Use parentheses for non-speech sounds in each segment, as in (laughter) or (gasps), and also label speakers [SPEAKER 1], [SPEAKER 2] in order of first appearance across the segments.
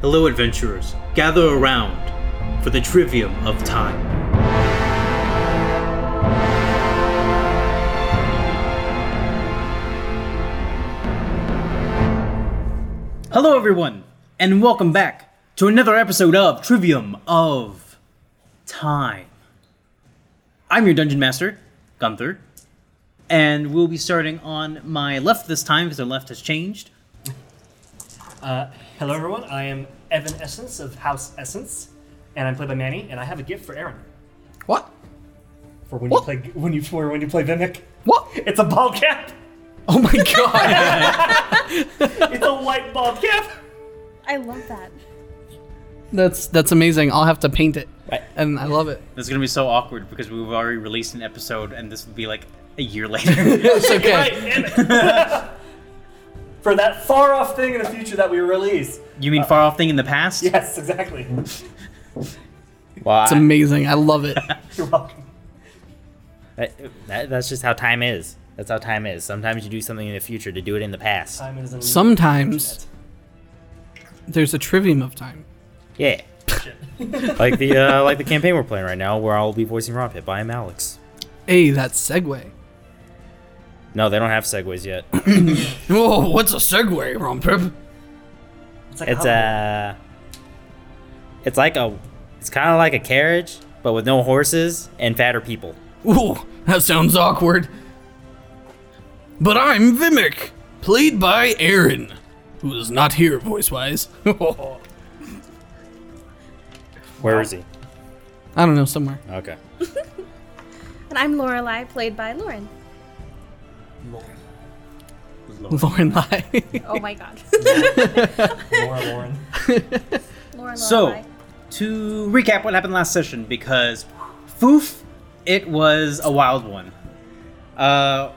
[SPEAKER 1] Hello, adventurers. Gather around for the Trivium of Time. Hello, everyone, and welcome back to another episode of Trivium of Time. I'm your dungeon master, Gunther, and we'll be starting on my left this time because the left has changed.
[SPEAKER 2] Uh, hello, everyone. I am Evan Essence of House Essence, and I'm played by Manny. And I have a gift for Aaron
[SPEAKER 3] What?
[SPEAKER 2] for when
[SPEAKER 3] What?
[SPEAKER 2] you play when you for when you play Vimic.
[SPEAKER 3] What?
[SPEAKER 2] (laughs) It's a ball cap.
[SPEAKER 3] Oh my god!
[SPEAKER 2] It's a white ball cap.
[SPEAKER 4] I love that.
[SPEAKER 3] (laughs) that's that's amazing. I'll have to paint it, and I love it.
[SPEAKER 1] This is gonna be so awkward because we've already released an episode, and this will be like a year (laughs) later.
[SPEAKER 3] It's okay.
[SPEAKER 2] Right. and- (laughs) for that far off thing in the future that we release.
[SPEAKER 1] you mean far off thing in the past?
[SPEAKER 2] Yes, exactly.
[SPEAKER 5] Well,
[SPEAKER 3] It's
[SPEAKER 5] I-
[SPEAKER 3] amazing. I love it.
[SPEAKER 2] You're welcome.
[SPEAKER 5] that- that- that's just how time is. That's how time is. Sometimes you do something in the future to do it in the past.
[SPEAKER 2] Time is in
[SPEAKER 3] Sometimes there's a trivium of time.
[SPEAKER 5] Yeah. like the uh, like the campaign we're playing right now, where I'll be voicing Rompip. I am Alex.
[SPEAKER 3] Hey, that segue.
[SPEAKER 5] No, they don't have segues yet.
[SPEAKER 3] Whoa, Oh, what's a segue, Rompip?
[SPEAKER 2] like
[SPEAKER 5] It's
[SPEAKER 2] how-
[SPEAKER 5] uh, it's like a, it's kind of like a carriage, but with no horses and fatter people.
[SPEAKER 3] Ooh, that sounds awkward. But I'm Vimic, played by Aaron, who is not here voice-wise. (laughs) I
[SPEAKER 5] Where is he?
[SPEAKER 3] don't know, somewhere.
[SPEAKER 5] Okay.
[SPEAKER 4] And I'm Lorelei, played by Lauren.
[SPEAKER 3] Lauren Lai.
[SPEAKER 4] Oh my god.
[SPEAKER 2] Laura Lauren.
[SPEAKER 4] Lauren
[SPEAKER 1] So,
[SPEAKER 4] Lorelei.
[SPEAKER 1] to recap what happened last session, because foof, it was a wild one. Uh,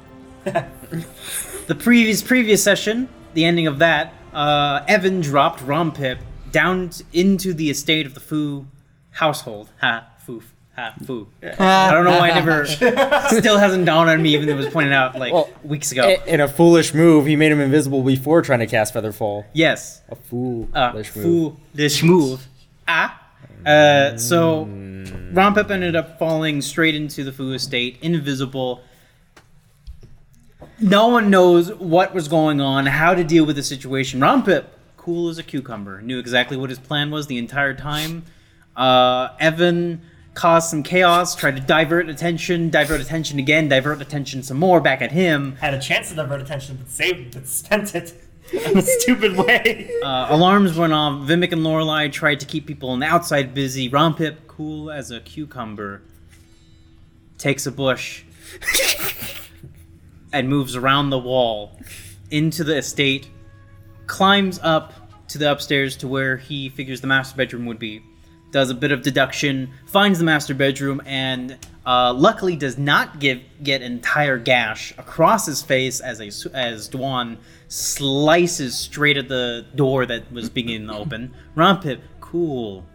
[SPEAKER 1] the previous previous session, the ending of that, uh, Evan dropped Rompip down t- into the estate of the Foo household. Ha foof. Ha foo. I don't know why I never still hasn't dawned on me, even though it was pointed out like
[SPEAKER 5] Well,
[SPEAKER 1] weeks ago.
[SPEAKER 5] In a foolish move, he made him invisible before trying to cast Featherfall.
[SPEAKER 1] yes.
[SPEAKER 5] A foolish
[SPEAKER 1] uh, foolish move. Ah. Uh, so Rompip ended up falling straight into the Fu estate, invisible. No one knows what was going on, how to deal with the situation. Rompip, cool as a cucumber, knew exactly what his plan was the entire time. Uh, Evan caused some chaos, tried to divert attention, divert attention again, divert attention some more back at him.
[SPEAKER 2] Had a chance to divert attention, but saved, but spent it in a stupid way.
[SPEAKER 1] Uh, alarms went off. Vimic and Lorelei tried to keep people on the outside busy. Rompip, cool as a cucumber, takes a bush and moves around the wall into the estate, climbs up to the upstairs to where he figures the master bedroom would be, does a bit of deduction, finds the master bedroom, and uh, luckily does not give get an entire gash across his face as a s- as Dwan slices straight at the door that was beginning to open. Rompip, cool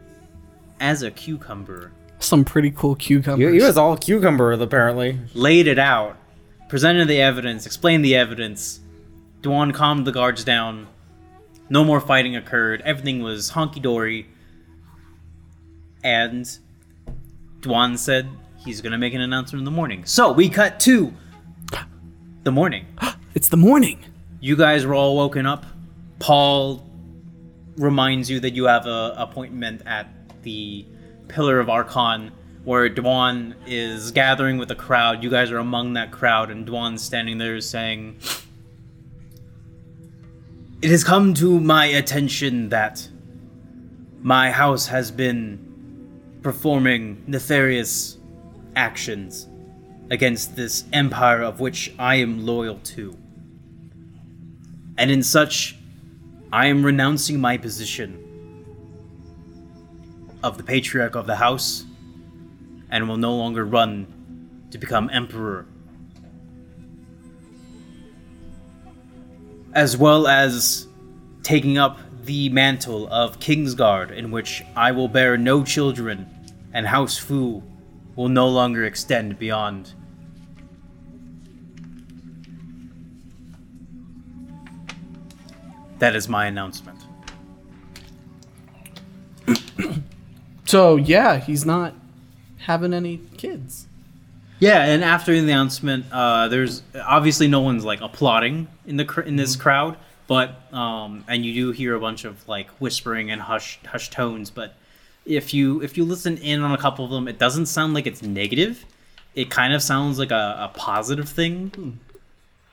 [SPEAKER 1] as a cucumber,
[SPEAKER 3] (laughs) Some pretty cool cucumbers.
[SPEAKER 5] He was all cucumber apparently.
[SPEAKER 1] laid it out, presented the evidence, explained the evidence. Duan calmed the guards down. No more fighting occurred. Everything was honky dory. And Duan said he's gonna make an announcement in the morning. So we cut to the morning.
[SPEAKER 3] it's the morning.
[SPEAKER 1] You guys were all woken up. Paul reminds you that you have a appointment at the Pillar of Archon, where Dwan is gathering with a crowd. You guys are among that crowd, and Dwan's standing there saying, "It has come to my attention that my house has been performing nefarious actions against this empire of which I am loyal to." and in such, I am renouncing my position of the patriarch of the house and will no longer run to become emperor. As well as taking up the mantle of Kingsguard, in which I will bear no children, and House Fu will no longer extend beyond That is my announcement.
[SPEAKER 3] So yeah, he's not having any kids.
[SPEAKER 1] Yeah, and after the announcement, uh, there's obviously no one's like applauding in the cr- in this crowd, but um, and you do hear a bunch of like whispering and hush hush tones. But if you if you listen in on a couple of them, it doesn't sound like it's negative. It kind of sounds like a, a positive thing.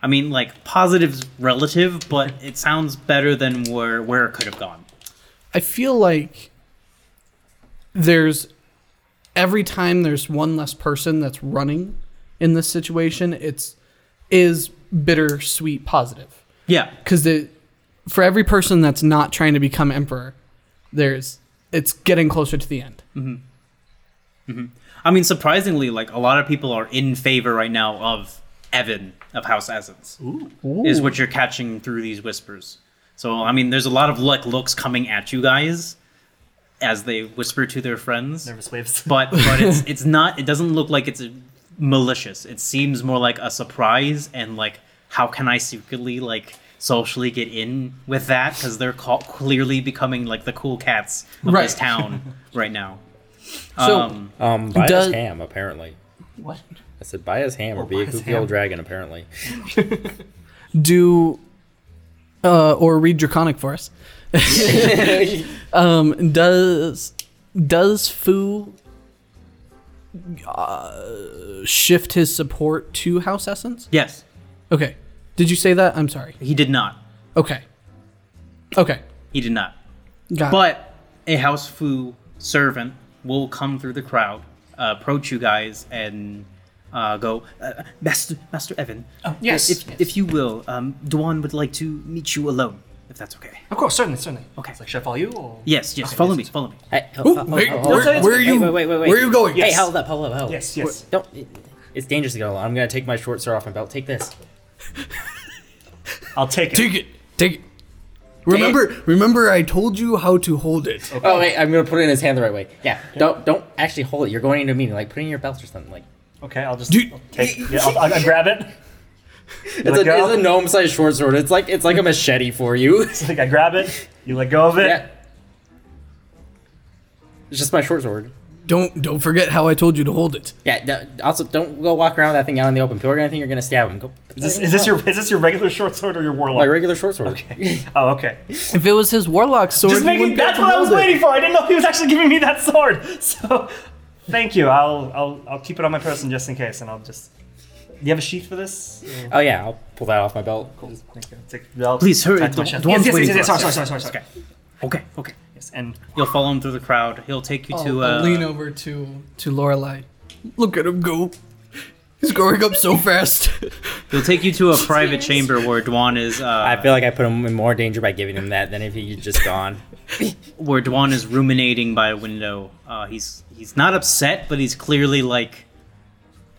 [SPEAKER 1] I mean, like positive's relative, but it sounds better than where where it could have gone.
[SPEAKER 3] I feel like there's every time there's one less person that's running in this situation, it's is bittersweet positive.
[SPEAKER 1] Yeah,
[SPEAKER 3] because the for every person that's not trying to become emperor, there's it's getting closer to the end.
[SPEAKER 1] I mean, surprisingly, like a lot of people are in favor right now of Evan of House Essence. Is what you're catching through these whispers. So I mean, there's a lot of like looks coming at you guys as they whisper to their friends.
[SPEAKER 2] Nervous waves.
[SPEAKER 3] (laughs)
[SPEAKER 1] But but it's it's not. It doesn't look like it's malicious. It seems more like a surprise and like how can I secretly like socially get in with that because they're ca- clearly becoming like the cool cats of
[SPEAKER 3] Right.
[SPEAKER 1] this
[SPEAKER 3] (laughs)
[SPEAKER 1] town right now.
[SPEAKER 3] So
[SPEAKER 1] um,
[SPEAKER 5] Um, buy
[SPEAKER 3] Does-
[SPEAKER 5] his ham, apparently.
[SPEAKER 3] what
[SPEAKER 5] I said, buy his ham or
[SPEAKER 2] Oh,
[SPEAKER 5] be a
[SPEAKER 2] buy his
[SPEAKER 5] kooky
[SPEAKER 2] ham.
[SPEAKER 5] old dragon, apparently.
[SPEAKER 3] do? Uh, or read draconic for (laughs) us. um, does does Fu uh, shift his support to House Essence?
[SPEAKER 1] yes,
[SPEAKER 3] Okay. Did you say that? I'm sorry.
[SPEAKER 1] he did not.
[SPEAKER 3] Okay. Okay.
[SPEAKER 1] He did not.
[SPEAKER 3] Got it.
[SPEAKER 1] But a house foo servant will come through the crowd, uh, approach you guys, and uh, go, uh, Master Master Evan.
[SPEAKER 2] Oh, yes.
[SPEAKER 1] If, if you will, um, Dwan would like to meet you alone, if that's okay.
[SPEAKER 2] Of course, certainly, certainly.
[SPEAKER 1] Okay.
[SPEAKER 2] It's like, should I follow you? Or...
[SPEAKER 1] Yes, yes.
[SPEAKER 2] Oh. Okay,
[SPEAKER 1] follow
[SPEAKER 2] yes,
[SPEAKER 1] me.
[SPEAKER 2] yes.
[SPEAKER 1] Follow me.
[SPEAKER 5] Hey, oh, ho-
[SPEAKER 3] Ooh,
[SPEAKER 5] ho-
[SPEAKER 3] wait,
[SPEAKER 5] ho- ho-
[SPEAKER 3] where-
[SPEAKER 5] ho-
[SPEAKER 3] where are you-
[SPEAKER 5] Wait, wait, wait, wait.
[SPEAKER 3] where are you going?
[SPEAKER 5] Hey,
[SPEAKER 2] Yes.
[SPEAKER 5] hold up, hold up, hold up.
[SPEAKER 2] Yes, yes.
[SPEAKER 5] Don't. It, it's dangerous to go alone. I'm gonna take my short sword off my belt. Take this.
[SPEAKER 2] I'll take it.
[SPEAKER 3] Take it. Take it. Remember, remember, I told you how to hold it.
[SPEAKER 5] Oh wait, I'm gonna put it in his hand the right way. Yeah. Don't don't actually hold it. You're going into a meeting. Like put it in your belt or something. Like
[SPEAKER 2] Okay, I'll just
[SPEAKER 3] Dude.
[SPEAKER 2] I'll take it. Yeah, I'll, I'll, I'll grab it.
[SPEAKER 5] it's,
[SPEAKER 2] let
[SPEAKER 5] a,
[SPEAKER 2] go?
[SPEAKER 5] it's a gnome sized short sword. It's like it's like a machete
[SPEAKER 2] (laughs)
[SPEAKER 5] for you.
[SPEAKER 2] Like I grab it. You let go of it.
[SPEAKER 5] yeah. It's just my short sword.
[SPEAKER 3] Don't don't forget how I told you to hold it.
[SPEAKER 5] Yeah. d- Also, don't go walk around with that thing out in the open. People are gonna think you're gonna stab them. Go.
[SPEAKER 2] Is this, is this your is this your regular short sword or your
[SPEAKER 5] my
[SPEAKER 2] warlock?
[SPEAKER 5] regular short sword?
[SPEAKER 2] oh, okay.
[SPEAKER 3] If it was his warlock sword,
[SPEAKER 2] Just making that's what I was waiting for. I didn't know he was actually giving me that sword. (laughs) So, thank you. I'll I'll I'll keep it on my person just in case, and I'll just. You have a sheath for this?
[SPEAKER 5] Oh yeah, I'll pull that off my belt.
[SPEAKER 2] Just make it- take- I'll
[SPEAKER 1] Please hurry,
[SPEAKER 2] tack my
[SPEAKER 1] Dwan-
[SPEAKER 2] chest.
[SPEAKER 1] Dwan's
[SPEAKER 2] Yes, yes, yes,
[SPEAKER 1] waiting
[SPEAKER 2] yes,
[SPEAKER 1] for
[SPEAKER 2] Sorry,
[SPEAKER 1] us.
[SPEAKER 2] sorry, sorry, sorry, sorry.
[SPEAKER 1] Okay, okay.
[SPEAKER 2] Yes, and
[SPEAKER 1] You'll follow him through the crowd. He'll take you to.
[SPEAKER 2] Oh,
[SPEAKER 1] Uh,
[SPEAKER 3] lean over to to Lorelai. Look at him go. He's growing up so fast. (laughs)
[SPEAKER 1] He'll take you to
[SPEAKER 2] (laughs)
[SPEAKER 1] a private chamber where Dwan is. Uh,
[SPEAKER 5] I feel like I put him in more danger by giving him that than if he just
[SPEAKER 2] (laughs)
[SPEAKER 5] gone.
[SPEAKER 1] where Dwan is ruminating by a window. Uh, he's he's not upset, but he's clearly like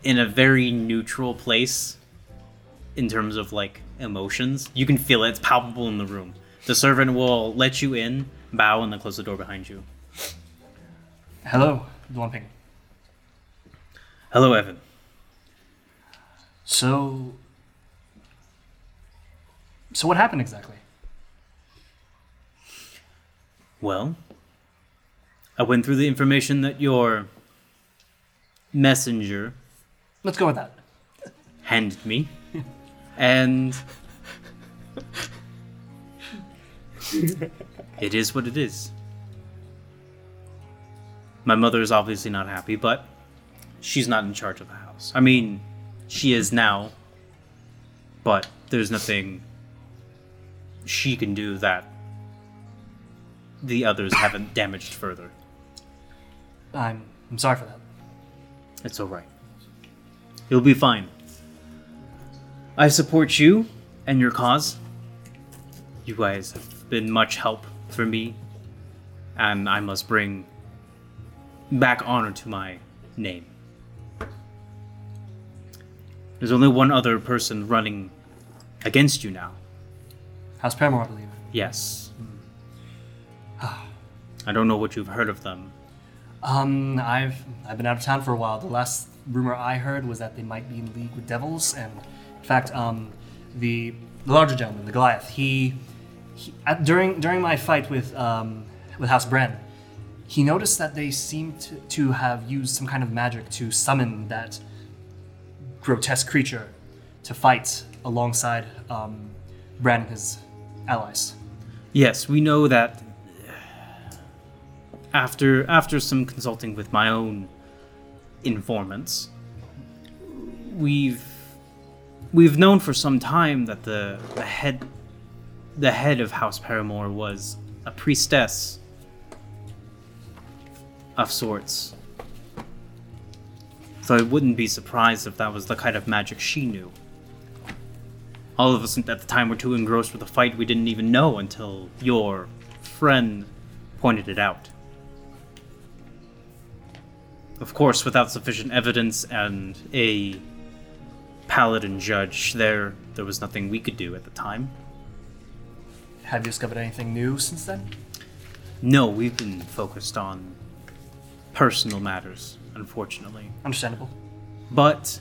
[SPEAKER 1] in a very neutral place in terms of like emotions. You can feel it; it's palpable in the room. The servant will let you in, bow, and then close the door behind you.
[SPEAKER 2] hello, Lumping.
[SPEAKER 1] Hello, Evan.
[SPEAKER 2] So, so what happened exactly?
[SPEAKER 1] Well, I went through the information that your messenger
[SPEAKER 2] Let's go with that.
[SPEAKER 1] handed me, and it is what it is. My mother is obviously not happy, but she's not in charge of the house. I mean, she is now, but there's nothing she can do that the others haven't damaged further.
[SPEAKER 2] I'm I'm sorry for that.
[SPEAKER 1] It's all right. You'll be fine. I support you and your cause. You guys have been much help for me, and I must bring back honor to my name. There's only one other person running against you now.
[SPEAKER 2] House Paramore, I believe.
[SPEAKER 1] Yes. I don't know what you've heard of them.
[SPEAKER 2] Um, I've I've been out of town for a while. The last rumor I heard was that they might be in league with devils, and in fact, um, the the larger gentleman, the Goliath, he, he at, during during my fight with um, with House Bren, he noticed that they seemed to, to have used some kind of magic to summon that grotesque creature to fight alongside um, Bran and his allies.
[SPEAKER 1] Yes, we know that after after some consulting with my own informants, we've we've known for some time that the, the head the head of House Paramore was a priestess of sorts. So I wouldn't be surprised if that was the kind of magic she knew. All of us at the time were too engrossed with the fight we didn't even know until your friend pointed it out. Of course, without sufficient evidence and a paladin judge there, there was nothing we could do at the time.
[SPEAKER 2] Have you discovered anything new since then?
[SPEAKER 1] No, we've been focused on personal matters, unfortunately.
[SPEAKER 2] Understandable.
[SPEAKER 1] But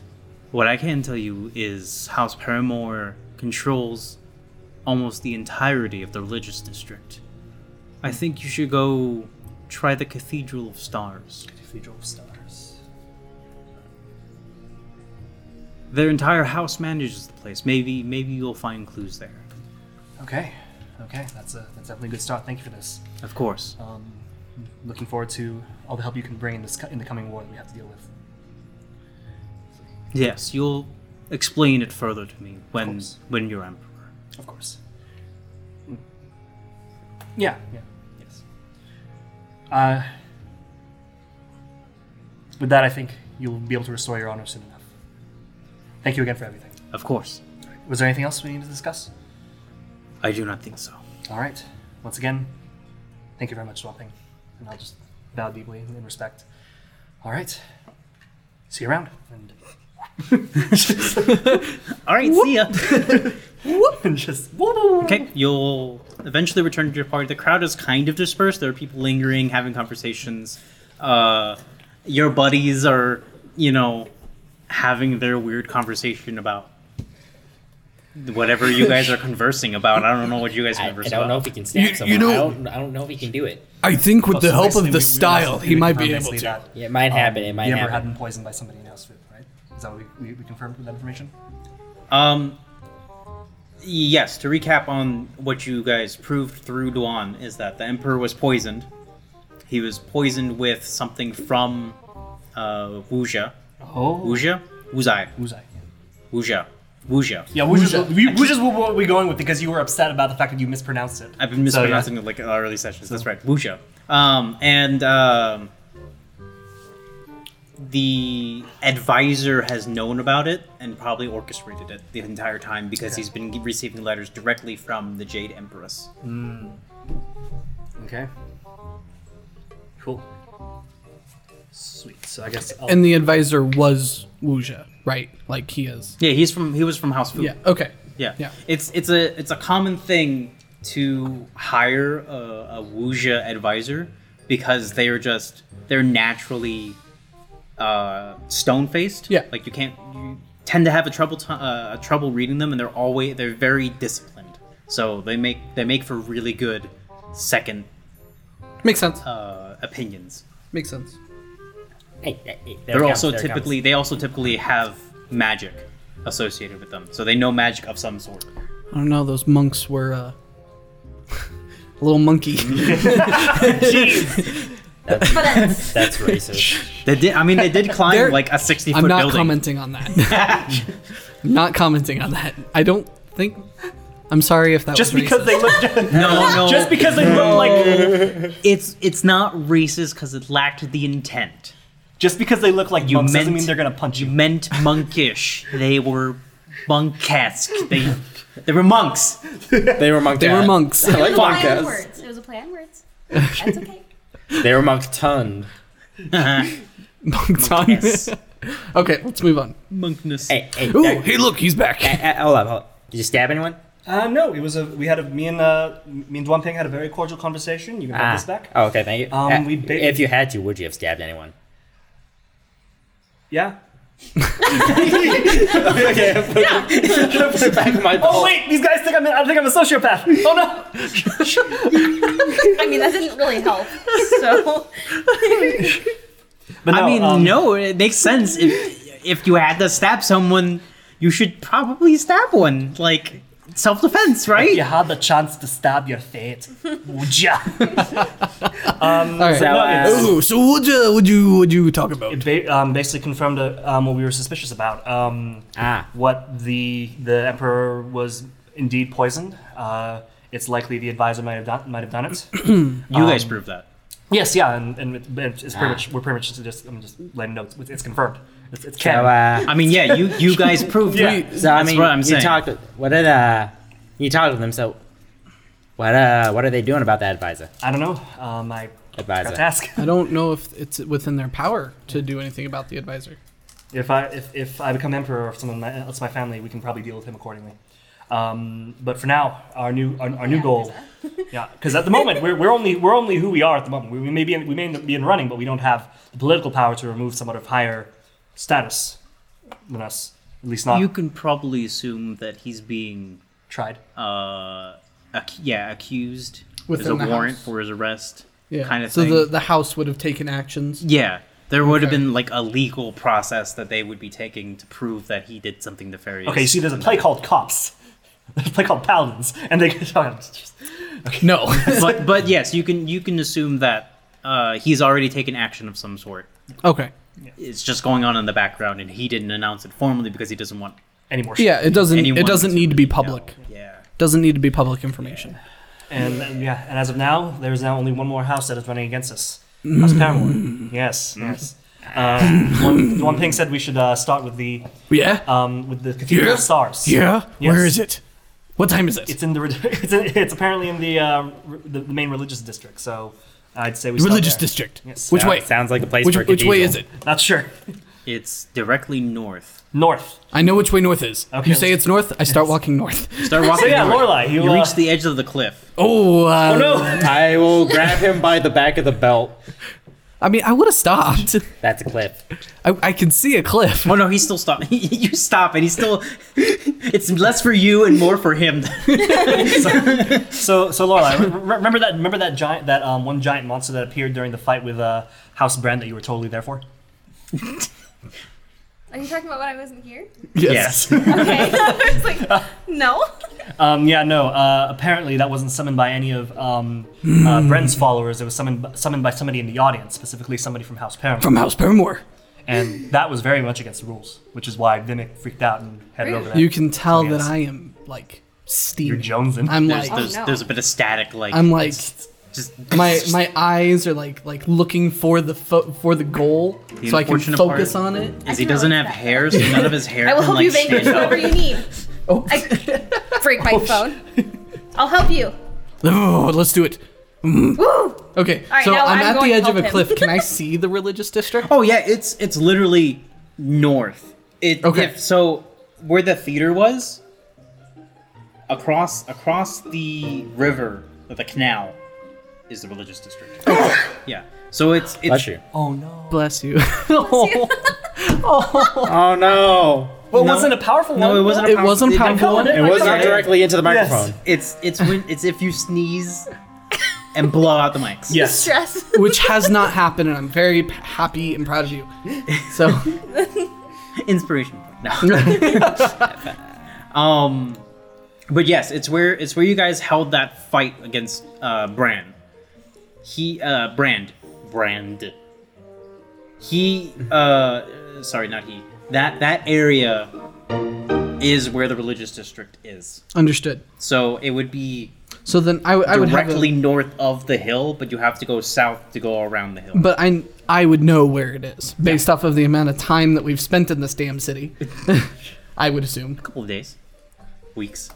[SPEAKER 1] what I can tell you is House Paramore controls almost the entirety of the religious district. I think you should go try the Cathedral of Stars.
[SPEAKER 2] Cathedral of Stars.
[SPEAKER 1] Their entire house manages the place. Maybe maybe you'll find clues there.
[SPEAKER 2] Okay, okay, that's a that's definitely a good start. Thank you for this.
[SPEAKER 1] Of course.
[SPEAKER 2] Um, looking forward to all the help you can bring in this co- in the coming war that we have to deal with.
[SPEAKER 1] Yes, you'll explain it further to me when
[SPEAKER 2] course.
[SPEAKER 1] when you're emperor.
[SPEAKER 2] Of course. Mm. Yeah. Yeah. Yes. Uh, with that, I think you'll be able to restore your honor soon enough. Thank you again for everything.
[SPEAKER 1] Of course.
[SPEAKER 2] Was there anything else we need to discuss?
[SPEAKER 1] I do not think (laughs) so.
[SPEAKER 2] All right. Once again, thank you very much, Swamping. And I'll just bow deeply in respect. All right. See you around. And,
[SPEAKER 1] All right, see ya.
[SPEAKER 2] (laughs) and just.
[SPEAKER 1] Okay, you'll eventually return to your party. The crowd is kind of dispersed. There are people lingering, having conversations. Uh, your buddies are, you know, having their weird conversation about whatever you guys are conversing about. I don't know what you guys are
[SPEAKER 5] I, I
[SPEAKER 1] conversing
[SPEAKER 5] don't know
[SPEAKER 1] about.
[SPEAKER 5] if he can stab
[SPEAKER 3] You-
[SPEAKER 5] someone.
[SPEAKER 3] you
[SPEAKER 5] I,
[SPEAKER 3] know-
[SPEAKER 5] don't, I don't know if he can do it.
[SPEAKER 3] I think with the
[SPEAKER 2] So
[SPEAKER 3] help
[SPEAKER 2] basically,
[SPEAKER 3] of
[SPEAKER 2] we-
[SPEAKER 3] the
[SPEAKER 2] we
[SPEAKER 3] style,
[SPEAKER 2] basically
[SPEAKER 3] he might be
[SPEAKER 2] confirmed
[SPEAKER 3] able
[SPEAKER 2] basically
[SPEAKER 3] to.
[SPEAKER 2] that,
[SPEAKER 5] Yeah, it might
[SPEAKER 2] um,
[SPEAKER 5] happen. It might
[SPEAKER 2] Amber
[SPEAKER 5] happen.
[SPEAKER 2] had been poisoned by somebody else, right? Is that what we, we, we confirmed with that information?
[SPEAKER 1] Um, yes, to recap on what you guys proved through Duan is that the Emperor was poisoned. He was poisoned with something from uh, Wuja.
[SPEAKER 2] Oh.
[SPEAKER 1] Wuja? Wuzai.
[SPEAKER 2] Wuzai.
[SPEAKER 1] Wuja. Wuja.
[SPEAKER 2] Yeah, Wuja. We, which is what what we're going with because you were upset about the fact that you mispronounced it.
[SPEAKER 1] I've been
[SPEAKER 2] So, yeah.
[SPEAKER 1] mispronouncing it like in our early sessions. That's right, Wuxia. Um, and um, the advisor has known about it and probably orchestrated it the entire time because he's been ge- receiving letters directly from the Jade Empress.
[SPEAKER 2] Okay. Cool. Sweet. So I guess I'll
[SPEAKER 3] And the advisor was Wuja, right? Like he is.
[SPEAKER 1] Yeah, he's from he was from House Food.
[SPEAKER 3] Yeah. Okay.
[SPEAKER 1] Yeah.
[SPEAKER 3] Yeah.
[SPEAKER 1] It's it's a it's a common thing to hire a, a Wuxia advisor because they are just they're naturally uh, stone faced.
[SPEAKER 3] Yeah.
[SPEAKER 1] Like you can't you tend to have a trouble t- uh, a trouble reading them, and they're always they're very disciplined. So they make they make for really good second
[SPEAKER 3] Makes sense.
[SPEAKER 1] uh, opinions.
[SPEAKER 3] Makes sense.
[SPEAKER 5] Hey, hey, hey,
[SPEAKER 1] They're
[SPEAKER 5] there it comes,
[SPEAKER 1] also
[SPEAKER 5] there it comes.
[SPEAKER 1] typically they also typically have magic associated with them, so they know magic of some sort.
[SPEAKER 3] I don't know. Those monks were uh, (laughs) a
[SPEAKER 1] (laughs)
[SPEAKER 3] little monkey.
[SPEAKER 1] (laughs)
[SPEAKER 5] That's, that's racist.
[SPEAKER 1] They did. I mean, they
[SPEAKER 3] (laughs)
[SPEAKER 1] did climb
[SPEAKER 3] They're-
[SPEAKER 1] like a sixty foot
[SPEAKER 3] I'm not
[SPEAKER 1] building.
[SPEAKER 3] commenting on that.
[SPEAKER 2] (laughs)
[SPEAKER 3] (laughs) not commenting on that. I don't think. I'm sorry if that
[SPEAKER 2] just
[SPEAKER 3] was
[SPEAKER 2] because
[SPEAKER 3] racist.
[SPEAKER 2] they look (laughs)
[SPEAKER 1] Oh, No, Oh. no.
[SPEAKER 2] just because they look like
[SPEAKER 1] it's it's not racist because it lacked the intent.
[SPEAKER 2] just because they look like
[SPEAKER 1] You
[SPEAKER 2] monks doesn't
[SPEAKER 1] meant-
[SPEAKER 2] mean they're gonna punch
[SPEAKER 1] You
[SPEAKER 2] you.
[SPEAKER 1] meant monkish. they were monkesque. They they were monks.
[SPEAKER 5] they were monk.
[SPEAKER 3] they were
[SPEAKER 5] (laughs)
[SPEAKER 3] monks.
[SPEAKER 5] I
[SPEAKER 4] It was a
[SPEAKER 5] like
[SPEAKER 4] play on
[SPEAKER 5] monkas.
[SPEAKER 4] words. It was a play on words. That's okay.
[SPEAKER 5] They were monk tongued.
[SPEAKER 3] Monk tongue.
[SPEAKER 1] Yes.
[SPEAKER 3] (laughs) okay, let's move on.
[SPEAKER 1] Monkness.
[SPEAKER 5] Hey, hey,
[SPEAKER 3] Ooh,
[SPEAKER 5] that-
[SPEAKER 3] hey, look, he's back.
[SPEAKER 5] hey, hold up, hold up. Did you stab anyone?
[SPEAKER 2] Uh, no, it was a we had a me and uh, me and Duan Ping had a very cordial conversation. You can have this back.
[SPEAKER 5] Oh, okay, thank you.
[SPEAKER 2] Um,
[SPEAKER 5] Uh,
[SPEAKER 2] we ba- (laughs)
[SPEAKER 5] if you had to, would you have stabbed anyone?
[SPEAKER 2] Yeah. Oh wait, these guys think I'm I think I'm a sociopath. (laughs) Oh no.
[SPEAKER 4] I mean, that didn't
[SPEAKER 1] (laughs)
[SPEAKER 4] really help. So
[SPEAKER 2] But
[SPEAKER 1] I mean,
[SPEAKER 2] um,
[SPEAKER 1] no, it makes sense. If if you had to stab someone, you should probably stab one. Like self defense, right?
[SPEAKER 2] If you had the chance to stab your fate, would ya?
[SPEAKER 3] All right.
[SPEAKER 5] So, uh,
[SPEAKER 3] Ooh, so would you would you would you talk about?
[SPEAKER 2] It ba- um, basically confirmed uh, um, what we were suspicious about. Um,
[SPEAKER 5] Ah.
[SPEAKER 2] What the the emperor was indeed poisoned. Uh, it's likely the advisor might have done might have done it.
[SPEAKER 1] you guys prove that.
[SPEAKER 2] yes, yeah, and, and it- it's pretty much we're pretty much just I'm just letting notes. It's, it's confirmed. It's, it's
[SPEAKER 5] so,
[SPEAKER 2] canon.
[SPEAKER 5] uh,
[SPEAKER 1] I mean, yeah, you you (laughs) guys proved
[SPEAKER 2] Yeah.
[SPEAKER 1] that.
[SPEAKER 5] So I
[SPEAKER 1] That's
[SPEAKER 5] mean,
[SPEAKER 1] what I'm
[SPEAKER 5] you
[SPEAKER 1] saying.
[SPEAKER 5] talked. What did uh, you talked with them? So, what uh, what are they doing about that advisor?
[SPEAKER 2] I don't know. Um, I forgot to
[SPEAKER 5] Advisor.
[SPEAKER 2] ask. (laughs)
[SPEAKER 3] I don't know if it's within their power to do anything about the advisor.
[SPEAKER 2] If I if, if I become emperor or someone my- else in my family, we can probably deal with him accordingly. Um, but for now, our new our, our new goal, yeah, because at the moment we're, we're only we're only who we are at the moment. We, we may be in, we may be in running, but we don't have the political power to remove someone of higher status than us. At least not
[SPEAKER 1] You can probably assume that he's being,
[SPEAKER 2] tried.
[SPEAKER 1] uh, ac- yeah, accused.
[SPEAKER 3] Within
[SPEAKER 1] There's a
[SPEAKER 3] the
[SPEAKER 1] warrant
[SPEAKER 3] house.
[SPEAKER 1] for his arrest.
[SPEAKER 3] Yeah.
[SPEAKER 1] Kind of
[SPEAKER 3] so
[SPEAKER 1] thing.
[SPEAKER 3] the the house would have taken actions.
[SPEAKER 1] yeah, there would have
[SPEAKER 3] Okay.
[SPEAKER 1] been like a legal process that they would be taking to prove that he did something nefarious.
[SPEAKER 2] Okay, you see, there's a play called Cops. (laughs) There's a play called Paladins, and they (laughs) get
[SPEAKER 3] No.
[SPEAKER 2] (laughs)
[SPEAKER 1] but but yes, you can you can assume that uh, he's already taken action of some sort.
[SPEAKER 3] (laughs) okay.
[SPEAKER 1] It's just going on in the background, and he didn't announce it formally because he doesn't want.
[SPEAKER 2] any more. shit.
[SPEAKER 3] Yeah, it doesn't
[SPEAKER 1] Anyone
[SPEAKER 3] it doesn't
[SPEAKER 1] to
[SPEAKER 3] need to be public.
[SPEAKER 1] Yeah.
[SPEAKER 3] Doesn't need to be public information.
[SPEAKER 2] And, and yeah, and as of now, there's now only one more house that is running against us.
[SPEAKER 3] Mm.
[SPEAKER 2] House Paramore. Yes, yes. Uh, one, one thing said we should uh, start with the
[SPEAKER 3] Yeah.
[SPEAKER 2] um, with the Cathedral
[SPEAKER 3] Yeah?
[SPEAKER 2] of Stars.
[SPEAKER 3] yeah.
[SPEAKER 2] Yes.
[SPEAKER 3] Where is it? What time is it?
[SPEAKER 2] It's in the re- (laughs) it's, in, it's apparently in the, uh, re- the the main religious district. So I'd say we
[SPEAKER 3] the
[SPEAKER 2] start
[SPEAKER 3] religious
[SPEAKER 2] there.
[SPEAKER 3] district.
[SPEAKER 2] Yes.
[SPEAKER 3] Which
[SPEAKER 5] Sound-
[SPEAKER 3] way?
[SPEAKER 5] Sounds like a place
[SPEAKER 3] Which
[SPEAKER 5] for a
[SPEAKER 3] which way
[SPEAKER 5] cathedral.
[SPEAKER 3] is it?
[SPEAKER 2] Not sure.
[SPEAKER 1] It's directly north.
[SPEAKER 2] North.
[SPEAKER 3] I know which way north is.
[SPEAKER 2] Okay.
[SPEAKER 3] You say it's north. I start
[SPEAKER 2] (laughs)
[SPEAKER 3] walking north.
[SPEAKER 1] Start walking.
[SPEAKER 2] So yeah,
[SPEAKER 1] north.
[SPEAKER 2] Lorelai, you,
[SPEAKER 1] you
[SPEAKER 2] uh,
[SPEAKER 1] reach the edge of the cliff.
[SPEAKER 3] Oh, uh,
[SPEAKER 2] Oh (laughs) no!
[SPEAKER 5] I will grab him by the back of the belt.
[SPEAKER 3] I mean, I would have stopped.
[SPEAKER 5] That's a cliff.
[SPEAKER 3] I, I can see a cliff.
[SPEAKER 1] Oh no, he's still stopping. (laughs) you stop, and he's still. it's less for you and more for
[SPEAKER 4] (laughs)
[SPEAKER 1] him.
[SPEAKER 2] So so Lorelai, re- re- remember that remember that giant that um, one giant monster that appeared during the fight with uh, House Brand that you were totally there for.
[SPEAKER 4] are you talking about when I wasn't here?
[SPEAKER 1] yes. (laughs)
[SPEAKER 4] Okay. (laughs) I was like, no.
[SPEAKER 2] Um, yeah, no. Uh, apparently, that wasn't summoned by any of um, uh,
[SPEAKER 3] Hmm.
[SPEAKER 2] Bren's followers. It was summoned summoned by somebody in the audience, specifically somebody from House Paramount,
[SPEAKER 3] From House Paramore.
[SPEAKER 2] and that was very much against the rules, which is why Vimic freaked out and headed over there.
[SPEAKER 3] You can tell that
[SPEAKER 2] Yes.
[SPEAKER 3] I am like
[SPEAKER 2] You're
[SPEAKER 3] steaming.
[SPEAKER 2] jonesing.
[SPEAKER 3] I'm
[SPEAKER 1] There's,
[SPEAKER 3] like
[SPEAKER 1] there's,
[SPEAKER 4] Oh, no.
[SPEAKER 1] there's a bit of static, like
[SPEAKER 3] I'm like
[SPEAKER 1] (laughs) just
[SPEAKER 3] my my eyes are like like looking for the fo- for the goal so I can
[SPEAKER 1] unfortunate
[SPEAKER 3] focus
[SPEAKER 1] part-
[SPEAKER 3] on it.
[SPEAKER 1] Is he doesn't have hair, so none of his hair
[SPEAKER 4] I will
[SPEAKER 1] can
[SPEAKER 4] help
[SPEAKER 1] like
[SPEAKER 4] you vanquish
[SPEAKER 1] stand
[SPEAKER 4] (laughs) whoever
[SPEAKER 1] up. Oh,
[SPEAKER 4] you need.
[SPEAKER 3] Oh,
[SPEAKER 4] I break my phone. I'll help you.
[SPEAKER 3] oh, let's do it.
[SPEAKER 4] Woo!
[SPEAKER 3] Okay,
[SPEAKER 4] right,
[SPEAKER 3] so
[SPEAKER 4] now
[SPEAKER 3] I'm,
[SPEAKER 4] I'm
[SPEAKER 3] at the
[SPEAKER 4] going to
[SPEAKER 3] edge of
[SPEAKER 4] help
[SPEAKER 3] a
[SPEAKER 4] him.
[SPEAKER 3] cliff. Can I see the religious district?
[SPEAKER 1] Oh yeah, it's it's literally north. It
[SPEAKER 3] Okay.
[SPEAKER 1] if, so where the theater was across across the river, the canal, is the religious district. yeah. So it's it's
[SPEAKER 5] Bless you.
[SPEAKER 2] oh no!
[SPEAKER 3] Bless you. (laughs) oh,
[SPEAKER 5] Oh no!
[SPEAKER 2] Well,
[SPEAKER 1] No.
[SPEAKER 2] wasn't a powerful
[SPEAKER 1] No,
[SPEAKER 2] one.
[SPEAKER 1] it wasn't.
[SPEAKER 3] it wasn't
[SPEAKER 1] powerful-
[SPEAKER 3] powerful.
[SPEAKER 2] It
[SPEAKER 5] It
[SPEAKER 2] was
[SPEAKER 5] was not
[SPEAKER 2] okay.
[SPEAKER 5] directly into the
[SPEAKER 2] Yes.
[SPEAKER 5] microphone.
[SPEAKER 1] It's it's when it's if you sneeze and blow out the mics.
[SPEAKER 2] Yes.
[SPEAKER 1] (laughs)
[SPEAKER 4] Stress.
[SPEAKER 3] which has not happened, and I'm very p- happy and proud of you. So,
[SPEAKER 1] Inspiration. No. um, but yes, it's where it's where you guys held that fight against uh, Brand. He uh, Brand Brand. He uh, sorry, not he. That that area is where the religious district is.
[SPEAKER 3] understood.
[SPEAKER 1] So it would be
[SPEAKER 3] So then I, w- I would have a-
[SPEAKER 1] directly north of the hill, but you have to go south to go around the hill.
[SPEAKER 3] but I I would know where it is based off of the amount of time that we've spent in this damn
[SPEAKER 5] (laughs)
[SPEAKER 3] city. I would assume.
[SPEAKER 1] couple of days, weeks.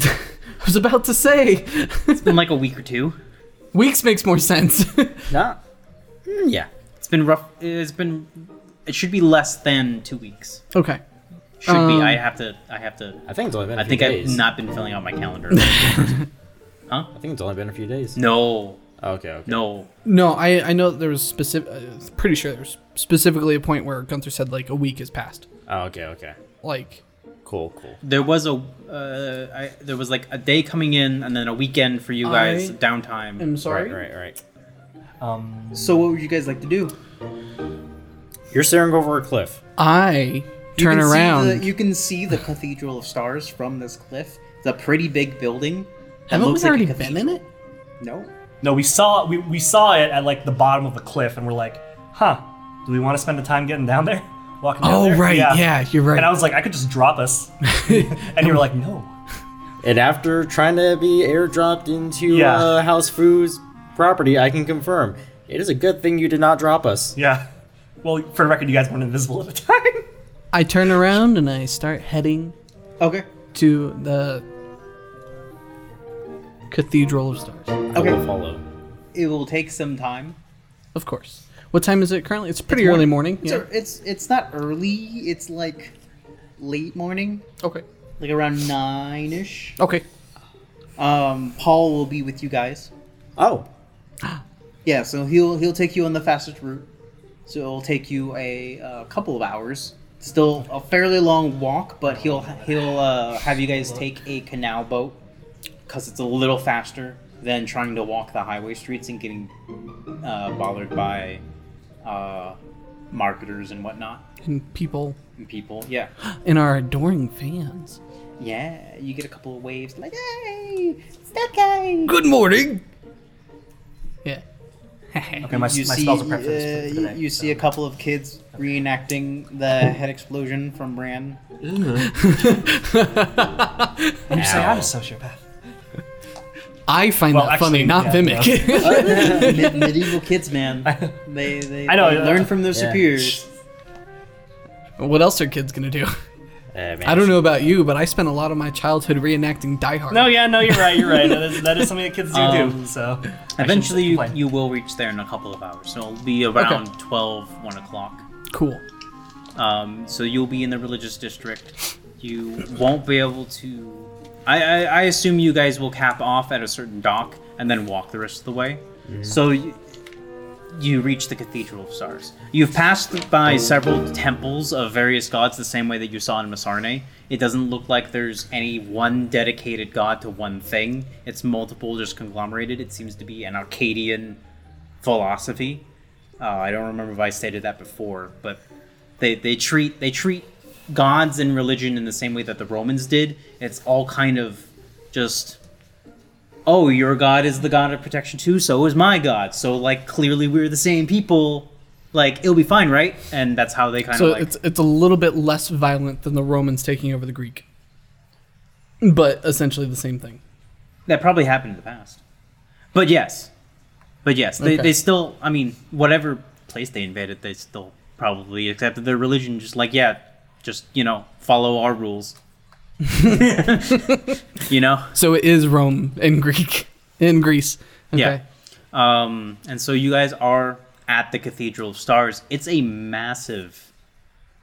[SPEAKER 3] I was about to say, (laughs)
[SPEAKER 1] It's been like a week or two.
[SPEAKER 3] weeks makes more sense. (laughs)
[SPEAKER 5] No. Mm, Yeah.
[SPEAKER 1] It's been rough. It's been. It should be less than two weeks.
[SPEAKER 3] okay.
[SPEAKER 1] Should
[SPEAKER 3] Um,
[SPEAKER 1] be. I have to. I have to.
[SPEAKER 5] I think it's only been.
[SPEAKER 3] (laughs)
[SPEAKER 5] I
[SPEAKER 1] I think I've not been filling out my calendar.
[SPEAKER 5] I think it's only been a few days. Oh,
[SPEAKER 1] no.
[SPEAKER 5] Okay. okay.
[SPEAKER 1] No.
[SPEAKER 3] No, I, I know that there was specific. Uh, pretty sure there was specifically a point where Gunther said like a week has passed.
[SPEAKER 5] Oh, okay. Okay.
[SPEAKER 3] Like
[SPEAKER 5] Cool. Cool.
[SPEAKER 1] There was a uh, I, there was like a day coming in and then a weekend for you guys
[SPEAKER 3] I
[SPEAKER 1] downtime.
[SPEAKER 3] I'm sorry.
[SPEAKER 5] Right. Right. Right.
[SPEAKER 2] Um,
[SPEAKER 1] So what would you guys like to do?
[SPEAKER 5] You're staring over a cliff.
[SPEAKER 3] I
[SPEAKER 6] You
[SPEAKER 3] turn
[SPEAKER 6] can see
[SPEAKER 3] around.
[SPEAKER 6] the- you can see the Cathedral of Stars from this cliff. It's a pretty big building. that
[SPEAKER 3] Haven't we
[SPEAKER 6] looks like a
[SPEAKER 3] already been in
[SPEAKER 6] cathedral.
[SPEAKER 3] it?
[SPEAKER 6] No.
[SPEAKER 2] no, we saw we, we saw it at like the bottom of the cliff, and we're like, huh? Do we want to spend the time getting down there, (laughs) walking? down
[SPEAKER 3] Oh,
[SPEAKER 2] there?
[SPEAKER 3] right, yeah, you're right.
[SPEAKER 2] And I was like, I could just drop
[SPEAKER 3] (laughs)
[SPEAKER 2] us, (laughs) and you were like, no.
[SPEAKER 5] And after trying to be airdropped into
[SPEAKER 2] Yeah.
[SPEAKER 5] uh, House Foo's property, I can confirm it is a good thing you did not drop us.
[SPEAKER 2] Yeah. Well, for the record, you guys weren't invisible at the time.
[SPEAKER 3] I turn around and I start heading
[SPEAKER 6] Okay.
[SPEAKER 3] to the Cathedral of Stars.
[SPEAKER 5] I will
[SPEAKER 6] Okay.
[SPEAKER 5] follow.
[SPEAKER 6] It will take some time.
[SPEAKER 3] Of course. What time is it currently? It's pretty early morning.
[SPEAKER 6] It's,
[SPEAKER 3] yeah.
[SPEAKER 6] a- it's it's not early. It's like late morning,
[SPEAKER 3] Okay.
[SPEAKER 6] like around nine ish.
[SPEAKER 3] Okay.
[SPEAKER 6] Um, Paul will be with you guys.
[SPEAKER 5] Oh,
[SPEAKER 6] Yeah, so he'll he'll take you on the fastest route. So it'll take you a, uh couple of hours. Still a fairly long walk, but he'll he'll uh, have you guys take a canal boat because it's a little faster than trying to walk the highway streets and getting uh, bothered by uh, marketers and whatnot
[SPEAKER 3] And people
[SPEAKER 6] and people. Yeah,
[SPEAKER 3] and our adoring fans.
[SPEAKER 6] yeah. You get a couple of waves like, "Hey, it's that guy."
[SPEAKER 3] Good morning. (laughs) Yeah.
[SPEAKER 2] Okay, my, my
[SPEAKER 6] you see,
[SPEAKER 2] spells are prepped for
[SPEAKER 6] uh,
[SPEAKER 2] this. For
[SPEAKER 6] you-
[SPEAKER 2] today,
[SPEAKER 6] you see a couple of kids reenacting
[SPEAKER 1] (laughs)
[SPEAKER 6] the head explosion from Bran.
[SPEAKER 2] And you say
[SPEAKER 5] Ow.
[SPEAKER 2] I'm a sociopath.
[SPEAKER 3] I find
[SPEAKER 2] Well,
[SPEAKER 3] that
[SPEAKER 2] actually,
[SPEAKER 3] funny, not
[SPEAKER 2] yeah,
[SPEAKER 3] Vimic.
[SPEAKER 6] Mid- medieval
[SPEAKER 1] (laughs)
[SPEAKER 6] kids, man. They they,
[SPEAKER 2] I know,
[SPEAKER 6] they
[SPEAKER 2] uh,
[SPEAKER 6] learn from their
[SPEAKER 5] yeah.
[SPEAKER 6] superiors.
[SPEAKER 3] (laughs) what else are kids gonna do?
[SPEAKER 5] uh, man,
[SPEAKER 3] I don't know about you, but I spent a lot of my childhood reenacting Die Hard.
[SPEAKER 2] No, yeah, no, you're right. You're right. That is, that is something that kids do do.
[SPEAKER 1] Um,
[SPEAKER 2] So I shouldn't
[SPEAKER 1] Eventually you,
[SPEAKER 2] complain.
[SPEAKER 1] you will reach there in a couple of hours. So it'll be around twelve, one 12, 1 o'clock.
[SPEAKER 3] Cool.
[SPEAKER 1] Um, so you'll be in the religious district. You won't be able to. I, I, I assume you guys will cap off at a certain dock and then walk the rest of the way. So you, you reach the Cathedral of Stars. You've passed by several temples of various gods the same way that you saw in Masarne. It doesn't look like there's any one dedicated god to one thing, it's multiple just conglomerated. It seems to be an Arcadian philosophy. Uh, I don't remember if I stated that before, but they they treat they treat gods and religion in the same way that the Romans did. It's all kind of just oh, your god is the god of protection too, so is my god. So like clearly we're the same people. Like it'll be fine, right? And that's how they kind
[SPEAKER 3] So
[SPEAKER 1] of like
[SPEAKER 3] it's it's a little bit less violent than the Romans taking over the Greek, but essentially the same thing.
[SPEAKER 1] that probably happened in the past. But yes. But yes, they,
[SPEAKER 3] Okay.
[SPEAKER 1] they still I mean, whatever place they invaded, they still probably accepted their religion just like yeah, just, you know, follow our
[SPEAKER 3] (laughs)
[SPEAKER 1] rules. you know?
[SPEAKER 3] So it is Rome in (laughs) Greek in Greece.
[SPEAKER 1] Yeah.
[SPEAKER 3] Okay.
[SPEAKER 1] Um, and so you guys are at the Cathedral of Stars. It's a massive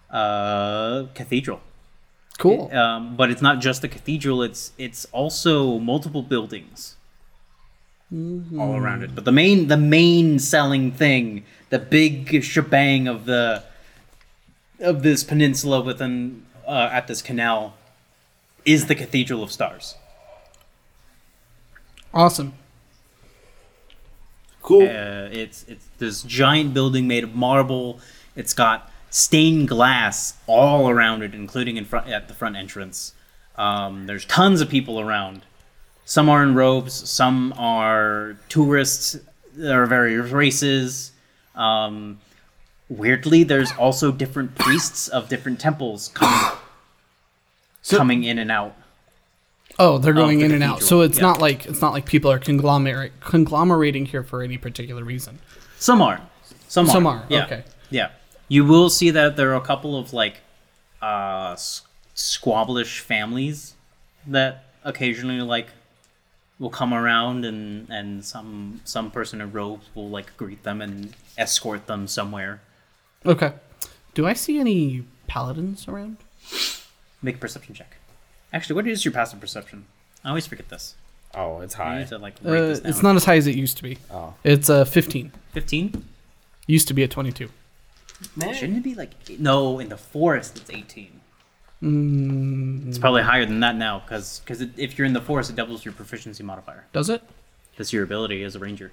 [SPEAKER 1] uh, cathedral,
[SPEAKER 3] Cool.
[SPEAKER 1] um, but it's not just the cathedral. It's it's also multiple buildings all around it. But the main the main selling thing, the big shebang of the of this peninsula within uh, at this canal, is the Cathedral of Stars.
[SPEAKER 3] Awesome.
[SPEAKER 5] Cool.
[SPEAKER 1] Uh, it's it's this giant building made of marble. It's got stained glass all around it, including in front at the front entrance. Um, there's tons of people around. Some are in robes. Some are tourists. There are various races. Um, weirdly, there's also different priests of different temples coming, coming in and out.
[SPEAKER 3] Oh, they're going
[SPEAKER 1] the
[SPEAKER 3] in and out.
[SPEAKER 1] cathedral,
[SPEAKER 3] So it's
[SPEAKER 1] yeah.
[SPEAKER 3] not like it's not like people are conglomerate conglomerating here for any particular reason.
[SPEAKER 1] Some are. Some are.
[SPEAKER 3] Some are,
[SPEAKER 1] Yeah.
[SPEAKER 3] okay.
[SPEAKER 1] Yeah. You will see that there are a couple of like uh s- squabblish families that occasionally like will come around and and some some person in robes will like greet them and escort them somewhere.
[SPEAKER 3] Okay. Do I see any paladins around?
[SPEAKER 1] Make a perception check. Actually, what is your passive perception? I always forget this.
[SPEAKER 5] Oh, it's
[SPEAKER 1] I
[SPEAKER 5] high.
[SPEAKER 1] need to like
[SPEAKER 3] Uh,
[SPEAKER 1] write this down.
[SPEAKER 3] it's not as high as it used to be.
[SPEAKER 5] Oh.
[SPEAKER 3] It's uh, 15.
[SPEAKER 1] fifteen.
[SPEAKER 3] Used to be at 22.
[SPEAKER 2] Man,
[SPEAKER 1] Shouldn't it be like eight- no? In the forest, it's eighteen.
[SPEAKER 3] Mm,
[SPEAKER 1] It's probably higher than that now because because if you're in the forest, it doubles your proficiency modifier.
[SPEAKER 3] does it?
[SPEAKER 1] That's your ability as a ranger.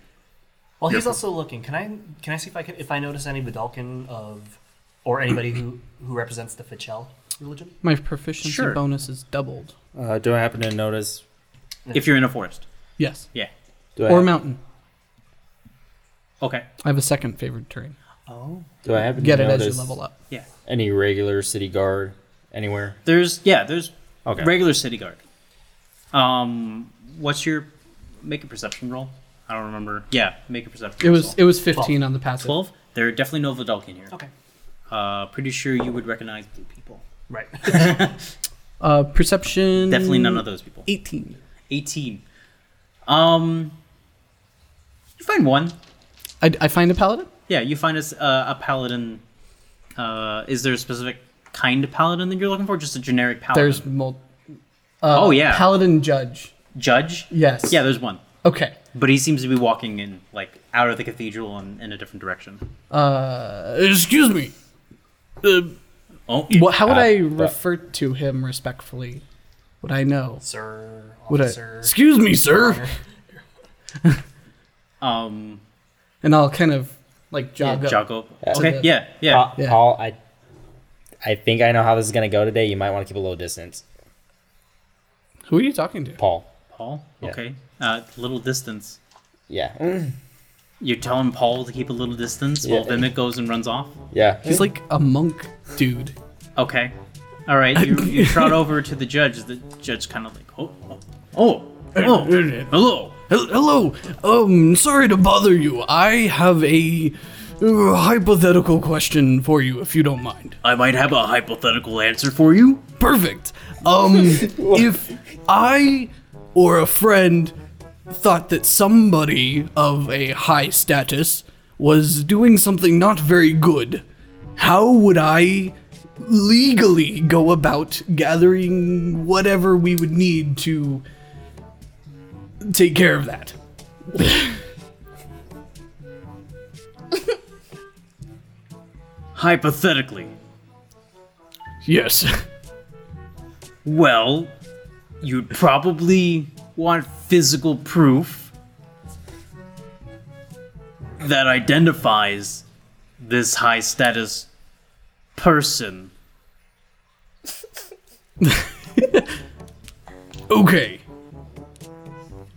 [SPEAKER 2] Well, he's also looking. Can I can I see if I can if I notice any Vidalcan of or anybody who who represents the Fichel religion?
[SPEAKER 3] My proficiency
[SPEAKER 1] Sure.
[SPEAKER 3] bonus is doubled.
[SPEAKER 5] Uh, do I happen to notice?
[SPEAKER 1] If you're in a forest,
[SPEAKER 3] Yes.
[SPEAKER 1] yeah.
[SPEAKER 5] Do I,
[SPEAKER 3] Or mountain.
[SPEAKER 1] Okay.
[SPEAKER 3] I have a second favored terrain.
[SPEAKER 1] Oh.
[SPEAKER 5] do I happen
[SPEAKER 3] Get
[SPEAKER 5] to
[SPEAKER 3] it as
[SPEAKER 5] notice
[SPEAKER 3] you level up.
[SPEAKER 1] Yeah.
[SPEAKER 5] any regular city guard anywhere?
[SPEAKER 1] There's yeah. There's
[SPEAKER 5] Okay.
[SPEAKER 1] regular city guard. Um, what's your make a perception roll? I don't remember. Yeah, make a perception.
[SPEAKER 3] It was it was 15
[SPEAKER 2] Twelve.
[SPEAKER 3] on the passive.
[SPEAKER 1] twelve. There are definitely no Vidalcan here.
[SPEAKER 2] Okay.
[SPEAKER 1] Uh, pretty sure you would recognize blue people.
[SPEAKER 2] Right.
[SPEAKER 3] Uh, perception.
[SPEAKER 1] Definitely none of those people.
[SPEAKER 3] 18.
[SPEAKER 1] 18. Um, you find one.
[SPEAKER 3] I, I find a paladin.
[SPEAKER 1] Yeah, you find us uh, a paladin. Uh, is there a specific kind of paladin that you're looking for? Just a generic paladin?
[SPEAKER 3] There's mul- uh,
[SPEAKER 1] Oh, yeah.
[SPEAKER 3] Paladin judge.
[SPEAKER 1] judge.
[SPEAKER 3] Yes.
[SPEAKER 1] Yeah, there's one,
[SPEAKER 3] Okay.
[SPEAKER 1] but he seems to be walking in like out of the cathedral and in a different direction.
[SPEAKER 3] Uh, excuse me. Uh,
[SPEAKER 1] Oh,
[SPEAKER 3] Well, how would
[SPEAKER 5] Uh,
[SPEAKER 3] I
[SPEAKER 5] but-
[SPEAKER 3] refer to him respectfully? Would I know?
[SPEAKER 2] sir,
[SPEAKER 3] Would I?
[SPEAKER 2] officer.
[SPEAKER 3] Excuse me, sir.
[SPEAKER 1] um,
[SPEAKER 3] And I'll kind of like jog
[SPEAKER 1] Jago.
[SPEAKER 3] up.
[SPEAKER 1] Okay,
[SPEAKER 3] the-
[SPEAKER 1] yeah, yeah.
[SPEAKER 5] Paul,
[SPEAKER 3] Yeah.
[SPEAKER 5] Paul, I, I think I know how this is gonna go today. You might want to keep a little distance,
[SPEAKER 3] Who are you talking to?
[SPEAKER 5] Paul.
[SPEAKER 1] Paul.
[SPEAKER 5] Yeah.
[SPEAKER 1] Okay, uh, little distance.
[SPEAKER 5] Yeah, Mm.
[SPEAKER 1] You're telling Paul to keep a little distance while
[SPEAKER 5] Yeah.
[SPEAKER 1] Vimic goes and runs off.
[SPEAKER 5] yeah.
[SPEAKER 3] He's like a monk dude.
[SPEAKER 1] Okay. All right. You, you trot over to the judge. The judge kind of like, oh, oh, oh, oh, hello.
[SPEAKER 3] Hel- Hello. Um, sorry to bother you. I have a uh, hypothetical question for you, if you don't mind.
[SPEAKER 1] I might have a hypothetical answer for you.
[SPEAKER 3] Perfect. Um, if I or a friend thought that somebody of a high status was doing something not very good, how would I legally go about gathering whatever we would need to take care of that?
[SPEAKER 1] Hypothetically,
[SPEAKER 3] Yes. (laughs)
[SPEAKER 1] well, you'd probably want physical proof that identifies this high status person.
[SPEAKER 3] Okay.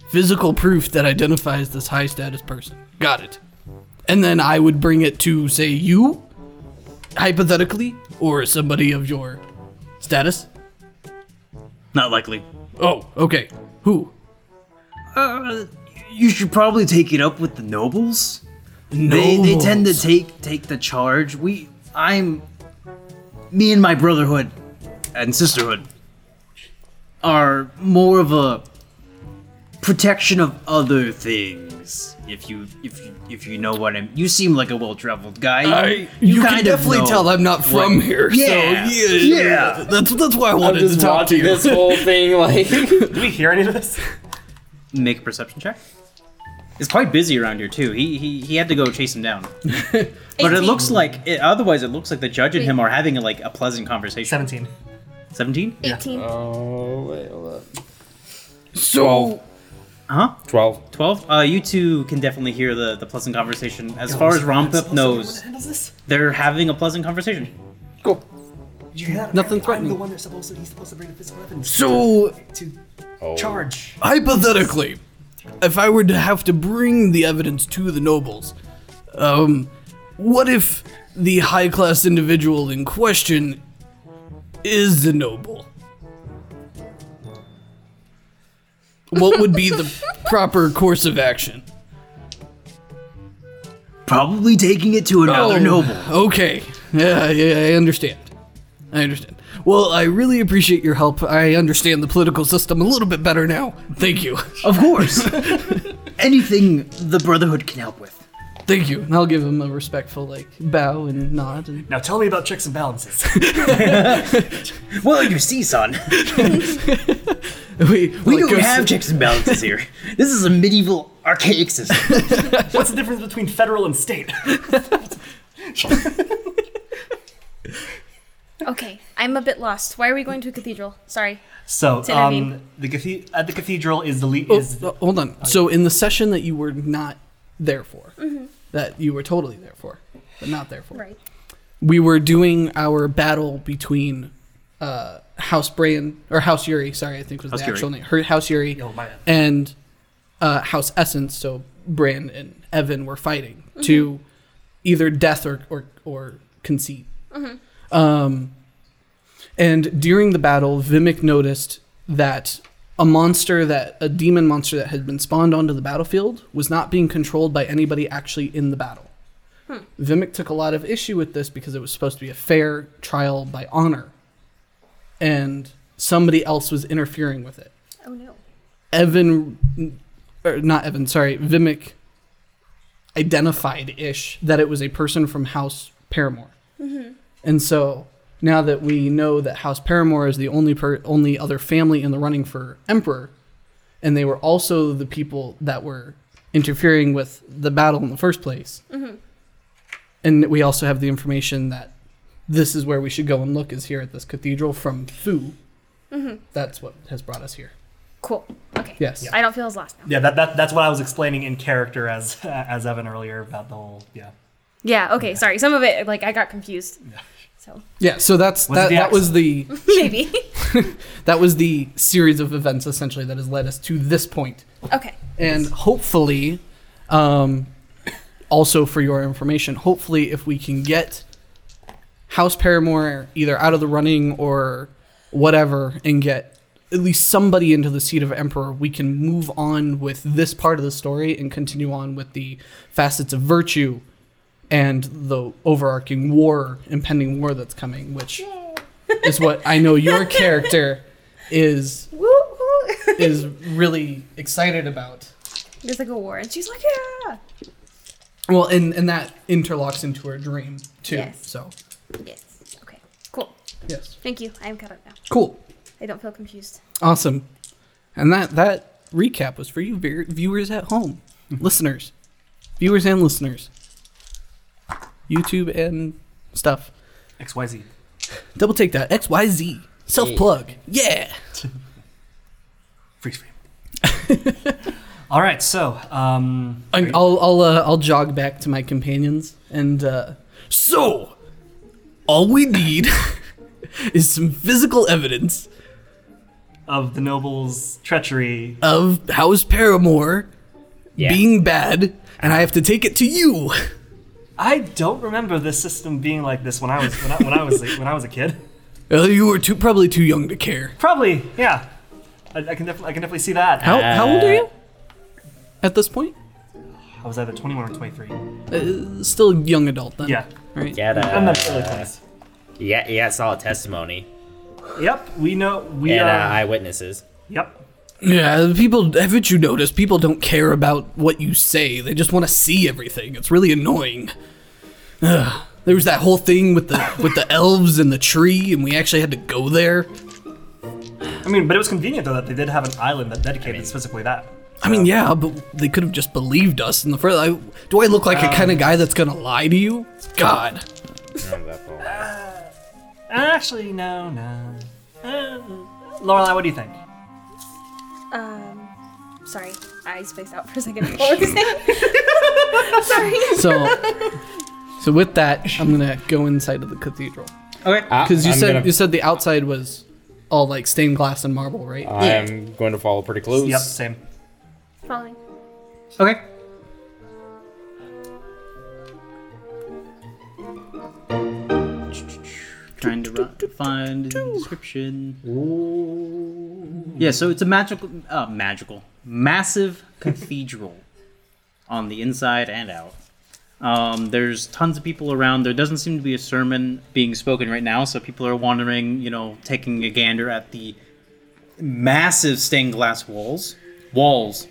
[SPEAKER 3] Physical proof that identifies this high status person. Got it. And then I would bring it to, say, you, hypothetically, or somebody of your status.
[SPEAKER 1] Not likely.
[SPEAKER 3] Oh, okay. Who?
[SPEAKER 1] Uh, you should probably take it up with the nobles. They, they tend to
[SPEAKER 3] Nobles.
[SPEAKER 1] take take the charge. We I'm me and my brotherhood and sisterhood are more of a protection of other things. If you if you if you know what I'm you seem like a well traveled guy.
[SPEAKER 3] I, you, can
[SPEAKER 1] kind of
[SPEAKER 3] definitely
[SPEAKER 1] know
[SPEAKER 3] tell I'm not from
[SPEAKER 1] what-
[SPEAKER 3] here.
[SPEAKER 1] Yeah,
[SPEAKER 3] so, yeah,
[SPEAKER 1] yeah.
[SPEAKER 3] That's that's why I wanted to talk to you.
[SPEAKER 5] whole thing. Like,
[SPEAKER 2] Did we hear any of this?
[SPEAKER 1] Make a perception check. It's quite busy around here too. He he, he had to go chase him
[SPEAKER 3] (laughs)
[SPEAKER 1] down. But it
[SPEAKER 4] 18.
[SPEAKER 1] looks like it, otherwise it looks like the judge and him are having like a pleasant conversation.
[SPEAKER 2] Seventeen.
[SPEAKER 1] Seventeen?
[SPEAKER 4] 18.
[SPEAKER 5] oh wait, hold up.
[SPEAKER 3] so,
[SPEAKER 1] Huh?
[SPEAKER 5] Twelve.
[SPEAKER 1] Twelve? Uh, you two can definitely hear the, the pleasant conversation. As far as Rompup knows,
[SPEAKER 2] Handles this?
[SPEAKER 1] they're having a pleasant conversation.
[SPEAKER 5] Cool.
[SPEAKER 2] Did you hear that?
[SPEAKER 3] Nothing
[SPEAKER 2] I'm
[SPEAKER 3] threatening.
[SPEAKER 2] the one that's supposed to. He's supposed to bring the physical weapons
[SPEAKER 3] so
[SPEAKER 2] to
[SPEAKER 5] Oh.
[SPEAKER 2] charge.
[SPEAKER 3] hypothetically, if I were to have to bring the evidence to the nobles, um, what if the high class individual in question is a noble? What would be the proper course of action?
[SPEAKER 1] Probably taking it to another noble.
[SPEAKER 3] Oh, Okay. Yeah, yeah, I understand. I understand. Well, I really appreciate your help. I understand the political system a little bit better now. Thank you. (laughs)
[SPEAKER 1] Of course. (laughs) Anything the Brotherhood can help with.
[SPEAKER 3] Thank you. And I'll give him a respectful like bow and nod and
[SPEAKER 2] Now tell me about checks and balances.
[SPEAKER 1] Well, you see, son.
[SPEAKER 3] (laughs)
[SPEAKER 1] We
[SPEAKER 3] We, like,
[SPEAKER 1] don't
[SPEAKER 3] go
[SPEAKER 1] have
[SPEAKER 3] sit-
[SPEAKER 1] checks and balances (laughs) here. This is a medieval archaic system.
[SPEAKER 2] (laughs) What's the difference between federal and state?
[SPEAKER 4] Okay, I'm a bit lost. Why are we going to a cathedral? Sorry.
[SPEAKER 2] So,
[SPEAKER 4] Tel Aviv.
[SPEAKER 2] um, the cathe- at the cathedral is the le-
[SPEAKER 3] Oh,
[SPEAKER 2] is
[SPEAKER 3] uh, hold on. So in the session that you were not there for, that you were totally there for, but not there for,
[SPEAKER 4] Right.
[SPEAKER 3] we were doing our battle between uh, House Brand or House Yuri. Sorry, I think was
[SPEAKER 1] House
[SPEAKER 3] the
[SPEAKER 1] Yuri.
[SPEAKER 3] actual name. Her House Yuri
[SPEAKER 2] Oh, my bad.
[SPEAKER 3] and uh, House Essence. So Bran and Evan were fighting to either death or or, or conceit. Um, and during the battle, Vimic noticed that a monster that a demon monster that had been spawned onto the battlefield was not being controlled by anybody actually in the battle. Vimic took a lot of issue with this because it was supposed to be a fair trial by honor, and somebody else was interfering with it.
[SPEAKER 4] Oh no.
[SPEAKER 3] Evan, or not Evan, sorry, Vimic identified ish that it was a person from House Paramore. And so now that we know that House Paramore is the only per, only other family in the running for Emperor, and they were also the people that were interfering with the battle in the first place. And we also have the information that this is where we should go and look is here at this cathedral from Fu. That's what has brought us here.
[SPEAKER 4] Cool. Okay.
[SPEAKER 3] Yes.
[SPEAKER 4] I don't feel as lost now.
[SPEAKER 2] yeah, that, that that's what I was explaining in character as (laughs) as Evan earlier about the whole yeah.
[SPEAKER 4] Yeah. Okay. Sorry. Some of it, like, I got confused. So
[SPEAKER 3] Yeah, so that's
[SPEAKER 2] Was it
[SPEAKER 3] that,
[SPEAKER 2] the
[SPEAKER 3] that was the
[SPEAKER 4] (laughs) maybe.
[SPEAKER 3] that was the series of events essentially that has led us to this point.
[SPEAKER 4] okay.
[SPEAKER 3] And hopefully um also for your information, hopefully if we can get House Paramore either out of the running or whatever and get at least somebody into the seat of emperor, we can move on with this part of the story and continue on with the facets of virtue and the overarching war, impending war that's coming, which is what I know your character is is really excited about.
[SPEAKER 4] There's like a war, and she's like, yeah.
[SPEAKER 3] Well, and and that interlocks into her dream too.
[SPEAKER 4] Yes.
[SPEAKER 3] So
[SPEAKER 4] Yes. Okay. Cool.
[SPEAKER 3] yes,
[SPEAKER 4] Thank you. I am caught up now.
[SPEAKER 3] cool,
[SPEAKER 4] I don't feel confused.
[SPEAKER 3] awesome, and that that recap was for you vi- viewers at home, listeners, viewers and listeners, YouTube and stuff.
[SPEAKER 2] X Y Z.
[SPEAKER 3] Double take that X Y Z self plug. Yeah.
[SPEAKER 2] Freeze frame. All right, so um,
[SPEAKER 3] And I'll I'll uh, I'll jog back to my companions and uh, so all we need is some physical evidence
[SPEAKER 2] of the nobles' treachery,
[SPEAKER 3] of House Paramore
[SPEAKER 5] Yeah.
[SPEAKER 3] being bad, and I have to take it to you.
[SPEAKER 2] I don't remember this system being like this when I was when I, when I was when I was a kid.
[SPEAKER 3] Well, you were too probably too young to care.
[SPEAKER 2] Probably, yeah. I, I can definitely I can definitely see that.
[SPEAKER 3] How how old are
[SPEAKER 5] Uh,
[SPEAKER 3] you at this point?
[SPEAKER 2] I was either 21 or 23.
[SPEAKER 3] Uh, still young adult then.
[SPEAKER 2] Yeah,
[SPEAKER 3] Right.
[SPEAKER 5] Yeah, the,
[SPEAKER 2] I'm not really close.
[SPEAKER 5] yeah, yeah, solid testimony
[SPEAKER 2] Yep, we know we
[SPEAKER 5] and uh,
[SPEAKER 2] are.
[SPEAKER 5] eyewitnesses.
[SPEAKER 2] yep,
[SPEAKER 3] Yeah, the People haven't you noticed? People don't care about what you say. They just want to see everything. It's really annoying. Ugh. There was that whole thing with the with the elves and the tree, and we actually had to go there.
[SPEAKER 2] I mean, but it was convenient though that they did have an island that dedicated specifically that.
[SPEAKER 3] I mean, yeah, but they could have just believed us in the first. I, do I look like a kind of guy that's gonna lie to you? God.
[SPEAKER 2] Actually, no, no. Uh, Lorelai, what do you think?
[SPEAKER 4] Um, sorry. I spaced out for a second. What was I (laughs) saying? sorry.
[SPEAKER 3] So, so with that, I'm gonna go inside of the cathedral
[SPEAKER 1] Okay.
[SPEAKER 3] because you said you said the outside was all like stained glass and marble, right?
[SPEAKER 5] Uh, I'm going to follow pretty close.
[SPEAKER 2] Yep, same.
[SPEAKER 4] Following.
[SPEAKER 1] Okay. Trying to ru- find a description. Yeah, so it's a magical, uh, magical, massive cathedral on the inside and out. Um, there's tons of people around. There doesn't seem to be a sermon being spoken right now, so people are wandering, you know, taking a gander at the massive stained glass walls. Walls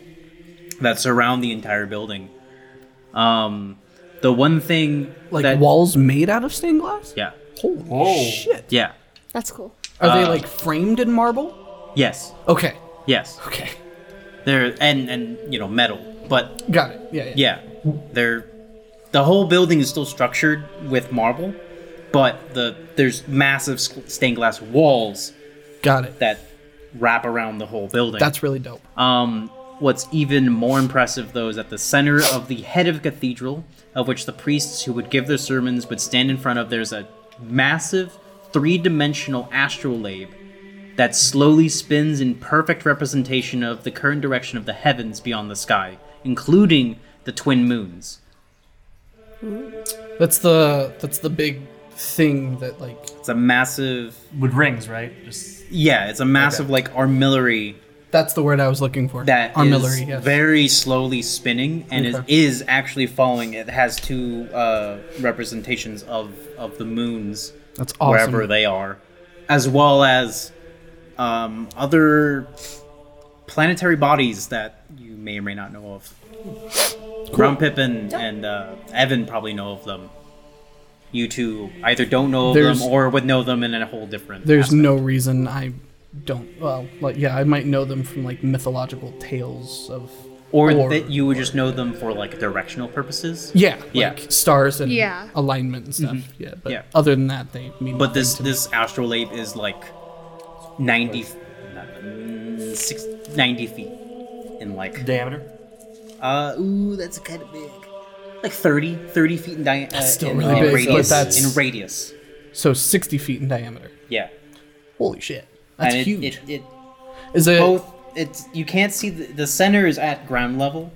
[SPEAKER 1] that surround the entire building. Um, the one thing
[SPEAKER 3] like
[SPEAKER 1] that,
[SPEAKER 3] walls made out of stained glass.
[SPEAKER 1] yeah,
[SPEAKER 3] Holy
[SPEAKER 2] Whoa.
[SPEAKER 3] shit!
[SPEAKER 1] yeah,
[SPEAKER 4] That's cool.
[SPEAKER 1] Uh,
[SPEAKER 3] Are they like framed in marble?
[SPEAKER 1] yes,
[SPEAKER 3] Okay.
[SPEAKER 1] Yes,
[SPEAKER 3] Okay.
[SPEAKER 1] they're and and you know metal, but
[SPEAKER 3] Got it. Yeah. Yeah.
[SPEAKER 1] yeah, they're the whole building is still structured with marble, but the there's massive sc- stained glass walls
[SPEAKER 3] Got it.
[SPEAKER 1] that wrap around the whole building.
[SPEAKER 3] That's really dope.
[SPEAKER 1] Um, what's even more impressive, though, is at the center of the head of the cathedral, of which the priests who would give their sermons would stand in front of, there's a massive three dimensional astrolabe that slowly spins in perfect representation of the current direction of the heavens beyond the sky, including the twin moons.
[SPEAKER 3] That's the that's the big thing that like
[SPEAKER 1] It's a massive,
[SPEAKER 2] With rings, right? Just
[SPEAKER 1] yeah, it's a massive, like, armillary
[SPEAKER 3] that's the word I was looking for.
[SPEAKER 1] That is
[SPEAKER 3] armillary. yes.
[SPEAKER 1] very slowly spinning and
[SPEAKER 3] Okay.
[SPEAKER 1] is, is actually falling. It has two uh, representations of, of the moons
[SPEAKER 3] that's awesome.
[SPEAKER 1] wherever they are, as well as um, other planetary bodies that you may or may not know of. Rum Pip and, and uh, Evan probably know of them. You two either don't know of
[SPEAKER 3] There's-
[SPEAKER 1] them or would know them in a whole different.
[SPEAKER 3] There's
[SPEAKER 1] aspect.
[SPEAKER 3] no reason I don't. Well, like yeah, I might know them from like mythological tales of.
[SPEAKER 1] or, that you would just know them for like directional purposes.
[SPEAKER 3] Yeah, like
[SPEAKER 1] Yeah. Mm-hmm.
[SPEAKER 3] stars and
[SPEAKER 7] Yeah.
[SPEAKER 3] alignment and stuff. Yeah, but
[SPEAKER 1] Yeah.
[SPEAKER 3] other than that, they mean.
[SPEAKER 1] But
[SPEAKER 3] nothing
[SPEAKER 1] this
[SPEAKER 3] to me.
[SPEAKER 1] this astrolabe is like 90, not- mm, six, 90 feet in like
[SPEAKER 2] diameter.
[SPEAKER 1] uh ooh that's kind of big like 30 30 feet in diameter
[SPEAKER 3] That's still
[SPEAKER 1] in,
[SPEAKER 3] really
[SPEAKER 1] in
[SPEAKER 3] big, but
[SPEAKER 1] radius
[SPEAKER 3] that's-
[SPEAKER 1] in radius
[SPEAKER 3] so sixty feet in diameter.
[SPEAKER 1] yeah
[SPEAKER 3] Holy shit, that's
[SPEAKER 1] and it,
[SPEAKER 3] huge.
[SPEAKER 1] it, it
[SPEAKER 3] Is it?
[SPEAKER 1] both it's you can't see the, the center is at ground level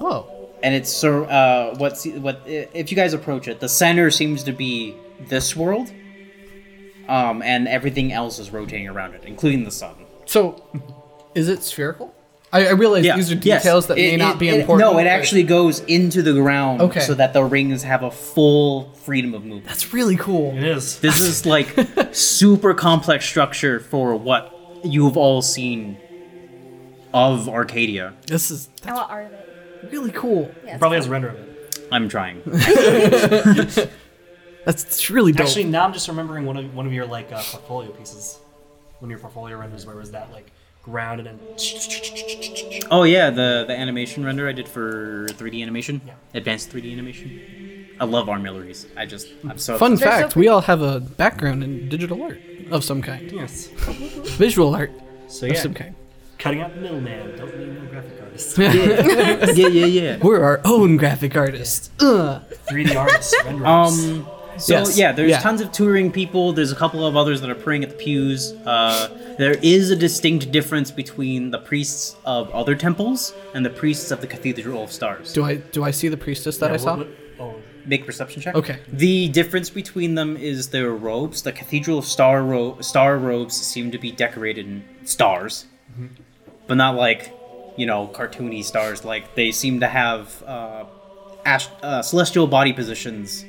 [SPEAKER 3] oh,
[SPEAKER 1] and it's so uh what se- what i- if you guys approach it the center seems to be this world um and everything else is rotating around it including the sun
[SPEAKER 3] so is it spherical? I, I realize these are
[SPEAKER 1] yes.
[SPEAKER 3] details that may
[SPEAKER 1] It-
[SPEAKER 3] not
[SPEAKER 1] it-
[SPEAKER 3] be
[SPEAKER 1] it-
[SPEAKER 3] important.
[SPEAKER 1] No, it
[SPEAKER 3] but-
[SPEAKER 1] actually goes into the ground
[SPEAKER 3] Okay.
[SPEAKER 1] so that the rings have a full freedom of movement.
[SPEAKER 3] That's really cool.
[SPEAKER 2] It is.
[SPEAKER 1] This is
[SPEAKER 3] (laughs)
[SPEAKER 1] like super complex structure for what you've all seen of Arcadia.
[SPEAKER 3] This is
[SPEAKER 4] I want art of it.
[SPEAKER 3] really cool.
[SPEAKER 4] Yeah,
[SPEAKER 2] Probably has a render of it.
[SPEAKER 1] I'm trying.
[SPEAKER 3] (laughs) That's, that's really dope.
[SPEAKER 2] Actually, now I'm just remembering one of one of your like uh, portfolio pieces. One of your portfolio renders, where was that like ground and then
[SPEAKER 1] Oh yeah, the the animation render I did for 3D animation,
[SPEAKER 2] Yeah.
[SPEAKER 1] advanced 3D animation. I love our Milleries. I just I'm so
[SPEAKER 3] Fun
[SPEAKER 1] obsessed.
[SPEAKER 7] They're so
[SPEAKER 3] fact: we all have a background in digital art of some kind,
[SPEAKER 2] yes.
[SPEAKER 3] visual art
[SPEAKER 2] So
[SPEAKER 3] of
[SPEAKER 2] yeah,
[SPEAKER 3] some kind. (laughs)
[SPEAKER 2] cutting out middleman. Don't need no graphic artist.
[SPEAKER 1] yeah yeah yeah.
[SPEAKER 3] We're our own graphic artists. Ugh.
[SPEAKER 2] 3D artists, renderers.
[SPEAKER 1] Um. So
[SPEAKER 3] Yes,
[SPEAKER 1] yeah, there's
[SPEAKER 3] yeah.
[SPEAKER 1] tons of touring people. There's a couple of others that are praying at the pews. Uh, there is a distinct difference between the priests of other temples and the priests of the Cathedral of Stars.
[SPEAKER 3] Do I do I see the priestess that
[SPEAKER 2] Yeah,
[SPEAKER 3] I saw?
[SPEAKER 2] what- what- oh,
[SPEAKER 1] Make a perception check.
[SPEAKER 3] Okay.
[SPEAKER 1] The difference between them is their robes. The Cathedral of Star ro- star robes seem to be decorated in stars, but not like you know cartoony stars. Like they seem to have uh, ast- uh, celestial body positions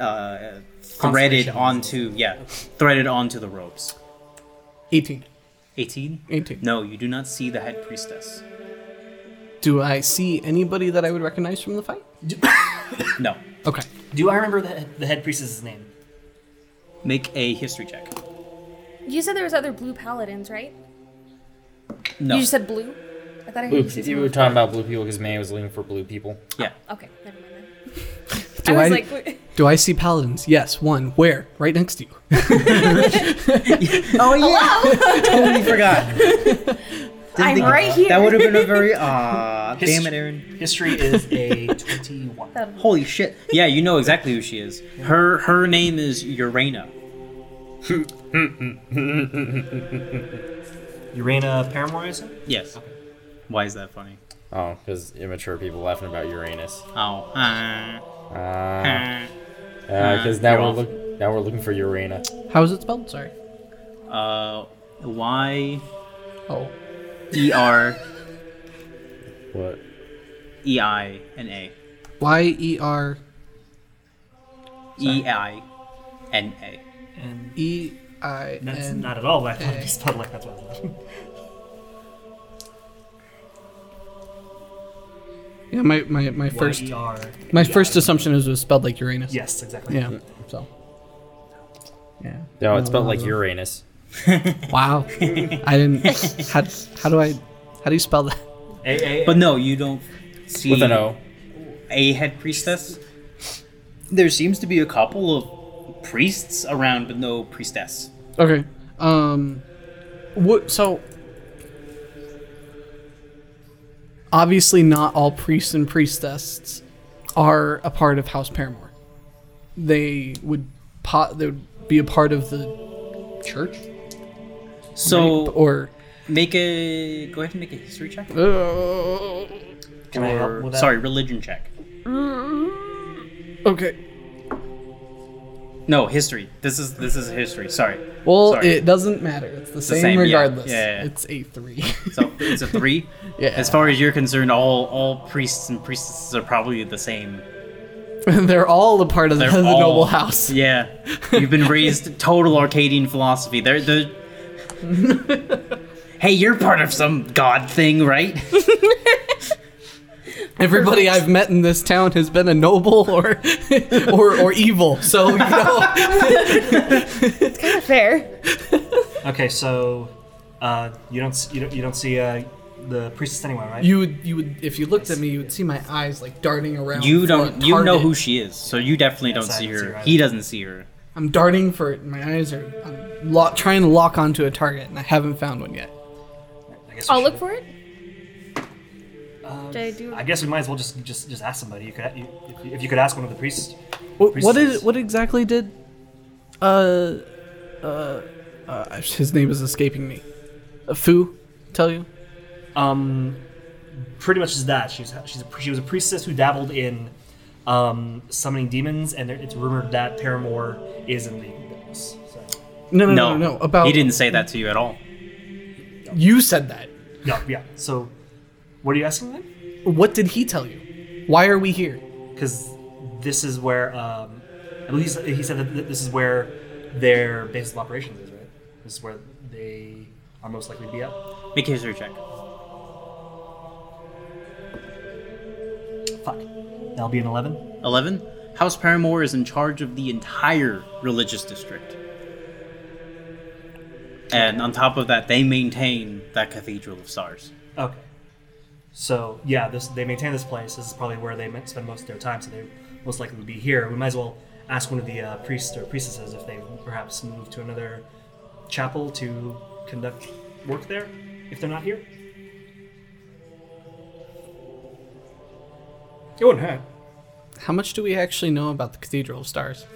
[SPEAKER 1] uh, threaded
[SPEAKER 2] Constellations.
[SPEAKER 1] onto yeah, threaded onto the robes.
[SPEAKER 3] 18.
[SPEAKER 1] Eighteen.
[SPEAKER 3] 18.
[SPEAKER 1] No, you do not see the head priestess.
[SPEAKER 3] Do I see anybody that I would recognize from the fight?
[SPEAKER 1] No.
[SPEAKER 3] Okay.
[SPEAKER 2] Do I remember the, the head priestess's name?
[SPEAKER 1] Make a history check.
[SPEAKER 4] You said there was other blue paladins, right?
[SPEAKER 1] No.
[SPEAKER 4] You just said blue. I thought I heard
[SPEAKER 5] Blue,
[SPEAKER 4] you say
[SPEAKER 5] we were
[SPEAKER 4] something.
[SPEAKER 5] talking about blue people because May was looking for blue people.
[SPEAKER 1] yeah.
[SPEAKER 4] Okay, never mind. Then.
[SPEAKER 3] Do
[SPEAKER 4] I was
[SPEAKER 3] I-
[SPEAKER 4] like, wait.
[SPEAKER 3] Do I see paladins? Yes, one. Where? Right next to you.
[SPEAKER 1] Oh yeah,
[SPEAKER 4] (laughs)
[SPEAKER 1] totally forgot. (laughs)
[SPEAKER 4] I'm
[SPEAKER 1] think-
[SPEAKER 4] right here.
[SPEAKER 1] That would have been a
[SPEAKER 4] (laughs)
[SPEAKER 1] very ah.
[SPEAKER 2] His-
[SPEAKER 1] damn it, Aaron.
[SPEAKER 2] History is a 21.
[SPEAKER 4] That would've-
[SPEAKER 1] Holy shit! Yeah, you know exactly who she is. Her her name is Urena.
[SPEAKER 2] Urena Paramore, is it?
[SPEAKER 1] Yes. Why is that funny?
[SPEAKER 5] Oh, because immature people laughing about Uranus.
[SPEAKER 1] Oh. ah,
[SPEAKER 5] Because
[SPEAKER 1] ah.
[SPEAKER 5] uh, uh, 'cause
[SPEAKER 1] You're
[SPEAKER 5] now
[SPEAKER 1] off.
[SPEAKER 5] we're look- now we're looking for
[SPEAKER 3] (laughs)
[SPEAKER 5] Urena.
[SPEAKER 3] How is it spelled? Sorry.
[SPEAKER 1] Uh, Y
[SPEAKER 3] Oh.
[SPEAKER 1] E R
[SPEAKER 5] What?
[SPEAKER 1] E I N A
[SPEAKER 3] Y E R
[SPEAKER 1] E I N A.
[SPEAKER 2] And
[SPEAKER 3] E I
[SPEAKER 2] that's
[SPEAKER 3] N.
[SPEAKER 2] not at all what I thought it was spelled like. That's what I was laughing.
[SPEAKER 3] Yeah, my, my,
[SPEAKER 2] E
[SPEAKER 3] my (laughs) first
[SPEAKER 2] Y-E-R.
[SPEAKER 3] my first assumption is it was spelled like Uranus.
[SPEAKER 2] Yes, exactly.
[SPEAKER 3] Yeah. So. Yeah.
[SPEAKER 5] No, it's
[SPEAKER 3] No,
[SPEAKER 5] spelled
[SPEAKER 3] no,
[SPEAKER 5] like
[SPEAKER 3] no.
[SPEAKER 5] Uranus.
[SPEAKER 2] (laughs)
[SPEAKER 3] Wow. I didn't. How, how do I? How do you spell that?
[SPEAKER 5] A- A-
[SPEAKER 1] But no, you don't see
[SPEAKER 5] with an O.
[SPEAKER 1] a head priestess. There seems to be a couple of priests around, but no priestess.
[SPEAKER 3] Okay. Um. What? So. Obviously, not all priests and priestesses are a part of House Paramore. They would pot. They would be a part of the church.
[SPEAKER 1] So
[SPEAKER 3] or
[SPEAKER 1] make a go ahead and make a history check.
[SPEAKER 3] Uh,
[SPEAKER 2] Can I help with that?
[SPEAKER 1] Sorry, religion check.
[SPEAKER 3] okay.
[SPEAKER 1] No, history. This is this is history. Sorry.
[SPEAKER 3] Well,
[SPEAKER 1] Sorry.
[SPEAKER 3] it doesn't matter. It's the, same,
[SPEAKER 1] same, yeah.
[SPEAKER 3] regardless.
[SPEAKER 1] Yeah, yeah, yeah.
[SPEAKER 3] It's a three. (laughs)
[SPEAKER 1] So it's a three.
[SPEAKER 3] Yeah.
[SPEAKER 1] As far as you're concerned, all all priests and priestesses are probably the same.
[SPEAKER 3] They're all a part of the,
[SPEAKER 1] They're
[SPEAKER 3] the
[SPEAKER 1] all-
[SPEAKER 3] noble house.
[SPEAKER 1] (laughs) Yeah. You've been raised total Arcadian philosophy. They're the. hey, you're part of some god thing, right?
[SPEAKER 3] Everybody I've met in this town has been a noble or (laughs) or, or evil. So you (laughs) know,
[SPEAKER 4] Fair.
[SPEAKER 2] Okay, so uh, you don't s- you don't you don't see uh, the priestess anywhere, right?
[SPEAKER 3] you would you would if you looked at me, you would see my eyes like darting around. for
[SPEAKER 1] You
[SPEAKER 3] a
[SPEAKER 1] don't. You know
[SPEAKER 3] target.
[SPEAKER 1] who she is, so you definitely don't
[SPEAKER 2] so I
[SPEAKER 1] see
[SPEAKER 2] don't see
[SPEAKER 1] her.
[SPEAKER 2] her either.
[SPEAKER 1] he doesn't see her.
[SPEAKER 3] I'm darting for it. and My eyes are I'm lo- trying to lock onto a target, and I haven't found one yet.
[SPEAKER 2] I guess we
[SPEAKER 4] I'll
[SPEAKER 2] should-
[SPEAKER 4] look for it.
[SPEAKER 2] Uh,
[SPEAKER 4] Did I do-
[SPEAKER 2] I guess we might as well just just just ask somebody. You could you, if, you, if you could ask one of the priests.
[SPEAKER 3] What, what
[SPEAKER 2] Precisely.
[SPEAKER 3] is what exactly did? Uh, uh, uh, his name is escaping me. Uh, Fu, tell you.
[SPEAKER 2] Um, pretty much is that she's she's a, she was a priestess who dabbled in um, summoning demons, and there, it's rumored that Paramore is in league with those. So,
[SPEAKER 3] No, no,
[SPEAKER 1] No,
[SPEAKER 3] no, no. About
[SPEAKER 1] he didn't say that to you at all.
[SPEAKER 3] You said that.
[SPEAKER 2] yeah, yeah. So, what are you asking them?
[SPEAKER 3] What did he tell you? Why are we here?
[SPEAKER 2] because this is where um, at least he said that th- this is where their base of operations is, right? This is where they are most likely to be at.
[SPEAKER 1] Make a history check.
[SPEAKER 2] Fuck, that'll be an eleven.
[SPEAKER 1] Eleven. House Paramore is in charge of the entire religious district, and on top of that, they maintain that Cathedral of Stars.
[SPEAKER 2] Okay, so yeah, this they maintain this place. This is probably where they men- spend most of their time, so they most likely would be here. We might as well ask one of the uh, priests or priestesses if they perhaps move to another chapel to conduct work there if they're not here. It wouldn't hurt.
[SPEAKER 3] How much do we actually know about the Cathedral of Stars?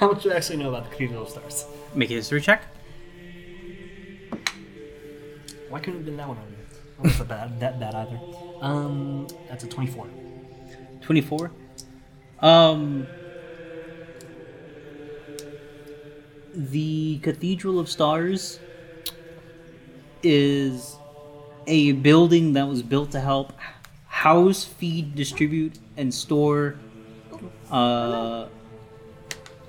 [SPEAKER 2] How much do you actually know about the Cathedral of Stars?
[SPEAKER 1] Make a history check.
[SPEAKER 2] Why couldn't it have been that one over here? Oh, that's not bad, that bad either. Um, that's a 24.
[SPEAKER 1] 24 um the cathedral of stars is a building that was built to help house feed distribute and store uh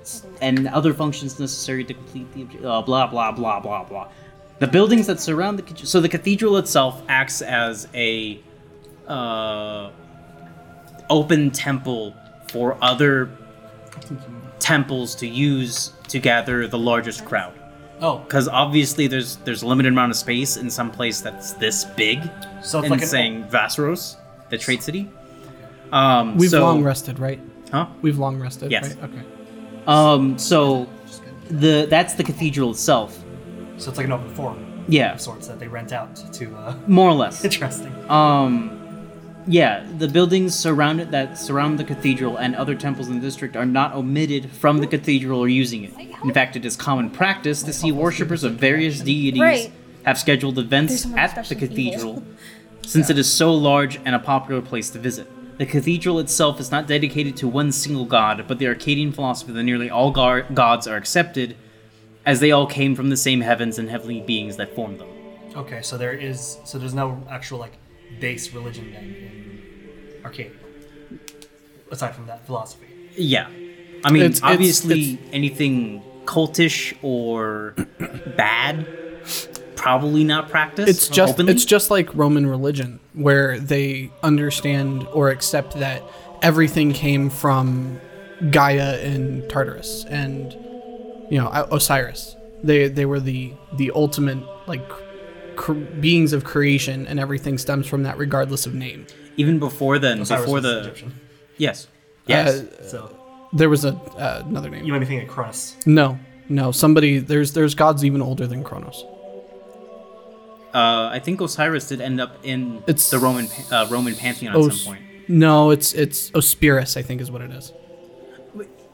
[SPEAKER 1] s- and other functions necessary to complete the obje- uh, blah blah blah blah blah the buildings that surround the cathe- so the cathedral itself acts as a uh open temple for other temples to use to gather the largest crowd
[SPEAKER 2] Oh,
[SPEAKER 1] because obviously there's there's a limited amount of space in some place that's this big
[SPEAKER 2] so it's
[SPEAKER 1] in
[SPEAKER 2] like an,
[SPEAKER 1] saying Vassaros, the trade city um
[SPEAKER 3] We've
[SPEAKER 1] so,
[SPEAKER 3] long rested, right?
[SPEAKER 1] huh
[SPEAKER 3] We've long rested,
[SPEAKER 1] Yes.
[SPEAKER 3] right? Okay.
[SPEAKER 1] um so the that's the cathedral itself
[SPEAKER 2] so it's like an open forum
[SPEAKER 1] yeah
[SPEAKER 2] of sorts that they rent out to. Uh, (laughs)
[SPEAKER 1] more or less
[SPEAKER 2] interesting.
[SPEAKER 1] Um, yeah, the buildings surrounded that surround the cathedral and other temples in the district are not omitted from the cathedral or using it. In fact, it is common practice to see worshippers of various deities
[SPEAKER 4] Right.
[SPEAKER 1] have scheduled
[SPEAKER 4] There's
[SPEAKER 1] events
[SPEAKER 4] someone
[SPEAKER 1] at the
[SPEAKER 4] especially evil.
[SPEAKER 1] cathedral, since it is so large and a popular place to visit. The cathedral itself is not dedicated to one single god, but the Arcadian philosophy that nearly all gar- gods are accepted, as they all came from the same heavens and heavenly beings that formed them.
[SPEAKER 2] Okay, so there is, so there's no actual like base religion then in Arcadia. Aside from that philosophy.
[SPEAKER 1] Yeah. I mean,
[SPEAKER 3] It's- it's-
[SPEAKER 1] obviously,
[SPEAKER 3] it's-
[SPEAKER 1] anything cultish or bad, probably not practiced.
[SPEAKER 3] It's just
[SPEAKER 1] openly.
[SPEAKER 3] it's just like Roman religion where they understand or accept that everything came from Gaia and Tartarus and you know, O- Osiris. They they were the the ultimate like cr- beings of creation, and everything stems from that, regardless of name.
[SPEAKER 1] Even before then,
[SPEAKER 2] Osiris
[SPEAKER 1] before
[SPEAKER 2] was
[SPEAKER 1] the
[SPEAKER 2] Egyptian.
[SPEAKER 3] Uh,
[SPEAKER 1] yes,
[SPEAKER 3] Yes.
[SPEAKER 2] So
[SPEAKER 3] There was a uh, another name.
[SPEAKER 2] you might be thinking of Cronus.
[SPEAKER 3] No, no. Somebody there's there's gods even older than Kronos.
[SPEAKER 1] uh, I think Osiris did end up in
[SPEAKER 3] It's-
[SPEAKER 1] the Roman pa- uh, Roman pantheon at
[SPEAKER 3] Os-
[SPEAKER 1] some point.
[SPEAKER 3] No, it's it's Ospirus, I think is what it is.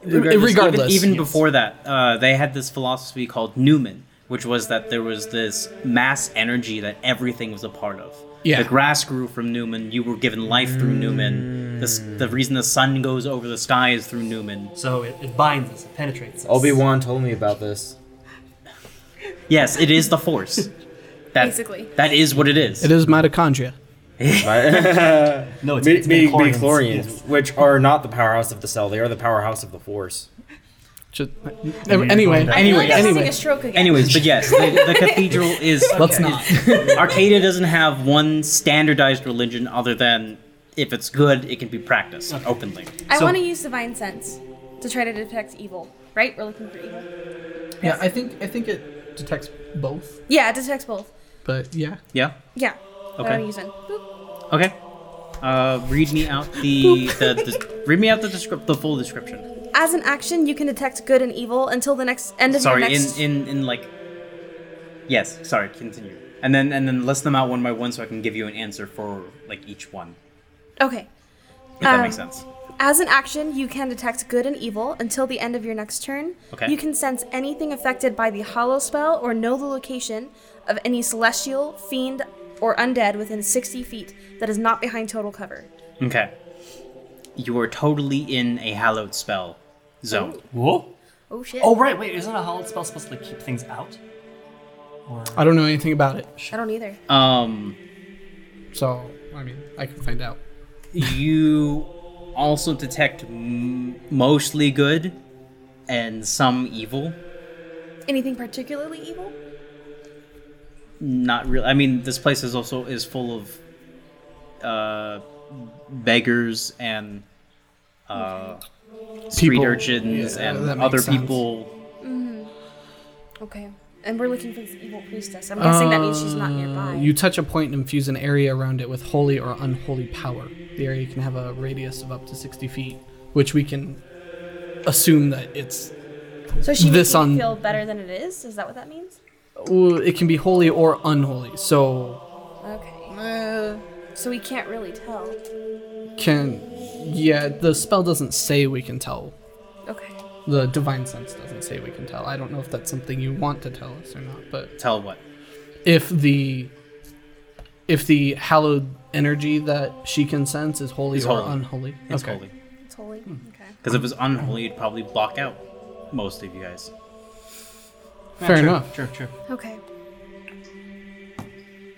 [SPEAKER 1] Regardless,
[SPEAKER 3] regardless,
[SPEAKER 1] even, even
[SPEAKER 3] yes.
[SPEAKER 1] before that, uh, they had this philosophy called Newman, which was that there was this mass energy that everything was a part of.
[SPEAKER 3] Yeah.
[SPEAKER 1] The grass grew from Newman. You were given life through Newman. The, s- the reason the sun goes over the sky is through Newman.
[SPEAKER 2] So it, it binds us, it penetrates us.
[SPEAKER 5] Obi Wan told me about (laughs) this.
[SPEAKER 1] Yes, it is the force. That,
[SPEAKER 4] Basically.
[SPEAKER 1] That is what it is.
[SPEAKER 3] It is mitochondria.
[SPEAKER 2] No, it's,
[SPEAKER 5] (laughs) Mid-
[SPEAKER 2] it's
[SPEAKER 5] mid-
[SPEAKER 2] midichlorians.
[SPEAKER 5] midichlorians,
[SPEAKER 2] Yes.
[SPEAKER 5] which are not the powerhouse of the cell, they are the powerhouse of the force.
[SPEAKER 3] Just, anyway,
[SPEAKER 4] I feel like I'm
[SPEAKER 3] anyway.
[SPEAKER 4] having a stroke again.
[SPEAKER 1] Anyways, but yes, the, the
[SPEAKER 3] (laughs)
[SPEAKER 1] cathedral is.
[SPEAKER 3] let's not. (laughs)
[SPEAKER 1] Arcadia doesn't have one standardized religion other than if it's good, it can be practiced openly.
[SPEAKER 4] I
[SPEAKER 2] So-
[SPEAKER 4] want to use divine sense to try to detect evil. Right? We're looking for evil.
[SPEAKER 3] Yeah, I think I think it detects both,
[SPEAKER 4] Yeah, it detects both.
[SPEAKER 3] but yeah.
[SPEAKER 1] Yeah.
[SPEAKER 4] Yeah.
[SPEAKER 1] Okay.
[SPEAKER 4] That I'm using. Boop.
[SPEAKER 1] Okay. Uh, read me out the, the, the read me out the descrip- the full description.
[SPEAKER 4] As an action, you can detect good and evil until the next end of
[SPEAKER 1] Sorry,
[SPEAKER 4] your next.
[SPEAKER 1] in in in like. Yes. Sorry. Continue. And then and then list them out one by one so I can give you an answer for like each one.
[SPEAKER 4] okay.
[SPEAKER 1] If that
[SPEAKER 4] Um,
[SPEAKER 1] makes sense.
[SPEAKER 4] As an action, you can detect good and evil until the end of your next turn.
[SPEAKER 1] Okay.
[SPEAKER 4] You can sense anything affected by the hollow spell or know the location of any celestial, fiend, or undead within 60 feet that is not behind total cover.
[SPEAKER 1] Okay. You are totally in a hallowed spell zone.
[SPEAKER 2] Whoa.
[SPEAKER 4] Oh shit.
[SPEAKER 2] Oh right, wait, isn't a hallowed spell supposed to like, keep things out? Or
[SPEAKER 3] I don't know anything about it,
[SPEAKER 4] I don't either.
[SPEAKER 1] Um.
[SPEAKER 3] so I mean I can find out.
[SPEAKER 1] you also detect m- mostly good and some evil
[SPEAKER 4] Anything particularly evil?
[SPEAKER 1] not real i mean this place is also is full of uh beggars and uh street
[SPEAKER 3] People-
[SPEAKER 1] urchins
[SPEAKER 3] yeah, that
[SPEAKER 1] and
[SPEAKER 3] makes
[SPEAKER 1] other
[SPEAKER 3] sense.
[SPEAKER 1] people
[SPEAKER 4] Okay. And we're looking for this evil priestess. I'm guessing that means she's not nearby.
[SPEAKER 3] Uh, You touch a point and infuse an area around it with holy or unholy power. The area can have a radius of up to sixty feet, which we can assume that it's
[SPEAKER 4] so she
[SPEAKER 3] this
[SPEAKER 4] makes
[SPEAKER 3] on-
[SPEAKER 4] on... feel better than it is? Is that what that means?
[SPEAKER 3] well, it can be holy or unholy. So
[SPEAKER 4] Okay. So we can't really tell.
[SPEAKER 3] can yeah, the spell doesn't say we can tell
[SPEAKER 4] Okay.
[SPEAKER 3] the divine sense doesn't say we can tell. I don't know if that's something you want to tell us or not, but
[SPEAKER 1] tell what
[SPEAKER 3] if the if the hallowed energy that she can sense is holy
[SPEAKER 1] Is
[SPEAKER 3] or
[SPEAKER 1] holy.
[SPEAKER 3] unholy.
[SPEAKER 1] it's
[SPEAKER 3] okay.
[SPEAKER 1] holy
[SPEAKER 4] It's holy. Okay.
[SPEAKER 1] because if it was unholy it'd probably block out most of you guys
[SPEAKER 3] Fair enough.
[SPEAKER 2] Sure, sure.
[SPEAKER 4] Okay.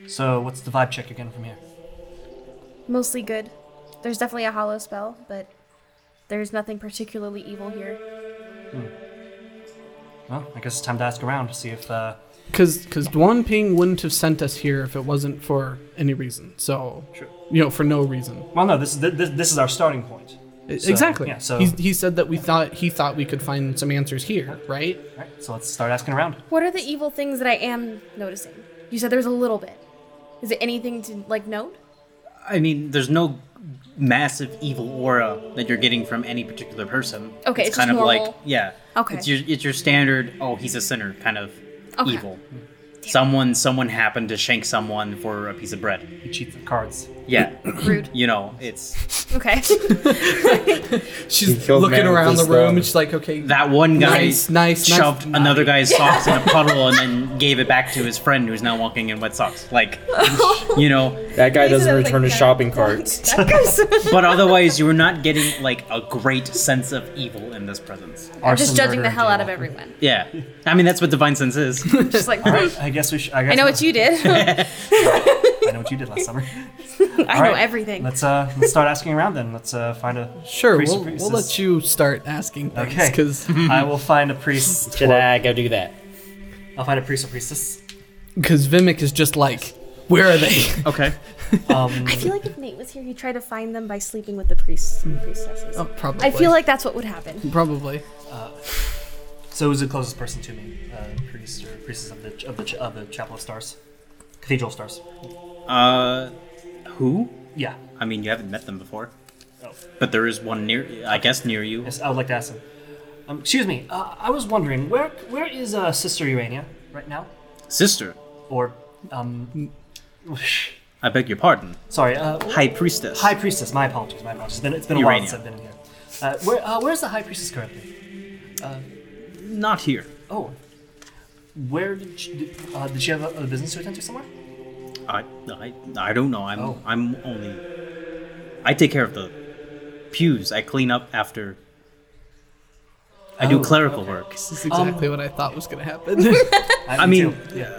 [SPEAKER 2] So what's the vibe check again from here?
[SPEAKER 4] Mostly good. There's definitely a hollow spell, but there's nothing particularly evil here.
[SPEAKER 2] Well, I guess it's time to ask around to see if uh
[SPEAKER 3] Cuz cuz Duan Ping wouldn't have sent us here if it wasn't for any reason. So, you know, for no reason.
[SPEAKER 2] well no, this is this, this is our starting point.
[SPEAKER 3] E-
[SPEAKER 2] So,
[SPEAKER 3] exactly.
[SPEAKER 2] Yeah, so
[SPEAKER 3] he, he said that we thought he thought we could find some answers here, right?
[SPEAKER 2] all right, so let's start asking around.
[SPEAKER 4] What are the evil things that I am noticing? You said there's a little bit. Is it anything to like note?
[SPEAKER 1] i mean there's no massive evil aura that you're getting from any particular person
[SPEAKER 4] Okay, it's
[SPEAKER 1] kind
[SPEAKER 4] just
[SPEAKER 1] of like
[SPEAKER 4] normal.
[SPEAKER 1] yeah
[SPEAKER 4] Okay.
[SPEAKER 1] it's your it's your standard oh he's a sinner kind of
[SPEAKER 4] Okay.
[SPEAKER 1] evil someone someone happened to shank someone for a piece of bread
[SPEAKER 2] He cheats the cards.
[SPEAKER 1] yeah
[SPEAKER 4] Rude.
[SPEAKER 1] you know it's
[SPEAKER 4] Okay. (laughs)
[SPEAKER 3] She's
[SPEAKER 5] killed
[SPEAKER 3] looking
[SPEAKER 5] man with
[SPEAKER 3] around the
[SPEAKER 5] his
[SPEAKER 3] room
[SPEAKER 5] thumb.
[SPEAKER 3] and she's like, "Okay,
[SPEAKER 1] that one guy
[SPEAKER 3] Nice, nice, nice.
[SPEAKER 1] shoved another guy's socks in a puddle and then gave it back to his friend who's now walking in wet socks like you know
[SPEAKER 5] That guy doesn't
[SPEAKER 4] that, like,
[SPEAKER 5] return his
[SPEAKER 4] that-
[SPEAKER 5] shopping carts.
[SPEAKER 4] that guy's
[SPEAKER 1] but otherwise you were not getting like a great sense of evil in this presence
[SPEAKER 4] just judging the hell out of everyone.
[SPEAKER 1] yeah i mean that's what divine sense is
[SPEAKER 4] Just like
[SPEAKER 2] I guess we should. I, guess
[SPEAKER 4] (laughs) I know what you did. (laughs) I
[SPEAKER 2] I know what you did last
[SPEAKER 4] (laughs)
[SPEAKER 2] summer.
[SPEAKER 4] know everything.
[SPEAKER 2] Let's uh, let's start asking around then. Let's uh, find a.
[SPEAKER 3] Sure,
[SPEAKER 2] priest or
[SPEAKER 3] we'll, we'll
[SPEAKER 2] priestess.
[SPEAKER 3] let you start asking things
[SPEAKER 2] Okay.
[SPEAKER 3] (laughs) because
[SPEAKER 2] I will find a priest.
[SPEAKER 5] Should I go do that?
[SPEAKER 2] I'll find a priest or priestess.
[SPEAKER 3] Vimic is just like, where are
[SPEAKER 1] (laughs)
[SPEAKER 3] they?
[SPEAKER 1] okay
[SPEAKER 2] Um,
[SPEAKER 4] I feel like if Nate was here, he'd try to find them by sleeping
[SPEAKER 1] Oh,
[SPEAKER 4] with the priests and priestesses.
[SPEAKER 3] Oh, probably.
[SPEAKER 4] I feel like that's what would happen.
[SPEAKER 3] probably.
[SPEAKER 2] So who's the closest person to me? Uh, priest or priestess of the of the of the Chapel of Stars, Cathedral of Stars.
[SPEAKER 1] Uh, who?
[SPEAKER 2] Yeah.
[SPEAKER 1] I mean, you haven't met them before,
[SPEAKER 2] Oh.
[SPEAKER 1] but there is one near. I guess near you.
[SPEAKER 2] Yes, I would like to ask him. Um, excuse me. Uh, I was wondering where where is uh, Sister Urania right now?
[SPEAKER 1] Sister,
[SPEAKER 2] Or um, (laughs)
[SPEAKER 1] I beg your pardon.
[SPEAKER 2] sorry. Uh,
[SPEAKER 1] High priestess.
[SPEAKER 2] High priestess. My apologies. My apologies. It's been, it's been a while since I've been in here. Uh, where uh, where's the high priestess currently?
[SPEAKER 1] Not here.
[SPEAKER 2] Oh, where did she, did- uh, did she have a, a business to attend to somewhere?
[SPEAKER 1] I, I, I don't know. I'm,
[SPEAKER 2] Oh.
[SPEAKER 1] I'm only. I take care of the pews. I clean up after. I do
[SPEAKER 2] Oh,
[SPEAKER 1] clerical work.
[SPEAKER 3] This is exactly what I thought was going to happen. (laughs)
[SPEAKER 1] I
[SPEAKER 2] me
[SPEAKER 1] mean-
[SPEAKER 2] too. yeah.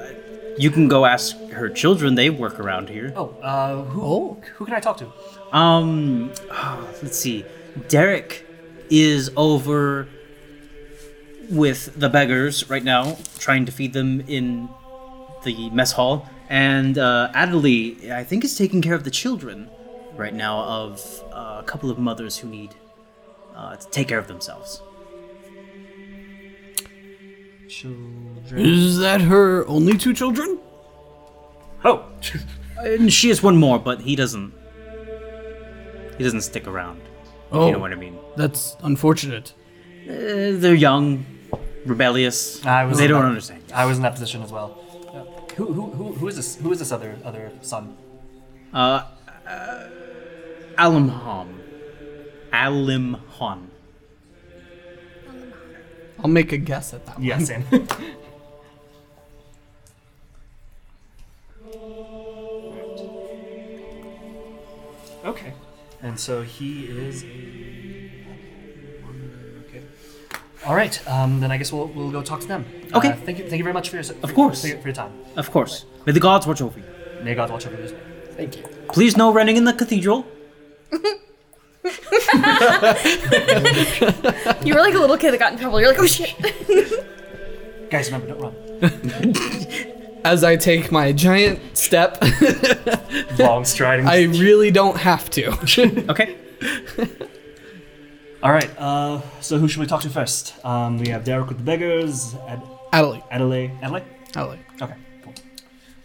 [SPEAKER 1] You can go ask her children. They work around here.
[SPEAKER 2] Oh, uh, who
[SPEAKER 3] Oh.
[SPEAKER 2] who can I talk to?
[SPEAKER 1] Um, ah, let's see. Derek is over with the beggars right now, trying to feed them in the mess hall. And uh, Adelie, I think, is taking care of the children right now of uh, a couple of mothers who need uh, to take care of themselves.
[SPEAKER 2] Children.
[SPEAKER 3] is that her only two children?
[SPEAKER 2] Oh, (laughs)
[SPEAKER 1] And she has one more, but he doesn't. He doesn't stick around.
[SPEAKER 3] Oh,
[SPEAKER 1] You know what I mean?
[SPEAKER 3] that's unfortunate.
[SPEAKER 1] Uh, they're young, rebellious.
[SPEAKER 2] I was
[SPEAKER 1] they don't
[SPEAKER 2] about-
[SPEAKER 1] understand.
[SPEAKER 2] I was in that position as well. Uh, who, who, who, who is this? Who is this other other son?
[SPEAKER 1] Uh, uh, Alimham. Alimhan.
[SPEAKER 3] I'll make a guess at that one. (laughs)
[SPEAKER 2] Yeah, same. okay. And so he is. Okay. All right. Um, then I guess we'll, we'll go talk to them.
[SPEAKER 1] Okay.
[SPEAKER 2] Uh, thank you. Thank you very much for your of
[SPEAKER 1] course.
[SPEAKER 2] for your, for your time.
[SPEAKER 1] Of course. May the gods watch over you.
[SPEAKER 2] May God watch over you. Thank you.
[SPEAKER 1] Please no running in the cathedral.
[SPEAKER 4] You were like a little kid that got in trouble. You're like, oh shit. (laughs)
[SPEAKER 2] Guys, remember, don't run.
[SPEAKER 3] As I take my giant step, (laughs)
[SPEAKER 2] Long striding.
[SPEAKER 3] I really don't have to. (laughs)
[SPEAKER 1] Okay.
[SPEAKER 2] All right. Uh, so who should we talk to first? Um, we have Derek with the beggars. Ad-
[SPEAKER 3] Adelaide.
[SPEAKER 2] Adelaide. Adelaide.
[SPEAKER 3] Adelaide.
[SPEAKER 2] Okay, cool.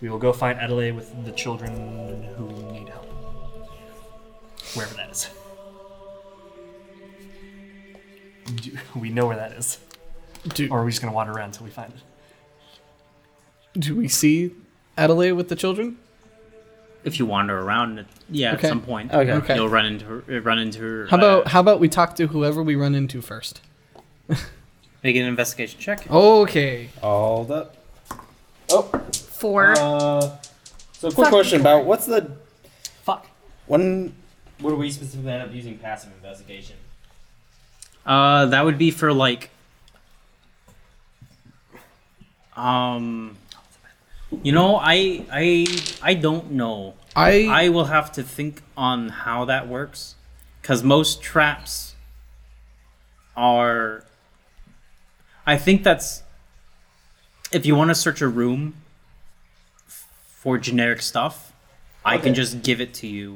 [SPEAKER 2] We will go find Adelaide with the children who need help. Wherever that is. Do- (laughs) We know where that is.
[SPEAKER 3] Do,
[SPEAKER 2] Or are we just going to wander around until we find it?
[SPEAKER 3] do we see Adelaide with the children?
[SPEAKER 1] If you wander around, yeah,
[SPEAKER 3] Okay.
[SPEAKER 1] at some point,
[SPEAKER 5] Okay.
[SPEAKER 3] Okay.
[SPEAKER 1] you'll run into her. Run into her.
[SPEAKER 3] How
[SPEAKER 1] uh,
[SPEAKER 3] about how about we talk to whoever we run into first?
[SPEAKER 1] make an investigation check?
[SPEAKER 3] Okay.
[SPEAKER 5] Hold up. Oh,
[SPEAKER 4] Four.
[SPEAKER 5] uh, so quick
[SPEAKER 4] Fuck.
[SPEAKER 5] question about what's the
[SPEAKER 2] Fuck.
[SPEAKER 5] one? What do we specifically end up using passive investigation?
[SPEAKER 1] Uh, that would be for like, um, you know, I, I, I don't know.
[SPEAKER 3] I,
[SPEAKER 1] I will have to think on how that works, because most traps are. I think that's. If you want to search a room f- for generic stuff, I can
[SPEAKER 5] Okay.
[SPEAKER 1] just give it to you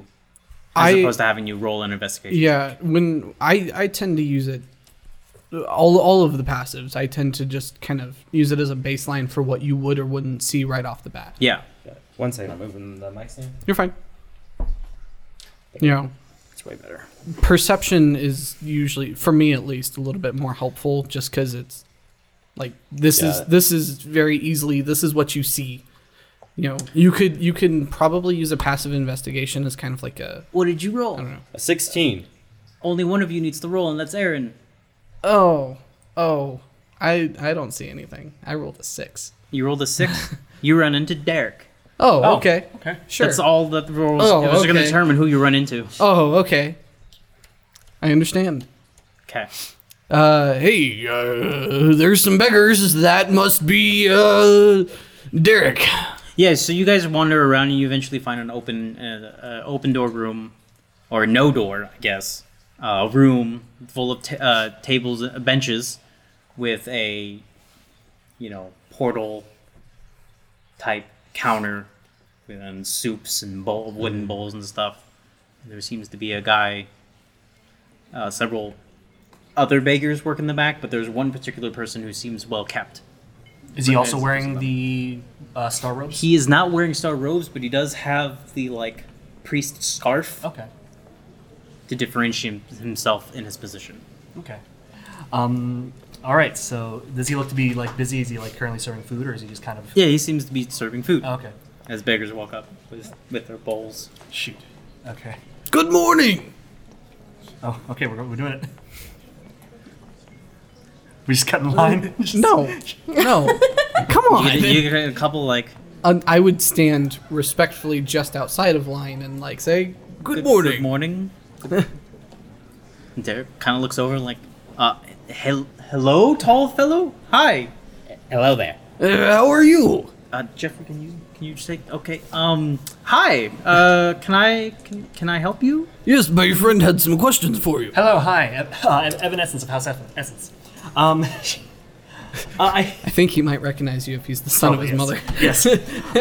[SPEAKER 1] as
[SPEAKER 3] I
[SPEAKER 1] opposed to having you roll an investigation.
[SPEAKER 3] yeah. When I I tend to use it, all all of the passives. I tend to just kind of use it as a baseline for what you would or wouldn't see right off the bat.
[SPEAKER 1] Yeah.
[SPEAKER 5] One second, I'm moving the mic stand.
[SPEAKER 3] You're fine. You know,
[SPEAKER 5] It's way better.
[SPEAKER 3] perception is usually, for me at least, a little bit more helpful, just because it's like this is
[SPEAKER 5] Got it.
[SPEAKER 3] this is very easily this is what you see. You know, you could you can probably use a passive investigation as kind of like a
[SPEAKER 1] What did you roll?
[SPEAKER 3] I don't know.
[SPEAKER 5] A 16.
[SPEAKER 1] Only one of you needs to roll, and that's Aaron.
[SPEAKER 3] Oh, oh, I I don't see anything. I rolled a six.
[SPEAKER 1] You rolled a
[SPEAKER 3] (laughs)
[SPEAKER 1] six. you run into Derek.
[SPEAKER 3] Oh,
[SPEAKER 2] Oh,
[SPEAKER 3] okay,
[SPEAKER 2] okay.
[SPEAKER 3] sure.
[SPEAKER 1] That's all that the rolls.
[SPEAKER 3] Oh,
[SPEAKER 1] those are going to
[SPEAKER 3] okay.
[SPEAKER 1] determine who you run into.
[SPEAKER 3] Oh, okay. I understand.
[SPEAKER 1] Okay.
[SPEAKER 3] Uh, hey, uh, there's some beggars. That must be uh, Derek.
[SPEAKER 1] Yeah, so you guys wander around and you eventually find an open uh, uh, open door room, or no door, I guess, uh, room full of t- uh, tables, uh, benches, with a, you know, portal type counter, and soups and bowl, wooden bowls and stuff. There seems to be a guy, uh, several other beggars work in the back, but there's one particular person who seems well kept.
[SPEAKER 2] Is he also
[SPEAKER 1] Renan's
[SPEAKER 2] wearing the uh, star robes?
[SPEAKER 1] He is not wearing star robes, but he does have the like priest scarf
[SPEAKER 2] okay.
[SPEAKER 1] to differentiate himself in his position.
[SPEAKER 2] Okay. Um, all right. So does he look to be like busy? Is he like currently serving food, or is he just kind of?
[SPEAKER 1] Yeah, he seems to be serving food
[SPEAKER 2] Oh, okay.
[SPEAKER 1] as beggars walk up with, with their bowls.
[SPEAKER 2] Shoot. Okay.
[SPEAKER 3] Good morning.
[SPEAKER 2] Oh, okay. We're, we're doing it. (laughs) We just cut in line.
[SPEAKER 3] No, no. Come
[SPEAKER 1] You
[SPEAKER 3] on.
[SPEAKER 1] get, you get a couple like
[SPEAKER 3] Um, I would stand respectfully just outside of line and like say,
[SPEAKER 1] Good
[SPEAKER 3] "Good, morning."
[SPEAKER 1] morning. Derek kind of looks over like, uh, hel- hello, tall fellow. Hi.
[SPEAKER 5] Hello there.
[SPEAKER 3] Uh, how are you?
[SPEAKER 1] Uh, Jeffrey, can you can you just take? Okay. Um. Hi. Uh. Can I can, can I help you?
[SPEAKER 3] Yes, my friend had some questions for you.
[SPEAKER 2] Hello, hi. Uh, I'm Evanescence of House Evan- Essence. Um, (laughs) uh, I,
[SPEAKER 3] I think he might recognize you if he's the son of his mother.
[SPEAKER 2] yes.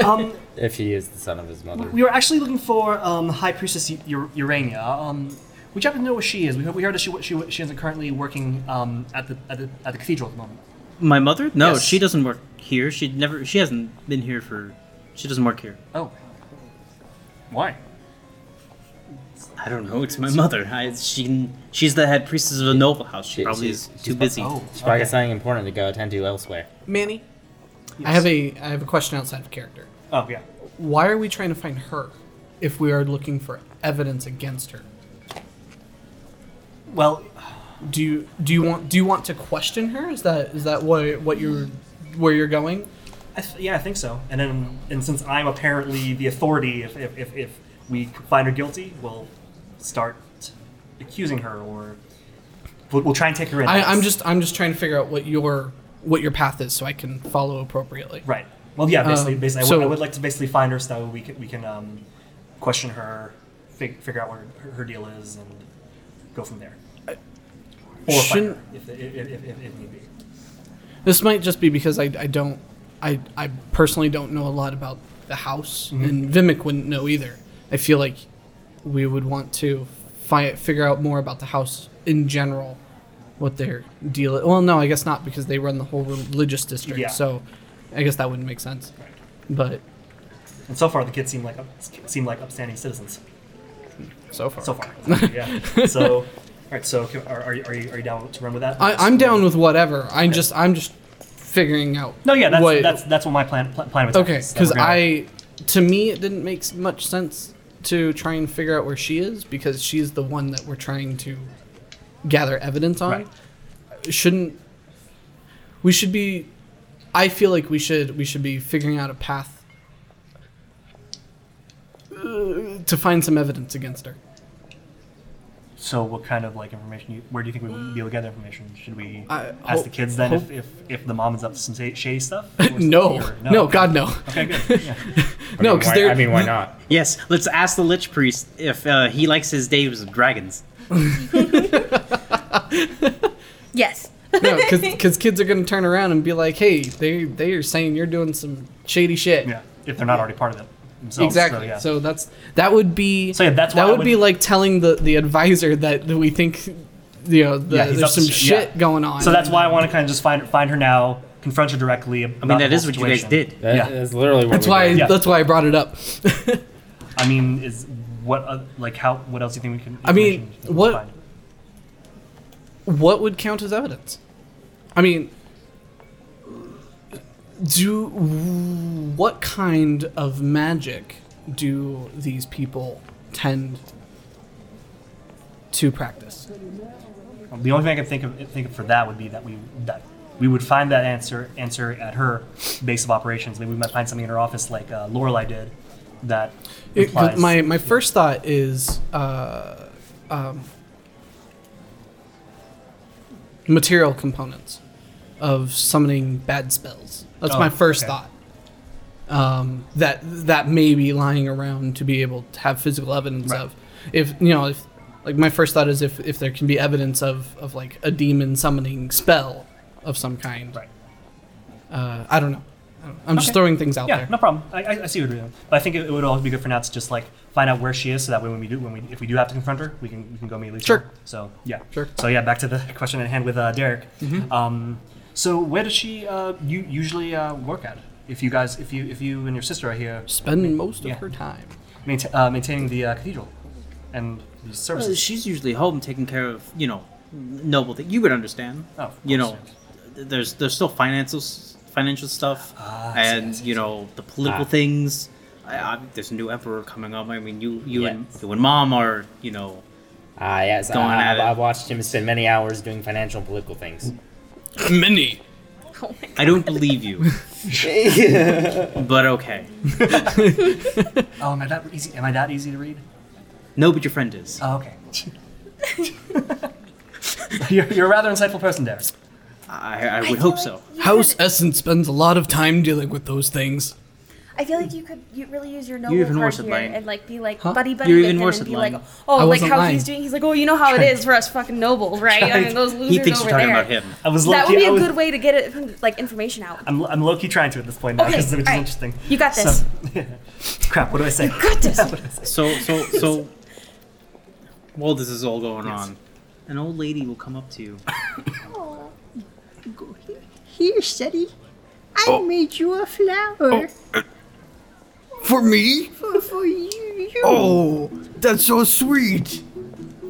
[SPEAKER 2] um,
[SPEAKER 5] If he is the son of his mother.
[SPEAKER 2] we were actually looking for um, High Priestess U- Urania. Um, we happen to know where she is. We heard, we heard that she, she, she isn't currently working um, at, the, at the at the cathedral at the moment.
[SPEAKER 1] My mother? No,
[SPEAKER 2] Yes.
[SPEAKER 1] she doesn't work here. She never. She hasn't been here for. She doesn't work here.
[SPEAKER 2] Oh. Why?
[SPEAKER 1] I don't know. It's my mother. I, she she's the head priestess of the noble house. She
[SPEAKER 5] She-
[SPEAKER 1] probably
[SPEAKER 5] she's-
[SPEAKER 1] is
[SPEAKER 5] she's
[SPEAKER 1] too
[SPEAKER 5] fu-
[SPEAKER 1] busy.
[SPEAKER 2] Oh,
[SPEAKER 5] She probably got something important to go attend to elsewhere.
[SPEAKER 3] (laughs) Manny, I have a I have a question outside of character.
[SPEAKER 2] Oh, yeah.
[SPEAKER 3] Why are we trying to find her if we are looking for evidence against her?
[SPEAKER 2] Well,
[SPEAKER 3] Do you do you want do you want to question her? Is that is that what what you're where you're going?
[SPEAKER 2] I th- yeah, I think so. And then, and since I'm apparently the authority, if if, if, if we find her guilty, we'll start accusing her, or we'll, we'll try and take her in.
[SPEAKER 3] I, I'm just I'm just trying to figure out what your what your path is so I can follow appropriately.
[SPEAKER 2] right. Well, yeah, basically,
[SPEAKER 3] Um,
[SPEAKER 2] basically, I
[SPEAKER 3] so-
[SPEAKER 2] would- I would like to basically find her so that way we can we can um, question her, fig- figure out what her, her deal is, and go from there. Or find her
[SPEAKER 3] shouldn't-
[SPEAKER 2] if, if, if, if, if need be.
[SPEAKER 3] This might just be because I, I don't I I personally don't know a lot about the house
[SPEAKER 2] Mm-hmm.
[SPEAKER 3] and Vimic wouldn't know either. I feel like we would want to fi- figure out more about the house in general, what their deal. Well, no, I guess not because they run the whole religious district.
[SPEAKER 2] Yeah.
[SPEAKER 3] So I guess that wouldn't make sense. But
[SPEAKER 2] And so far, the kids seem like up- seem like upstanding citizens.
[SPEAKER 3] so far,
[SPEAKER 2] So
[SPEAKER 3] (laughs)
[SPEAKER 2] far, yeah. So, all right. So, can, are, are, you, are you are you down to run with that?
[SPEAKER 3] I, I'm down with whatever. I'm just I'm just figuring out.
[SPEAKER 2] No, yeah, that's
[SPEAKER 3] what-
[SPEAKER 2] that's that's what my plan pl- plan was.
[SPEAKER 3] Okay, because I, to me, it didn't make s- much sense to try and figure out where she is because she's the one that we're trying to gather evidence on.
[SPEAKER 2] Right.
[SPEAKER 3] Shouldn't we should be? I feel like we should we should be figuring out a path uh, to find some evidence against her.
[SPEAKER 2] So, what kind of like information? You, where do you think we would be able to get that information? Should we
[SPEAKER 3] I
[SPEAKER 2] ask
[SPEAKER 3] hope-
[SPEAKER 2] the kids then
[SPEAKER 3] hope-
[SPEAKER 2] if, if if the mom is up to some sa- shady stuff?
[SPEAKER 3] (laughs)
[SPEAKER 2] Or-
[SPEAKER 3] No,
[SPEAKER 2] or-
[SPEAKER 3] no, God,
[SPEAKER 2] (laughs)
[SPEAKER 3] no,
[SPEAKER 2] Okay, good. Yeah.
[SPEAKER 5] I
[SPEAKER 3] no,
[SPEAKER 5] mean,
[SPEAKER 3] because
[SPEAKER 5] why-
[SPEAKER 3] they're
[SPEAKER 5] I mean, why not?
[SPEAKER 1] Yes. Let's ask the lich priest if uh, he likes his days with dragons.
[SPEAKER 4] Yes.
[SPEAKER 3] no,
[SPEAKER 4] (laughs)
[SPEAKER 3] because kids are gonna turn around and be like, hey, they they are saying you're doing some shady shit.
[SPEAKER 2] yeah, if they're not already part of it themselves.
[SPEAKER 3] Exactly. So,
[SPEAKER 2] So, Oh, yeah.
[SPEAKER 3] that's that would be
[SPEAKER 2] So, yeah, that's
[SPEAKER 3] that
[SPEAKER 2] why I
[SPEAKER 3] would, be
[SPEAKER 2] would-
[SPEAKER 3] like telling the the advisor that, that we think you know the,
[SPEAKER 2] Yeah, he's
[SPEAKER 3] there's
[SPEAKER 2] up
[SPEAKER 3] some
[SPEAKER 2] to shit,
[SPEAKER 3] shit
[SPEAKER 2] yeah.
[SPEAKER 3] going on.
[SPEAKER 2] So that's why I want to kind of just find find her now, confront her directly.
[SPEAKER 1] I mean, that is what you guys did.
[SPEAKER 5] That-
[SPEAKER 2] Yeah.
[SPEAKER 5] That's literally what
[SPEAKER 3] that's
[SPEAKER 5] we
[SPEAKER 3] why
[SPEAKER 5] did.
[SPEAKER 2] Yeah.
[SPEAKER 3] that's why I brought it up. (laughs)
[SPEAKER 2] I mean, is what uh, like how what else do you think we can?
[SPEAKER 3] I mean,
[SPEAKER 2] information we can
[SPEAKER 3] what-
[SPEAKER 2] find?
[SPEAKER 3] what would count as evidence? I mean, do what kind of magic do these people tend to practice?
[SPEAKER 2] The only thing I can think of think of for that would be that we that we would find that answer answer at her base of operations. Maybe we might find something in her office like uh, Lorelai did. That
[SPEAKER 3] It, 'cause
[SPEAKER 2] implies
[SPEAKER 3] my my first thought is uh, um, material components of summoning bad spells. That's
[SPEAKER 2] Oh,
[SPEAKER 3] my first
[SPEAKER 2] okay.
[SPEAKER 3] thought. Um, that that may be lying around to be able to have physical evidence
[SPEAKER 2] Right.
[SPEAKER 3] of. If you know, if like my first thought is if if there can be evidence of of like a demon summoning spell of some kind.
[SPEAKER 2] right.
[SPEAKER 3] Uh, I don't know. I don't know. I'm just
[SPEAKER 2] Okay.
[SPEAKER 3] throwing things out
[SPEAKER 2] yeah,
[SPEAKER 3] there.
[SPEAKER 2] no problem. I, I, I see what you're doing, but I think it, it would always be good for Nat to just like find out where she is, so that way when we do, when we if we do have to confront her, we can we can go immediately. to
[SPEAKER 3] Sure.
[SPEAKER 2] her. So yeah.
[SPEAKER 3] Sure. Mm-hmm.
[SPEAKER 2] So yeah, back to the (laughs) question at hand with uh, Derek. Um, so where does she uh, you usually uh, work at? If you guys, if you if you and your sister are here
[SPEAKER 3] Spending most of
[SPEAKER 2] Yeah.
[SPEAKER 3] her time.
[SPEAKER 2] mainta- uh, maintaining the uh, cathedral and the services.
[SPEAKER 4] Oh,
[SPEAKER 1] she's usually home taking care of you know noble things. You would understand.
[SPEAKER 2] Oh, of
[SPEAKER 1] you
[SPEAKER 2] course,
[SPEAKER 1] know, th- there's there's still financial financial stuff,
[SPEAKER 2] Ah, I see, I
[SPEAKER 1] and
[SPEAKER 2] see, I
[SPEAKER 1] you know the political
[SPEAKER 5] Ah.
[SPEAKER 1] things. I, I, there's a new emperor coming up. I mean, you you and you and mom are you know
[SPEAKER 5] Ah, yes.
[SPEAKER 1] Going
[SPEAKER 5] I,
[SPEAKER 1] at it.
[SPEAKER 5] I, I watched him spend many hours doing financial and political things.
[SPEAKER 3] Mini.
[SPEAKER 4] Oh my
[SPEAKER 1] I don't believe
[SPEAKER 2] (laughs)
[SPEAKER 1] you, (laughs) but okay.
[SPEAKER 2] Oh, am I that easy? Am I that easy to read?
[SPEAKER 1] No, but your friend is.
[SPEAKER 2] Oh,
[SPEAKER 4] (laughs)
[SPEAKER 2] okay. you're, you're a rather insightful person, Derek.
[SPEAKER 1] I, I
[SPEAKER 4] I
[SPEAKER 1] would
[SPEAKER 4] feel
[SPEAKER 1] hope
[SPEAKER 4] like
[SPEAKER 1] so.
[SPEAKER 4] you
[SPEAKER 3] House
[SPEAKER 4] could-
[SPEAKER 3] Essence spends a lot of time dealing with those things.
[SPEAKER 4] I feel like you could you really use your noble
[SPEAKER 1] You're even
[SPEAKER 4] card
[SPEAKER 1] worse at
[SPEAKER 4] here
[SPEAKER 1] lying.
[SPEAKER 4] and like be like
[SPEAKER 3] Huh?
[SPEAKER 4] buddy buddy
[SPEAKER 1] You're
[SPEAKER 4] with
[SPEAKER 1] even
[SPEAKER 4] him
[SPEAKER 1] worse
[SPEAKER 4] and
[SPEAKER 1] at
[SPEAKER 4] be
[SPEAKER 1] lying.
[SPEAKER 4] like, oh,
[SPEAKER 3] I
[SPEAKER 4] like
[SPEAKER 3] wasn't
[SPEAKER 4] how
[SPEAKER 3] lying.
[SPEAKER 4] he's doing. He's like, oh, you know how it is for us fucking nobles, right? I mean, those losers
[SPEAKER 1] He thinks
[SPEAKER 4] over
[SPEAKER 1] you're talking
[SPEAKER 4] there.
[SPEAKER 1] about him.
[SPEAKER 2] I was
[SPEAKER 4] That
[SPEAKER 2] low-key-
[SPEAKER 4] would be
[SPEAKER 2] I
[SPEAKER 4] a
[SPEAKER 2] was-
[SPEAKER 4] good way to get it like information out.
[SPEAKER 2] I'm, I'm low key trying to at this point now
[SPEAKER 4] Okay,
[SPEAKER 2] because it's
[SPEAKER 4] all right.
[SPEAKER 2] interesting.
[SPEAKER 4] You got
[SPEAKER 2] So-
[SPEAKER 4] this.
[SPEAKER 2] (laughs) crap, what do I
[SPEAKER 4] (laughs)
[SPEAKER 2] say?
[SPEAKER 4] got this.
[SPEAKER 2] What do I say?
[SPEAKER 1] So so
[SPEAKER 2] (laughs)
[SPEAKER 1] so. While this is all going on, an old lady will come up to you.
[SPEAKER 7] Here, Steady. I made you a flower
[SPEAKER 3] For me?
[SPEAKER 7] for, for you. you.
[SPEAKER 3] Oh, that's so sweet.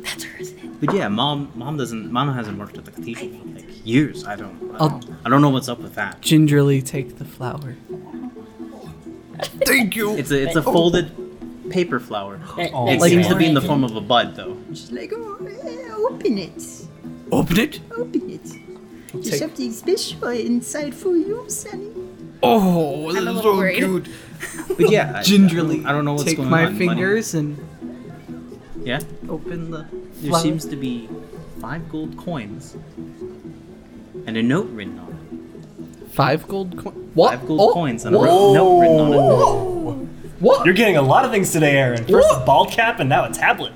[SPEAKER 4] That's her, isn't it?
[SPEAKER 1] But yeah, mom, mom doesn't, mom hasn't worked at the cathedral for like years. I don't, I
[SPEAKER 3] I'll-
[SPEAKER 1] don't, I don't know what's up with that.
[SPEAKER 3] Gingerly take the flower. Thank you.
[SPEAKER 1] It's a, it's a folded paper flower.
[SPEAKER 2] Oh,
[SPEAKER 1] It
[SPEAKER 2] like
[SPEAKER 1] seems to
[SPEAKER 2] that.
[SPEAKER 1] be in the form of a bud, though.
[SPEAKER 7] She's like, oh, eh, open it.
[SPEAKER 3] Open it.
[SPEAKER 7] Open it. There's
[SPEAKER 3] take-
[SPEAKER 7] something special inside for you, Sunny.
[SPEAKER 3] Oh,
[SPEAKER 4] a
[SPEAKER 3] that's
[SPEAKER 4] little
[SPEAKER 3] so
[SPEAKER 4] worried.
[SPEAKER 3] cute.
[SPEAKER 1] But yeah, I-
[SPEAKER 3] Gingerly.
[SPEAKER 1] I don't know what's
[SPEAKER 3] take
[SPEAKER 1] going
[SPEAKER 3] my
[SPEAKER 1] on,
[SPEAKER 3] fingers
[SPEAKER 1] Money. Yeah,
[SPEAKER 3] and open the.
[SPEAKER 1] there
[SPEAKER 3] flower.
[SPEAKER 1] seems to be five gold coins and a note written on it.
[SPEAKER 3] Five gold coins. What?
[SPEAKER 1] Five gold
[SPEAKER 3] Oh,
[SPEAKER 1] coins and a
[SPEAKER 3] What?
[SPEAKER 1] writ- note written on it.
[SPEAKER 3] What?
[SPEAKER 2] You're getting a lot of things today, Aaron. First a ball cap and now a tablet.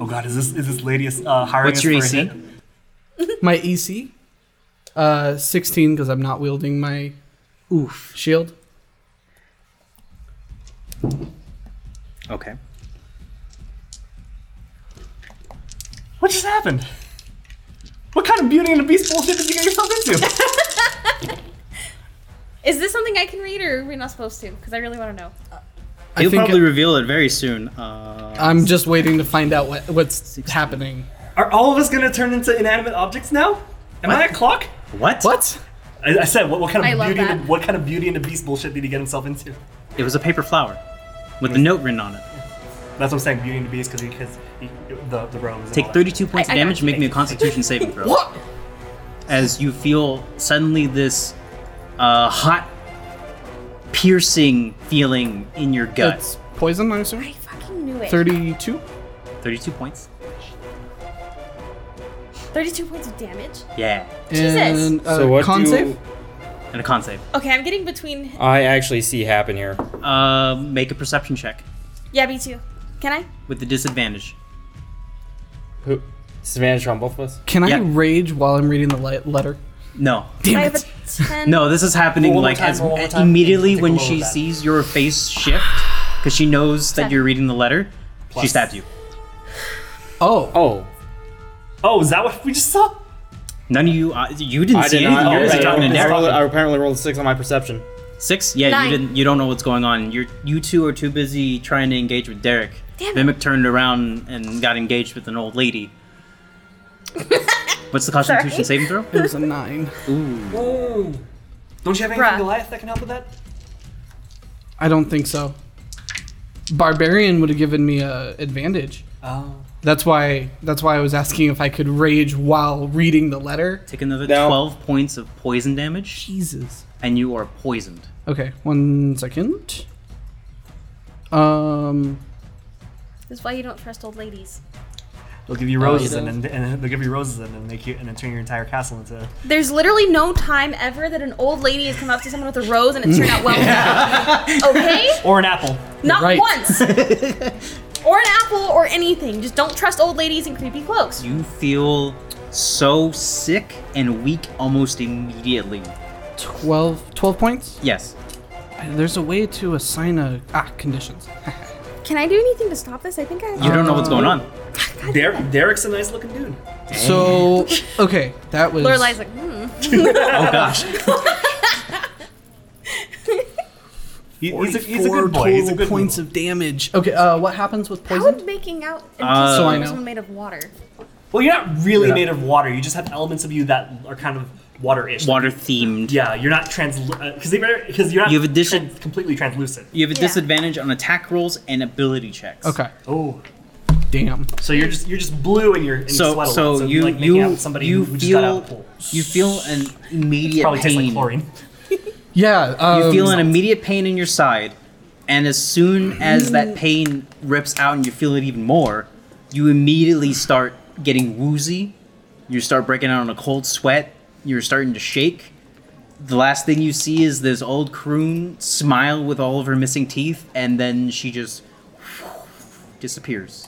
[SPEAKER 2] Oh god, is this is this lady uh, hiring
[SPEAKER 1] What's
[SPEAKER 2] us
[SPEAKER 1] your
[SPEAKER 2] for a
[SPEAKER 1] AC?
[SPEAKER 2] hit?
[SPEAKER 3] My EC? Uh, 16 because I'm not wielding my
[SPEAKER 1] Oof.
[SPEAKER 3] shield.
[SPEAKER 1] Okay.
[SPEAKER 2] What just happened? What kind of Beauty and the Beast bullshit did you get yourself
[SPEAKER 1] (laughs)
[SPEAKER 2] into?
[SPEAKER 4] Is this something I can read, or are we not supposed to? Because I really want to know.
[SPEAKER 3] I
[SPEAKER 1] He'll
[SPEAKER 3] think
[SPEAKER 1] probably reveal it very soon. Uh,
[SPEAKER 3] I'm just waiting to find out what, what's happening.
[SPEAKER 2] Are all of us gonna turn into inanimate objects now? Am I a clock?
[SPEAKER 1] what?
[SPEAKER 3] What?
[SPEAKER 2] I, I said, what, what kind
[SPEAKER 4] I
[SPEAKER 2] of
[SPEAKER 4] love
[SPEAKER 2] beauty? And the,
[SPEAKER 4] that.
[SPEAKER 2] what kind of beauty and the beast bullshit did he get himself into?
[SPEAKER 1] It was a paper flower with a note written on it.
[SPEAKER 2] That's what I'm saying, Beauty and the Beast, because he, cause he the the robes. and
[SPEAKER 1] Take
[SPEAKER 2] all that.
[SPEAKER 1] 32 points
[SPEAKER 4] I-
[SPEAKER 1] of
[SPEAKER 4] I got
[SPEAKER 1] damage.
[SPEAKER 4] you.
[SPEAKER 1] Make me a Constitution
[SPEAKER 4] (laughs)
[SPEAKER 1] saving throw.
[SPEAKER 3] What?
[SPEAKER 1] as you feel suddenly this uh, hot, piercing feeling in your gut.
[SPEAKER 3] That's poison, I'm assuming?
[SPEAKER 4] I fucking knew it.
[SPEAKER 3] 32?
[SPEAKER 1] 32 points.
[SPEAKER 4] 32 points of damage.
[SPEAKER 1] Yeah.
[SPEAKER 4] Jesus.
[SPEAKER 3] And uh, con save?
[SPEAKER 1] And a con save.
[SPEAKER 4] Okay, I'm getting between.
[SPEAKER 5] I actually see happen here?
[SPEAKER 1] Uh, make a perception check
[SPEAKER 4] Yeah, me too. Can I?
[SPEAKER 1] with the disadvantage.
[SPEAKER 5] Who? Disadvantage on both of us?
[SPEAKER 3] Can I
[SPEAKER 1] Yeah.
[SPEAKER 3] rage while I'm reading the le- letter?
[SPEAKER 1] No.
[SPEAKER 4] I
[SPEAKER 3] Damn
[SPEAKER 4] have a
[SPEAKER 3] it.
[SPEAKER 4] 10.
[SPEAKER 1] No, this is happening
[SPEAKER 2] Roll one
[SPEAKER 1] like
[SPEAKER 2] time,
[SPEAKER 1] as
[SPEAKER 2] roll one
[SPEAKER 1] uh,
[SPEAKER 2] time.
[SPEAKER 1] immediately
[SPEAKER 2] Take a
[SPEAKER 1] when
[SPEAKER 2] roll of
[SPEAKER 1] she
[SPEAKER 2] that.
[SPEAKER 1] sees your face shift because she knows that
[SPEAKER 4] Ten.
[SPEAKER 1] you're reading the letter. She
[SPEAKER 2] Plus.
[SPEAKER 1] stabs you.
[SPEAKER 3] Oh. (laughs)
[SPEAKER 5] Oh,
[SPEAKER 2] Oh, is that what we just saw?
[SPEAKER 1] None of you, uh, you didn't
[SPEAKER 5] I
[SPEAKER 1] see
[SPEAKER 5] did
[SPEAKER 1] anything. you
[SPEAKER 5] not. I,
[SPEAKER 1] were
[SPEAKER 2] already
[SPEAKER 1] just talking to
[SPEAKER 2] rolled
[SPEAKER 5] I,
[SPEAKER 1] Derek.
[SPEAKER 2] this.
[SPEAKER 5] rolled, I apparently rolled a six on my perception.
[SPEAKER 1] Six? Yeah,
[SPEAKER 4] Nine.
[SPEAKER 1] you didn't. You don't know what's going on. You're you two are too busy trying to engage with Derek.
[SPEAKER 4] Damn it.
[SPEAKER 1] Mimic turned around and got engaged with an old
[SPEAKER 4] (laughs)
[SPEAKER 1] lady. What's the Constitution saving throw?
[SPEAKER 3] It was a 9.
[SPEAKER 1] Ooh,
[SPEAKER 2] Oh. Don't you have anything,
[SPEAKER 4] Bruh.
[SPEAKER 2] Goliath, that can help with that?
[SPEAKER 3] I don't think so. Barbarian would have given me a advantage.
[SPEAKER 2] Oh.
[SPEAKER 3] That's why that's why I was asking if I could rage while reading the letter.
[SPEAKER 1] take another
[SPEAKER 5] Now-
[SPEAKER 1] twelve points of poison damage,
[SPEAKER 3] Jesus.
[SPEAKER 1] and you are poisoned.
[SPEAKER 3] Okay, one second. Um
[SPEAKER 4] That's why you don't trust old ladies.
[SPEAKER 2] They'll give you roses
[SPEAKER 3] yeah.
[SPEAKER 2] and, then, and then they'll give you roses and then make you and then turn your entire castle into.
[SPEAKER 4] There's literally no time ever that an old lady has come up to someone with a rose and it's turned out well enough. Okay?
[SPEAKER 2] Or an apple.
[SPEAKER 4] Not
[SPEAKER 3] right.
[SPEAKER 4] once. Or an apple or anything. Just don't trust old ladies in creepy cloaks.
[SPEAKER 1] You feel so sick and weak almost immediately.
[SPEAKER 3] 12, 12 points?
[SPEAKER 1] Yes.
[SPEAKER 3] There's a way to assign a. Ah, conditions.
[SPEAKER 4] Can I do anything to stop this? I think I.
[SPEAKER 1] You don't know what's going
[SPEAKER 4] Oh.
[SPEAKER 1] on.
[SPEAKER 2] Der- Derek's a nice looking dude.
[SPEAKER 3] So, okay, that was.
[SPEAKER 4] Lorelai's like, hmm.
[SPEAKER 1] Oh
[SPEAKER 4] (laughs)
[SPEAKER 1] gosh.
[SPEAKER 2] He- he's, a, he's a good boy. He's a good
[SPEAKER 3] points of damage. Okay, uh, what happens with
[SPEAKER 4] How would
[SPEAKER 3] poison?
[SPEAKER 4] making out into
[SPEAKER 1] Uh,
[SPEAKER 3] So I
[SPEAKER 4] someone
[SPEAKER 3] know.
[SPEAKER 4] someone made of water?
[SPEAKER 2] Well, you're not really made of water. You just have elements of you that are kind of water-ish.
[SPEAKER 1] Water themed.
[SPEAKER 2] Yeah, you're not trans uh, because because you're not
[SPEAKER 1] You have addition-
[SPEAKER 2] trans- completely translucent.
[SPEAKER 1] You have a
[SPEAKER 4] Yeah.
[SPEAKER 1] disadvantage on attack rolls and ability checks.
[SPEAKER 3] Okay,
[SPEAKER 2] Oh,
[SPEAKER 3] damn.
[SPEAKER 2] so you're just you're just blue and you're and you
[SPEAKER 1] So
[SPEAKER 2] sweat a lot.
[SPEAKER 1] so
[SPEAKER 2] you're,
[SPEAKER 1] you
[SPEAKER 2] like making out
[SPEAKER 1] you
[SPEAKER 2] with somebody
[SPEAKER 1] you
[SPEAKER 2] who just got out
[SPEAKER 1] feel
[SPEAKER 2] of the pool.
[SPEAKER 1] you feel an immediate
[SPEAKER 2] Probably tastes like
[SPEAKER 1] pain.
[SPEAKER 2] chlorine.
[SPEAKER 3] Yeah, um,
[SPEAKER 1] you feel an immediate pain in your side, and as soon as that pain rips out and you feel it even more, you immediately start getting woozy. You start breaking out in a cold sweat. You're starting to shake. The last thing you see is this old croon smile with all of her missing teeth, and then she just disappears.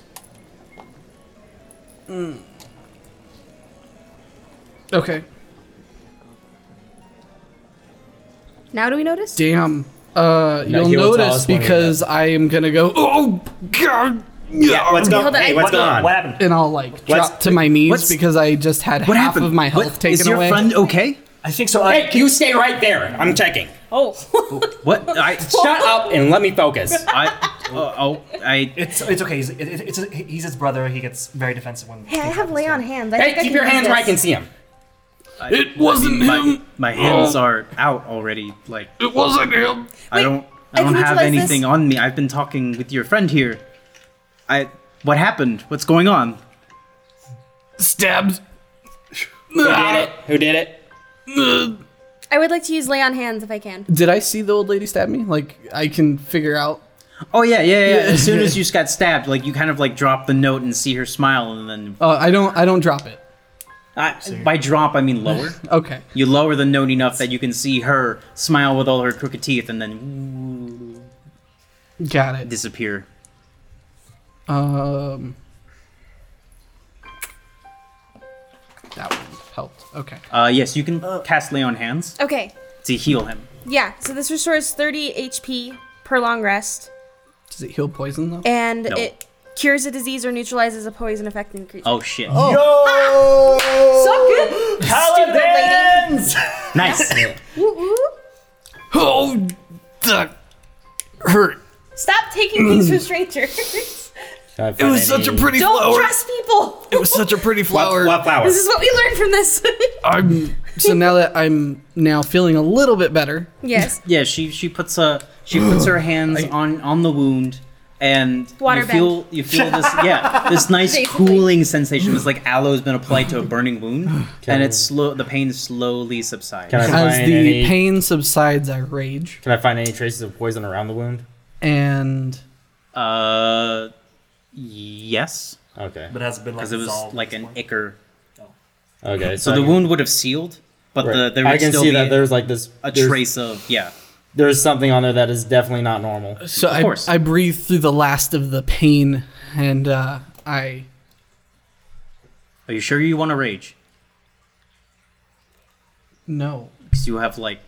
[SPEAKER 3] Okay,
[SPEAKER 4] Now do we notice?
[SPEAKER 3] damn. Uh,
[SPEAKER 5] No,
[SPEAKER 3] you'll
[SPEAKER 5] he will tell
[SPEAKER 3] notice
[SPEAKER 5] us when we
[SPEAKER 3] because I am gonna go. Oh God!
[SPEAKER 5] Yeah, what's going
[SPEAKER 4] Hold
[SPEAKER 5] on?
[SPEAKER 4] on,
[SPEAKER 5] Hey,
[SPEAKER 4] I-
[SPEAKER 5] what's
[SPEAKER 2] what,
[SPEAKER 5] going on?
[SPEAKER 2] what happened?
[SPEAKER 3] And I'll like drop
[SPEAKER 5] What's-
[SPEAKER 3] to my
[SPEAKER 1] what's-
[SPEAKER 3] knees because I just had half of my health
[SPEAKER 1] What-
[SPEAKER 3] taken
[SPEAKER 1] is your
[SPEAKER 3] away.
[SPEAKER 1] friend okay?
[SPEAKER 2] I think so. Uh,
[SPEAKER 5] Hey, you stay right there. I'm checking.
[SPEAKER 4] Oh.
[SPEAKER 1] What? I.
[SPEAKER 5] Shut up and let me focus.
[SPEAKER 1] I. Oh, oh, I.
[SPEAKER 2] It's it's okay. He's, it, it's he's his brother. He gets very defensive when.
[SPEAKER 4] (laughs) Hey, I
[SPEAKER 2] things
[SPEAKER 4] have
[SPEAKER 2] happen,
[SPEAKER 4] lay
[SPEAKER 2] so-
[SPEAKER 4] on hands. I think
[SPEAKER 5] Hey,
[SPEAKER 4] I
[SPEAKER 5] keep
[SPEAKER 4] can
[SPEAKER 5] your
[SPEAKER 4] do
[SPEAKER 5] hands where I
[SPEAKER 4] this.
[SPEAKER 5] can see them.
[SPEAKER 3] It wasn't
[SPEAKER 1] My,
[SPEAKER 3] him.
[SPEAKER 1] my hands are out already. Like
[SPEAKER 3] It wasn't him.
[SPEAKER 1] I
[SPEAKER 4] Wait,
[SPEAKER 1] don't.
[SPEAKER 4] I
[SPEAKER 1] I don't
[SPEAKER 4] can
[SPEAKER 1] have
[SPEAKER 4] utilize
[SPEAKER 1] anything
[SPEAKER 4] this.
[SPEAKER 1] on me. I've been talking with your friend here. I. What happened? What's going on?
[SPEAKER 3] Stabbed.
[SPEAKER 5] Who did it? Who did it?
[SPEAKER 4] I would like to use lay on hands if I can.
[SPEAKER 3] Did I see the old lady stab me? Like I can figure out.
[SPEAKER 1] Oh yeah, yeah, yeah. As soon as you just got stabbed, like you kind of like drop the note and see her smile, and then
[SPEAKER 3] Uh, I don't. I don't drop it.
[SPEAKER 1] I, by drop I mean lower.
[SPEAKER 3] Okay.
[SPEAKER 1] You lower the note enough that you can see her smile with all her crooked teeth, and then
[SPEAKER 3] Got it.
[SPEAKER 1] disappear.
[SPEAKER 3] Um. That one helped. Okay.
[SPEAKER 1] Uh, yes, you can cast lay on hands
[SPEAKER 4] Okay.
[SPEAKER 1] to heal him.
[SPEAKER 4] Yeah. So this restores 30 HP per long rest,
[SPEAKER 3] Does it heal poison though?
[SPEAKER 4] and
[SPEAKER 1] No.
[SPEAKER 4] it cures a disease or neutralizes a poison affecting the creature.
[SPEAKER 1] Oh shit!
[SPEAKER 4] So good. Stupid lady.
[SPEAKER 2] Paladins!
[SPEAKER 1] Nice.
[SPEAKER 4] Woo woo.
[SPEAKER 3] Oh, the hurt.
[SPEAKER 4] Stop taking things from strangers.
[SPEAKER 5] It
[SPEAKER 4] Don't trust people.
[SPEAKER 3] It was such a pretty flower.
[SPEAKER 5] What flower?
[SPEAKER 4] This is what we learned from this. (laughs)
[SPEAKER 3] I'm so now that I'm now feeling a little bit better.
[SPEAKER 4] yes.
[SPEAKER 1] Yeah, she she puts a she puts her
[SPEAKER 5] (gasps)
[SPEAKER 1] hands on on the wound and
[SPEAKER 4] Water
[SPEAKER 1] you feel you feel this yeah this nice
[SPEAKER 4] Basically.
[SPEAKER 1] cooling sensation. It's like aloe has been applied
[SPEAKER 5] (gasps)
[SPEAKER 1] to a burning wound, and it's slow. The pain slowly subsides.
[SPEAKER 5] Can I
[SPEAKER 3] As
[SPEAKER 5] find
[SPEAKER 3] the
[SPEAKER 5] any?
[SPEAKER 3] pain subsides, I rage
[SPEAKER 5] Can I find any traces of poison around the wound?
[SPEAKER 3] and
[SPEAKER 1] Uh, yes,
[SPEAKER 5] Okay.
[SPEAKER 2] But it hasn't been like
[SPEAKER 1] because it was
[SPEAKER 2] dissolved
[SPEAKER 1] like
[SPEAKER 2] at this
[SPEAKER 1] an
[SPEAKER 2] point.
[SPEAKER 1] ichor.
[SPEAKER 5] Okay.
[SPEAKER 1] So the wound would have sealed, but
[SPEAKER 5] Right.
[SPEAKER 1] the there would
[SPEAKER 5] I can
[SPEAKER 1] still
[SPEAKER 5] see
[SPEAKER 1] be
[SPEAKER 5] that there's like this.
[SPEAKER 1] a
[SPEAKER 5] there's,
[SPEAKER 1] trace of yeah.
[SPEAKER 5] There's something on there that is definitely not normal.
[SPEAKER 3] so I,
[SPEAKER 1] course.
[SPEAKER 3] I breathe through the last of the pain and uh, I
[SPEAKER 1] Are you sure you want to rage?
[SPEAKER 3] no.
[SPEAKER 1] Because you have like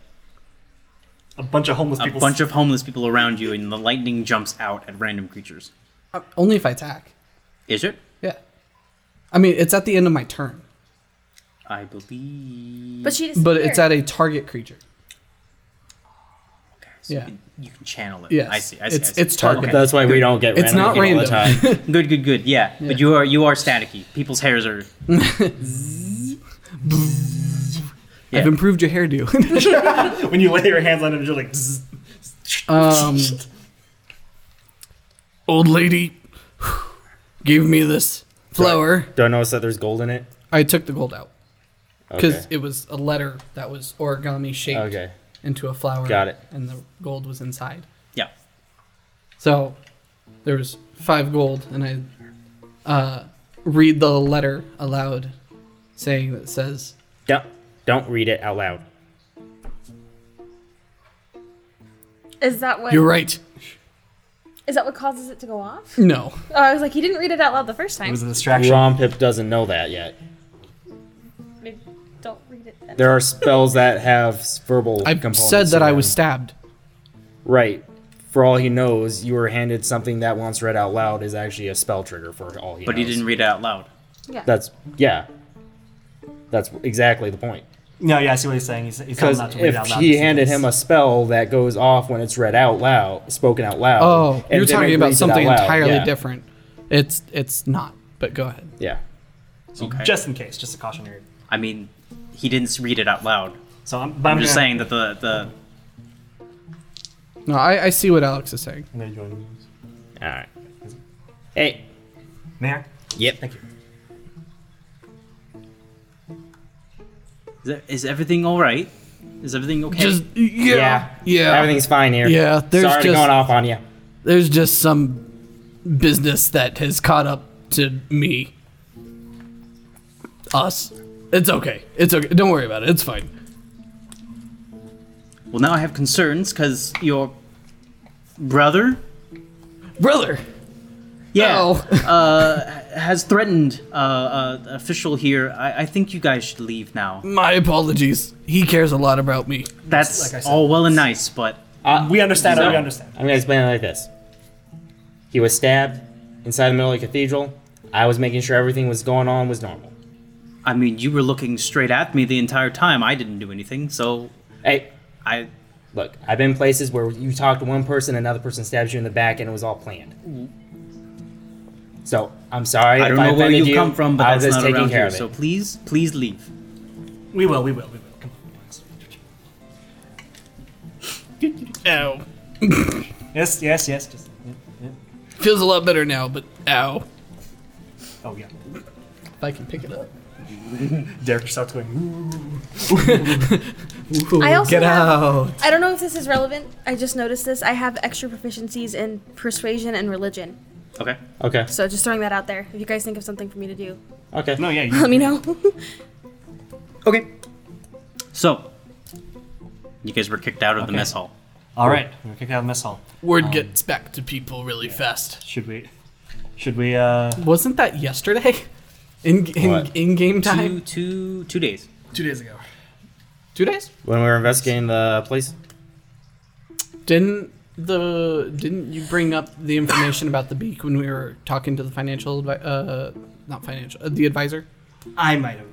[SPEAKER 2] a bunch of homeless
[SPEAKER 1] a
[SPEAKER 2] people.
[SPEAKER 1] bunch of homeless people around you, and the lightning jumps out at random creatures.
[SPEAKER 3] Uh, Only if I attack.
[SPEAKER 1] Is it?
[SPEAKER 3] Yeah. I mean, it's at the end of my turn,
[SPEAKER 1] I believe.
[SPEAKER 4] But she. Disappeared.
[SPEAKER 3] but it's at a target creature.
[SPEAKER 1] Okay, so
[SPEAKER 3] yeah.
[SPEAKER 1] You can, you can channel it.
[SPEAKER 3] Yes.
[SPEAKER 1] I see. I see.
[SPEAKER 3] It's-
[SPEAKER 1] I see.
[SPEAKER 3] it's target.
[SPEAKER 1] Okay.
[SPEAKER 5] That's why we don't get.
[SPEAKER 3] It's
[SPEAKER 5] random
[SPEAKER 3] not
[SPEAKER 5] people all the
[SPEAKER 1] (laughs)
[SPEAKER 3] random.
[SPEAKER 5] time.
[SPEAKER 1] Good, good, good. Yeah.
[SPEAKER 3] Yeah.
[SPEAKER 1] but you are you are staticky. People's hairs are. Yeah.
[SPEAKER 3] I've improved your
[SPEAKER 2] (laughs)
[SPEAKER 3] hairdo. (laughs)
[SPEAKER 2] when you lay your hands on him, you're like. "Zzz."
[SPEAKER 3] um, old lady gave me this flower.
[SPEAKER 5] Do I notice that there's gold in it?
[SPEAKER 3] I took the gold out because
[SPEAKER 5] Okay.
[SPEAKER 3] it was a letter that was origami shaped
[SPEAKER 5] Okay.
[SPEAKER 3] into a flower.
[SPEAKER 5] Got it.
[SPEAKER 3] And the gold was inside.
[SPEAKER 1] Yeah.
[SPEAKER 3] So there was five gold, and I uh, read the letter aloud, saying that says,
[SPEAKER 5] Don't don't read it out loud.
[SPEAKER 4] Is that what?
[SPEAKER 3] "You're right.
[SPEAKER 4] Is that what causes it to go off?
[SPEAKER 3] No.
[SPEAKER 4] Oh, I was like, he didn't read it out loud the first
[SPEAKER 2] It
[SPEAKER 4] time.
[SPEAKER 2] was a distraction.
[SPEAKER 5] Rompip doesn't know that yet.
[SPEAKER 4] Maybe don't read it then.
[SPEAKER 5] There are spells that have s- verbal.
[SPEAKER 3] I
[SPEAKER 5] components
[SPEAKER 3] said
[SPEAKER 5] to
[SPEAKER 3] that I
[SPEAKER 5] them.
[SPEAKER 3] was stabbed.
[SPEAKER 5] right. For all he knows, you were handed something that, once read out loud, is actually a spell trigger. For all he
[SPEAKER 1] But
[SPEAKER 5] knows,
[SPEAKER 1] he didn't read it out loud.
[SPEAKER 4] Yeah.
[SPEAKER 5] That's yeah. That's exactly the point.
[SPEAKER 2] No, yeah, I see what he's saying. He's, he's telling
[SPEAKER 5] Because
[SPEAKER 2] not to read
[SPEAKER 5] if
[SPEAKER 2] out loud.
[SPEAKER 5] he
[SPEAKER 2] just in
[SPEAKER 5] handed
[SPEAKER 2] case.
[SPEAKER 5] him a spell that goes off when it's read out loud, spoken out loud.
[SPEAKER 3] Oh,
[SPEAKER 5] and
[SPEAKER 3] you're
[SPEAKER 5] then
[SPEAKER 3] talking
[SPEAKER 5] it
[SPEAKER 3] about
[SPEAKER 5] reads it out
[SPEAKER 3] something
[SPEAKER 5] loud,
[SPEAKER 3] entirely
[SPEAKER 5] yeah,
[SPEAKER 3] different. It's it's not. But go ahead.
[SPEAKER 5] Yeah.
[SPEAKER 1] Okay.
[SPEAKER 2] just in case, just a cautionary.
[SPEAKER 1] I mean, he didn't s- read it out loud.
[SPEAKER 2] So I'm,
[SPEAKER 1] I'm just
[SPEAKER 2] gonna-
[SPEAKER 1] saying that the the
[SPEAKER 3] No, I, I see what Alex is saying.
[SPEAKER 2] I'm gonna join you.
[SPEAKER 5] All right. Hey.
[SPEAKER 2] May I?
[SPEAKER 5] Yep.
[SPEAKER 2] Thank you.
[SPEAKER 1] is, it- is everything all right? Is everything okay?
[SPEAKER 3] Just yeah,
[SPEAKER 5] Yeah.
[SPEAKER 3] yeah.
[SPEAKER 5] Everything's fine here.
[SPEAKER 3] Yeah, there's
[SPEAKER 5] Sorry
[SPEAKER 3] just-
[SPEAKER 5] to going off on you.
[SPEAKER 3] There's just some business that has caught up to me. Us. It's okay. It's okay. Don't worry about it. It's fine.
[SPEAKER 1] well, now I have concerns because your brother,
[SPEAKER 3] Brother.
[SPEAKER 1] yeah,
[SPEAKER 3] Oh.
[SPEAKER 1] uh, has threatened uh, uh, official here. I, I think you guys should leave now.
[SPEAKER 3] (laughs) My apologies. He cares a lot about me.
[SPEAKER 1] That's
[SPEAKER 2] like I said,
[SPEAKER 1] all well and nice, but
[SPEAKER 5] Uh,
[SPEAKER 2] We understand.
[SPEAKER 5] So-
[SPEAKER 2] we understand.
[SPEAKER 5] I'm gonna explain it like this. He was stabbed inside the middle of the cathedral. I was making sure everything was going on was normal.
[SPEAKER 1] I mean, you were looking straight at me the entire time. I didn't do anything, so
[SPEAKER 5] Hey,
[SPEAKER 1] I
[SPEAKER 5] look, I've been places where you talk to one person, another person stabs you in the back, and it was all planned. So I'm sorry.
[SPEAKER 1] I don't
[SPEAKER 5] if
[SPEAKER 1] know where
[SPEAKER 5] offended
[SPEAKER 1] you come from, but
[SPEAKER 5] I
[SPEAKER 1] that's
[SPEAKER 5] was
[SPEAKER 1] not
[SPEAKER 5] taking
[SPEAKER 1] around
[SPEAKER 5] care
[SPEAKER 1] here.
[SPEAKER 5] of it.
[SPEAKER 1] So please, please leave.
[SPEAKER 2] We will. We will. We will. Come
[SPEAKER 3] Ow.
[SPEAKER 2] on. Yes. Yes. Yes. Just. yeah, yeah.
[SPEAKER 3] Feels a lot better now, but ow.
[SPEAKER 2] Oh yeah.
[SPEAKER 3] If I can pick it up.
[SPEAKER 2] Derek starts going. "Ooh."
[SPEAKER 4] I also
[SPEAKER 3] Get
[SPEAKER 4] have-
[SPEAKER 3] out.
[SPEAKER 4] I don't know if this is relevant. I just noticed this. I have extra proficiencies in persuasion and religion.
[SPEAKER 1] Okay.
[SPEAKER 5] okay.
[SPEAKER 4] So just throwing that out there. If you guys think of something for me to do, (laughs)
[SPEAKER 5] Okay.
[SPEAKER 2] No. Yeah. You,
[SPEAKER 4] let me know. (laughs)
[SPEAKER 1] Okay. So, you guys were kicked out of the
[SPEAKER 2] Okay.
[SPEAKER 1] mess hall.
[SPEAKER 2] all right. We're kicked out of the mess hall.
[SPEAKER 3] Word gets back to people really fast.
[SPEAKER 2] Should we? Should we? Uh.
[SPEAKER 3] Wasn't that yesterday? In in,
[SPEAKER 5] What?
[SPEAKER 3] in game
[SPEAKER 1] Two,
[SPEAKER 3] time?
[SPEAKER 1] two, two days.
[SPEAKER 2] Two days ago.
[SPEAKER 3] Two days?
[SPEAKER 5] When we were investigating the place,
[SPEAKER 3] Didn't the didn't you bring up the information about the beak when we were talking to the financial advi- uh not financial uh, the advisor?
[SPEAKER 2] I might have.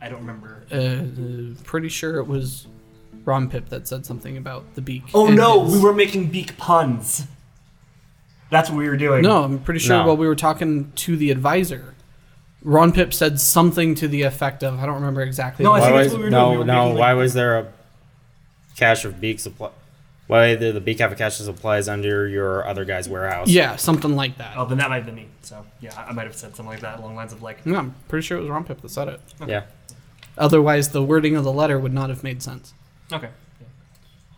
[SPEAKER 2] I don't remember.
[SPEAKER 3] Uh, pretty sure it was Ron Pip that said something about the beak.
[SPEAKER 2] Oh
[SPEAKER 3] and
[SPEAKER 2] no!
[SPEAKER 3] his-
[SPEAKER 2] We were making beak puns. That's what we were doing.
[SPEAKER 3] No, I'm pretty sure
[SPEAKER 5] No.
[SPEAKER 3] while we were talking to the advisor, Ron Pip said something to the effect of I don't remember exactly.
[SPEAKER 2] No,
[SPEAKER 3] what
[SPEAKER 2] Oh, I
[SPEAKER 5] why
[SPEAKER 2] think that's
[SPEAKER 5] was
[SPEAKER 2] what we were
[SPEAKER 5] no
[SPEAKER 2] doing. We were
[SPEAKER 5] no?
[SPEAKER 2] making, like-
[SPEAKER 5] Why was there a cache of beak supply? Why did the beak have a cache of supplies under your other guy's warehouse?
[SPEAKER 3] yeah, something like that.
[SPEAKER 2] Oh, then that might have been me. So yeah, I I might have said something like that along the lines of like.
[SPEAKER 3] No, I'm pretty sure it was Ron Pip that said it.
[SPEAKER 5] Yeah.
[SPEAKER 3] Otherwise, the wording of the letter would not have made sense.
[SPEAKER 2] Okay.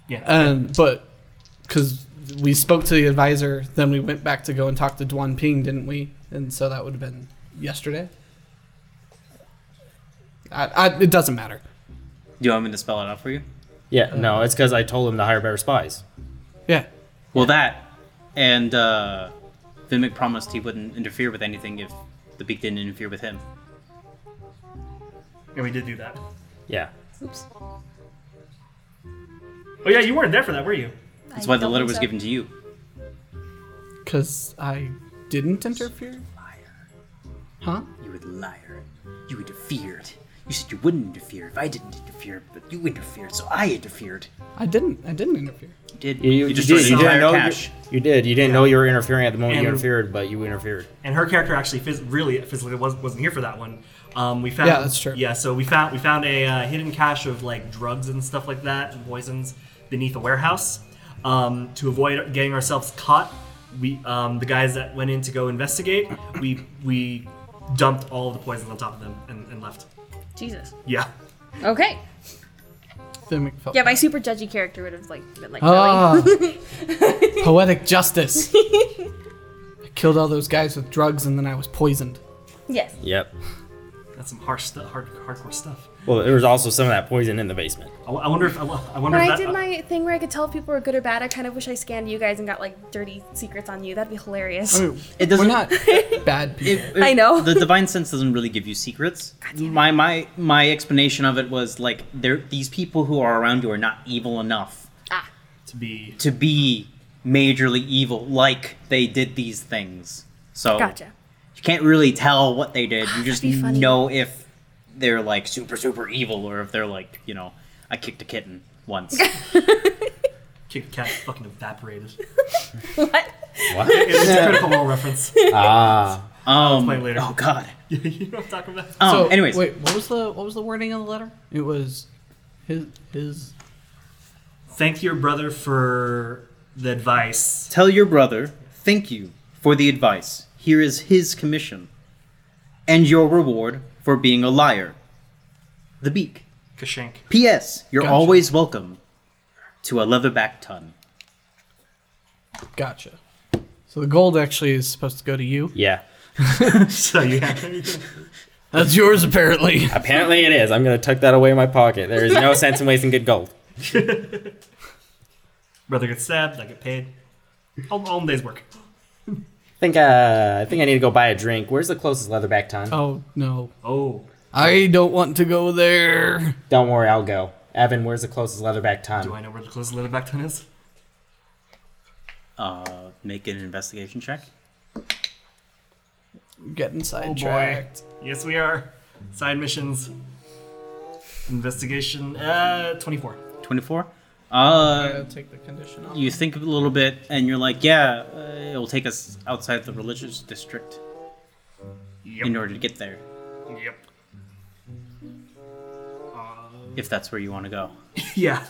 [SPEAKER 2] Yeah.
[SPEAKER 3] Um, but because we spoke to the advisor, then we went back to go and talk to Duan Ping, didn't we? And so that would have been yesterday. I, I, it doesn't matter.
[SPEAKER 1] Do you want me to spell it out for you?
[SPEAKER 5] Yeah. No, it's because I told him to hire better spies.
[SPEAKER 3] Yeah.
[SPEAKER 1] Well, that, and uh, Vimic promised he wouldn't interfere with anything if the beak didn't interfere with him.
[SPEAKER 2] yeah, we did do that.
[SPEAKER 5] Yeah.
[SPEAKER 2] Oh yeah, you weren't there for that, were you?
[SPEAKER 1] That's why the letter was given to you.
[SPEAKER 3] Because I didn't interfere? Huh?
[SPEAKER 1] You were the liar. You interfered. You said you wouldn't interfere if I didn't interfere, but you interfered, so I interfered.
[SPEAKER 3] I didn't. I didn't interfere.
[SPEAKER 1] You did.
[SPEAKER 5] You, you,
[SPEAKER 1] just
[SPEAKER 5] did, you didn't
[SPEAKER 1] entire
[SPEAKER 5] know you,
[SPEAKER 1] cache.
[SPEAKER 5] you did. You didn't know you were interfering at the moment
[SPEAKER 2] And-
[SPEAKER 5] you interfered, but you interfered.
[SPEAKER 2] And her character actually phys- really physically was- wasn't here for that one. Um, we found
[SPEAKER 3] Yeah, that's true.
[SPEAKER 2] Yeah, so we found we found a uh, hidden cache of like drugs and stuff like that and poisons beneath a warehouse. Um, to avoid getting ourselves caught, we um, the guys that went in to go investigate, we we dumped all of the poisons on top of them and, and left.
[SPEAKER 4] Jesus.
[SPEAKER 2] Yeah.
[SPEAKER 4] Okay.
[SPEAKER 3] Vimic felt
[SPEAKER 4] Yeah, my super judgy character would have like been like, really?
[SPEAKER 3] Ah, poetic justice. I killed all those guys with drugs and then I was poisoned.
[SPEAKER 4] Yes.
[SPEAKER 5] Yep.
[SPEAKER 2] That's some harsh stuff, hard, hardcore stuff.
[SPEAKER 5] Well, there was also some of that poison in the basement.
[SPEAKER 2] I, I wonder if I, I wonder
[SPEAKER 4] When
[SPEAKER 2] if
[SPEAKER 4] I
[SPEAKER 2] that, uh,
[SPEAKER 4] did my thing where I could tell if people were good or bad, I kind of wish I scanned you guys and got like dirty secrets on you. That'd be hilarious.
[SPEAKER 3] I mean,
[SPEAKER 1] It doesn't.
[SPEAKER 3] we're not bad people.
[SPEAKER 1] it- it-
[SPEAKER 4] I know.
[SPEAKER 1] the divine sense doesn't really give you secrets. My my my explanation of it was like there these people who are around you are not evil enough
[SPEAKER 4] Ah.
[SPEAKER 2] to be
[SPEAKER 1] to be majorly evil like they did these things. So
[SPEAKER 4] Gotcha.
[SPEAKER 1] you can't really tell what they
[SPEAKER 4] (sighs)
[SPEAKER 1] did. You just
[SPEAKER 4] be funny.
[SPEAKER 1] know if they're like super super evil or if they're like you know I kicked a kitten once.
[SPEAKER 4] (laughs)
[SPEAKER 1] Um,
[SPEAKER 2] kick the cat fucking evaporated.
[SPEAKER 4] (laughs) What?
[SPEAKER 5] (laughs) What?
[SPEAKER 2] It's a critical role reference. (laughs)
[SPEAKER 5] ah.
[SPEAKER 1] um,
[SPEAKER 2] play later.
[SPEAKER 1] Oh God.
[SPEAKER 2] you know what I'm talking about?
[SPEAKER 1] Um,
[SPEAKER 3] so,
[SPEAKER 1] anyways,
[SPEAKER 3] wait, what was the what was the wording on the letter? It was his his
[SPEAKER 2] Thank your brother for the advice.
[SPEAKER 1] Tell your brother, thank you for the advice. Here is his commission. And your reward for being a liar. The beak.
[SPEAKER 2] Kashank.
[SPEAKER 1] P.S. You're
[SPEAKER 3] Gotcha.
[SPEAKER 1] always welcome to a leatherback ton.
[SPEAKER 3] gotcha. So the gold actually is supposed to go to you.
[SPEAKER 5] Yeah.
[SPEAKER 2] (laughs) So you have anything?
[SPEAKER 3] That's yours apparently.
[SPEAKER 5] Apparently it is. I'm gonna tuck that away in my pocket. There is no sense in wasting good gold.
[SPEAKER 2] Brother gets stabbed, I get paid. All, all in day's work.
[SPEAKER 5] I (laughs) think uh, I think I need to go buy a drink. Where's the closest leatherback ton?
[SPEAKER 3] Oh no.
[SPEAKER 2] Oh,
[SPEAKER 3] I don't want to go there.
[SPEAKER 5] Don't worry, I'll go. Evan, where's the closest leatherback ton?
[SPEAKER 2] do I know where the closest little back ton is?
[SPEAKER 1] Uh, make an investigation check.
[SPEAKER 3] Getting sidetracked.
[SPEAKER 2] Tracked. Yes, we are. Side missions. Investigation. Uh, 24.
[SPEAKER 1] 24. Uh,
[SPEAKER 3] Gotta take the condition off.
[SPEAKER 1] you think a little bit and you're like, yeah, uh, it'll take us outside the religious district
[SPEAKER 2] Yep.
[SPEAKER 1] in order to get there,
[SPEAKER 2] Yep.
[SPEAKER 1] if that's where you want to go.
[SPEAKER 2] Yeah.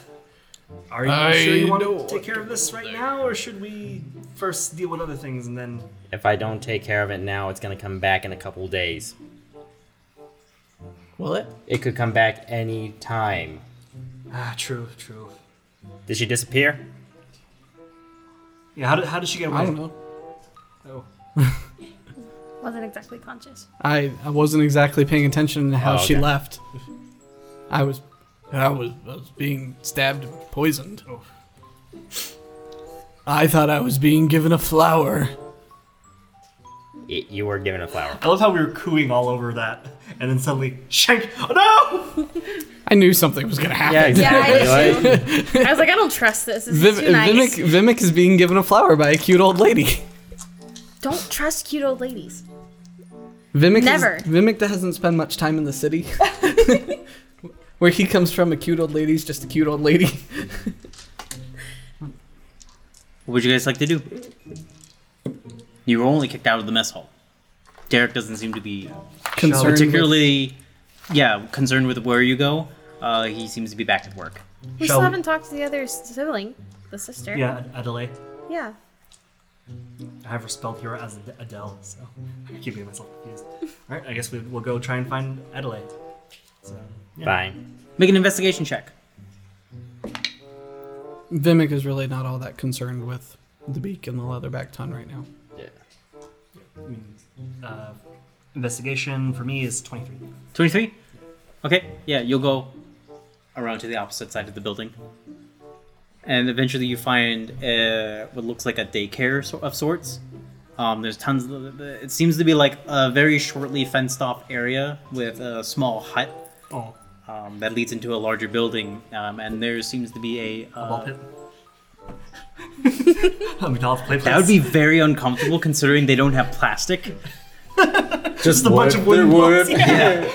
[SPEAKER 2] Are you
[SPEAKER 3] I
[SPEAKER 2] sure you want
[SPEAKER 3] know
[SPEAKER 2] to take care of this right now, or should we first deal with other things and then?
[SPEAKER 5] If I don't take care of it now, it's gonna come back in a couple days.
[SPEAKER 3] Will it?
[SPEAKER 5] It could come back any time.
[SPEAKER 2] Ah, true, true.
[SPEAKER 5] Did she disappear?
[SPEAKER 2] Yeah, how did, how did she get away?
[SPEAKER 3] I don't know.
[SPEAKER 2] Oh.
[SPEAKER 4] Wasn't exactly conscious.
[SPEAKER 3] I, I wasn't exactly paying attention to how
[SPEAKER 5] Oh,
[SPEAKER 3] she
[SPEAKER 5] okay.
[SPEAKER 3] left. I was I was I was being stabbed and poisoned.
[SPEAKER 2] Oh.
[SPEAKER 3] I thought I was being given a flower.
[SPEAKER 5] Y- you were given a flower.
[SPEAKER 2] I love how we were cooing all over that, and then suddenly, shank! Oh no!
[SPEAKER 3] I knew something was gonna happen.
[SPEAKER 5] Yeah,
[SPEAKER 4] exactly, Yeah, I
[SPEAKER 5] exactly.
[SPEAKER 4] I was like, I don't trust this. This
[SPEAKER 3] Vim-
[SPEAKER 4] is too nice.
[SPEAKER 3] Vimic, Vimic is being given a flower by a cute old
[SPEAKER 4] (laughs)
[SPEAKER 3] lady.
[SPEAKER 4] Don't trust cute old ladies.
[SPEAKER 3] Vimic
[SPEAKER 4] Never.
[SPEAKER 3] Is, Vimic doesn't spend much time in the
[SPEAKER 4] (laughs)
[SPEAKER 3] city. (laughs) Where he comes from, a cute old lady's just a cute old lady.
[SPEAKER 1] What would you guys like to do? You were only kicked out of the mess hall. Derek doesn't seem to be
[SPEAKER 3] Concerned with-
[SPEAKER 1] particularly, yeah, concerned with where you go. Uh, he seems to be back at work.
[SPEAKER 4] We
[SPEAKER 2] Shall
[SPEAKER 4] still
[SPEAKER 2] we-
[SPEAKER 4] haven't talked to the other sibling, the sister.
[SPEAKER 2] Yeah, Adelaide.
[SPEAKER 4] Yeah.
[SPEAKER 2] I have her spelled here as Ad- Adele, so (laughs) I keep getting myself confused. All right, I guess we, we'll go try and find Adelaide. So, yeah.
[SPEAKER 5] Fine.
[SPEAKER 1] Make an investigation check.
[SPEAKER 3] Vimic is really not all that concerned with the beak and the leatherback ton right now.
[SPEAKER 2] I mean, uh, investigation for me is 23.
[SPEAKER 1] 23? Okay, yeah, you'll go around to the opposite side of the building. And eventually you find uh, what looks like a daycare so- of sorts. Um, there's tons of. It seems to be like a very shortly fenced off area with a small hut
[SPEAKER 2] Oh,
[SPEAKER 1] um, that leads into a larger building, um, and there seems to be a.
[SPEAKER 2] a
[SPEAKER 1] Uh,
[SPEAKER 2] ball (laughs) pit. a McDonald's play place.
[SPEAKER 1] that would be very uncomfortable considering they don't have plastic.
[SPEAKER 5] Just
[SPEAKER 2] a bunch of wooden balls.
[SPEAKER 5] (laughs)
[SPEAKER 1] Yeah.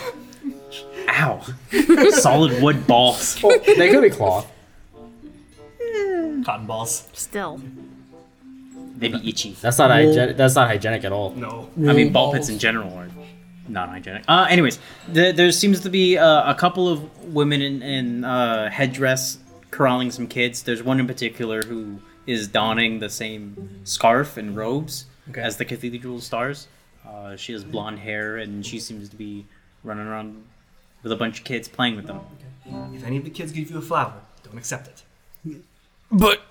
[SPEAKER 1] Ow. Solid wood balls.
[SPEAKER 5] Oh, they could be cloth.
[SPEAKER 2] cotton balls.
[SPEAKER 4] Still.
[SPEAKER 1] They'd be itchy.
[SPEAKER 5] That's not hygienic. That's not hygienic at all.
[SPEAKER 2] No.
[SPEAKER 1] I mean, ball pits in general are not hygienic. Uh, anyways, there, there seems to be uh, a couple of women in, in uh, headdress corralling some kids. There's one in particular who is donning the same scarf and robes as the cathedral stars. Uh, she has blonde hair, and she seems to be running around with a bunch of kids playing with them.
[SPEAKER 2] If any of the kids give you a flower, don't accept it.
[SPEAKER 3] But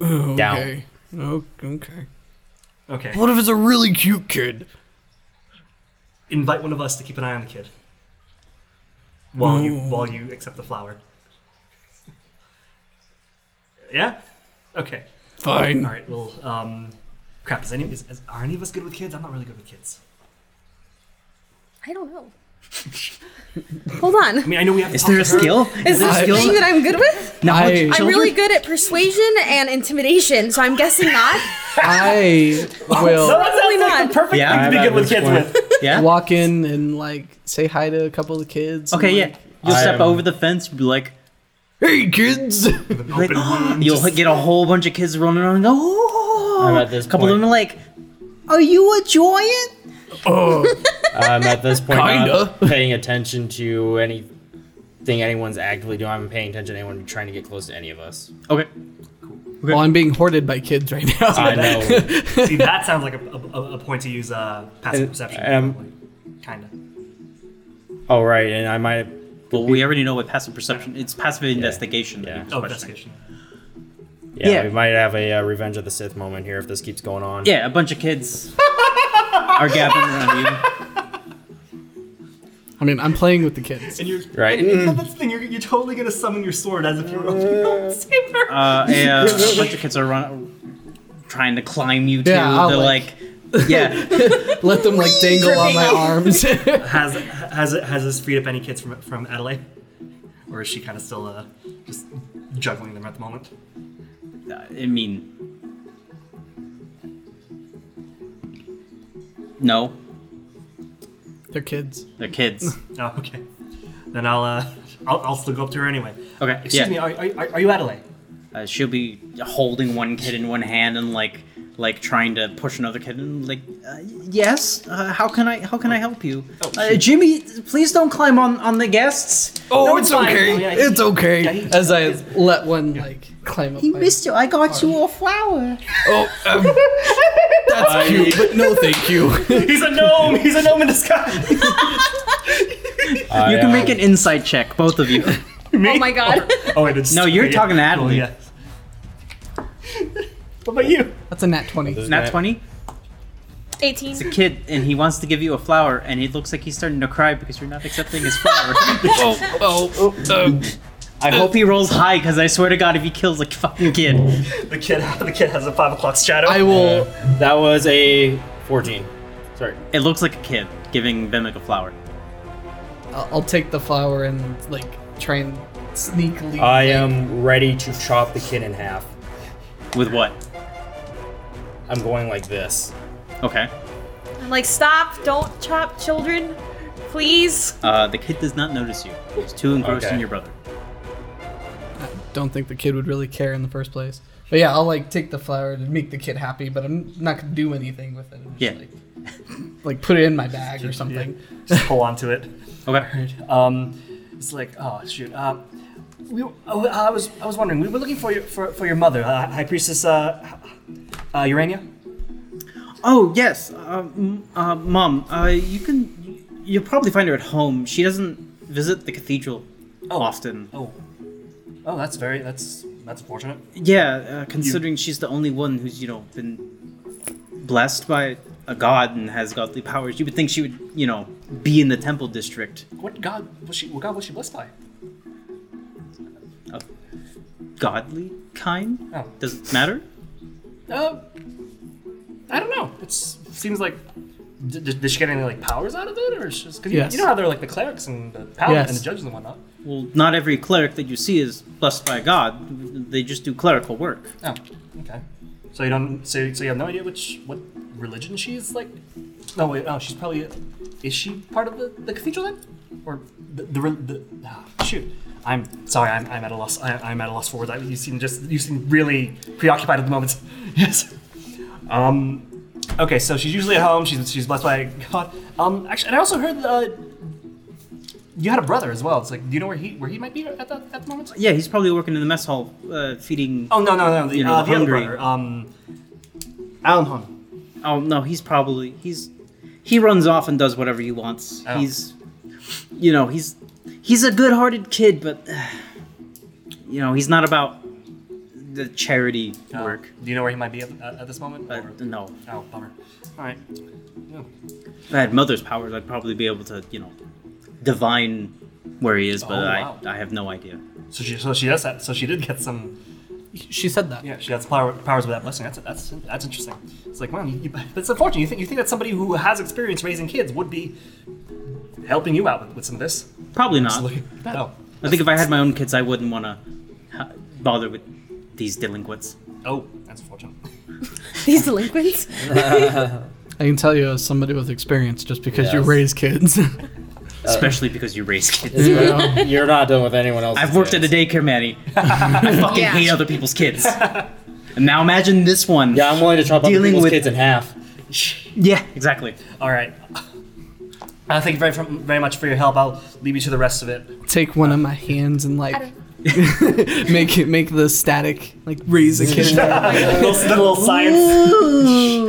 [SPEAKER 3] oh,
[SPEAKER 5] Down.
[SPEAKER 3] okay. Oh, okay.
[SPEAKER 2] Okay.
[SPEAKER 3] What if it's a really cute kid?
[SPEAKER 2] Invite one of us to keep an eye on the kid. while you
[SPEAKER 1] Mm.
[SPEAKER 2] while you accept the flower. yeah. Okay.
[SPEAKER 3] Fine.
[SPEAKER 2] All right. Well, um, crap. Is any is, is, are any of us good with kids? I'm not really good with kids.
[SPEAKER 4] I don't know. Hold on.
[SPEAKER 2] I mean, I know we have. To
[SPEAKER 1] Is
[SPEAKER 2] talk
[SPEAKER 1] there
[SPEAKER 2] to
[SPEAKER 1] a
[SPEAKER 2] her.
[SPEAKER 1] skill?
[SPEAKER 4] Is this
[SPEAKER 3] I-
[SPEAKER 4] a thing that I'm good with?
[SPEAKER 3] I,
[SPEAKER 4] I'm really good at persuasion and intimidation, so I'm guessing not.
[SPEAKER 3] I
[SPEAKER 2] So
[SPEAKER 3] will
[SPEAKER 2] that sounds
[SPEAKER 4] Probably
[SPEAKER 2] like
[SPEAKER 4] not.
[SPEAKER 2] the perfect
[SPEAKER 1] Yeah,
[SPEAKER 2] thing to be
[SPEAKER 5] I'm
[SPEAKER 2] good
[SPEAKER 5] at
[SPEAKER 2] with
[SPEAKER 5] this
[SPEAKER 2] kids
[SPEAKER 5] point.
[SPEAKER 2] with.
[SPEAKER 1] Yeah.
[SPEAKER 3] walk in and like say hi to a couple of the kids. and,
[SPEAKER 1] Okay,
[SPEAKER 3] like,
[SPEAKER 1] yeah. You'll
[SPEAKER 5] I
[SPEAKER 1] step
[SPEAKER 5] am-
[SPEAKER 1] over the fence and be like,
[SPEAKER 3] Hey kids.
[SPEAKER 1] like you'll get a whole bunch of kids running around and go, oh,
[SPEAKER 5] I'm at this
[SPEAKER 1] a couple of
[SPEAKER 5] point.
[SPEAKER 1] them are like,
[SPEAKER 7] Are you a giant?
[SPEAKER 5] I'm at this point
[SPEAKER 3] Kinda.
[SPEAKER 5] not paying attention to anything anyone's actively doing. I'm paying attention to anyone trying to get close to any of us.
[SPEAKER 1] okay.
[SPEAKER 3] well, I'm being hoarded by kids right now.
[SPEAKER 5] I know.
[SPEAKER 2] See, that sounds like a, a, a- a point to use uh, passive
[SPEAKER 5] And-
[SPEAKER 2] perception.
[SPEAKER 5] and-
[SPEAKER 1] um,
[SPEAKER 2] kind of.
[SPEAKER 5] oh right, and I might.
[SPEAKER 1] Well, we already know what passive perception. It's passive investigation.
[SPEAKER 5] Yeah.
[SPEAKER 2] Oh, investigation.
[SPEAKER 5] Yeah,
[SPEAKER 1] Yeah.
[SPEAKER 5] we might have a uh, Revenge of the Sith moment here if this keeps going on.
[SPEAKER 1] Yeah, a bunch of
[SPEAKER 2] (laughs)
[SPEAKER 1] kids are gathering around you.
[SPEAKER 3] (laughs) I mean, I'm playing with the kids.
[SPEAKER 2] And you're
[SPEAKER 5] Right.
[SPEAKER 2] and- and that's the thing. You're, you're totally gonna summon your sword as if you were a (laughs) saber.
[SPEAKER 1] Mm. Uh, and, uh,
[SPEAKER 2] (laughs)
[SPEAKER 1] a bunch of kids are run- trying to climb you too.
[SPEAKER 3] Yeah, I'll,
[SPEAKER 1] They're
[SPEAKER 3] like-
[SPEAKER 1] like,
[SPEAKER 2] (laughs)
[SPEAKER 1] yeah,
[SPEAKER 3] Let them like dangle on my arms. (laughs)
[SPEAKER 2] Has has has this freed up any kids from from Adelaide, or is she kind of still uh, just juggling them at the moment?
[SPEAKER 1] I mean, no,
[SPEAKER 3] They're kids.
[SPEAKER 1] they're
[SPEAKER 2] (laughs)
[SPEAKER 1] kids.
[SPEAKER 2] Oh, okay. Then I'll uh, I'll, I'll still go up to her anyway.
[SPEAKER 1] Okay, yeah.
[SPEAKER 2] Excuse me. Are, are, are you Adelaide?
[SPEAKER 1] Uh, she'll be holding one kid in one hand and like, like trying to push another kid and like, uh, yes. Uh, how can I? How can I help you?
[SPEAKER 2] Oh,
[SPEAKER 1] uh, Jimmy, please don't climb on on the guests.
[SPEAKER 3] Oh,
[SPEAKER 2] it's it's fine. okay. Oh, yeah, he-
[SPEAKER 3] it's okay.
[SPEAKER 2] yeah, he-
[SPEAKER 3] As I let one like climb up.
[SPEAKER 7] Hey,
[SPEAKER 3] my-
[SPEAKER 7] mister, I got you a flower.
[SPEAKER 3] Oh, um, that's cute, but no,
[SPEAKER 2] (laughs)
[SPEAKER 3] thank you.
[SPEAKER 2] He's a gnome. He's a gnome in disguise.
[SPEAKER 5] I,
[SPEAKER 1] You can
[SPEAKER 5] uh,
[SPEAKER 1] make an insight check, both of you.
[SPEAKER 4] Oh my god. (laughs)
[SPEAKER 2] Oh wait, it's
[SPEAKER 1] No, you're talking to Adelaide.
[SPEAKER 2] yeah. What about you?
[SPEAKER 3] That's a nat twenty.
[SPEAKER 5] this
[SPEAKER 1] Nat
[SPEAKER 5] guy-
[SPEAKER 1] twenty.
[SPEAKER 4] 18.
[SPEAKER 1] kid and he wants to give you a flower and he looks like he's starting to cry because you're not accepting his
[SPEAKER 2] (laughs)
[SPEAKER 1] flower.
[SPEAKER 3] Oh, oh, oh.
[SPEAKER 2] uh,
[SPEAKER 1] I hope he rolls high because I swear to God, if he kills a fucking kid,
[SPEAKER 2] The kid. (laughs) The kid has a five o'clock shadow.
[SPEAKER 3] I will.
[SPEAKER 5] Uh, That was a 14. Sorry.
[SPEAKER 1] it looks like a kid giving Vimic a flower.
[SPEAKER 3] I'll I'll take the flower and like try and sneakily.
[SPEAKER 5] I
[SPEAKER 3] like,
[SPEAKER 5] am ready to chop the kid in half.
[SPEAKER 1] With what?
[SPEAKER 5] I'm going like this.
[SPEAKER 1] Okay.
[SPEAKER 4] I'm like, stop, don't chop children, please.
[SPEAKER 1] Uh, the kid does not notice you. He's too engrossed
[SPEAKER 5] Okay.
[SPEAKER 1] in your brother.
[SPEAKER 3] don't think the kid would really care in the first place. But yeah, I'll like take the flower to make the kid happy, but I'm not gonna do anything with it. I'm just,
[SPEAKER 1] Yeah.
[SPEAKER 3] Like, like put it in my bag or something.
[SPEAKER 2] Just hold on to it.
[SPEAKER 1] Okay.
[SPEAKER 2] Um, it's like, oh shoot. Uh, we, oh, I was, I was wondering. We were looking for your, for, for your mother, uh, High Priestess, uh, uh, Urania.
[SPEAKER 1] Oh yes, uh, m- uh, mom. Uh, you can. You'll probably find her at home. She doesn't visit the cathedral often.
[SPEAKER 2] Oh, oh, that's very, that's, that's fortunate.
[SPEAKER 1] Yeah, uh, considering she's the only one who's you know been blessed by a god and has godly powers, you would think she would you know be in the temple district.
[SPEAKER 2] What god was she? What god was she blessed by?
[SPEAKER 1] A godly kind?
[SPEAKER 2] Oh,
[SPEAKER 1] Does it matter?
[SPEAKER 2] uh, I don't know. It seems like. Did, did did she get any like powers out of it, or it's just because
[SPEAKER 3] Yes.
[SPEAKER 2] you, know how they're like the clerics and the paladins
[SPEAKER 3] Yes.
[SPEAKER 2] and the judges and whatnot.
[SPEAKER 1] Well, not every cleric that you see is blessed by a god. They just do clerical work.
[SPEAKER 2] Oh, okay. So you don't. So, so you have no idea which what religion she's like. No wait. Oh, she's probably. Is she part of the, the cathedral then, or the the, re- the ah, shoot? I'm sorry. I'm, I'm at a loss. I, I'm at a loss for words. I, you seem just you seem really preoccupied at the moment. (laughs) yes. Um. Okay. So she's usually at home. She's she's blessed by God. Um. Actually, and I also heard uh, you had a brother as well. It's like, do you know where he where he might be at that at the moment?
[SPEAKER 1] Yeah, he's probably working in the mess hall, uh, feeding.
[SPEAKER 2] Oh no no no! The,
[SPEAKER 1] You know,
[SPEAKER 2] uh,
[SPEAKER 1] the
[SPEAKER 2] the other
[SPEAKER 1] hungry.
[SPEAKER 2] brother, um, Alan Hung.
[SPEAKER 1] Oh no, he's probably he's he runs off and does whatever he wants.
[SPEAKER 2] Oh.
[SPEAKER 1] He's you know, he's he's a good-hearted kid, but uh, you know, he's not about the charity
[SPEAKER 2] Uh,
[SPEAKER 1] work.
[SPEAKER 2] Do you know where he might be at, at, at this moment?
[SPEAKER 1] But
[SPEAKER 2] Or-
[SPEAKER 1] no, if
[SPEAKER 2] Oh bummer. All right. No.
[SPEAKER 1] I had mother's powers, I'd probably be able to, you know, divine where he is, but
[SPEAKER 2] Oh,
[SPEAKER 1] I,
[SPEAKER 2] wow.
[SPEAKER 1] I have no idea.
[SPEAKER 2] So she, so she does that. So she did get some.
[SPEAKER 3] She said that.
[SPEAKER 2] Yeah, she got power, powers with that blessing. That's that's that's interesting. It's like, man, you, you, but it's unfortunate. You think you think that somebody who has experience raising kids would be helping you out with, with some of this? Oh.
[SPEAKER 1] Probably not.
[SPEAKER 2] Absolutely. No.
[SPEAKER 1] I think if I had my own kids, I wouldn't want to bother with these delinquents.
[SPEAKER 2] Oh, that's unfortunate.
[SPEAKER 4] These delinquents.
[SPEAKER 3] I can tell you as somebody with experience, just because you
[SPEAKER 5] Yes.
[SPEAKER 3] raise kids.
[SPEAKER 1] Especially because you raise kids. (laughs)
[SPEAKER 3] Yeah.
[SPEAKER 5] You're not done with anyone else.
[SPEAKER 1] I've worked at a daycare, Manny. I fucking
[SPEAKER 4] Yeah.
[SPEAKER 1] hate other people's kids. And now imagine this one.
[SPEAKER 5] Yeah, I'm willing to chop up
[SPEAKER 1] Dealing
[SPEAKER 5] people's
[SPEAKER 1] with-
[SPEAKER 5] kids in half.
[SPEAKER 1] Yeah, exactly.
[SPEAKER 2] All right. Uh, thank you very, very much for your help. I'll leave you to the rest of it.
[SPEAKER 3] Take one of my hands and like (laughs) make it make the static like raise a kid.
[SPEAKER 2] little, little science.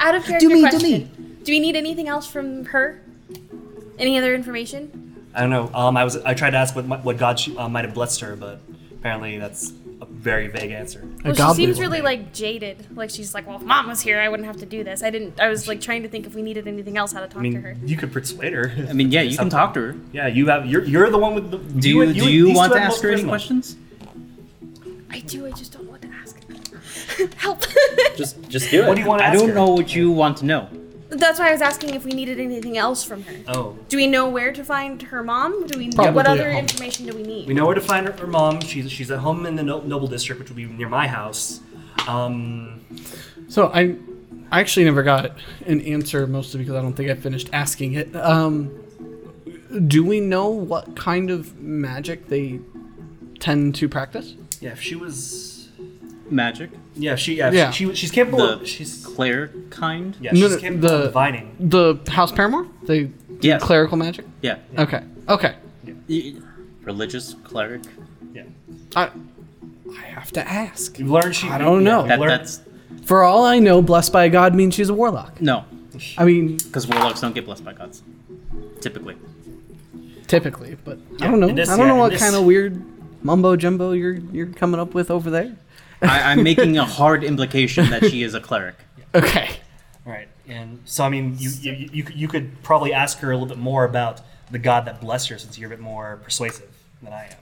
[SPEAKER 4] Out of character
[SPEAKER 7] me, do
[SPEAKER 4] question. Do, we need anything else from her? Any other information?
[SPEAKER 2] I don't know. Um, I was I tried to ask what mi- what God she, uh, might have blessed her, but apparently that's a very vague answer.
[SPEAKER 3] A
[SPEAKER 4] Well, she
[SPEAKER 3] godly
[SPEAKER 4] seems
[SPEAKER 3] one.
[SPEAKER 4] really like jaded. Like she's like, well, if mom was here, I wouldn't have to do this. I didn't. I was like trying to think if we needed anything else, how to talk
[SPEAKER 2] I
[SPEAKER 4] to
[SPEAKER 2] mean,
[SPEAKER 4] her.
[SPEAKER 2] you could persuade her.
[SPEAKER 1] I mean, yeah, you can talk to her.
[SPEAKER 2] Yeah, you have. You're, you're the one with the.
[SPEAKER 1] Do you,
[SPEAKER 2] and-
[SPEAKER 1] do
[SPEAKER 2] and
[SPEAKER 1] you
[SPEAKER 2] these
[SPEAKER 1] want
[SPEAKER 2] two
[SPEAKER 1] to
[SPEAKER 2] have
[SPEAKER 1] ask
[SPEAKER 2] the
[SPEAKER 1] her any
[SPEAKER 2] most
[SPEAKER 1] questions?
[SPEAKER 4] I do. I just don't know what to
[SPEAKER 3] (laughs)
[SPEAKER 4] ask. Help.
[SPEAKER 5] Just, just do it.
[SPEAKER 2] charisma. What do you want to
[SPEAKER 1] I
[SPEAKER 2] ask
[SPEAKER 1] don't
[SPEAKER 2] her?
[SPEAKER 1] know what you want to know.
[SPEAKER 4] (laughs) That's why I was asking if we needed anything else from her.
[SPEAKER 2] Oh,
[SPEAKER 4] Do we know where to find her mom? Do we know
[SPEAKER 3] Probably
[SPEAKER 4] what
[SPEAKER 3] at
[SPEAKER 4] other
[SPEAKER 3] home.
[SPEAKER 4] information do we need?
[SPEAKER 2] we know where to find her, her mom. She's she's at home in the no- Noble District, which would be near my house. Um,
[SPEAKER 3] So I, I actually never got an answer, mostly because I don't think I finished asking it. Um, do we know what kind of magic they tend to practice?
[SPEAKER 2] yeah, if she was.
[SPEAKER 1] Magic?
[SPEAKER 2] Yeah, she. Yeah,
[SPEAKER 3] Yeah.
[SPEAKER 2] She, she, she's capable.
[SPEAKER 1] The
[SPEAKER 2] of, she's.
[SPEAKER 1] Claire kind?
[SPEAKER 2] Yeah,
[SPEAKER 3] No,
[SPEAKER 2] she's
[SPEAKER 3] no,
[SPEAKER 2] capable
[SPEAKER 3] the-
[SPEAKER 2] of divining.
[SPEAKER 3] The house paramour? They
[SPEAKER 1] Yeah.
[SPEAKER 3] clerical magic?
[SPEAKER 1] yeah.
[SPEAKER 3] Okay. Okay.
[SPEAKER 1] Y- Religious cleric.
[SPEAKER 2] Yeah,
[SPEAKER 3] I, I have to ask.
[SPEAKER 2] you learned she.
[SPEAKER 3] I don't know.
[SPEAKER 2] you
[SPEAKER 1] That,
[SPEAKER 2] learned-
[SPEAKER 1] that's
[SPEAKER 3] For all I know, blessed by God means she's a warlock.
[SPEAKER 1] no,
[SPEAKER 3] I mean,
[SPEAKER 1] because warlocks don't get blessed by gods, typically.
[SPEAKER 3] typically, but I
[SPEAKER 2] Yeah,
[SPEAKER 3] don't know.
[SPEAKER 2] and this-
[SPEAKER 3] I don't
[SPEAKER 2] yeah,
[SPEAKER 3] know
[SPEAKER 2] and
[SPEAKER 3] what
[SPEAKER 2] this-
[SPEAKER 3] kind of weird mumbo jumbo you're you're coming up with over there.
[SPEAKER 1] I, I'm making a hard implication that she is a cleric.
[SPEAKER 3] Okay.
[SPEAKER 2] Right, and so I mean, you you, you you could- you could probably ask her a little bit more about the god that blessed her, since you're a bit more persuasive than I am.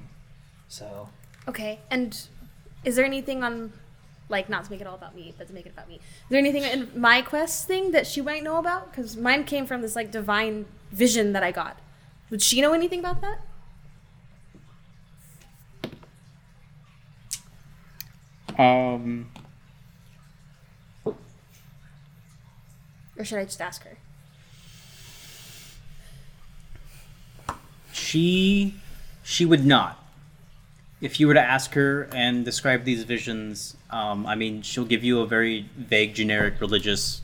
[SPEAKER 2] So
[SPEAKER 4] Okay, and is there anything on, like, not to make it all about me, but to make it about me? Is there anything in my quest thing that she might know about? Because mine came from this like divine vision that I got. Would she know anything about that?
[SPEAKER 1] Um,
[SPEAKER 4] Or should I just ask her?
[SPEAKER 1] she she would not. If you were to ask her and describe these visions, um, I mean, she'll give you a very vague, generic religious,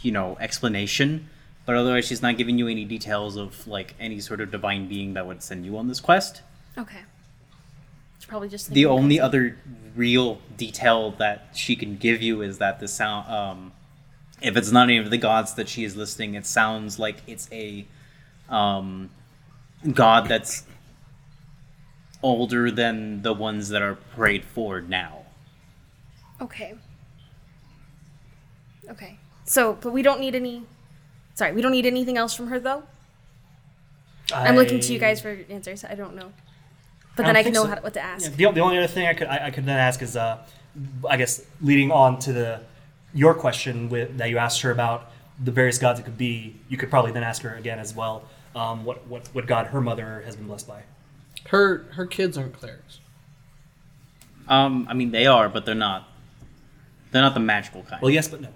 [SPEAKER 1] you know, explanation. But otherwise, she's not giving you any details of like any sort of divine being that would send you on this quest.
[SPEAKER 4] Okay. She's probably just
[SPEAKER 1] the
[SPEAKER 4] thinking-
[SPEAKER 1] only other real detail that she can give you is that the sound um if it's not any of the gods that she is listing it sounds like it's a um god that's older than the ones that are prayed for now
[SPEAKER 4] Okay. Okay. So, but we don't need any. Sorry, we don't need anything else from her though. I'm looking to you
[SPEAKER 2] I-
[SPEAKER 4] guys for answers. I don't know. But
[SPEAKER 2] I
[SPEAKER 4] then
[SPEAKER 2] don't
[SPEAKER 4] I can
[SPEAKER 2] think
[SPEAKER 4] know
[SPEAKER 2] so.
[SPEAKER 4] how, what to ask.
[SPEAKER 2] Yeah, the, the only other thing I could I, I could then ask is, uh, I guess, leading on to the your question with, that you asked her about the various gods it could be. You could probably then ask her again as well. Um, what what what god her mother has been blessed by?
[SPEAKER 3] Her her kids aren't clerics.
[SPEAKER 1] um i mean they are but they're not they're not the magical kind
[SPEAKER 2] Well, yes, but no.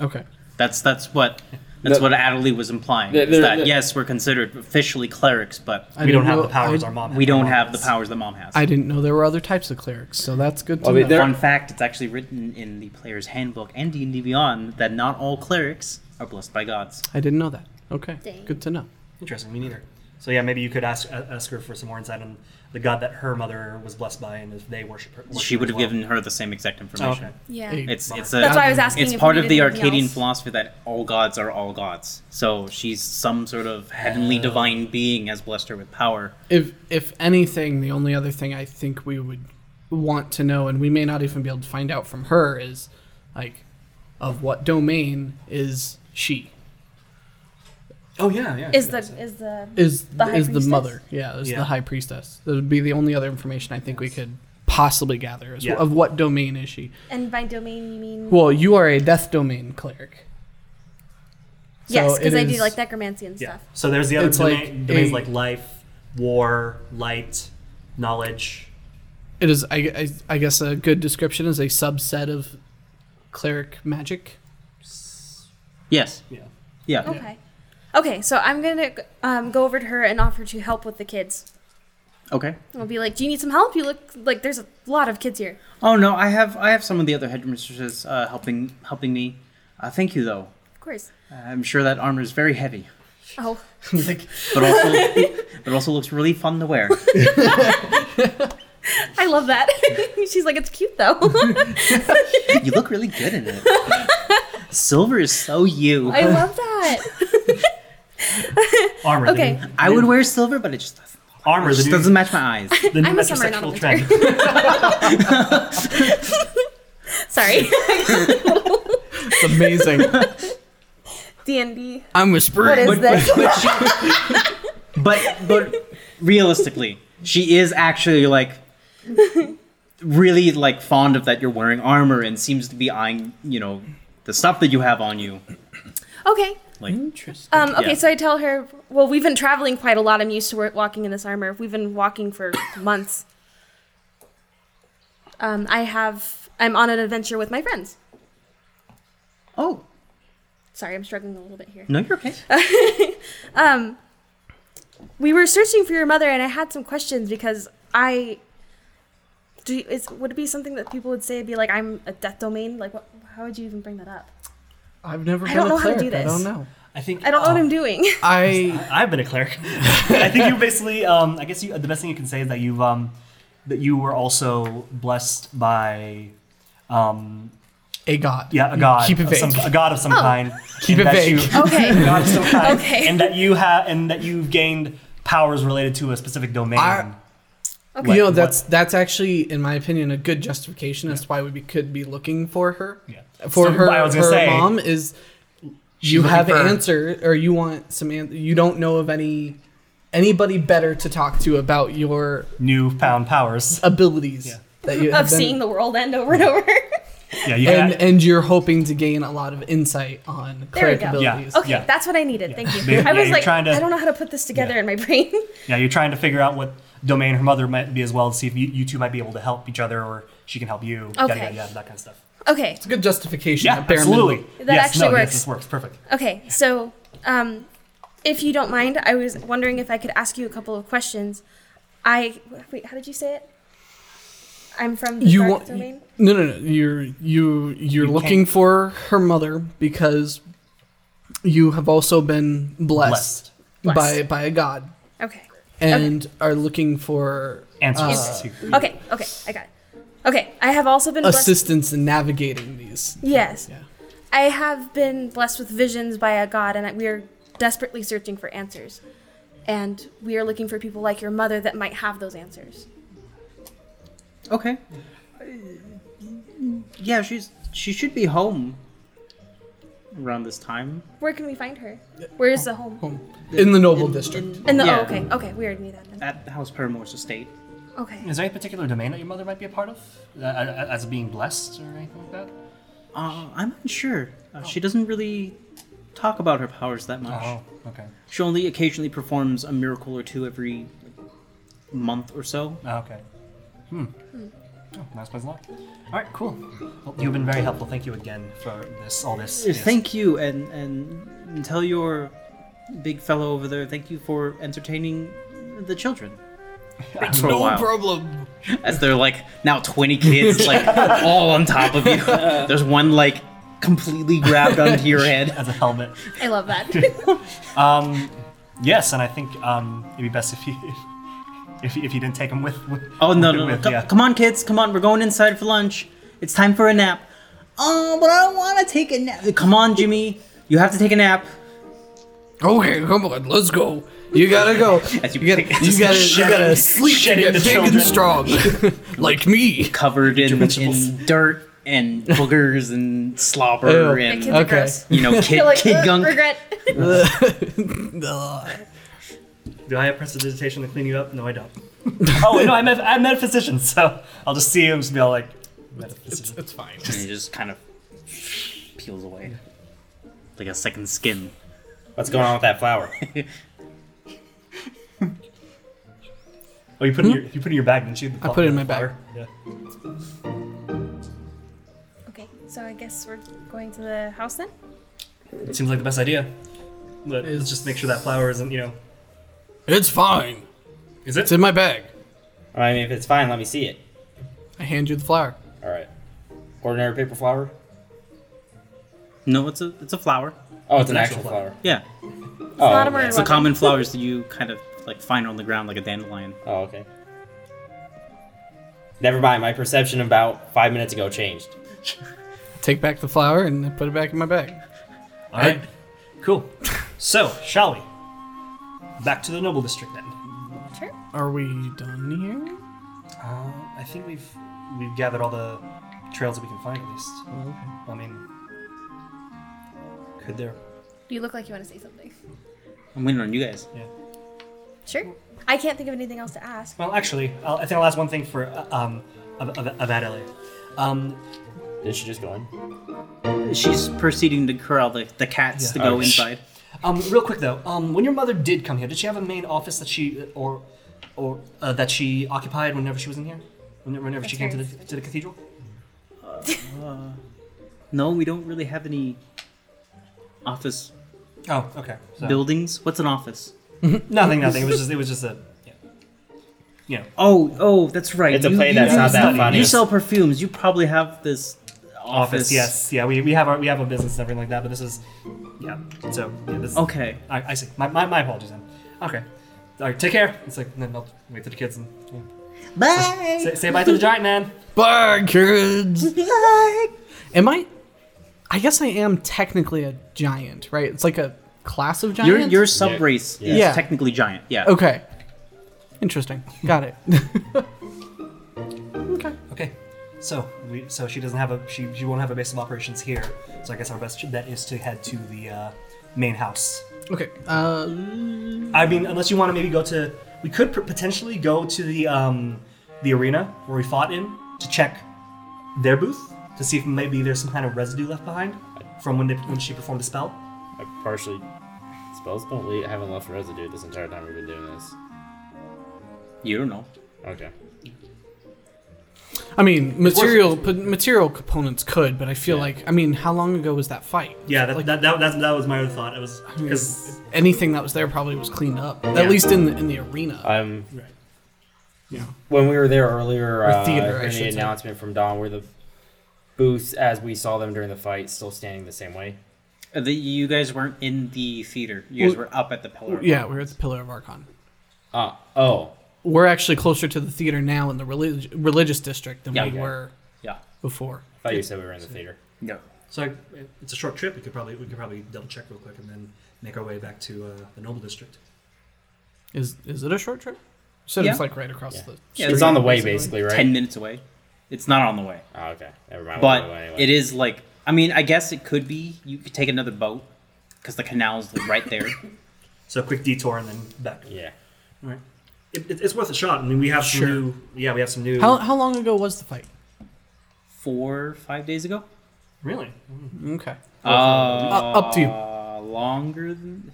[SPEAKER 3] Okay.
[SPEAKER 1] that's that's what that's
[SPEAKER 5] The-
[SPEAKER 1] what Adelie was implying
[SPEAKER 5] The-
[SPEAKER 1] is
[SPEAKER 5] the-
[SPEAKER 1] that
[SPEAKER 5] the-
[SPEAKER 1] yes we're considered officially clerics but
[SPEAKER 3] I
[SPEAKER 2] we don't
[SPEAKER 3] didn't
[SPEAKER 2] have
[SPEAKER 3] know-
[SPEAKER 2] the powers
[SPEAKER 3] I,
[SPEAKER 2] our mom.
[SPEAKER 1] we
[SPEAKER 2] had.
[SPEAKER 1] don't have the powers that mom has
[SPEAKER 3] I didn't know there were other types of clerics, so that's good to
[SPEAKER 5] Well, I mean,
[SPEAKER 3] know.
[SPEAKER 5] there-
[SPEAKER 1] Fun fact: It's actually written in the player's handbook and D and D Beyond that not all clerics are blessed by gods.
[SPEAKER 3] I didn't know that. Okay.
[SPEAKER 4] Dang.
[SPEAKER 3] Good to know.
[SPEAKER 2] Interesting. Me neither. So yeah, maybe you could ask a- ask her for some more insight on the god that her mother was blessed by and if they worship her. worship
[SPEAKER 1] She
[SPEAKER 2] her
[SPEAKER 1] would
[SPEAKER 2] as
[SPEAKER 1] have
[SPEAKER 2] well.
[SPEAKER 1] given her the same exact
[SPEAKER 2] Oh,
[SPEAKER 1] information.
[SPEAKER 2] okay.
[SPEAKER 4] Yeah.
[SPEAKER 3] Hey,
[SPEAKER 1] It's it's a
[SPEAKER 4] That's why I was asking.
[SPEAKER 1] it's
[SPEAKER 4] if we
[SPEAKER 1] part of
[SPEAKER 4] needed
[SPEAKER 1] the
[SPEAKER 4] anything
[SPEAKER 1] Arcadian
[SPEAKER 4] else.
[SPEAKER 1] philosophy that all gods are all gods. So she's some sort of
[SPEAKER 2] Oh.
[SPEAKER 1] heavenly divine being has blessed her with power.
[SPEAKER 3] If if anything, the only other thing I think we would want to know, and we may not even be able to find out from her, is like of what domain is she?
[SPEAKER 2] Oh yeah, yeah.
[SPEAKER 4] Is
[SPEAKER 2] yeah,
[SPEAKER 4] the
[SPEAKER 2] so-
[SPEAKER 4] is the
[SPEAKER 3] is
[SPEAKER 4] The high
[SPEAKER 3] is the
[SPEAKER 4] priestess?
[SPEAKER 3] mother. Yeah, is
[SPEAKER 2] Yeah.
[SPEAKER 3] the high priestess. That would be the only other information I think we could possibly gather is
[SPEAKER 2] Yeah.
[SPEAKER 3] of what domain is she?
[SPEAKER 4] and by domain you mean
[SPEAKER 3] Well, you are a death domain cleric.
[SPEAKER 4] yes
[SPEAKER 3] so
[SPEAKER 4] because
[SPEAKER 3] it
[SPEAKER 4] I do
[SPEAKER 3] is-
[SPEAKER 4] like necromancy and
[SPEAKER 2] yeah.
[SPEAKER 4] stuff.
[SPEAKER 2] So there's the other
[SPEAKER 3] It's like
[SPEAKER 2] domain, domains
[SPEAKER 3] a-
[SPEAKER 2] like life, war, light, knowledge.
[SPEAKER 3] It is I, I, I guess a good description is a subset of cleric magic.
[SPEAKER 1] Yes.
[SPEAKER 2] Yeah.
[SPEAKER 1] Yeah.
[SPEAKER 4] Okay, okay. So I'm gonna um, go over to her and offer to help with the kids.
[SPEAKER 1] Okay.
[SPEAKER 4] I'll be like, do you need some help? You look like there's a lot of kids here.
[SPEAKER 1] Oh no, I have I have some of the other headmistresses uh, helping helping me. Uh, thank you though.
[SPEAKER 4] Of course.
[SPEAKER 1] I'm sure that armor is very heavy,
[SPEAKER 4] Oh,
[SPEAKER 1] but
[SPEAKER 4] (laughs)
[SPEAKER 1] also but also looks really fun to wear.
[SPEAKER 4] I love that. (laughs) She's like, it's
[SPEAKER 1] (laughs)
[SPEAKER 4] cute though.
[SPEAKER 1] You look really good in it. Silver is so you.
[SPEAKER 4] I
[SPEAKER 1] I, (laughs)
[SPEAKER 4] love that.
[SPEAKER 2] Armor.
[SPEAKER 4] Okay.
[SPEAKER 2] The,
[SPEAKER 1] would wear silver, but it just doesn't,
[SPEAKER 2] armor.
[SPEAKER 1] it
[SPEAKER 2] The
[SPEAKER 1] just
[SPEAKER 2] new,
[SPEAKER 1] doesn't match my eyes.
[SPEAKER 2] the new
[SPEAKER 4] I'm a summer, not a
[SPEAKER 2] metrosexual
[SPEAKER 4] winter.
[SPEAKER 2] trend.
[SPEAKER 4] (laughs) Sorry. (laughs)
[SPEAKER 3] It's amazing.
[SPEAKER 4] D and D.
[SPEAKER 3] (laughs) I'm whispering.
[SPEAKER 4] What
[SPEAKER 1] But,
[SPEAKER 4] is
[SPEAKER 1] but, but, she, but but realistically, she is actually like really like fond of that you're wearing armor and seems to be eyeing you know the stuff that you have on you.
[SPEAKER 4] Okay.
[SPEAKER 1] Like
[SPEAKER 3] Interesting.
[SPEAKER 4] Um, okay,
[SPEAKER 1] Yeah.
[SPEAKER 4] so I tell her, well, we've been traveling quite a lot. I'm used to wor- walking in this armor. We've been walking for (coughs) months. Um, I have. I'm on an adventure with my friends.
[SPEAKER 1] oh
[SPEAKER 4] Sorry, I'm struggling a little bit here.
[SPEAKER 1] no, you're okay.
[SPEAKER 4] Um, we were searching for your mother, and I had some questions because I. Do you, is, would it be something that people would say? Be like, I'm a death domain. Like, what, how would you even bring that up?
[SPEAKER 3] I've never
[SPEAKER 4] I
[SPEAKER 3] been
[SPEAKER 4] don't
[SPEAKER 3] a
[SPEAKER 4] know how to
[SPEAKER 3] cleric.
[SPEAKER 4] do
[SPEAKER 3] I
[SPEAKER 4] this.
[SPEAKER 3] don't know.
[SPEAKER 2] I think.
[SPEAKER 4] I don't know
[SPEAKER 2] um,
[SPEAKER 4] what I'm
[SPEAKER 2] (laughs)
[SPEAKER 4] doing. (laughs)
[SPEAKER 3] I
[SPEAKER 2] I've been a cleric. (laughs) I think you basically. Um, I guess you, the best thing you can say is that you've um, that you were also blessed by, um,
[SPEAKER 3] a god.
[SPEAKER 2] yeah, a god.
[SPEAKER 3] Mm, Keep it
[SPEAKER 2] of some-
[SPEAKER 3] vague.
[SPEAKER 2] a god of some
[SPEAKER 4] Oh.
[SPEAKER 2] kind.
[SPEAKER 3] Keep
[SPEAKER 2] and
[SPEAKER 3] it
[SPEAKER 2] that
[SPEAKER 3] vague.
[SPEAKER 4] (laughs)
[SPEAKER 2] you-
[SPEAKER 4] Okay.
[SPEAKER 2] a god of some kind.
[SPEAKER 4] Okay.
[SPEAKER 2] And that you have, and that you've gained powers related to a specific domain.
[SPEAKER 3] I-
[SPEAKER 4] Okay.
[SPEAKER 3] you know
[SPEAKER 2] What-
[SPEAKER 3] that's that's actually, in my opinion, a good justification as to why we be- could be looking for her.
[SPEAKER 2] Yeah.
[SPEAKER 3] For
[SPEAKER 2] So
[SPEAKER 3] her,
[SPEAKER 2] I was
[SPEAKER 3] her
[SPEAKER 2] gonna say-
[SPEAKER 3] mom is. You
[SPEAKER 2] looking
[SPEAKER 3] have
[SPEAKER 2] for-
[SPEAKER 3] answer, or you want some. An- you don't know of any anybody better to talk to about your
[SPEAKER 2] newfound
[SPEAKER 4] (laughs)
[SPEAKER 2] powers.
[SPEAKER 3] abilities that you
[SPEAKER 4] of
[SPEAKER 3] have been-
[SPEAKER 4] seeing the world end over and over. (laughs)
[SPEAKER 2] Yeah, you
[SPEAKER 3] and
[SPEAKER 2] can.
[SPEAKER 3] and you're hoping to gain a lot of insight on
[SPEAKER 4] There we
[SPEAKER 3] cleric
[SPEAKER 4] go.
[SPEAKER 3] abilities.
[SPEAKER 4] Okay,
[SPEAKER 2] Yeah.
[SPEAKER 4] that's what I needed. Thank you.
[SPEAKER 2] Yeah,
[SPEAKER 4] I was
[SPEAKER 2] you're
[SPEAKER 4] like,
[SPEAKER 2] trying to-
[SPEAKER 4] I don't know how to put this together
[SPEAKER 2] Yeah.
[SPEAKER 4] in my brain. (laughs)
[SPEAKER 2] Yeah, you're trying to figure out what domain her mother might be as well to see if you, you two might be able to help each other or she can help you. Yada,
[SPEAKER 4] Okay.
[SPEAKER 2] yada, yada, that kind of stuff.
[SPEAKER 4] Okay,
[SPEAKER 3] It's a good justification.
[SPEAKER 2] Yeah,
[SPEAKER 3] at bare minimum.
[SPEAKER 2] absolutely.
[SPEAKER 4] That
[SPEAKER 2] yes,
[SPEAKER 4] actually
[SPEAKER 2] no,
[SPEAKER 4] works.
[SPEAKER 2] Yes, this works. Perfect.
[SPEAKER 4] okay. So, um, if you don't mind, I was wondering if I could ask you a couple of questions. I wait, how did you say it? I'm from the
[SPEAKER 3] you
[SPEAKER 4] dark
[SPEAKER 3] want
[SPEAKER 4] domain.
[SPEAKER 3] no no no you're you you're looking for her mother because you have also been blessed, by
[SPEAKER 4] Blessed.
[SPEAKER 3] by a god
[SPEAKER 4] Okay.
[SPEAKER 3] and are looking for uh,
[SPEAKER 2] Answers to.
[SPEAKER 4] Okay. Okay. I got it. Okay. I have also been blessed.
[SPEAKER 3] assistance in navigating these
[SPEAKER 4] Yes.
[SPEAKER 3] Yeah.
[SPEAKER 4] I have been blessed with visions by a god, and we are desperately searching for answers. And we are looking for people like your mother that might have those answers.
[SPEAKER 1] Okay. Yeah, she's she should be home around this time.
[SPEAKER 4] Where can we find her? Where is the home?
[SPEAKER 3] in the noble district
[SPEAKER 4] And the
[SPEAKER 1] Yeah.
[SPEAKER 4] oh, okay, okay, we already knew that. Then.
[SPEAKER 1] At House Paramore's estate.
[SPEAKER 4] Okay,
[SPEAKER 2] Is there any particular domain that your mother might be a part of, uh, uh, as being blessed or anything like that?
[SPEAKER 1] Uh, I'm unsure. Uh,
[SPEAKER 2] Oh.
[SPEAKER 1] She doesn't really talk about her powers that much.
[SPEAKER 2] Oh, okay.
[SPEAKER 1] She only occasionally performs a miracle or two every month or so.
[SPEAKER 2] Oh, okay. Hmm. Oh, nice place lot. All right, cool. Well, you've been very helpful. Thank you again for this, all this. Yes.
[SPEAKER 1] Thank you, and and tell your big fellow over there. Thank you for entertaining the children. It's
[SPEAKER 2] Oh,
[SPEAKER 1] no
[SPEAKER 3] problem
[SPEAKER 1] as they're like now 20 kids like all on top of you there's one like completely grabbed onto your head
[SPEAKER 2] As a helmet.
[SPEAKER 4] I love that.
[SPEAKER 2] Um, yes, and I think um, it'd be best if you if, if you didn't take him with. with
[SPEAKER 1] oh no no, no.
[SPEAKER 2] with-
[SPEAKER 1] Co-
[SPEAKER 2] yeah.
[SPEAKER 1] come on kids come on we're going inside for lunch it's time for a nap oh but i don't want to take a nap come on jimmy you have to take a nap
[SPEAKER 3] okay come on let's go you gotta
[SPEAKER 2] (laughs)
[SPEAKER 3] go
[SPEAKER 1] as you,
[SPEAKER 3] you gotta
[SPEAKER 1] pick-
[SPEAKER 3] you gotta, you gotta sleep to
[SPEAKER 2] shedding
[SPEAKER 3] get
[SPEAKER 2] the
[SPEAKER 3] big and strong (laughs) like me
[SPEAKER 1] covered in,
[SPEAKER 2] vegetables.
[SPEAKER 1] in dirt and boogers and slobber
[SPEAKER 3] Ew.
[SPEAKER 4] The kids
[SPEAKER 1] and
[SPEAKER 4] are
[SPEAKER 3] Okay.
[SPEAKER 4] gross.
[SPEAKER 1] you
[SPEAKER 4] (laughs)
[SPEAKER 1] know kid,
[SPEAKER 4] You're like, uh,
[SPEAKER 1] kid
[SPEAKER 4] "Ugh,
[SPEAKER 1] gunk.
[SPEAKER 4] regret. (laughs)
[SPEAKER 3] Ugh.
[SPEAKER 2] Do I have prestidigitation to clean you up? No, I don't. (laughs) oh no, I'm a, I'm a physician, so I'll just see him and be all like,
[SPEAKER 3] it's,
[SPEAKER 2] metaphysician.
[SPEAKER 3] it's fine.
[SPEAKER 1] and it just kind of peels away like a second skin.
[SPEAKER 5] What's going on with that flower?
[SPEAKER 2] Oh, you put
[SPEAKER 1] Hmm?
[SPEAKER 2] it in your you put it in your bag, didn't you?
[SPEAKER 3] I put it in my bag.
[SPEAKER 2] Yeah.
[SPEAKER 4] okay, so I guess we're going to the house then.
[SPEAKER 2] It seems like the best idea. But let's just make sure that flower isn't, you know,
[SPEAKER 3] It's fine.
[SPEAKER 2] is it?
[SPEAKER 3] It's in my bag.
[SPEAKER 5] I mean, if it's fine, let me see it.
[SPEAKER 3] I hand you the flower.
[SPEAKER 5] All right. Ordinary paper flower?
[SPEAKER 1] No, it's a it's a flower.
[SPEAKER 5] Oh, it's an
[SPEAKER 2] Natural
[SPEAKER 5] actual flower.
[SPEAKER 1] Yeah,
[SPEAKER 5] It's
[SPEAKER 4] not a murder
[SPEAKER 1] it's the
[SPEAKER 4] Weapon.
[SPEAKER 1] common flowers that you kind of like find on the ground like a dandelion.
[SPEAKER 5] Oh, okay. Never mind. My perception about five minutes ago changed.
[SPEAKER 3] Take back the flower and I put it back in my bag.
[SPEAKER 2] All right. Cool. So, shall we? Back to the noble district then.
[SPEAKER 4] Sure.
[SPEAKER 3] Are we done here?
[SPEAKER 2] Uh, I think we've we've gathered all the trails that we can find at least. I mean, could there?
[SPEAKER 4] You look like you want to say something.
[SPEAKER 1] I'm waiting on you guys.
[SPEAKER 2] Yeah.
[SPEAKER 4] Sure. I can't think of anything else to ask.
[SPEAKER 2] Well, actually, I'll, I think I'll ask one thing for uh, um of, of, of Adelaide. Um,
[SPEAKER 5] Did she just go in?
[SPEAKER 1] She's proceeding to corral the, the cats
[SPEAKER 2] Yeah. Oh,
[SPEAKER 1] to go
[SPEAKER 5] Okay.
[SPEAKER 1] inside.
[SPEAKER 2] um, real quick though, um, when your mother did come here, did she have a main office that she or or uh, that she occupied whenever she was in here? Whenever, whenever she came to the to the cathedral?
[SPEAKER 1] No, we don't really have any office
[SPEAKER 2] Oh, okay. So.
[SPEAKER 1] buildings. What's an office?
[SPEAKER 2] Nothing, nothing. It was just it was just a yeah. You know,
[SPEAKER 1] Oh, oh, that's right.
[SPEAKER 5] It's a play that's
[SPEAKER 1] you
[SPEAKER 5] not that
[SPEAKER 1] study-
[SPEAKER 5] funny.
[SPEAKER 1] You sell perfumes. You probably have this office.
[SPEAKER 2] (laughs) office. Yes, yeah. We, we have our we have a business and everything like that, but this is yeah. So yeah, this.
[SPEAKER 1] Okay.
[SPEAKER 2] I, I see. My, my, my apologies then. Okay. All right. Take care. It's like then I'll wait for the kids and yeah.
[SPEAKER 7] Bye.
[SPEAKER 2] say, say bye to the giant man.
[SPEAKER 3] Bye, kids. Am I? I guess I am technically a giant, right? It's like a class of
[SPEAKER 1] Your
[SPEAKER 3] giants.
[SPEAKER 1] your sub race is
[SPEAKER 3] Yeah.
[SPEAKER 1] technically giant. Yeah.
[SPEAKER 3] okay. Interesting. Got it. (laughs) okay.
[SPEAKER 2] (laughs) Okay. So we so she doesn't have a she she won't have a base of operations here. So I guess our best bet is to head to the uh, main house.
[SPEAKER 3] Okay. Uh,
[SPEAKER 2] I mean, unless you want to maybe go to, we could p- potentially go to the um, the arena where we fought in to check their booth to see if maybe there's some kind of residue left behind from when they, when she performed the spell.
[SPEAKER 5] I partially. Spells don't leave. I haven't left residue this entire time we've been doing this.
[SPEAKER 1] You don't know.
[SPEAKER 5] Okay.
[SPEAKER 3] I mean, material p- material components could, but I feel like I mean, how long ago was that fight?
[SPEAKER 2] Yeah, that that, that, that, that was my other thought. It was because
[SPEAKER 3] Anything that was there probably was cleaned up,
[SPEAKER 2] Yeah.
[SPEAKER 3] at least in the, in the arena.
[SPEAKER 5] Um.
[SPEAKER 3] Yeah.
[SPEAKER 5] When we were there earlier, uh,
[SPEAKER 3] theater, I
[SPEAKER 5] hearing the
[SPEAKER 3] should say.
[SPEAKER 5] announcement from Don, were the booths as we saw them during the fight still standing the same way?
[SPEAKER 1] Uh, The, you guys weren't in the theater. You guys
[SPEAKER 3] Well-
[SPEAKER 1] were up at the pillar.
[SPEAKER 3] yeah, we're at the Pillar of Archon.
[SPEAKER 5] Uh, oh.
[SPEAKER 3] We're actually closer to the theater now in the relig- religious district than
[SPEAKER 1] Yeah,
[SPEAKER 3] we
[SPEAKER 1] okay.
[SPEAKER 3] were
[SPEAKER 1] Yeah.
[SPEAKER 3] before.
[SPEAKER 5] I thought you said we were in the theater.
[SPEAKER 1] No.
[SPEAKER 2] so I- it's a short trip. We could probably we could probably double check real quick and then make our way back to uh, the noble district.
[SPEAKER 3] Is is it a short trip? So
[SPEAKER 1] Yeah.
[SPEAKER 3] it's like right across the.
[SPEAKER 1] Yeah,
[SPEAKER 5] it's on the way, basically, right?
[SPEAKER 1] Ten minutes away. It's not on the way,
[SPEAKER 5] Oh, okay. Never mind.
[SPEAKER 1] but
[SPEAKER 5] We'll go anyway.
[SPEAKER 1] it is like. I mean, I guess it could be. You could take another boat because the canal's like right
[SPEAKER 3] (laughs)
[SPEAKER 1] there.
[SPEAKER 2] So a quick detour and then back.
[SPEAKER 5] Yeah.
[SPEAKER 2] All right. It, it, it's worth a shot. I mean, we have some
[SPEAKER 3] Sure.
[SPEAKER 2] new. Yeah, we have some new.
[SPEAKER 3] How how long ago was the fight?
[SPEAKER 1] Four, five days ago.
[SPEAKER 2] really?
[SPEAKER 3] Okay.
[SPEAKER 1] Uh,
[SPEAKER 3] up to you.
[SPEAKER 1] Longer than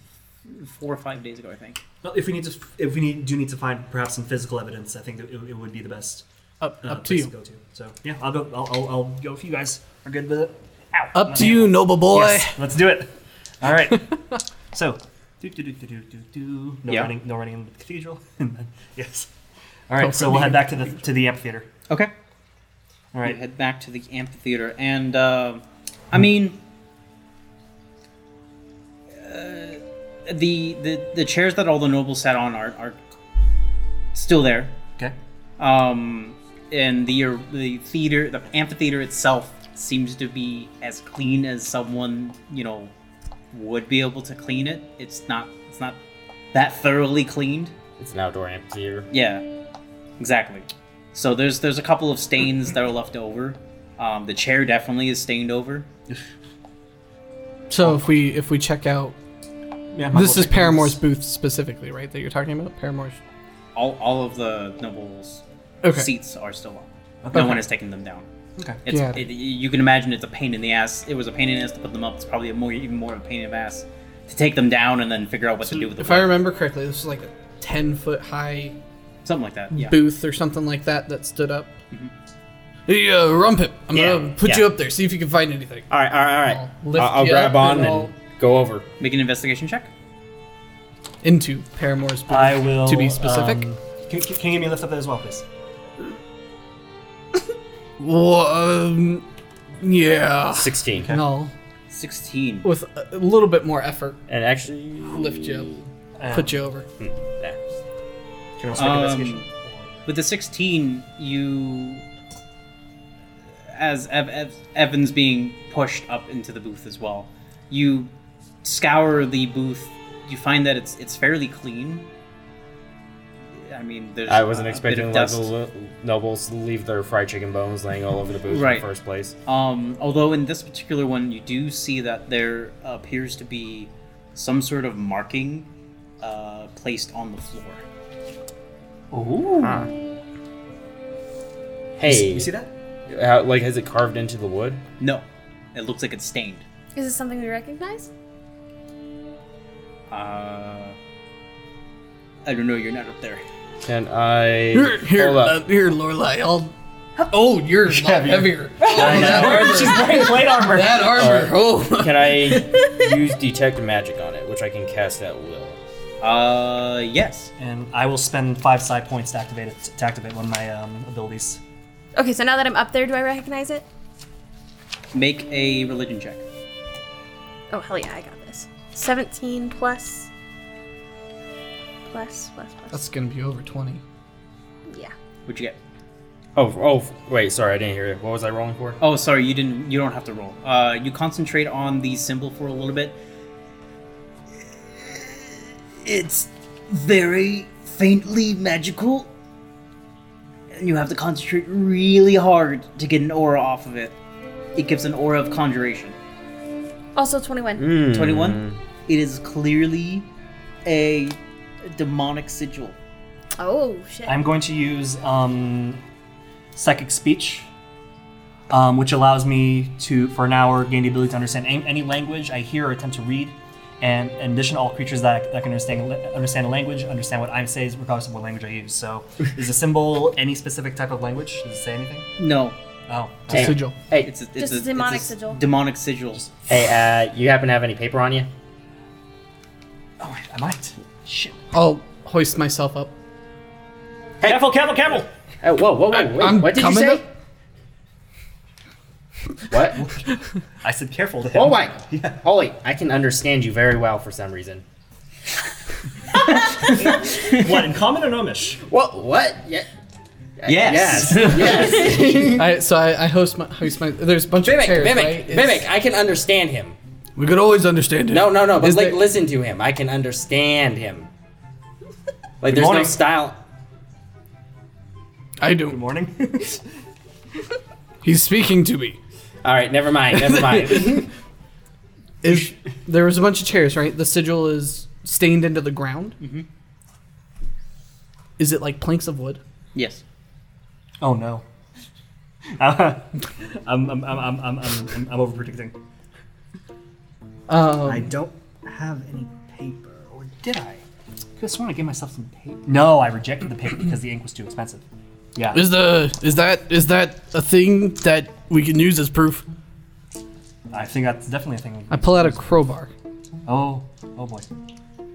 [SPEAKER 1] four or five days ago, I think.
[SPEAKER 2] Well, if we need to, if we need, do need to find perhaps some physical evidence, I think that it, it would be the best
[SPEAKER 3] Up
[SPEAKER 2] uh,
[SPEAKER 3] up to
[SPEAKER 2] place to
[SPEAKER 3] you.
[SPEAKER 2] go to. So yeah, I'll go. I'll, I'll, I'll go if you guys are good with it. Ow,
[SPEAKER 3] Up
[SPEAKER 2] my
[SPEAKER 3] to
[SPEAKER 2] hand.
[SPEAKER 3] you, noble boy.
[SPEAKER 2] Yes, let's do it. All
[SPEAKER 3] (laughs)
[SPEAKER 2] right. so, do do do do do do do. No
[SPEAKER 1] Yeah.
[SPEAKER 2] running, no running in the cathedral. (laughs) And then- yes. All right.
[SPEAKER 3] No
[SPEAKER 2] so we'll head
[SPEAKER 3] running in
[SPEAKER 2] back to the to the amphitheater.
[SPEAKER 1] Okay.
[SPEAKER 2] All
[SPEAKER 1] Right.
[SPEAKER 2] right.
[SPEAKER 1] head back to the amphitheater, and uh, I mean, uh, the the the chairs that all the nobles sat on are are still there.
[SPEAKER 2] Okay.
[SPEAKER 1] Um, and the the theater, the amphitheater itself seems to be as clean as someone you know would be able to clean it. It's not it's not that thoroughly cleaned.
[SPEAKER 5] It's an outdoor amphitheater.
[SPEAKER 1] Yeah, exactly. So there's there's a couple of stains that are left over, Um, the chair definitely is stained over.
[SPEAKER 3] So if we if we check out,
[SPEAKER 2] Yeah, might
[SPEAKER 3] this
[SPEAKER 2] well
[SPEAKER 3] is
[SPEAKER 2] take a
[SPEAKER 3] Paramore's
[SPEAKER 2] look.
[SPEAKER 3] booth specifically, right? That you're talking about, Paramore's.
[SPEAKER 1] All, all of the nobles'
[SPEAKER 3] Okay.
[SPEAKER 1] seats are still up.
[SPEAKER 2] Okay.
[SPEAKER 1] No one has taken them down.
[SPEAKER 2] Okay.
[SPEAKER 1] It's,
[SPEAKER 3] Yeah.
[SPEAKER 1] it, you can imagine it's a pain in the ass. It was a pain in the ass to put them up. It's probably a more even more of a pain in the ass to take them down and then figure out what to do with them.
[SPEAKER 3] If I remember correctly, this is like a ten foot high
[SPEAKER 1] Something like that. Yeah. Mm-hmm.
[SPEAKER 3] booth or something like that that stood up. Hey, uh, Rumpet, I'm
[SPEAKER 5] Yeah,
[SPEAKER 3] gonna put
[SPEAKER 5] yeah.
[SPEAKER 3] you up there. See if you can find anything.
[SPEAKER 5] All right, all right, all right.
[SPEAKER 3] I'll lift
[SPEAKER 5] I'll, I'll
[SPEAKER 3] you
[SPEAKER 5] grab
[SPEAKER 3] up
[SPEAKER 5] on
[SPEAKER 3] and
[SPEAKER 5] and go over.
[SPEAKER 1] Make an investigation check.
[SPEAKER 3] Into Paramore's booth.
[SPEAKER 2] I will.
[SPEAKER 3] To be specific.
[SPEAKER 2] um, can, can can you give me a lift up there as well,
[SPEAKER 3] (laughs)
[SPEAKER 2] please?
[SPEAKER 3] Well, um, yeah.
[SPEAKER 5] 16.
[SPEAKER 3] And I'll,
[SPEAKER 1] Sixteen.
[SPEAKER 3] with a a little bit more effort,
[SPEAKER 5] And actually,
[SPEAKER 3] lift you
[SPEAKER 2] Um,
[SPEAKER 3] up, put you over.
[SPEAKER 5] nah.
[SPEAKER 2] Can I also make
[SPEAKER 1] Um,
[SPEAKER 2] an investigation?
[SPEAKER 1] With the sixteen, you, as Ev- Ev- Evans being pushed up into the booth as well, you scour the booth. You find that it's it's fairly clean. I mean, there's
[SPEAKER 5] I wasn't
[SPEAKER 1] a
[SPEAKER 5] expecting
[SPEAKER 1] bit
[SPEAKER 5] like
[SPEAKER 1] of
[SPEAKER 5] the
[SPEAKER 1] dust.
[SPEAKER 5] lo- nobles to leave their fried chicken bones laying all over the booth
[SPEAKER 1] Right.
[SPEAKER 5] in the first place.
[SPEAKER 1] Um, although in this particular one, you do see that there appears to be some sort of marking uh, placed on the floor.
[SPEAKER 2] Ooh.
[SPEAKER 5] Hey,
[SPEAKER 2] You see that?
[SPEAKER 5] How, like has it carved into the wood?
[SPEAKER 1] No, it looks like it's stained.
[SPEAKER 4] Is this something we recognize?
[SPEAKER 1] Uh, I don't know. You're not up there.
[SPEAKER 5] Can I
[SPEAKER 3] Here, here,
[SPEAKER 5] hold
[SPEAKER 3] uh,
[SPEAKER 5] up?
[SPEAKER 3] here, Lorelai. I'll. Oh, (laughs) you're a lot heavier. Oh, that
[SPEAKER 2] She's
[SPEAKER 3] armor.
[SPEAKER 2] wearing plate armor.
[SPEAKER 3] (laughs) That armor.
[SPEAKER 5] Alright.
[SPEAKER 3] Oh. (laughs)
[SPEAKER 5] Can I use detect magic on it, which I can cast at will?
[SPEAKER 1] Uh, yes.
[SPEAKER 2] And I will spend five side points to activate it, to activate one of my um, abilities.
[SPEAKER 4] Okay, so now that I'm up there, do I recognize it?
[SPEAKER 1] Make a religion check.
[SPEAKER 4] Oh hell yeah, I got this. Seventeen plus. Plus, plus, plus.
[SPEAKER 3] That's gonna be over twenty.
[SPEAKER 4] yeah.
[SPEAKER 1] What'd you get?
[SPEAKER 5] Oh, oh, wait, sorry, I didn't hear it. What was I rolling for?
[SPEAKER 1] Oh, sorry. You didn't. You don't have to roll. Uh, you concentrate on the symbol for a little bit. It's very faintly magical, and you have to concentrate really hard to get an aura off of it. It gives an aura of conjuration.
[SPEAKER 4] Also twenty-one.
[SPEAKER 1] Mm.
[SPEAKER 2] Hmm.
[SPEAKER 1] 21 it is clearly a demonic sigil
[SPEAKER 4] Oh shit.
[SPEAKER 2] I'm going to use um, psychic speech, um, which allows me to, for an hour, gain the ability to understand any, any language I hear or attempt to read. And in addition, all creatures that, that can understand understand a language understand what I'm saying, regardless of what language I use. So, is the symbol any specific type of language? Does it say anything?
[SPEAKER 1] no
[SPEAKER 2] Oh,
[SPEAKER 5] Hey.
[SPEAKER 3] Sigil.
[SPEAKER 5] Hey,
[SPEAKER 1] it's a, it's
[SPEAKER 4] Just
[SPEAKER 1] a,
[SPEAKER 4] a
[SPEAKER 1] it's
[SPEAKER 4] demonic
[SPEAKER 1] s-
[SPEAKER 4] sigil.
[SPEAKER 1] demonic sigil
[SPEAKER 5] hey, uh, you happen to have any paper on you?
[SPEAKER 2] oh, I- I might. Shit.
[SPEAKER 3] I'll hoist myself up.
[SPEAKER 2] Careful, careful, careful!
[SPEAKER 5] Hey, Uh, whoa, whoa, whoa! wait,
[SPEAKER 3] I'm
[SPEAKER 5] what did you
[SPEAKER 3] coming
[SPEAKER 5] say?
[SPEAKER 3] up.
[SPEAKER 5] What?
[SPEAKER 2] I said careful to him.
[SPEAKER 5] Oh my! Holy! I can understand you very well for some reason.
[SPEAKER 2] (laughs) What, in common or Nomish?
[SPEAKER 5] What? What? Yeah. Uh,
[SPEAKER 1] Yes.
[SPEAKER 5] Yes. yes.
[SPEAKER 3] I, so I, I host my host my. There's a bunch of
[SPEAKER 5] Mimic,
[SPEAKER 3] chairs.
[SPEAKER 5] mimic,
[SPEAKER 3] right? It's-
[SPEAKER 5] mimic. I can understand him.
[SPEAKER 3] We could always understand it.
[SPEAKER 5] No, no, no. But
[SPEAKER 3] Is
[SPEAKER 5] like,
[SPEAKER 3] there-
[SPEAKER 5] listen to him. I can understand him. Like,
[SPEAKER 2] Good
[SPEAKER 5] there's
[SPEAKER 2] morning.
[SPEAKER 5] no style.
[SPEAKER 3] I
[SPEAKER 2] Good
[SPEAKER 3] don't.
[SPEAKER 2] morning.
[SPEAKER 3] (laughs) He's speaking to me.
[SPEAKER 5] All right, never mind. Never mind.
[SPEAKER 3] Is (laughs) there was a bunch of chairs, right? The sigil is stained into the ground. Mm-hmm. Is it like planks of wood?
[SPEAKER 1] yes
[SPEAKER 2] Oh no. (laughs) I'm, I'm, I'm, I'm, I'm, I'm, I'm, I'm over predicting.
[SPEAKER 3] Um,
[SPEAKER 2] I don't have any paper, or did I? Could have sworn I gave myself some paper. No, I rejected the paper because the ink was too expensive. Yeah.
[SPEAKER 3] is the is that is that a thing that we can use as proof?
[SPEAKER 2] I think that's definitely a thing. we
[SPEAKER 3] I
[SPEAKER 2] can-
[SPEAKER 3] pull out a crowbar.
[SPEAKER 2] Oh, oh boy.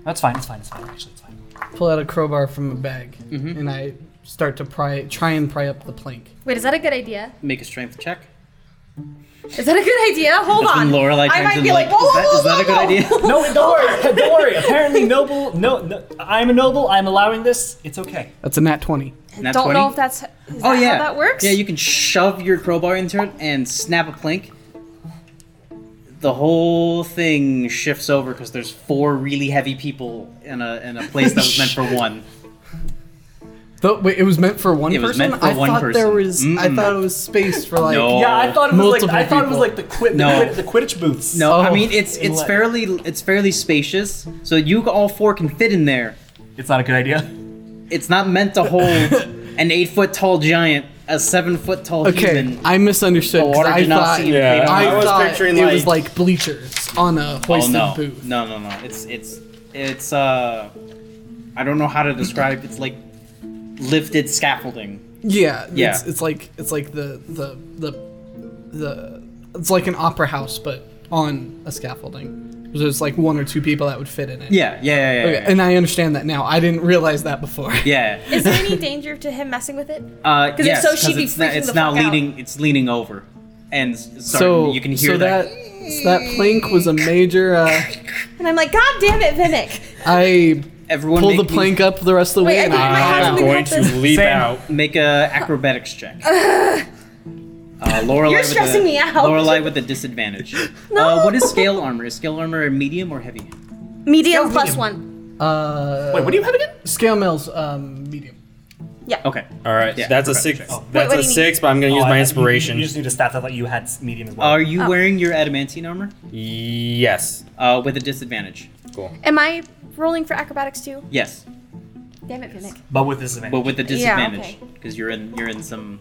[SPEAKER 2] That's fine. It's fine. It's fine. Actually, it's fine.
[SPEAKER 3] Pull out a crowbar from a bag, and I start to pry, try and pry up the plank.
[SPEAKER 4] Wait, is that a good idea?
[SPEAKER 1] make a strength check
[SPEAKER 4] Is that a good idea? Hold
[SPEAKER 1] That's when
[SPEAKER 4] on.
[SPEAKER 1] Laura like
[SPEAKER 4] I
[SPEAKER 1] turns
[SPEAKER 4] might
[SPEAKER 1] and
[SPEAKER 4] be
[SPEAKER 1] like,
[SPEAKER 4] like, whoa, whoa,
[SPEAKER 1] is, that,
[SPEAKER 4] whoa,
[SPEAKER 1] is that a good
[SPEAKER 4] whoa,
[SPEAKER 1] idea
[SPEAKER 2] No, don't worry. Don't worry. Apparently, noble. No, no, I'm a noble. I'm allowing this. It's okay.
[SPEAKER 3] That's a nat twenty.
[SPEAKER 1] Nat
[SPEAKER 4] Don't
[SPEAKER 1] 20?
[SPEAKER 4] know if that's is
[SPEAKER 1] oh
[SPEAKER 4] that
[SPEAKER 1] yeah
[SPEAKER 4] how that works.
[SPEAKER 1] yeah you can shove your crowbar into it and snap a plank the whole thing shifts over because there's four really heavy people in a in a place that was meant for one
[SPEAKER 3] The, wait, it was meant for one
[SPEAKER 1] It was
[SPEAKER 3] person.
[SPEAKER 1] meant for
[SPEAKER 3] I
[SPEAKER 1] one
[SPEAKER 3] thought there
[SPEAKER 1] person.
[SPEAKER 3] was. I
[SPEAKER 1] Mm-mm.
[SPEAKER 3] thought it was space for like.
[SPEAKER 1] No.
[SPEAKER 2] Yeah, I thought it was like
[SPEAKER 3] Multiple
[SPEAKER 2] I thought it was
[SPEAKER 3] people.
[SPEAKER 2] like the quit the,
[SPEAKER 1] No.
[SPEAKER 2] quid- the Quidditch booths.
[SPEAKER 1] No, I
[SPEAKER 3] Oh,
[SPEAKER 1] mean it's
[SPEAKER 2] in
[SPEAKER 1] it's
[SPEAKER 2] what?
[SPEAKER 1] fairly it's fairly spacious, so you all four can fit in there.
[SPEAKER 2] it's not a good idea.
[SPEAKER 1] It's not meant to
[SPEAKER 2] (laughs)
[SPEAKER 1] hold an eight foot tall giant, a seven foot tall
[SPEAKER 3] Okay,
[SPEAKER 1] human.
[SPEAKER 3] I misunderstood.
[SPEAKER 1] The
[SPEAKER 3] 'cause
[SPEAKER 1] water
[SPEAKER 3] I
[SPEAKER 1] did not
[SPEAKER 3] thought,
[SPEAKER 1] seem
[SPEAKER 5] Yeah.
[SPEAKER 1] clean.
[SPEAKER 5] I
[SPEAKER 3] I,
[SPEAKER 5] was
[SPEAKER 3] thought
[SPEAKER 5] picturing,
[SPEAKER 3] it
[SPEAKER 5] like-
[SPEAKER 3] was like bleachers on a
[SPEAKER 1] Oh
[SPEAKER 3] hoisted
[SPEAKER 1] no,
[SPEAKER 3] booth.
[SPEAKER 1] no, no, no! It's it's it's uh, I don't know how to describe. It's like lifted scaffolding.
[SPEAKER 3] Yeah,
[SPEAKER 1] Yeah.
[SPEAKER 3] It's, it's like it's like the the the the it's like an opera house, but on a scaffolding. There's like one or two people that would fit in it.
[SPEAKER 1] Yeah, yeah, yeah, yeah.
[SPEAKER 3] Okay, and I understand that now. I didn't realize that before. (laughs)
[SPEAKER 1] yeah.
[SPEAKER 4] Is there
[SPEAKER 1] (laughs)
[SPEAKER 4] any danger to him messing with it?
[SPEAKER 1] Uh,
[SPEAKER 4] 'Cause if
[SPEAKER 1] yes,
[SPEAKER 4] so, she'd
[SPEAKER 1] 'cause
[SPEAKER 4] be
[SPEAKER 1] it's, na-
[SPEAKER 4] freaking
[SPEAKER 1] it's
[SPEAKER 4] the
[SPEAKER 1] now
[SPEAKER 4] fuck out.
[SPEAKER 1] leaning. It's leaning over, and s- sorry,
[SPEAKER 3] so
[SPEAKER 1] you can hear
[SPEAKER 3] so
[SPEAKER 1] that.
[SPEAKER 3] that. so that plank was a major. Uh,
[SPEAKER 4] And I'm like, God damn it, Vinnick!
[SPEAKER 3] I
[SPEAKER 1] Everyone
[SPEAKER 3] pulled the
[SPEAKER 1] make me-
[SPEAKER 3] plank up the rest of the
[SPEAKER 4] Wait,
[SPEAKER 3] way,
[SPEAKER 4] I
[SPEAKER 3] and
[SPEAKER 4] think
[SPEAKER 3] I,
[SPEAKER 4] my house
[SPEAKER 5] I'm
[SPEAKER 4] would help
[SPEAKER 5] going to
[SPEAKER 4] this.
[SPEAKER 5] leap out.
[SPEAKER 1] Make a acrobatics
[SPEAKER 4] (laughs)
[SPEAKER 1] check. Uh, Lorelei
[SPEAKER 4] You're
[SPEAKER 1] with
[SPEAKER 4] stressing
[SPEAKER 1] a,
[SPEAKER 4] me out.
[SPEAKER 1] Lorelei with a
[SPEAKER 4] (laughs)
[SPEAKER 1] disadvantage.
[SPEAKER 4] No.
[SPEAKER 1] Uh, what is scale armor? Is scale armor a medium or heavy?
[SPEAKER 4] Medium plus one.
[SPEAKER 3] uh,
[SPEAKER 2] Wait, what do you have again?
[SPEAKER 3] scale mills um, medium.
[SPEAKER 1] Okay.
[SPEAKER 5] All right,
[SPEAKER 1] Yeah,
[SPEAKER 5] that's a
[SPEAKER 1] perfect.
[SPEAKER 5] six.
[SPEAKER 1] Oh.
[SPEAKER 5] That's
[SPEAKER 4] Wait, what do
[SPEAKER 5] a
[SPEAKER 4] you
[SPEAKER 5] six, but I'm gonna use
[SPEAKER 2] Oh, I-
[SPEAKER 5] my
[SPEAKER 2] you-
[SPEAKER 5] inspiration.
[SPEAKER 2] You, just need a stat. I thought you had medium as well.
[SPEAKER 1] Are you
[SPEAKER 4] Oh.
[SPEAKER 1] wearing your adamantine armor?
[SPEAKER 5] Yes.
[SPEAKER 1] Uh, with a disadvantage.
[SPEAKER 5] Cool.
[SPEAKER 4] Am I rolling for acrobatics too?
[SPEAKER 1] Yes,
[SPEAKER 4] Damn it, Vinnick.
[SPEAKER 2] but with this event.
[SPEAKER 1] but with a disadvantage
[SPEAKER 4] okay.
[SPEAKER 1] because you're in you're in some.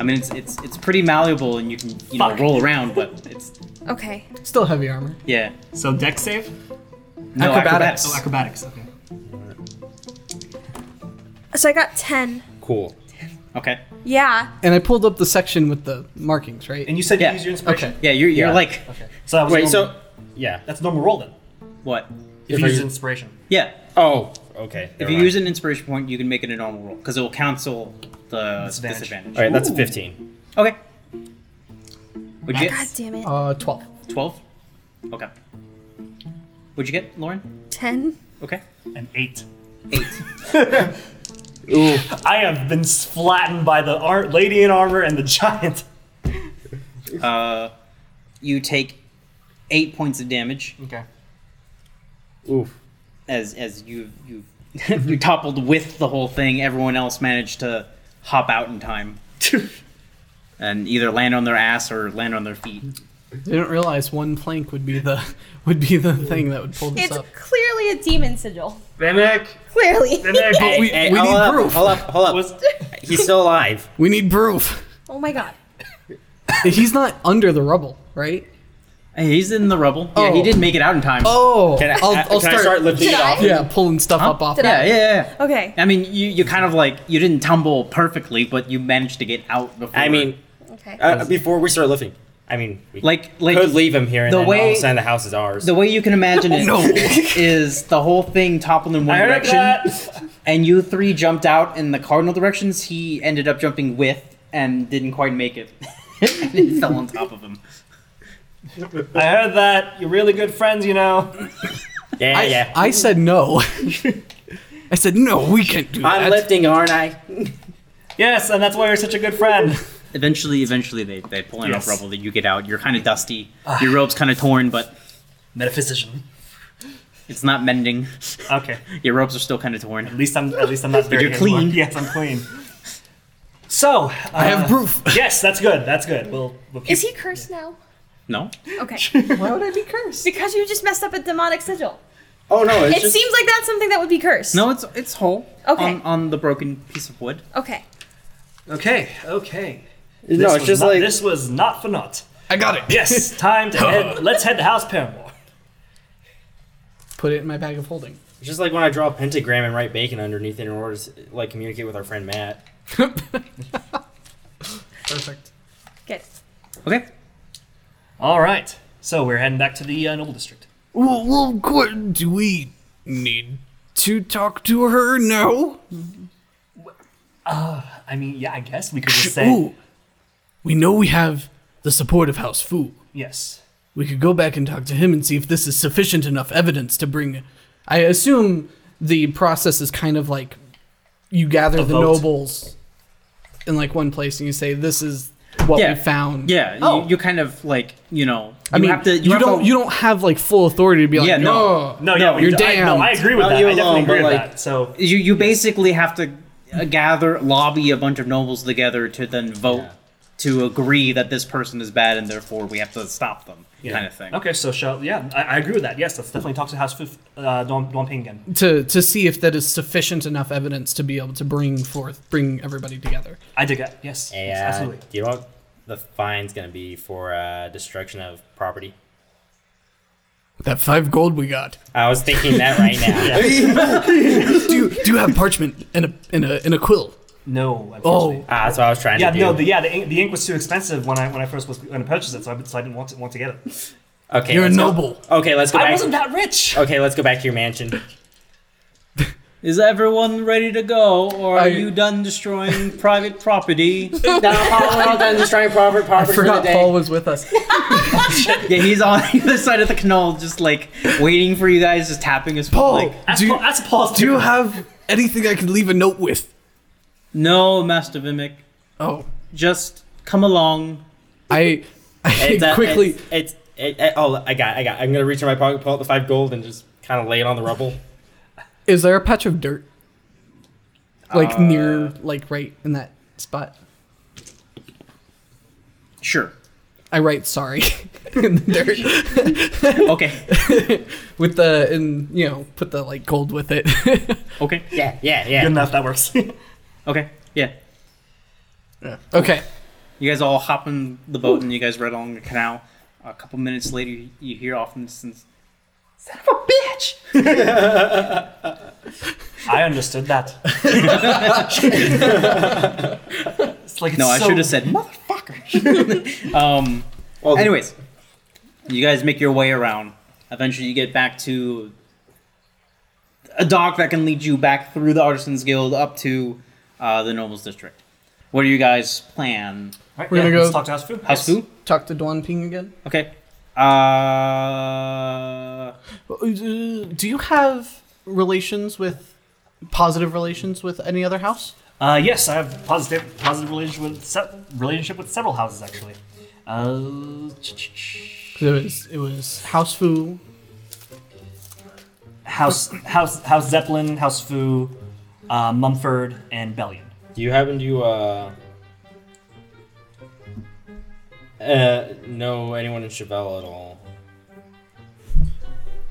[SPEAKER 1] I mean, it's it's it's pretty malleable and you can you know
[SPEAKER 2] Fuck.
[SPEAKER 1] roll around, but it's
[SPEAKER 4] Okay.
[SPEAKER 3] Still heavy armor.
[SPEAKER 1] yeah.
[SPEAKER 2] so deck save.
[SPEAKER 1] No
[SPEAKER 3] Acrobatics.
[SPEAKER 2] Oh, acrobatics. Okay.
[SPEAKER 4] So I got 10.
[SPEAKER 5] Cool.
[SPEAKER 1] Okay.
[SPEAKER 4] Yeah.
[SPEAKER 3] And I pulled up the section with the markings, right?
[SPEAKER 2] And you said
[SPEAKER 1] Yeah.
[SPEAKER 2] you use your inspiration.
[SPEAKER 3] okay.
[SPEAKER 1] Yeah, you're you're
[SPEAKER 5] Yeah.
[SPEAKER 1] like
[SPEAKER 2] Okay. So that was
[SPEAKER 5] Wait.
[SPEAKER 2] normal.
[SPEAKER 5] So. Yeah.
[SPEAKER 2] that's a normal roll then.
[SPEAKER 1] what?
[SPEAKER 2] If,
[SPEAKER 5] If
[SPEAKER 2] you
[SPEAKER 5] I
[SPEAKER 2] use
[SPEAKER 5] use-
[SPEAKER 2] inspiration.
[SPEAKER 1] Yeah.
[SPEAKER 5] Oh. Okay.
[SPEAKER 1] If you use an inspiration point, you can make it a normal roll because it will cancel the
[SPEAKER 2] Disadvantage.
[SPEAKER 1] disadvantage.
[SPEAKER 5] All right, that's a fifteen.
[SPEAKER 1] Okay. What'd you
[SPEAKER 4] God
[SPEAKER 1] get?
[SPEAKER 4] damn it.
[SPEAKER 3] Uh, twelve.
[SPEAKER 1] Twelve. Okay. What'd you get, Lauren?
[SPEAKER 4] 10.
[SPEAKER 1] Okay.
[SPEAKER 2] An eight.
[SPEAKER 1] Eight.
[SPEAKER 5] Ooh.
[SPEAKER 2] I have been flattened by the ar- lady in armor and the giant.
[SPEAKER 1] uh, you take eight points of damage
[SPEAKER 2] Okay.
[SPEAKER 5] Ooh.
[SPEAKER 1] as as you you (laughs) you toppled with the whole thing. Everyone else managed to hop out in
[SPEAKER 5] (laughs)
[SPEAKER 1] time and either land on their ass or land on their feet.
[SPEAKER 3] I didn't realize one plank would be the (laughs) would be the thing that would pull this
[SPEAKER 4] It's
[SPEAKER 3] up.
[SPEAKER 4] clearly a demon sigil.
[SPEAKER 5] Vimic.
[SPEAKER 4] Clearly.
[SPEAKER 3] But we, we
[SPEAKER 5] hold
[SPEAKER 3] need
[SPEAKER 5] up,
[SPEAKER 3] proof.
[SPEAKER 5] Hold up. Hold up. (laughs)
[SPEAKER 2] Was
[SPEAKER 5] He's still alive.
[SPEAKER 3] We need proof.
[SPEAKER 4] (laughs) oh my god.
[SPEAKER 3] He's not under the rubble, right?
[SPEAKER 1] Hey, He's in the rubble. Yeah, he
[SPEAKER 3] Oh.
[SPEAKER 1] didn't make it out in time.
[SPEAKER 3] Oh,
[SPEAKER 5] Can I,
[SPEAKER 3] I'll,
[SPEAKER 5] I-
[SPEAKER 3] I'll
[SPEAKER 5] can I start lifting
[SPEAKER 4] Did
[SPEAKER 5] it
[SPEAKER 4] I?
[SPEAKER 5] off?
[SPEAKER 3] Yeah, pulling stuff up off.
[SPEAKER 4] Did
[SPEAKER 1] yeah,
[SPEAKER 4] I?
[SPEAKER 1] yeah, yeah.
[SPEAKER 4] Okay.
[SPEAKER 1] I mean, you, you kind of like you didn't tumble perfectly, but you managed to get out before.
[SPEAKER 5] I mean,
[SPEAKER 4] Okay.
[SPEAKER 5] uh, before we start lifting, I mean, we
[SPEAKER 1] like like
[SPEAKER 5] could leave Oh, him here, and
[SPEAKER 1] the
[SPEAKER 5] then all
[SPEAKER 1] way-
[SPEAKER 5] of a sudden the house is ours.
[SPEAKER 1] the way you can
[SPEAKER 5] (laughs)
[SPEAKER 1] imagine it is (laughs)
[SPEAKER 3] No.
[SPEAKER 1] the whole thing toppled in one
[SPEAKER 2] I heard
[SPEAKER 1] direction,
[SPEAKER 2] that.
[SPEAKER 1] and you three jumped out in the cardinal directions. He ended up jumping with and didn't quite make (laughs) it. and it fell on top of him.
[SPEAKER 2] (laughs) I heard that. You're really good friends, you know.
[SPEAKER 5] yeah,
[SPEAKER 3] I,
[SPEAKER 5] yeah.
[SPEAKER 3] I said no. (laughs) I said no. We can't do that.
[SPEAKER 5] lifting, aren't I?
[SPEAKER 2] Yes, and that's why you're such a good friend.
[SPEAKER 1] Eventually, eventually they they pull enough
[SPEAKER 2] Yes.
[SPEAKER 1] rubble that you get out. You're kind of dusty. Your robe's kind of torn, but
[SPEAKER 2] Metaphysician.
[SPEAKER 1] it's not mending.
[SPEAKER 2] Okay.
[SPEAKER 1] Your robes are still kind of torn.
[SPEAKER 2] At least I'm at least I'm not dirty
[SPEAKER 1] you're clean.
[SPEAKER 2] anymore. (laughs) Yes, I'm clean. So uh,
[SPEAKER 3] I have proof.
[SPEAKER 2] Yes, that's good. That's good. We'll, we'll keep
[SPEAKER 4] Is he cursed now?
[SPEAKER 1] No.
[SPEAKER 5] (laughs)
[SPEAKER 4] Okay.
[SPEAKER 3] Why would I be cursed?
[SPEAKER 4] because you just messed up a demonic sigil.
[SPEAKER 5] Oh no, it's
[SPEAKER 4] It
[SPEAKER 5] just um,
[SPEAKER 4] seems like that's something that would be cursed.
[SPEAKER 1] No, Oh, it's it's whole
[SPEAKER 4] Okay.
[SPEAKER 1] on on the broken piece of wood.
[SPEAKER 4] Okay.
[SPEAKER 2] Okay, okay. This
[SPEAKER 5] no,
[SPEAKER 2] was
[SPEAKER 5] it's just
[SPEAKER 2] not-
[SPEAKER 5] like
[SPEAKER 2] this
[SPEAKER 5] (laughs)
[SPEAKER 2] was not for naught.
[SPEAKER 3] I got it.
[SPEAKER 2] Yes, time to head. Let's head to House Paramore.
[SPEAKER 3] Put it in my bag of holding.
[SPEAKER 5] it's just like when I draw a pentagram and write bacon underneath it in order to like communicate with our friend Matt.
[SPEAKER 3] Perfect.
[SPEAKER 4] Good.
[SPEAKER 1] Okay.
[SPEAKER 2] All right. So we're heading back to the uh, Noble District.
[SPEAKER 3] Well, well, Gordon, do we need to talk to her? No.
[SPEAKER 2] I mean, yeah, I guess we could just say
[SPEAKER 3] Ooh, we know we have the support of House Fu.
[SPEAKER 2] yes.
[SPEAKER 3] We could go back and talk to him and see if this is sufficient enough evidence to bring. I assume the process is kind of like you gather
[SPEAKER 2] A
[SPEAKER 3] the
[SPEAKER 2] vote.
[SPEAKER 3] nobles in like one place and you say this is what
[SPEAKER 1] Yeah.
[SPEAKER 3] we found.
[SPEAKER 1] Yeah, you-
[SPEAKER 2] Oh.
[SPEAKER 1] you, kind of like you know.
[SPEAKER 3] I
[SPEAKER 1] you
[SPEAKER 3] mean,
[SPEAKER 1] have to,
[SPEAKER 3] you,
[SPEAKER 1] have
[SPEAKER 3] don't
[SPEAKER 1] to-
[SPEAKER 3] you don't have like full authority to be like, "Oh,"
[SPEAKER 1] Yeah, no.
[SPEAKER 2] No,
[SPEAKER 3] no,
[SPEAKER 2] yeah, we-
[SPEAKER 3] you're
[SPEAKER 2] I, no,
[SPEAKER 3] damned.
[SPEAKER 2] I agree with
[SPEAKER 1] Not
[SPEAKER 2] that. I
[SPEAKER 1] you
[SPEAKER 2] definitely
[SPEAKER 1] alone,
[SPEAKER 2] agree
[SPEAKER 1] but,
[SPEAKER 2] with
[SPEAKER 1] like-
[SPEAKER 2] that. So
[SPEAKER 1] you you basically have to uh, gather lobby a bunch of nobles together to then vote to agree that this person is bad and therefore we have to stop them
[SPEAKER 2] yeah.
[SPEAKER 1] kind of thing
[SPEAKER 2] Okay, so shall yeah, I, I agree with that. Yes, let's definitely talk to House Fifth, uh, Dom, Dom Ping again.
[SPEAKER 3] to to see if that is sufficient enough evidence to be able to bring forth bring everybody together.
[SPEAKER 2] I dig it. Yes,
[SPEAKER 5] And
[SPEAKER 2] yes absolutely.
[SPEAKER 5] do you know what the fine's gonna be for uh, destruction of property?
[SPEAKER 3] That five gold we got.
[SPEAKER 5] I was thinking that right now. (laughs)
[SPEAKER 3] Do you, do you have parchment and a and a and a quill?
[SPEAKER 2] No.
[SPEAKER 3] Oh,
[SPEAKER 2] unfortunately.
[SPEAKER 5] Ah, that's what I was trying
[SPEAKER 2] Yeah,
[SPEAKER 5] to do.
[SPEAKER 2] no, the, yeah, the ink, the ink was too expensive when I when I first was going to purchase it, so I, so I didn't want to, want to get it.
[SPEAKER 5] okay,
[SPEAKER 3] you're a
[SPEAKER 5] let's go-
[SPEAKER 3] noble.
[SPEAKER 5] Okay, let's go
[SPEAKER 2] I
[SPEAKER 5] back.
[SPEAKER 2] wasn't that rich.
[SPEAKER 5] okay, let's go back to your (laughs) mansion.
[SPEAKER 1] is everyone ready to go or are
[SPEAKER 3] I-
[SPEAKER 1] you done destroying (laughs) private property
[SPEAKER 5] now, Paul, we're all done destroying property. property for the day.
[SPEAKER 3] was with us.
[SPEAKER 1] yeah he's on the other side of the canal just like waiting for you guys just tapping his phone
[SPEAKER 3] Paul,
[SPEAKER 1] like
[SPEAKER 2] That's,
[SPEAKER 3] Oh, do you,
[SPEAKER 2] Paul, that's Paul's.
[SPEAKER 3] do you have anything I could leave a note with?
[SPEAKER 1] no master mimic
[SPEAKER 3] Oh,
[SPEAKER 1] just come along
[SPEAKER 3] I I
[SPEAKER 5] It's, uh,
[SPEAKER 3] quickly
[SPEAKER 5] It's, it's it, it- oh, I got, I got. I'm gonna reach in my pocket, pull out the five gold, and just kind of lay it on the rubble.
[SPEAKER 3] is there a patch of dirt like near like right in that spot?
[SPEAKER 1] sure
[SPEAKER 3] I write sorry (laughs) in the dirt.
[SPEAKER 1] okay
[SPEAKER 3] (laughs) with the and you know put the like gold with it. (laughs)
[SPEAKER 1] okay
[SPEAKER 5] (laughs) Yeah, yeah, yeah.
[SPEAKER 2] Good enough. That works.
[SPEAKER 1] okay yeah
[SPEAKER 3] okay,
[SPEAKER 1] You guys all hop in the boat and you guys ride along the canal. A couple minutes later, you- you hear off in the distance,
[SPEAKER 2] I
[SPEAKER 1] (laughs)
[SPEAKER 2] understood that. it's like it's
[SPEAKER 1] No, I
[SPEAKER 2] so-
[SPEAKER 1] should have said motherfucker. (laughs) um,
[SPEAKER 5] Well, the-
[SPEAKER 1] anyways, you guys make your way around. Eventually, you get back to a dock that can lead you back through the Artisans Guild up to uh, the Nobles District. What do you guys plan?
[SPEAKER 2] Right,
[SPEAKER 3] We're
[SPEAKER 2] yeah,
[SPEAKER 3] gonna go-
[SPEAKER 2] Let's talk to House Fu.
[SPEAKER 1] House
[SPEAKER 2] Yes.
[SPEAKER 1] food?
[SPEAKER 3] talk to Duan Ping again.
[SPEAKER 1] Okay. Uh,
[SPEAKER 3] Do you have relations with positive relations with any other house?
[SPEAKER 2] Uh, yes, I have positive positive relationship with se- relationship with several houses actually. Uh, ch- ch- ch-
[SPEAKER 3] It was it was House Fu.
[SPEAKER 2] House House House Zeppelin, House Fu, uh, Mumford, and Bellion.
[SPEAKER 5] Do you happen to uh, uh, know anyone in Chevelle at all?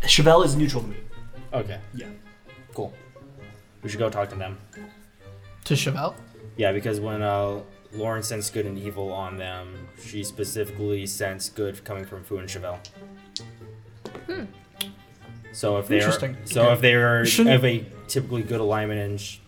[SPEAKER 2] Chevelle is neutral to me.
[SPEAKER 5] Okay,
[SPEAKER 2] Yeah.
[SPEAKER 5] cool. We should go talk to them.
[SPEAKER 3] to Chevelle.
[SPEAKER 5] Yeah, because when uh, Lauren sensed good and evil on them, she specifically sensed good coming from Fu and Chevelle. So if they
[SPEAKER 3] Hmm.
[SPEAKER 5] are,
[SPEAKER 3] Interesting.
[SPEAKER 5] so
[SPEAKER 3] Okay.
[SPEAKER 5] if they are
[SPEAKER 3] Shouldn't-
[SPEAKER 5] of a typically good alignment and sh-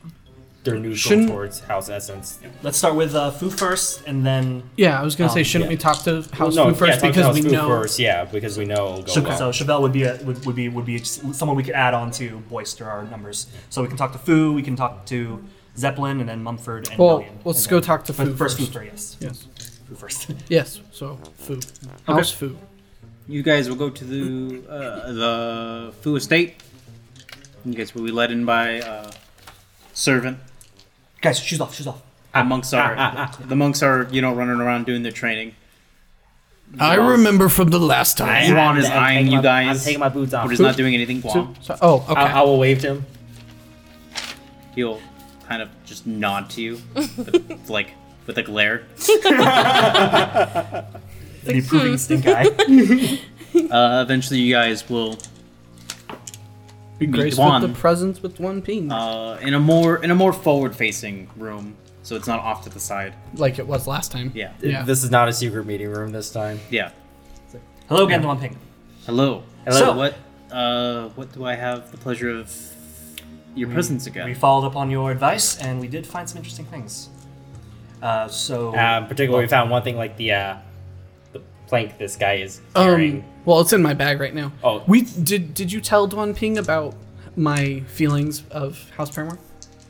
[SPEAKER 5] they're neutral
[SPEAKER 3] Shouldn't-
[SPEAKER 5] towards House Essence,
[SPEAKER 2] Let's start with uh, Fu first, and then
[SPEAKER 3] Yeah, I was gonna
[SPEAKER 2] Um,
[SPEAKER 3] say, shouldn't
[SPEAKER 5] yeah.
[SPEAKER 3] we talk to House
[SPEAKER 5] Well,
[SPEAKER 3] Fu first
[SPEAKER 5] talk to
[SPEAKER 3] because
[SPEAKER 5] House
[SPEAKER 3] we
[SPEAKER 5] Fu
[SPEAKER 3] know
[SPEAKER 5] first, yeah, because we know it'll go
[SPEAKER 2] so,
[SPEAKER 5] well.
[SPEAKER 2] so Chevelle would be a, would, would be would be s- someone we could add on to bolster our numbers. So we can talk to Fu, we can talk to Zeppelin, and then Mumford and
[SPEAKER 3] Well,
[SPEAKER 2] Bellion.
[SPEAKER 3] let's
[SPEAKER 2] And
[SPEAKER 3] go
[SPEAKER 2] then-
[SPEAKER 3] talk to
[SPEAKER 2] but
[SPEAKER 3] Fu
[SPEAKER 2] first. Fu
[SPEAKER 3] first.
[SPEAKER 2] first, yes.
[SPEAKER 3] Yes.
[SPEAKER 2] Fu first. (laughs)
[SPEAKER 3] Yes. So Fu. House Fu.
[SPEAKER 1] You guys will go to the uh, the Fu estate. You guys will be led in by uh, servant.
[SPEAKER 2] Guys, shoes off, shoes off.
[SPEAKER 1] The monks are the monks are you know running around doing their training.
[SPEAKER 3] I remember from the last time.
[SPEAKER 1] Juan is
[SPEAKER 5] I'm- I'm
[SPEAKER 1] eyeing
[SPEAKER 5] taking
[SPEAKER 1] you
[SPEAKER 5] my-
[SPEAKER 1] guys.
[SPEAKER 5] I'm taking my boots off.
[SPEAKER 1] But he's not doing anything. Guam.
[SPEAKER 3] So- oh, okay.
[SPEAKER 5] I, I will wave to him.
[SPEAKER 1] He'll kind of just nod to you,
[SPEAKER 5] (laughs)
[SPEAKER 1] with, like with a glare.
[SPEAKER 2] The approving stink eye.
[SPEAKER 1] (laughs) Uh, eventually, you guys will
[SPEAKER 3] Be
[SPEAKER 1] meet
[SPEAKER 3] graced
[SPEAKER 1] Duan.
[SPEAKER 3] with the presence with one ping,
[SPEAKER 1] uh, in a more in a more forward facing room, so it's not off to the side.
[SPEAKER 3] like it was last time.
[SPEAKER 1] Yeah,
[SPEAKER 3] Yeah.
[SPEAKER 5] This is not a secret meeting room this time.
[SPEAKER 1] yeah.
[SPEAKER 2] Hello again, Duan Ping.
[SPEAKER 1] Hello.
[SPEAKER 5] Hello.
[SPEAKER 1] So, what uh, what do I have the pleasure of your presence again?
[SPEAKER 2] We followed up on your advice, and we did find some interesting things. Uh, so
[SPEAKER 5] Um, particularly, we found one thing like the uh, the plank this guy is carrying.
[SPEAKER 3] Um, well, it's in my bag right now.
[SPEAKER 5] Oh.
[SPEAKER 3] we did. Did you tell Duan Ping about my feelings of House Paramore?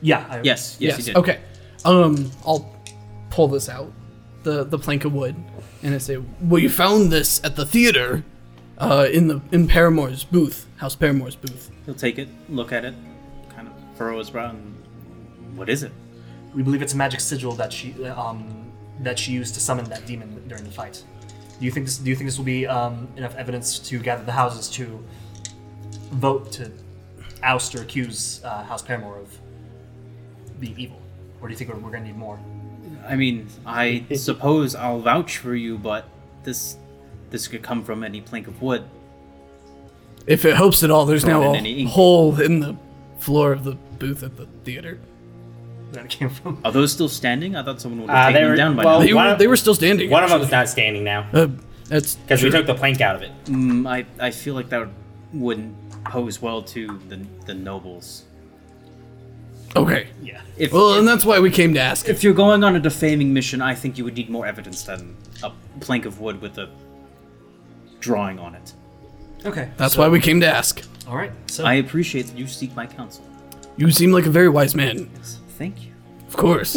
[SPEAKER 2] yeah, I,
[SPEAKER 1] Yes, yes, you did.
[SPEAKER 3] Okay. Um, I'll pull this out, the the plank of wood, and I say, "Well, you found this at the theater, uh, in the in Paramore's booth, House Paramore's booth.
[SPEAKER 1] He'll take it, look at it, kind of furrow his brow, and what is it?
[SPEAKER 2] we believe it's a magic sigil that she um, that she used to summon that demon during the fight. Do you think this? Do you think this will be um, enough evidence to gather the houses to vote to oust or accuse uh, House Paramore of being evil, or do you think we're, we're going to need more?
[SPEAKER 1] I mean, I suppose I'll vouch for you, but this this could come from any plank of wood.
[SPEAKER 3] If it helps at all, there's
[SPEAKER 1] Throw it
[SPEAKER 3] now
[SPEAKER 1] in
[SPEAKER 3] a
[SPEAKER 1] any ink.
[SPEAKER 3] hole in the floor of the booth at the theater.
[SPEAKER 2] That it came from.
[SPEAKER 1] Are those still standing? I thought someone would
[SPEAKER 5] Uh,
[SPEAKER 1] have
[SPEAKER 5] they
[SPEAKER 1] taken them
[SPEAKER 5] were-
[SPEAKER 1] down by
[SPEAKER 5] well-
[SPEAKER 1] now.
[SPEAKER 3] They
[SPEAKER 5] one
[SPEAKER 3] were,
[SPEAKER 5] of-
[SPEAKER 3] they were still standing.
[SPEAKER 5] One of them's not standing now
[SPEAKER 3] actually. Uh, that's
[SPEAKER 5] because we
[SPEAKER 3] true.
[SPEAKER 5] took the plank out of it.
[SPEAKER 1] Mm, I, I feel like that wouldn't pose well to the, the nobles.
[SPEAKER 3] Okay.
[SPEAKER 2] Yeah.
[SPEAKER 1] If,
[SPEAKER 3] Well, and that's why we came to ask.
[SPEAKER 1] if you're going on a defaming mission, I think you would need more evidence than a plank of wood with a drawing on it.
[SPEAKER 2] Okay.
[SPEAKER 3] That's why we came to ask.
[SPEAKER 2] All right. So
[SPEAKER 1] I appreciate that you seek my counsel.
[SPEAKER 3] You seem like a very wise man.
[SPEAKER 1] Thank you.
[SPEAKER 3] Of course.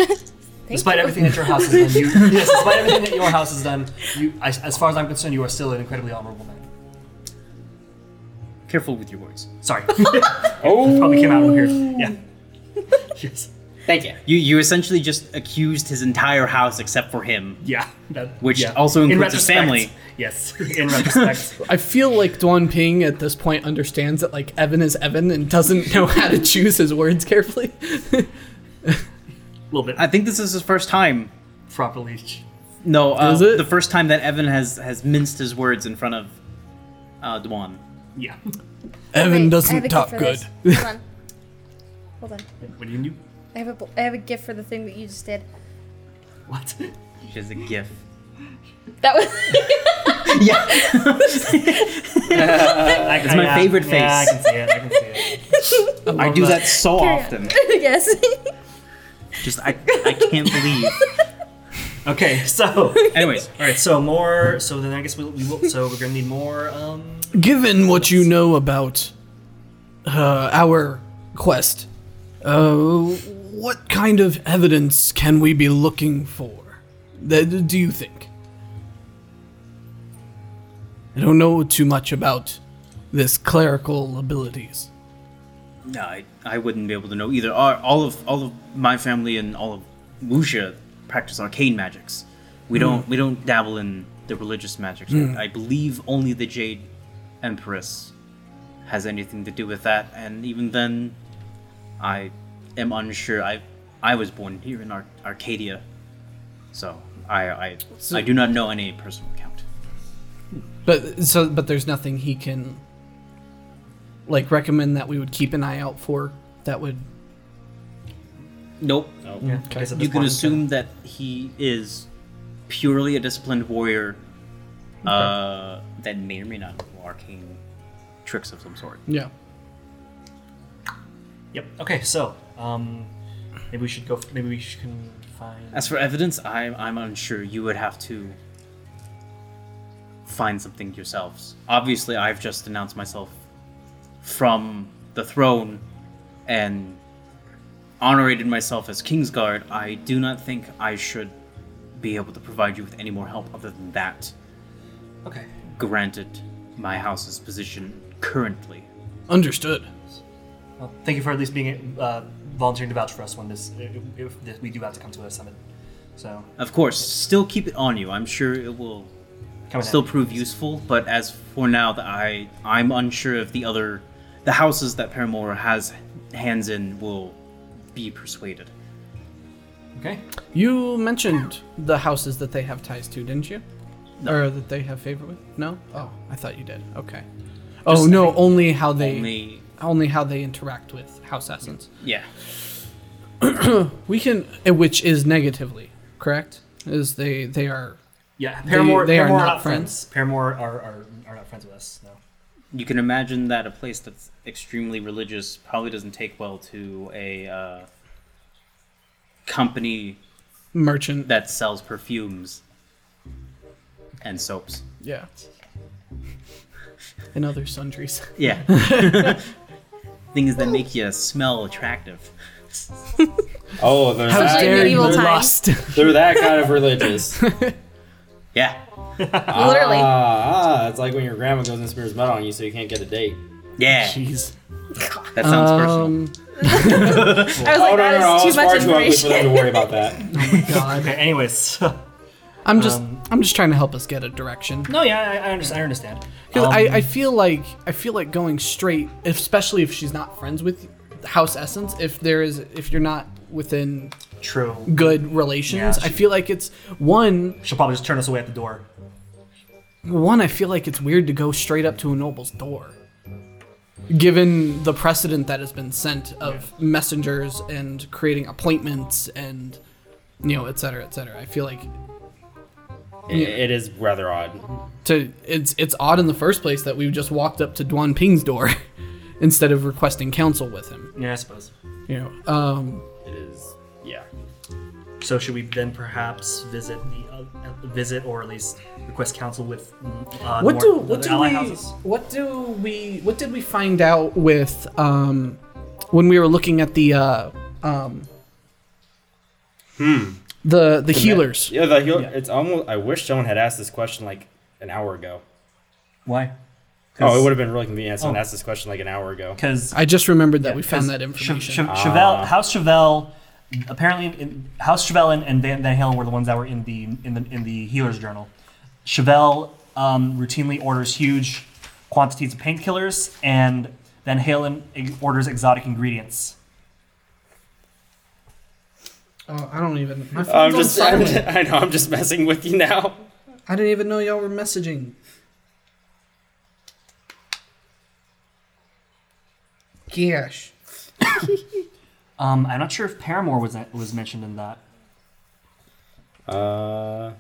[SPEAKER 2] Despite everything that your house has done, you, (laughs) yes, despite everything that your house has done, you, I, as far as I'm concerned, you are still an incredibly honorable man.
[SPEAKER 1] Careful with your words.
[SPEAKER 2] (laughs) Sorry. oh. Probably came out of here. Yeah. yes.
[SPEAKER 5] Thank you.
[SPEAKER 1] You you essentially just accused his entire house except for him.
[SPEAKER 2] Yeah. that-
[SPEAKER 1] Which
[SPEAKER 2] yeah.
[SPEAKER 1] also
[SPEAKER 2] In
[SPEAKER 1] includes his
[SPEAKER 2] retrospect,
[SPEAKER 1] family.
[SPEAKER 2] Yes. (laughs) In retrospect.
[SPEAKER 3] I feel like Duan Ping at this point understands that like Evan is Evan and doesn't know how to choose his words carefully.
[SPEAKER 2] A little bit
[SPEAKER 1] I think this is his first time.
[SPEAKER 2] properly.
[SPEAKER 1] No, uh,
[SPEAKER 3] Is it?
[SPEAKER 1] the first time that Evan has has minced his words in front of uh, Dwan.
[SPEAKER 2] Yeah.
[SPEAKER 3] (laughs) Evan
[SPEAKER 4] Wait, I have
[SPEAKER 3] doesn't
[SPEAKER 4] a
[SPEAKER 3] talk
[SPEAKER 4] gift for
[SPEAKER 3] good.
[SPEAKER 4] this. Hold on. Hold on.
[SPEAKER 2] What do you do?
[SPEAKER 4] I have a bl- I have a gift for the thing that you just did.
[SPEAKER 2] What?
[SPEAKER 1] She has a gif.
[SPEAKER 4] That
[SPEAKER 5] (laughs)
[SPEAKER 4] was (laughs)
[SPEAKER 1] Yeah.
[SPEAKER 2] I,
[SPEAKER 1] It's my
[SPEAKER 2] yeah,
[SPEAKER 1] favorite
[SPEAKER 2] Yeah, I
[SPEAKER 1] face.
[SPEAKER 2] can see it. I can see it.
[SPEAKER 1] I do that so
[SPEAKER 4] Carry on.
[SPEAKER 1] often.
[SPEAKER 4] yes.
[SPEAKER 1] Just I I can't
[SPEAKER 4] (laughs)
[SPEAKER 1] believe.
[SPEAKER 2] (laughs) Okay. So.
[SPEAKER 1] Anyways,
[SPEAKER 2] All right. So more. So then I guess we, we will. So we're gonna need more. Um.
[SPEAKER 3] (laughs) Given what you know about uh, our quest, uh, what kind of evidence can we be looking for? That do you think? I don't know too much about this clerical abilities.
[SPEAKER 1] no, I, I wouldn't be able to know either. Our, all of all of my family and all of Wuxia practice arcane magics. We don't we don't dabble in the religious magics. I believe only the Jade Empress has anything to do with that, and even then, I am unsure. I I was born here in Ar- Arcadia, so I I, I do not know any personal account.
[SPEAKER 3] But so, but there's nothing he can like recommend that we would keep an eye out for that would.
[SPEAKER 1] Nope.
[SPEAKER 2] Yeah. I guess at this
[SPEAKER 1] you can
[SPEAKER 2] point-
[SPEAKER 1] assume that he is purely a disciplined warrior uh, that may or may not know arcane tricks of some sort.
[SPEAKER 3] Yeah.
[SPEAKER 2] Yep. Okay. So. Um. Maybe we should go. Maybe we should can find.
[SPEAKER 1] As for evidence, I'm, I'm unsure. You would have to find something yourselves. Obviously, I've just announced myself from the throne and honorated myself as Kingsguard. I do not think I should be able to provide you with any more help other than that.
[SPEAKER 2] Okay.
[SPEAKER 1] granted my house's position currently.
[SPEAKER 3] Understood.
[SPEAKER 2] Well, thank you for at least being uh, volunteering to vouch for us when this if, if this, we do have to come to a summit. So
[SPEAKER 1] Of course, still keep it on you. I'm sure it will
[SPEAKER 2] come in
[SPEAKER 1] still
[SPEAKER 2] handy.
[SPEAKER 1] prove useful, but as for now, the- I I'm unsure if the other the houses that Paramore has hands in will be persuaded.
[SPEAKER 2] okay.
[SPEAKER 3] You mentioned the houses that they have ties to, didn't you? Or that they have favor with? No. Oh, I thought you did. Okay. oh no, only how they only.
[SPEAKER 1] Only
[SPEAKER 3] how they interact with house essence.
[SPEAKER 1] yeah.
[SPEAKER 3] We can, eh, which is negatively correct, is they they are
[SPEAKER 2] Yeah. Paramore.
[SPEAKER 3] they are
[SPEAKER 2] Paramore
[SPEAKER 3] not
[SPEAKER 2] Paramore are, are are not friends with us. No.
[SPEAKER 1] You can imagine that a place that's extremely religious probably doesn't take well to a uh, company
[SPEAKER 3] merchant.
[SPEAKER 1] that sells perfumes and soaps.
[SPEAKER 3] yeah. (laughs) And other sundries.
[SPEAKER 1] Yeah. (laughs) Things that make you smell attractive.
[SPEAKER 5] Oh, they're
[SPEAKER 3] How
[SPEAKER 5] that,
[SPEAKER 3] dare you
[SPEAKER 4] medieval times.
[SPEAKER 3] lust?
[SPEAKER 5] they're that kind
[SPEAKER 3] (laughs)
[SPEAKER 5] of religious.
[SPEAKER 1] Yeah.
[SPEAKER 4] (laughs) Literally.
[SPEAKER 5] Ah, ah, it's like when your grandma goes and smears mud on you so you can't get a date.
[SPEAKER 1] Yeah.
[SPEAKER 3] Jeez.
[SPEAKER 1] That sounds personal.
[SPEAKER 3] Um,
[SPEAKER 4] I was like,
[SPEAKER 5] oh no, no, no! I
[SPEAKER 4] that
[SPEAKER 5] was
[SPEAKER 4] is too
[SPEAKER 5] far
[SPEAKER 4] much
[SPEAKER 5] too ugly for them
[SPEAKER 4] information.
[SPEAKER 5] to worry about that.
[SPEAKER 2] Okay. Anyways. (laughs)
[SPEAKER 3] I'm just
[SPEAKER 2] Um,
[SPEAKER 3] I'm just trying to help us get a direction.
[SPEAKER 2] No, yeah, I, I understand. I understand.
[SPEAKER 3] Because I,
[SPEAKER 2] Um,
[SPEAKER 3] I feel like I feel like going straight, especially if she's not friends with House Essence. If there is, if you're not within
[SPEAKER 2] true.
[SPEAKER 3] good relations,
[SPEAKER 2] Yeah,
[SPEAKER 3] I
[SPEAKER 2] she-
[SPEAKER 3] feel like it's one
[SPEAKER 2] She'll probably just turn us away at the door.
[SPEAKER 3] one. I feel like it's weird to go straight up to a noble's door, given the precedent that has been sent of messengers and creating appointments and you know, et cetera, et cetera. I feel like
[SPEAKER 5] (laughs) It, it is rather odd.
[SPEAKER 3] to it's it's odd in the first place that we just walked up to Duan Ping's door (laughs) instead of requesting counsel with him.
[SPEAKER 2] Yeah, I suppose.
[SPEAKER 3] You know, um,
[SPEAKER 5] It is, yeah.
[SPEAKER 2] So should we then perhaps visit the uh, uh, visit or at least request counsel with uh,
[SPEAKER 3] what
[SPEAKER 2] more-
[SPEAKER 3] do
[SPEAKER 2] with
[SPEAKER 3] what
[SPEAKER 2] the
[SPEAKER 3] do
[SPEAKER 2] ally
[SPEAKER 3] we
[SPEAKER 2] houses?
[SPEAKER 3] what do we what did we find out with um, when we were looking at the uh, um, the the healers?
[SPEAKER 5] Yeah, the heal, it's almost. I wish someone had asked this question like an hour ago.
[SPEAKER 2] Why?
[SPEAKER 5] Oh, it would have been really convenient. if Someone
[SPEAKER 2] Oh.
[SPEAKER 5] asked this question like an hour ago.
[SPEAKER 2] because
[SPEAKER 3] I just remembered that we
[SPEAKER 2] Because
[SPEAKER 3] found that
[SPEAKER 2] Che-
[SPEAKER 3] information.
[SPEAKER 2] Che-
[SPEAKER 5] Ah.
[SPEAKER 2] Chevelle, House Chevelle, apparently in, House Chevelle and, and Van, Van Halen were the ones that were in the in the in the Healer's Journal. Chevelle um, routinely orders huge quantities of painkillers, and Van Halen ex- orders exotic ingredients.
[SPEAKER 3] oh, I don't even. My
[SPEAKER 5] I'm
[SPEAKER 3] phone's on
[SPEAKER 5] just, (laughs) I'm,
[SPEAKER 3] silent.
[SPEAKER 5] I know, I'm just messing with you now.
[SPEAKER 3] I didn't even know y'all were messaging. Gosh.
[SPEAKER 2] Um, I'm not sure if Paramore was was mentioned in that.
[SPEAKER 5] Uh,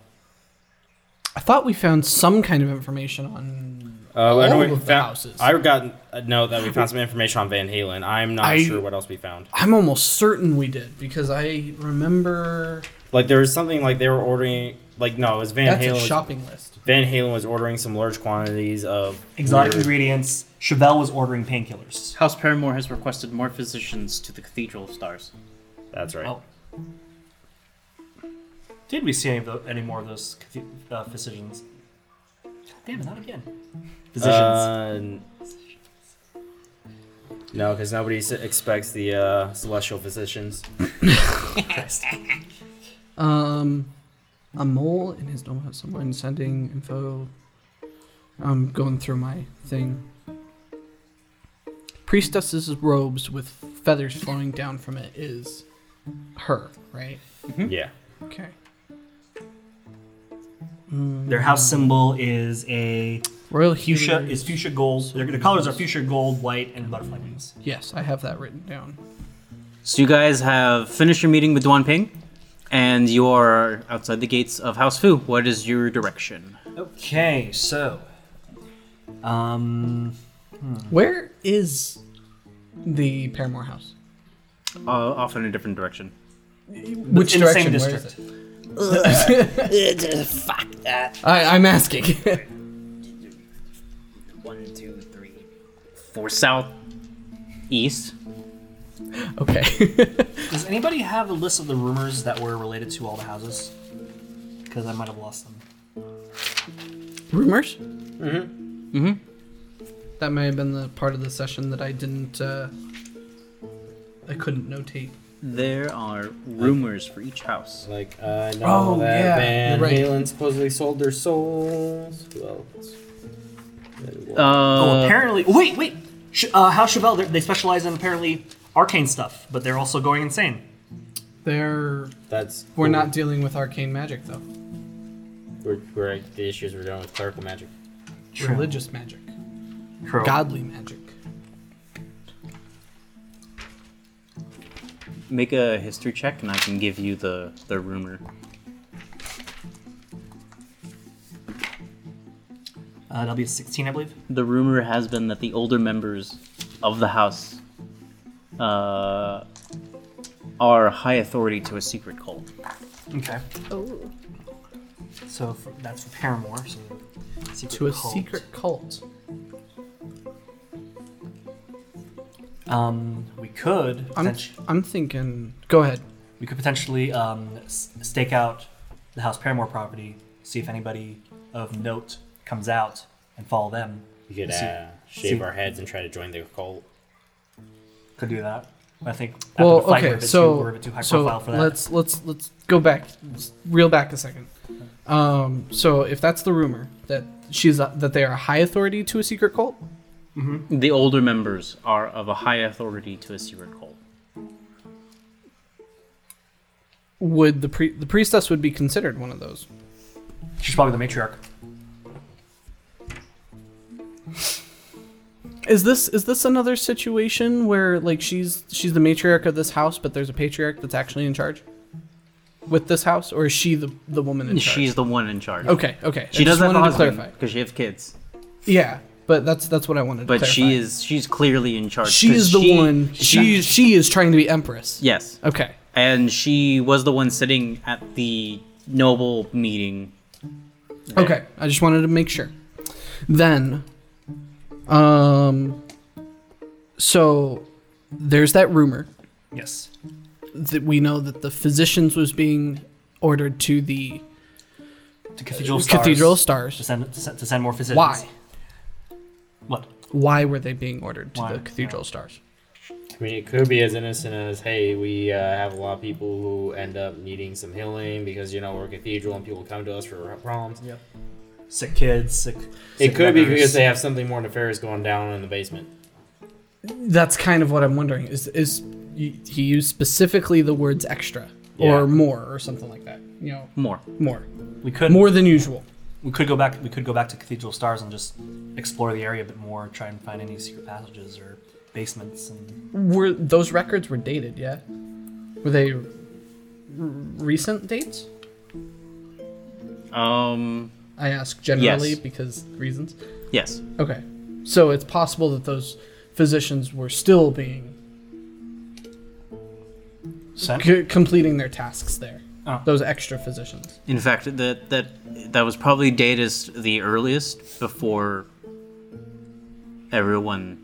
[SPEAKER 3] I thought we found some kind of information on.
[SPEAKER 5] Uh, I know
[SPEAKER 3] All
[SPEAKER 5] we
[SPEAKER 3] of the
[SPEAKER 5] found-
[SPEAKER 3] houses.
[SPEAKER 5] I got uh, no that we found some information on Van Halen. I'm not
[SPEAKER 3] I-
[SPEAKER 5] sure what else we found.
[SPEAKER 3] I'm almost certain we did because I remember
[SPEAKER 5] Like there was something like they were ordering. Like no, it was Van
[SPEAKER 3] that's
[SPEAKER 5] Halen.
[SPEAKER 3] a
[SPEAKER 5] was-
[SPEAKER 3] shopping list.
[SPEAKER 5] Van Halen was ordering some large quantities of
[SPEAKER 2] Exotic
[SPEAKER 5] weird-
[SPEAKER 2] ingredients. Chevelle was ordering painkillers.
[SPEAKER 6] House Paramore has requested more physicians to the Cathedral of Stars.
[SPEAKER 5] That's right.
[SPEAKER 2] Oh. Did we see any of the, any more of those cathe- uh, physicians? God damn it! Not again. Physicians.
[SPEAKER 5] Uh, n- Uh, no, because nobody s- expects the uh, celestial physicians.
[SPEAKER 3] Um, a mole in his dome house somewhere and sending info. I'm going through my thing. Priestess's robes with feathers flowing down from it is her, right?
[SPEAKER 5] Yeah.
[SPEAKER 3] Okay.
[SPEAKER 2] Their house symbol is a
[SPEAKER 3] Royal
[SPEAKER 2] fuchsia.
[SPEAKER 3] Healer.
[SPEAKER 2] Is fuchsia gold. Their, their colors are fuchsia gold, white, and butterfly wings.
[SPEAKER 3] Yes, I have that written down.
[SPEAKER 1] So you guys have finished your meeting with Duan Ping, and you are outside the gates of House Fu. What is your direction?
[SPEAKER 2] Okay, so, um,
[SPEAKER 3] Where is the Paramore House?
[SPEAKER 1] Uh, off in a different direction.
[SPEAKER 3] Which
[SPEAKER 2] in the same
[SPEAKER 3] direction? Where is
[SPEAKER 2] district. (laughs)
[SPEAKER 3] it? I, I'm asking. (laughs)
[SPEAKER 1] One, two, three, four south, east.
[SPEAKER 3] okay. (laughs)
[SPEAKER 2] Does anybody have a list of the rumors that were related to all the houses? Because I might have lost them.
[SPEAKER 3] Rumors? Mm-hmm. Mm-hmm. That may have been the part of the session that I didn't. Uh, I couldn't notate.
[SPEAKER 1] There are rumors for each house.
[SPEAKER 5] Like I know
[SPEAKER 3] Oh,
[SPEAKER 5] that
[SPEAKER 3] yeah,
[SPEAKER 5] Van
[SPEAKER 3] you're right.
[SPEAKER 5] Halen supposedly sold their souls. Who else?
[SPEAKER 1] Uh,
[SPEAKER 2] oh, apparently, wait, wait. Sh- uh, House Chevelle, they- they specialize in apparently arcane stuff, but they're also going insane.
[SPEAKER 3] There,
[SPEAKER 5] That's
[SPEAKER 3] we're not dealing with arcane magic though.
[SPEAKER 5] We're, we're the issues we're dealing with clerical magic.
[SPEAKER 3] Religious magic,
[SPEAKER 2] True.
[SPEAKER 3] godly magic.
[SPEAKER 1] make a history check, and I can give you the the rumor.
[SPEAKER 2] Uh, that'll be a 16, I believe.
[SPEAKER 1] The rumor has been that the older members of the house uh, are high authority to a secret cult.
[SPEAKER 2] Okay.
[SPEAKER 4] Oh.
[SPEAKER 2] So for, that's for Paramore. So secret
[SPEAKER 3] To a
[SPEAKER 2] cult.
[SPEAKER 3] secret cult.
[SPEAKER 2] Um, we could
[SPEAKER 3] I'm,
[SPEAKER 2] potenti-
[SPEAKER 3] I'm thinking. Go ahead.
[SPEAKER 2] we could potentially um, s- stake out the House Paramore property, see if anybody of note comes out, and follow them.
[SPEAKER 5] We could
[SPEAKER 2] See-
[SPEAKER 5] uh, shave
[SPEAKER 2] see-
[SPEAKER 5] our heads and try to join the cult.
[SPEAKER 2] Could do that. I think after
[SPEAKER 3] Well,
[SPEAKER 2] the fight, we're, a
[SPEAKER 3] okay,
[SPEAKER 2] bit
[SPEAKER 3] so
[SPEAKER 2] too, we're a bit too high
[SPEAKER 3] so
[SPEAKER 2] profile for that.
[SPEAKER 3] let's let's let's go back, let's reel back a second. Um, so if that's the rumor that she's uh, that they are a high authority to a secret cult,
[SPEAKER 1] The older members are of a high authority to a secret cult.
[SPEAKER 3] would the pre- the priestess would be considered one of those?
[SPEAKER 2] She's probably the matriarch.
[SPEAKER 3] Is this is this another situation where like she's she's the matriarch of this house, but there's a patriarch that's actually in charge with this house, or is she the the woman in charge?
[SPEAKER 1] She's the one in charge.
[SPEAKER 3] okay, okay.
[SPEAKER 1] She
[SPEAKER 3] I just
[SPEAKER 1] doesn't have a
[SPEAKER 3] wanted to
[SPEAKER 1] husband
[SPEAKER 3] clarify.
[SPEAKER 1] because she has kids,
[SPEAKER 3] Yeah, but that's that's what I wanted.
[SPEAKER 1] but
[SPEAKER 3] to
[SPEAKER 1] she
[SPEAKER 3] clarify.
[SPEAKER 1] is she's clearly in charge.
[SPEAKER 3] she
[SPEAKER 1] 'cause
[SPEAKER 3] is the
[SPEAKER 1] she-
[SPEAKER 3] one. She she is trying to be empress.
[SPEAKER 1] yes,
[SPEAKER 3] Okay.
[SPEAKER 1] and she was the one sitting at the noble meeting. there.
[SPEAKER 3] Okay, I just wanted to make sure. Then, um, so there's that rumor
[SPEAKER 2] Yes.
[SPEAKER 3] that we know that the physicians was being ordered to the
[SPEAKER 2] To Cathedral of Stars.
[SPEAKER 3] cathedral
[SPEAKER 2] To
[SPEAKER 3] stars.
[SPEAKER 2] send, to send, to send more physicians.
[SPEAKER 3] Why?
[SPEAKER 2] What?
[SPEAKER 3] Why were they being ordered to
[SPEAKER 2] Why?
[SPEAKER 3] the cathedral stars?
[SPEAKER 5] I mean, it could be as innocent as, hey, we uh, have a lot of people who end up needing some healing because you know we're a cathedral and people come to us for problems.
[SPEAKER 2] Yep. Sick kids, sick.
[SPEAKER 5] It
[SPEAKER 2] sick
[SPEAKER 5] could be
[SPEAKER 2] members.
[SPEAKER 5] because they have something more nefarious going down in the basement.
[SPEAKER 3] That's kind of what I'm wondering. Is is y- he used specifically the words extra
[SPEAKER 5] Yeah.
[SPEAKER 3] or more or something like that? You know,
[SPEAKER 1] More.
[SPEAKER 3] more,
[SPEAKER 2] we could
[SPEAKER 3] more than usual.
[SPEAKER 2] we could go back we could go back to Cathedral Stars and just explore the area a bit more, try and find any secret passages or basements and
[SPEAKER 3] Were those records were dated? Yeah, were they r- recent dates?
[SPEAKER 1] Um.
[SPEAKER 3] I ask generally
[SPEAKER 1] Yes.
[SPEAKER 3] because reasons.
[SPEAKER 1] Yes.
[SPEAKER 3] Okay, so it's possible that those physicians were still being
[SPEAKER 2] sent.
[SPEAKER 3] c- completing their tasks there.
[SPEAKER 2] Oh.
[SPEAKER 3] Those extra physicians.
[SPEAKER 1] In fact, that that that was probably datest the earliest before everyone.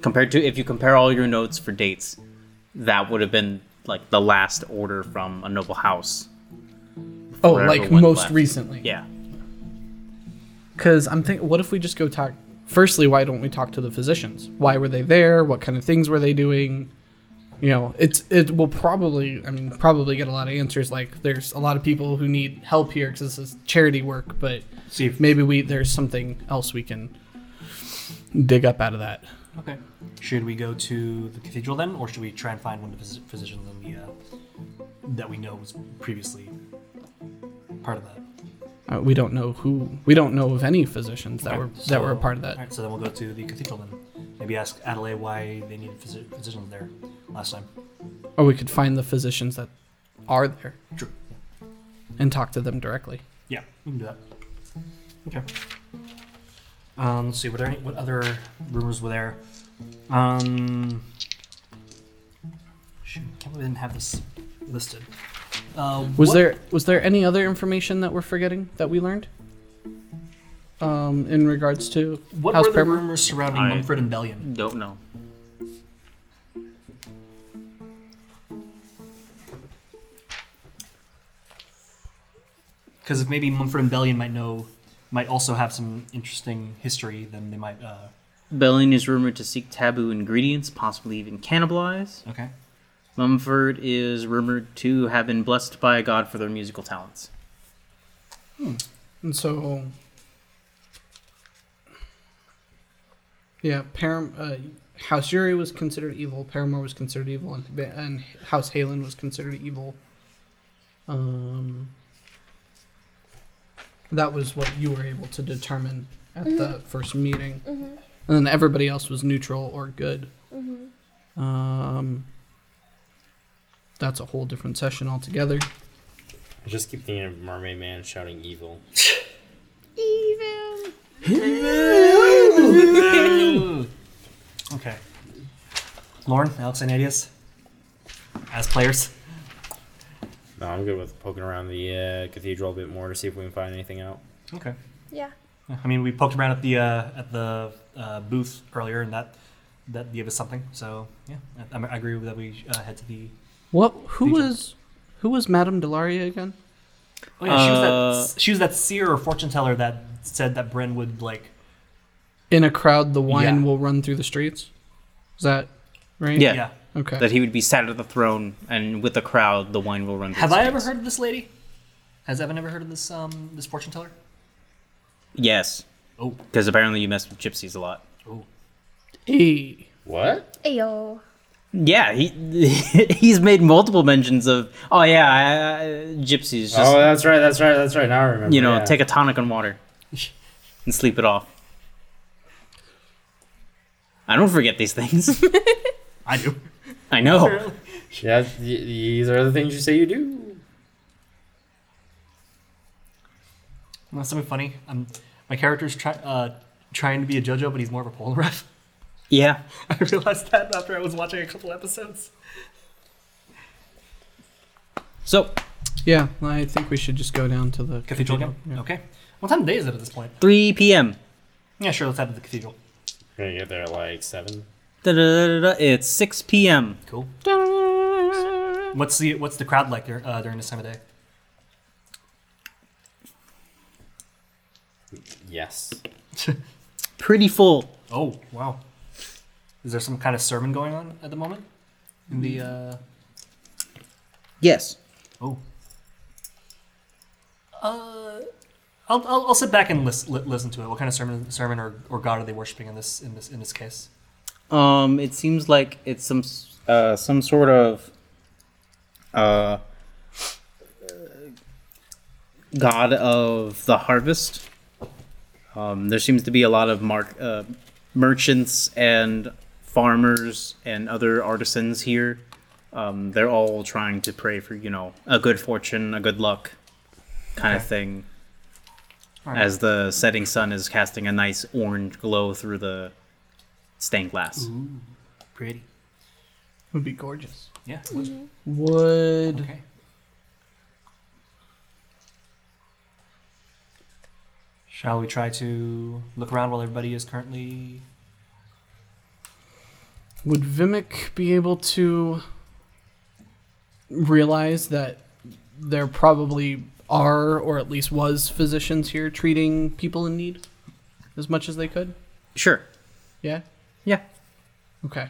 [SPEAKER 1] Compared to if you compare all your notes for dates, that would have been like the last order from a noble house.
[SPEAKER 3] Oh,
[SPEAKER 1] Wherever
[SPEAKER 3] like
[SPEAKER 1] one
[SPEAKER 3] most
[SPEAKER 1] left.
[SPEAKER 3] recently.
[SPEAKER 1] Yeah.
[SPEAKER 3] Because I'm thinking, what if we just go talk? Firstly, why don't we talk to the physicians? Why were they there? What kind of things were they doing? You know, it's it will probably, I mean, probably get a lot of answers. Like, there's a lot of people who need help here because this is charity work. But
[SPEAKER 2] See if
[SPEAKER 3] maybe we there's something else we can dig up out of that.
[SPEAKER 2] Okay. Should we go to the cathedral then, or should we try and find one of the phys- physicians in the uh, that we know was previously part of that?
[SPEAKER 3] Uh, we don't know who, we don't know of any physicians that were that were a
[SPEAKER 2] So-
[SPEAKER 3] part of that.
[SPEAKER 2] Alright, so then we'll go to the cathedral then. Maybe ask Adelaide why they needed phys- physicians there last time.
[SPEAKER 3] Or we could find the physicians that are there
[SPEAKER 2] True.
[SPEAKER 3] and talk to them directly.
[SPEAKER 2] Yeah, we can do that. Okay. Um, let's see. What are any, what other rumors were there? Um, shoot, can't believe I didn't have this listed. Uh,
[SPEAKER 3] Was
[SPEAKER 2] what-
[SPEAKER 3] there was there any other information that we're forgetting that we learned? Um, in regards to
[SPEAKER 2] What
[SPEAKER 3] House
[SPEAKER 2] were the
[SPEAKER 3] Paramount?
[SPEAKER 2] rumors surrounding
[SPEAKER 1] I-
[SPEAKER 2] Mumford and Bellion?
[SPEAKER 1] Don't know.
[SPEAKER 2] Because if maybe Mumford and Bellion might know, might also have some interesting history, then they might. Uh,
[SPEAKER 1] Belling is rumored to seek taboo ingredients, possibly even cannibalize.
[SPEAKER 2] okay.
[SPEAKER 1] Mumford is rumored to have been blessed by God for their musical talents.
[SPEAKER 3] And so, yeah, Param- uh, House Yuri was considered evil. Paramore was considered evil, and, and House Halen was considered evil. Um, that was what you were able to determine at the first meeting, and then everybody else was neutral or good. Um, that's a whole different session altogether.
[SPEAKER 5] I just keep thinking of Mermaid Man shouting evil.
[SPEAKER 4] Evil.
[SPEAKER 2] Okay. Lauren, Alex, and Adius, as players.
[SPEAKER 5] No, I'm good with poking around the uh, cathedral a bit more to see if we can find anything out.
[SPEAKER 2] Okay.
[SPEAKER 4] Yeah.
[SPEAKER 2] I mean, we poked around at the uh, at the uh, booth earlier, and that that gave us something. So yeah, I, I agree with that. We uh, head to the.
[SPEAKER 3] What? Who
[SPEAKER 2] Legion.
[SPEAKER 3] was? Who was Madame Delaria again?
[SPEAKER 2] Oh yeah, she was
[SPEAKER 1] Uh,
[SPEAKER 2] that she was that seer or fortune teller that said that Bren would like.
[SPEAKER 3] In a crowd, the wine
[SPEAKER 2] Yeah.
[SPEAKER 3] will run through the streets. Is that right?
[SPEAKER 1] Yeah.
[SPEAKER 2] Yeah.
[SPEAKER 3] Okay.
[SPEAKER 1] (laughs) that he would be sat at the throne, and with the crowd, the wine will run. through
[SPEAKER 2] Have
[SPEAKER 1] his
[SPEAKER 2] I ever
[SPEAKER 1] veins.
[SPEAKER 2] heard of this lady? Has Evan ever heard of this um this fortune teller?
[SPEAKER 1] Yes,
[SPEAKER 2] Oh,
[SPEAKER 1] because apparently you mess with gypsies a lot.
[SPEAKER 2] oh.
[SPEAKER 3] E.
[SPEAKER 5] What?
[SPEAKER 4] Ayo.
[SPEAKER 1] Yeah, he (laughs) he's made multiple mentions of. Oh yeah, I, I, gypsies. Just,
[SPEAKER 5] oh, that's right, that's right, that's right. Now I remember.
[SPEAKER 1] you know,
[SPEAKER 5] yeah.
[SPEAKER 1] take a tonic and water,
[SPEAKER 2] (laughs)
[SPEAKER 1] and sleep it off. I don't forget these things. (laughs)
[SPEAKER 2] I do.
[SPEAKER 1] I know.
[SPEAKER 5] Yeah, th- these are the things you say you do.
[SPEAKER 2] Well, something funny. Um, my character's try, uh, trying to be a JoJo, but he's more of a pole (laughs) ref.
[SPEAKER 1] Yeah.
[SPEAKER 2] I realized that after I was watching a couple episodes.
[SPEAKER 1] So
[SPEAKER 3] Yeah, I think we should just go down to the
[SPEAKER 2] Cathedral again?
[SPEAKER 3] Yeah.
[SPEAKER 2] Okay. What time of day is it at this point?
[SPEAKER 1] 3 p.m.
[SPEAKER 2] Yeah, sure. Let's head to the cathedral.
[SPEAKER 5] We're gonna get there at like seven.
[SPEAKER 1] Da-da-da-da-da. It's 6 p.m.
[SPEAKER 2] Cool. What's the what's the crowd like dur- uh, during this time of day?
[SPEAKER 5] Yes.
[SPEAKER 1] Pretty full.
[SPEAKER 2] Oh wow. Is there some kind of sermon going on at the moment? In the uh,
[SPEAKER 6] Yes.
[SPEAKER 2] oh. Uh, I'll, I'll, I'll sit back and listen, listen to it. What kind of sermon sermon or, or god are they worshiping in this in this in this case?
[SPEAKER 1] Um, it seems like it's some s- uh, some sort of uh, god of the harvest. Um, there seems to be a lot of mark uh, merchants and farmers and other artisans here. Um, they're all trying to pray for you know a good fortune, a good luck, kind of thing.
[SPEAKER 2] All right.
[SPEAKER 1] As the setting sun is casting a nice orange glow through the stained glass.
[SPEAKER 2] Pretty.
[SPEAKER 3] Would be gorgeous.
[SPEAKER 2] Yeah. it was-
[SPEAKER 3] Would
[SPEAKER 2] Okay. Shall we try to look around while everybody is currently?
[SPEAKER 3] would Vimic be able to realize that there probably are or at least was physicians here treating people in need as much as they could?
[SPEAKER 1] Sure.
[SPEAKER 3] Yeah.
[SPEAKER 1] Yeah.
[SPEAKER 3] Okay.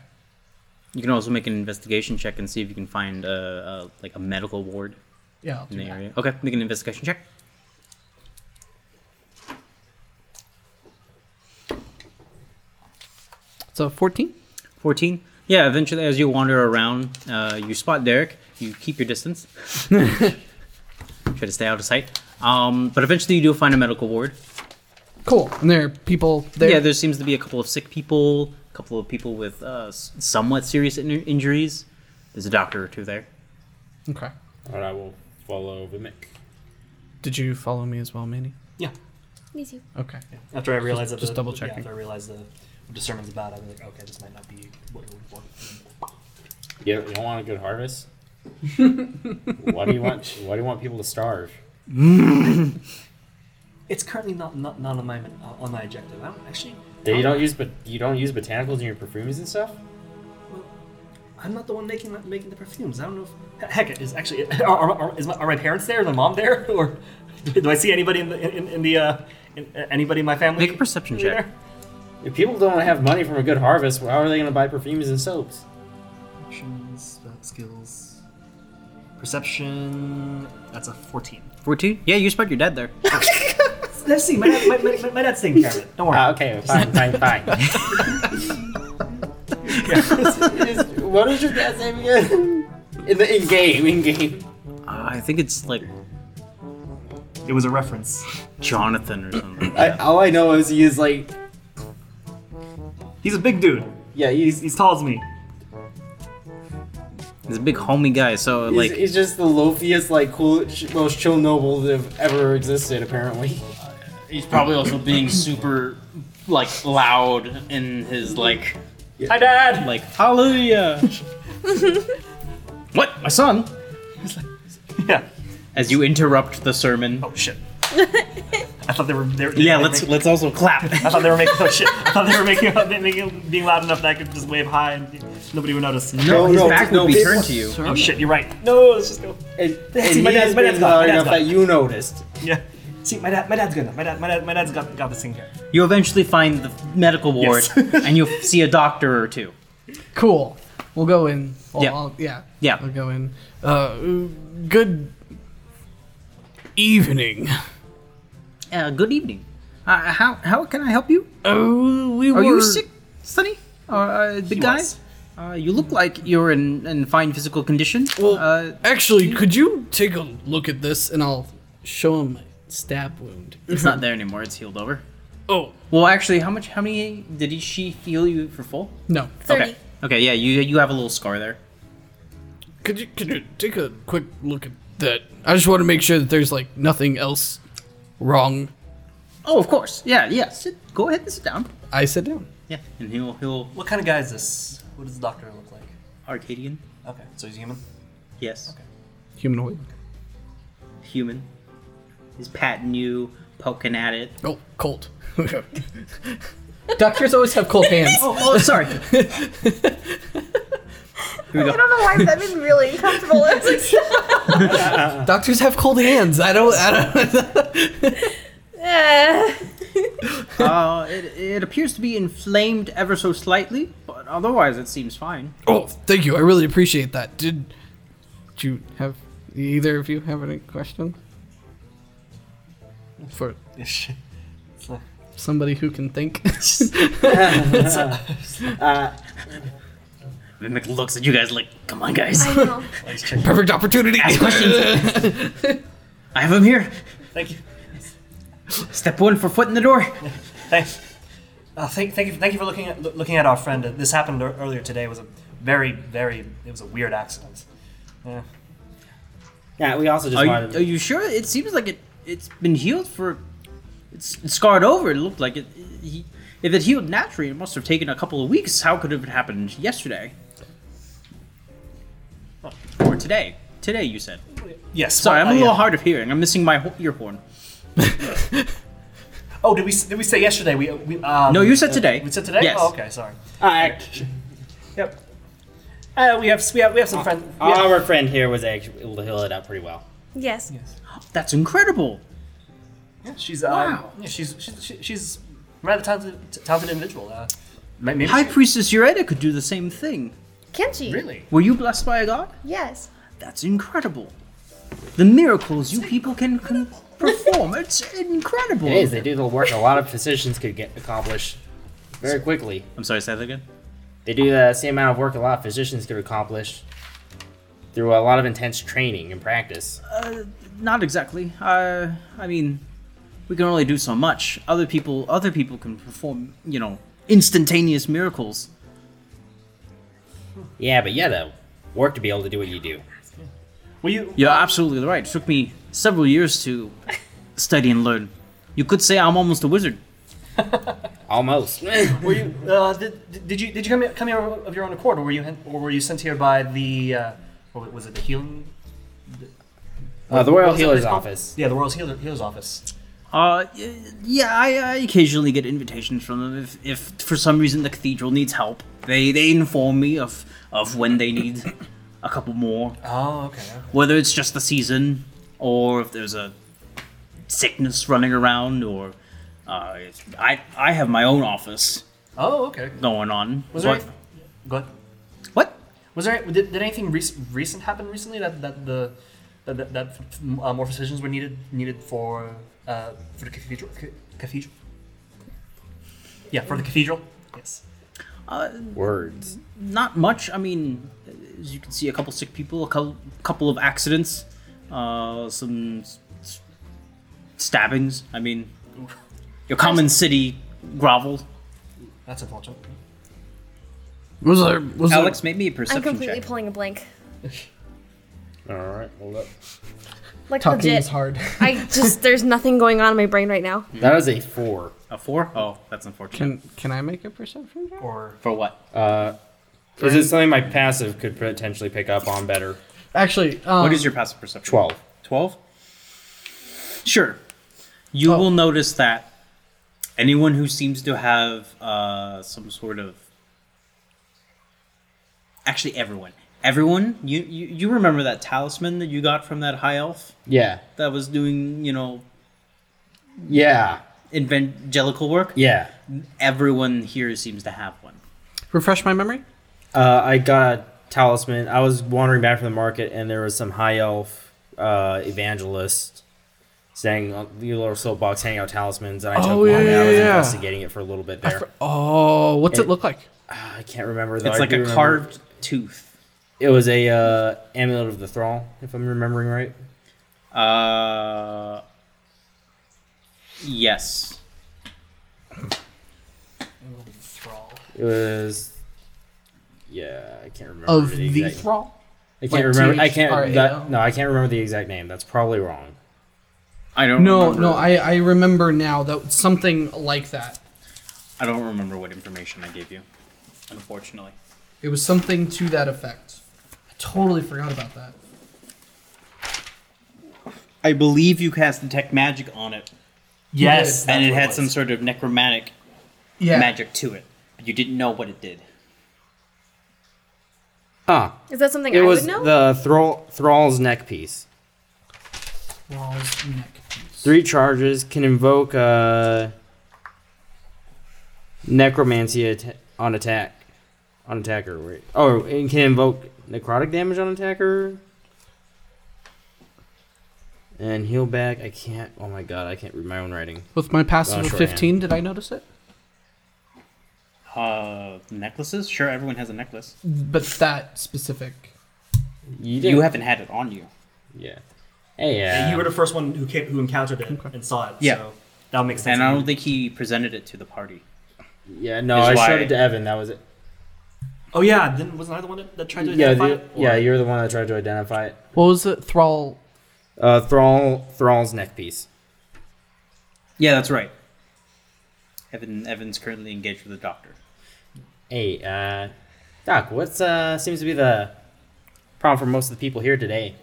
[SPEAKER 1] You can also make an investigation check and see if you can find a, a like a medical ward
[SPEAKER 3] Yeah. I'll
[SPEAKER 1] in
[SPEAKER 3] do
[SPEAKER 1] the
[SPEAKER 3] that.
[SPEAKER 1] area. Okay, make an investigation check.
[SPEAKER 3] So fourteen.
[SPEAKER 1] 14. Yeah, eventually as you wander around, uh, you spot Derek. You keep your distance.
[SPEAKER 3] (laughs)
[SPEAKER 1] Try to stay out of sight. Um, but eventually you do find a medical ward.
[SPEAKER 3] Cool. And there are people there.
[SPEAKER 1] Yeah, there seems to be a couple of sick people, a couple of people with uh, s- somewhat serious in- injuries. There's a doctor or two there.
[SPEAKER 3] Okay.
[SPEAKER 5] All right, will follow Vimic.
[SPEAKER 3] Did you follow me as well, Manny?
[SPEAKER 2] Yeah.
[SPEAKER 4] Me too.
[SPEAKER 3] Okay.
[SPEAKER 2] After I realize that
[SPEAKER 3] just
[SPEAKER 2] the,
[SPEAKER 3] double
[SPEAKER 2] yeah,
[SPEAKER 3] checking.
[SPEAKER 2] after I realize the what the sermon's about, I'll be like, okay, this might not be what we want.
[SPEAKER 5] You don't, you don't want a good harvest.
[SPEAKER 2] (laughs)
[SPEAKER 5] why do you want? Why do you want people to starve?
[SPEAKER 2] It's currently not not, not on my uh, on my objective. I don't actually.
[SPEAKER 5] That you don't use, but you don't use botanicals in your perfumes and stuff.
[SPEAKER 2] I'm not the one making the- making the perfumes. I don't know if heck it is actually (laughs) are, are, are, is my, are my parents there? Is my mom there? (laughs) Or do I see anybody in the in, in the uh, in, uh, anybody in my family?
[SPEAKER 1] Make a perception
[SPEAKER 2] there?
[SPEAKER 1] check.
[SPEAKER 5] If people don't have money from a good harvest, how are they going to buy perfumes and soaps?
[SPEAKER 2] Actions, uh, skills, perception. That's a fourteen.
[SPEAKER 1] 14? Yeah, you spot your dad there.
[SPEAKER 2] (laughs) Let's see. My, dad- my, my, my, my dad's taking care of it. Don't worry.
[SPEAKER 5] Ah, okay, fine, fine,
[SPEAKER 2] (laughs)
[SPEAKER 5] fine. (laughs) what is your dad's name again? In the in game, in game.
[SPEAKER 3] Uh,
[SPEAKER 1] I think it's like
[SPEAKER 2] It was a reference.
[SPEAKER 1] Jonathan or something.
[SPEAKER 5] I, all I know is he is like,
[SPEAKER 2] He's a big dude.
[SPEAKER 5] yeah,
[SPEAKER 2] He's,
[SPEAKER 5] he's he's,
[SPEAKER 2] he's tall as me.
[SPEAKER 1] He's a big homie guy, so like
[SPEAKER 5] he's just the lofiest, like cool, ch- most chill noble that have ever existed. Apparently,
[SPEAKER 1] he's probably also being super like loud in his like
[SPEAKER 2] Hi, Dad.
[SPEAKER 1] like hallelujah. (laughs) what my son?
[SPEAKER 2] Yeah.
[SPEAKER 1] As you interrupt the sermon.
[SPEAKER 2] Oh shit. I thought they were. They were they
[SPEAKER 1] yeah,
[SPEAKER 2] were
[SPEAKER 1] let's
[SPEAKER 2] making-
[SPEAKER 1] let's also
[SPEAKER 2] (laughs)
[SPEAKER 1] clap.
[SPEAKER 2] I thought they were making oh shit. I thought they (laughs) were making, they making being loud enough that I could just wave high and nobody would notice.
[SPEAKER 1] no, his
[SPEAKER 5] no,
[SPEAKER 1] back
[SPEAKER 5] no,
[SPEAKER 1] would be
[SPEAKER 5] it-
[SPEAKER 1] turned to you.
[SPEAKER 2] Oh shit, you're right. No, let's just go.
[SPEAKER 5] and,
[SPEAKER 2] (laughs) See,
[SPEAKER 5] and
[SPEAKER 2] my
[SPEAKER 5] he
[SPEAKER 2] dad's-
[SPEAKER 5] has
[SPEAKER 2] my
[SPEAKER 5] been
[SPEAKER 2] dad's gone, my
[SPEAKER 5] loud
[SPEAKER 2] dad's
[SPEAKER 5] enough
[SPEAKER 2] gone.
[SPEAKER 5] that you noticed.
[SPEAKER 2] Yeah. See, my dad, my dad's good enough. My dad, my dad, my dad's got got this thing here.
[SPEAKER 1] You eventually find the medical ward
[SPEAKER 2] Yes.
[SPEAKER 1] and you see a doctor or two.
[SPEAKER 3] Cool. We'll go in. Well,
[SPEAKER 1] Yeah.
[SPEAKER 3] I'll- yeah.
[SPEAKER 1] Yeah.
[SPEAKER 3] We'll go in. Uh, good evening.
[SPEAKER 1] Uh, good evening. Uh, how how can I help you?
[SPEAKER 3] Oh, we were.
[SPEAKER 1] Are you sick, Sonny? Uh, uh, big guy?
[SPEAKER 2] was.
[SPEAKER 1] Uh, you look like you're in, in fine physical condition.
[SPEAKER 3] Well,
[SPEAKER 1] uh,
[SPEAKER 3] actually, could you take a look at this and I'll show him my stab wound?
[SPEAKER 1] (laughs) it's not there anymore. It's healed over.
[SPEAKER 3] Oh
[SPEAKER 1] Well, actually, how much? How many did he- she heal you for full?
[SPEAKER 3] no.
[SPEAKER 4] 30.
[SPEAKER 1] Okay. Okay. Yeah. You you have a little scar there.
[SPEAKER 3] Could you could you take a quick look at that? I just want to make sure that there's like nothing else wrong.
[SPEAKER 1] Oh, of course. Yeah. Yeah. Sit. Go ahead and sit down.
[SPEAKER 3] I sit down.
[SPEAKER 1] Yeah. And he'll he'll
[SPEAKER 2] What kind of guy is this? What does the doctor look like?
[SPEAKER 1] Arcadian.
[SPEAKER 2] Okay, so he's human.
[SPEAKER 1] Yes.
[SPEAKER 3] Humanoid.
[SPEAKER 1] Human. He's patting you, poking at it.
[SPEAKER 3] Oh, cold. (laughs) Doctors always have cold (laughs) hands.
[SPEAKER 1] Oh, oh
[SPEAKER 2] (laughs)
[SPEAKER 1] sorry. Here we go.
[SPEAKER 4] I don't know why that made me really uncomfortable. I (laughs) was like,
[SPEAKER 3] Doctors have cold hands. I don't. (laughs) I don't.
[SPEAKER 4] eh.
[SPEAKER 1] Uh, it, it appears to be inflamed ever so slightly, but otherwise it seems fine.
[SPEAKER 3] oh, thank you. I really appreciate that. Did, did you have either of you have any questions for
[SPEAKER 2] Ish. It's like-
[SPEAKER 3] somebody who can think? (laughs)
[SPEAKER 1] Mimic looks at you guys like, come on, guys.
[SPEAKER 4] I know.
[SPEAKER 2] like, check-
[SPEAKER 3] Perfect opportunity.
[SPEAKER 1] Ask questions. I have him here.
[SPEAKER 2] Thank you.
[SPEAKER 1] Step one for foot in the door.
[SPEAKER 2] Thanks. (laughs) Uh, thank, thank you, thank you for looking at loo- looking at our friend. Uh, This happened ear- earlier today. It was a very, very, it was a weird accident. Yeah.
[SPEAKER 5] Yeah, we also just
[SPEAKER 1] Are you,
[SPEAKER 5] wanted
[SPEAKER 1] are you sure? It seems like it, it's been healed for. It's, it's scarred over. It looked like it. He, if it healed naturally, it must have taken a couple of weeks. How could it have happened yesterday? Oh, Or today. Today, you said.
[SPEAKER 2] Yes.
[SPEAKER 1] Sorry, I'm
[SPEAKER 2] well,
[SPEAKER 1] a
[SPEAKER 2] uh,
[SPEAKER 1] little
[SPEAKER 2] yeah.
[SPEAKER 1] hard of hearing. I'm missing my ho- ear horn.
[SPEAKER 2] Oh, did we s- did we say yesterday? We, we um,
[SPEAKER 1] No, you said today.
[SPEAKER 2] We said today.
[SPEAKER 1] Yes.
[SPEAKER 2] Oh, okay. Sorry.
[SPEAKER 5] Uh,
[SPEAKER 2] Yep. Uh, we have we have we have some friends. we have-
[SPEAKER 5] our friend here was actually able to heal it up pretty well.
[SPEAKER 4] Yes.
[SPEAKER 1] That's incredible.
[SPEAKER 2] Yeah, she's um,
[SPEAKER 1] Wow.
[SPEAKER 2] yeah, she's she's she- she's rather talented t- talented individual. Uh, ma- maybe
[SPEAKER 1] High
[SPEAKER 2] she-
[SPEAKER 1] Priestess Ureta could do the same thing.
[SPEAKER 4] Can she?
[SPEAKER 2] really.
[SPEAKER 1] Were you blessed by a god?
[SPEAKER 4] Yes.
[SPEAKER 1] That's incredible. The miracles you people can, can perform. It's incredible.
[SPEAKER 5] It is. They do the work a lot of physicians could get accomplish very quickly.
[SPEAKER 1] I'm sorry, say that again?
[SPEAKER 5] They do the same amount of work a lot of physicians could accomplish through a lot of intense training and practice.
[SPEAKER 1] Not exactly. Uh, I mean, we can only do so much. Other people, other people can perform, you know, instantaneous miracles.
[SPEAKER 5] Yeah, but yeah, though, work to be able to do what you do.
[SPEAKER 2] Were you?
[SPEAKER 1] You're absolutely right. It took me several years to study and learn. You could say I'm almost a wizard.
[SPEAKER 5] Almost. (laughs)
[SPEAKER 2] Were you? Uh, did, did you did you come here, come here of your own accord, or were you hen- or were you sent here by the? Uh, or was it the healing?
[SPEAKER 5] Uh, the
[SPEAKER 2] what
[SPEAKER 5] Royal
[SPEAKER 2] was it
[SPEAKER 5] Healer's
[SPEAKER 2] called?
[SPEAKER 5] Office.
[SPEAKER 2] Yeah, the Royal Healer, Healer's Office.
[SPEAKER 1] Uh, y- yeah, I, I occasionally get invitations from them. If, if for some reason the cathedral needs help, they they inform me of of when they need a couple more.
[SPEAKER 2] Oh, okay.
[SPEAKER 1] Whether it's just the season, or if there's a sickness running around, or uh, it's- I I have my own office
[SPEAKER 2] Oh, okay.
[SPEAKER 1] going on.
[SPEAKER 2] Was there?
[SPEAKER 1] but-
[SPEAKER 2] any- Go ahead.
[SPEAKER 1] what?
[SPEAKER 2] Was there? Did, did anything rec- recent happen recently that that the that that, that uh, more physicians were needed needed for uh, for the cathedral ca- cathedral? Yeah, for the cathedral. Yes.
[SPEAKER 5] Words.
[SPEAKER 1] Not much. I mean, as you can see, a couple sick people, a couple, couple of accidents, uh, some s- s- stabbings. I mean, your common city grovel.
[SPEAKER 2] That's unfortunate.
[SPEAKER 3] (laughs) was there? Was there-
[SPEAKER 1] Alex, make me a
[SPEAKER 4] I'm
[SPEAKER 1] perception
[SPEAKER 4] completely
[SPEAKER 1] check.
[SPEAKER 4] pulling a blank.
[SPEAKER 5] All right, hold up.
[SPEAKER 4] Like
[SPEAKER 3] talking
[SPEAKER 4] legit.
[SPEAKER 3] is hard.
[SPEAKER 4] I
[SPEAKER 3] (laughs)
[SPEAKER 4] just there's nothing going on in my brain right now.
[SPEAKER 5] That was a four.
[SPEAKER 1] a four? Oh, that's unfortunate.
[SPEAKER 3] Can can I make a perception check?
[SPEAKER 2] Or
[SPEAKER 1] For what?
[SPEAKER 5] Uh, is it something my passive could potentially pick up on better?
[SPEAKER 3] Actually, um,
[SPEAKER 1] what is your passive perception?
[SPEAKER 5] Twelve. Oh.
[SPEAKER 1] 12? Sure. You will notice that anyone who seems to have uh, some sort of. Actually, everyone. Everyone, you, you you remember that talisman that you got from that high elf
[SPEAKER 5] Yeah.
[SPEAKER 1] that was doing, you know,
[SPEAKER 5] Yeah.
[SPEAKER 1] evangelical work?
[SPEAKER 5] Yeah.
[SPEAKER 1] Everyone here seems to have one.
[SPEAKER 3] refresh my memory?
[SPEAKER 5] Uh, I got a talisman. I was wandering back from the market, and there was some high elf uh, evangelist saying uh, the little soapbox handing out talismans, and I took
[SPEAKER 3] Oh,
[SPEAKER 5] one.
[SPEAKER 3] yeah,
[SPEAKER 5] and I
[SPEAKER 3] yeah,
[SPEAKER 5] was
[SPEAKER 3] yeah.
[SPEAKER 5] investigating it for a little bit there.
[SPEAKER 3] Oh, what's it,
[SPEAKER 5] It-
[SPEAKER 3] look like?
[SPEAKER 5] Ah, I can't remember. Though.
[SPEAKER 8] It's
[SPEAKER 5] I
[SPEAKER 8] like
[SPEAKER 5] do
[SPEAKER 8] a
[SPEAKER 5] remember-
[SPEAKER 8] carved tooth.
[SPEAKER 5] It was a uh, amulet of the thrall, if I'm remembering right.
[SPEAKER 8] Uh, yes.
[SPEAKER 5] It was. Yeah, I can't remember
[SPEAKER 3] Of the
[SPEAKER 5] exact-
[SPEAKER 3] thrall?
[SPEAKER 5] I can't
[SPEAKER 3] like
[SPEAKER 5] remember. I
[SPEAKER 3] THRAL?
[SPEAKER 5] can't. That, no, I can't remember the exact name. That's probably wrong.
[SPEAKER 8] I don't.
[SPEAKER 3] No,
[SPEAKER 8] remember.
[SPEAKER 3] no, I, I remember now that something like that.
[SPEAKER 8] I don't remember what information I gave you. Unfortunately.
[SPEAKER 3] It was something to that effect. I totally forgot about that.
[SPEAKER 1] I believe you cast detect magic on it,
[SPEAKER 2] Yes,
[SPEAKER 1] and
[SPEAKER 2] that's
[SPEAKER 1] it
[SPEAKER 2] what
[SPEAKER 1] had
[SPEAKER 2] was.
[SPEAKER 1] some sort of necromantic
[SPEAKER 3] Yeah.
[SPEAKER 1] magic to it, but you didn't know what it did.
[SPEAKER 5] Ah,
[SPEAKER 4] Is that something
[SPEAKER 5] it
[SPEAKER 4] I
[SPEAKER 5] was
[SPEAKER 4] would know?
[SPEAKER 5] the thrall thrall's neck piece.
[SPEAKER 3] Thrall's neck piece.
[SPEAKER 5] Three charges can invoke uh, necromancy at- on attack, on attacker. Wait. Oh, and can invoke necrotic damage on attacker, and heal back. I can't. Oh my god, I can't read my own writing.
[SPEAKER 3] With my passive
[SPEAKER 5] Well,
[SPEAKER 3] of
[SPEAKER 5] shorthand.
[SPEAKER 3] 15, did I notice it?
[SPEAKER 1] Uh, necklaces? Sure, everyone has a necklace.
[SPEAKER 3] But that specific.
[SPEAKER 1] You haven't had it on you.
[SPEAKER 5] Yeah. Hey,
[SPEAKER 2] Yeah,
[SPEAKER 5] yeah.
[SPEAKER 2] you were the first one who came, who encountered it and saw it.
[SPEAKER 1] Yeah.
[SPEAKER 2] so that makes sense.
[SPEAKER 1] And I don't think he presented it to the party.
[SPEAKER 5] yeah. No,
[SPEAKER 1] Is
[SPEAKER 5] I
[SPEAKER 1] why-
[SPEAKER 5] showed it to Evan. That was it.
[SPEAKER 2] oh yeah, then wasn't I the one that, that tried to
[SPEAKER 5] Yeah,
[SPEAKER 2] identify
[SPEAKER 5] the,
[SPEAKER 2] it? Or-
[SPEAKER 5] yeah. You're the one that tried to identify it.
[SPEAKER 3] What was it? Thrall.
[SPEAKER 5] Uh, thrall, thrall's neck piece.
[SPEAKER 1] Yeah, that's right. Evan Evan's currently engaged with a doctor.
[SPEAKER 5] Hey, uh, Doc, what's uh seems to be the problem for most of the people here today?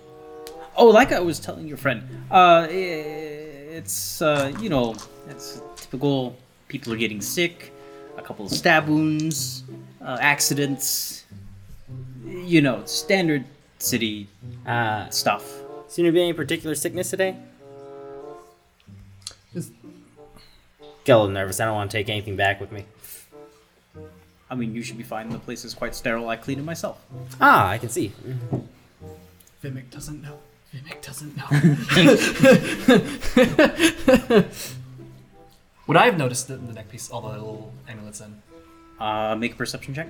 [SPEAKER 1] Oh, like I was telling your friend, uh, i- it's uh, you know, it's typical. People are getting sick, a couple of stab wounds, uh, accidents. You know, standard city
[SPEAKER 5] Uh,
[SPEAKER 1] stuff.
[SPEAKER 5] seem to be any particular sickness today?
[SPEAKER 3] Is-
[SPEAKER 5] Get a little nervous. I don't want to take anything back with me.
[SPEAKER 1] I mean, you should be fine. The place is quite sterile. I clean it myself.
[SPEAKER 5] Ah, I can see.
[SPEAKER 3] Vimic doesn't know. Vimic doesn't (laughs) know.
[SPEAKER 2] Would I have noticed it in the neck piece, all the little amulets in?
[SPEAKER 1] Uh, make a perception check.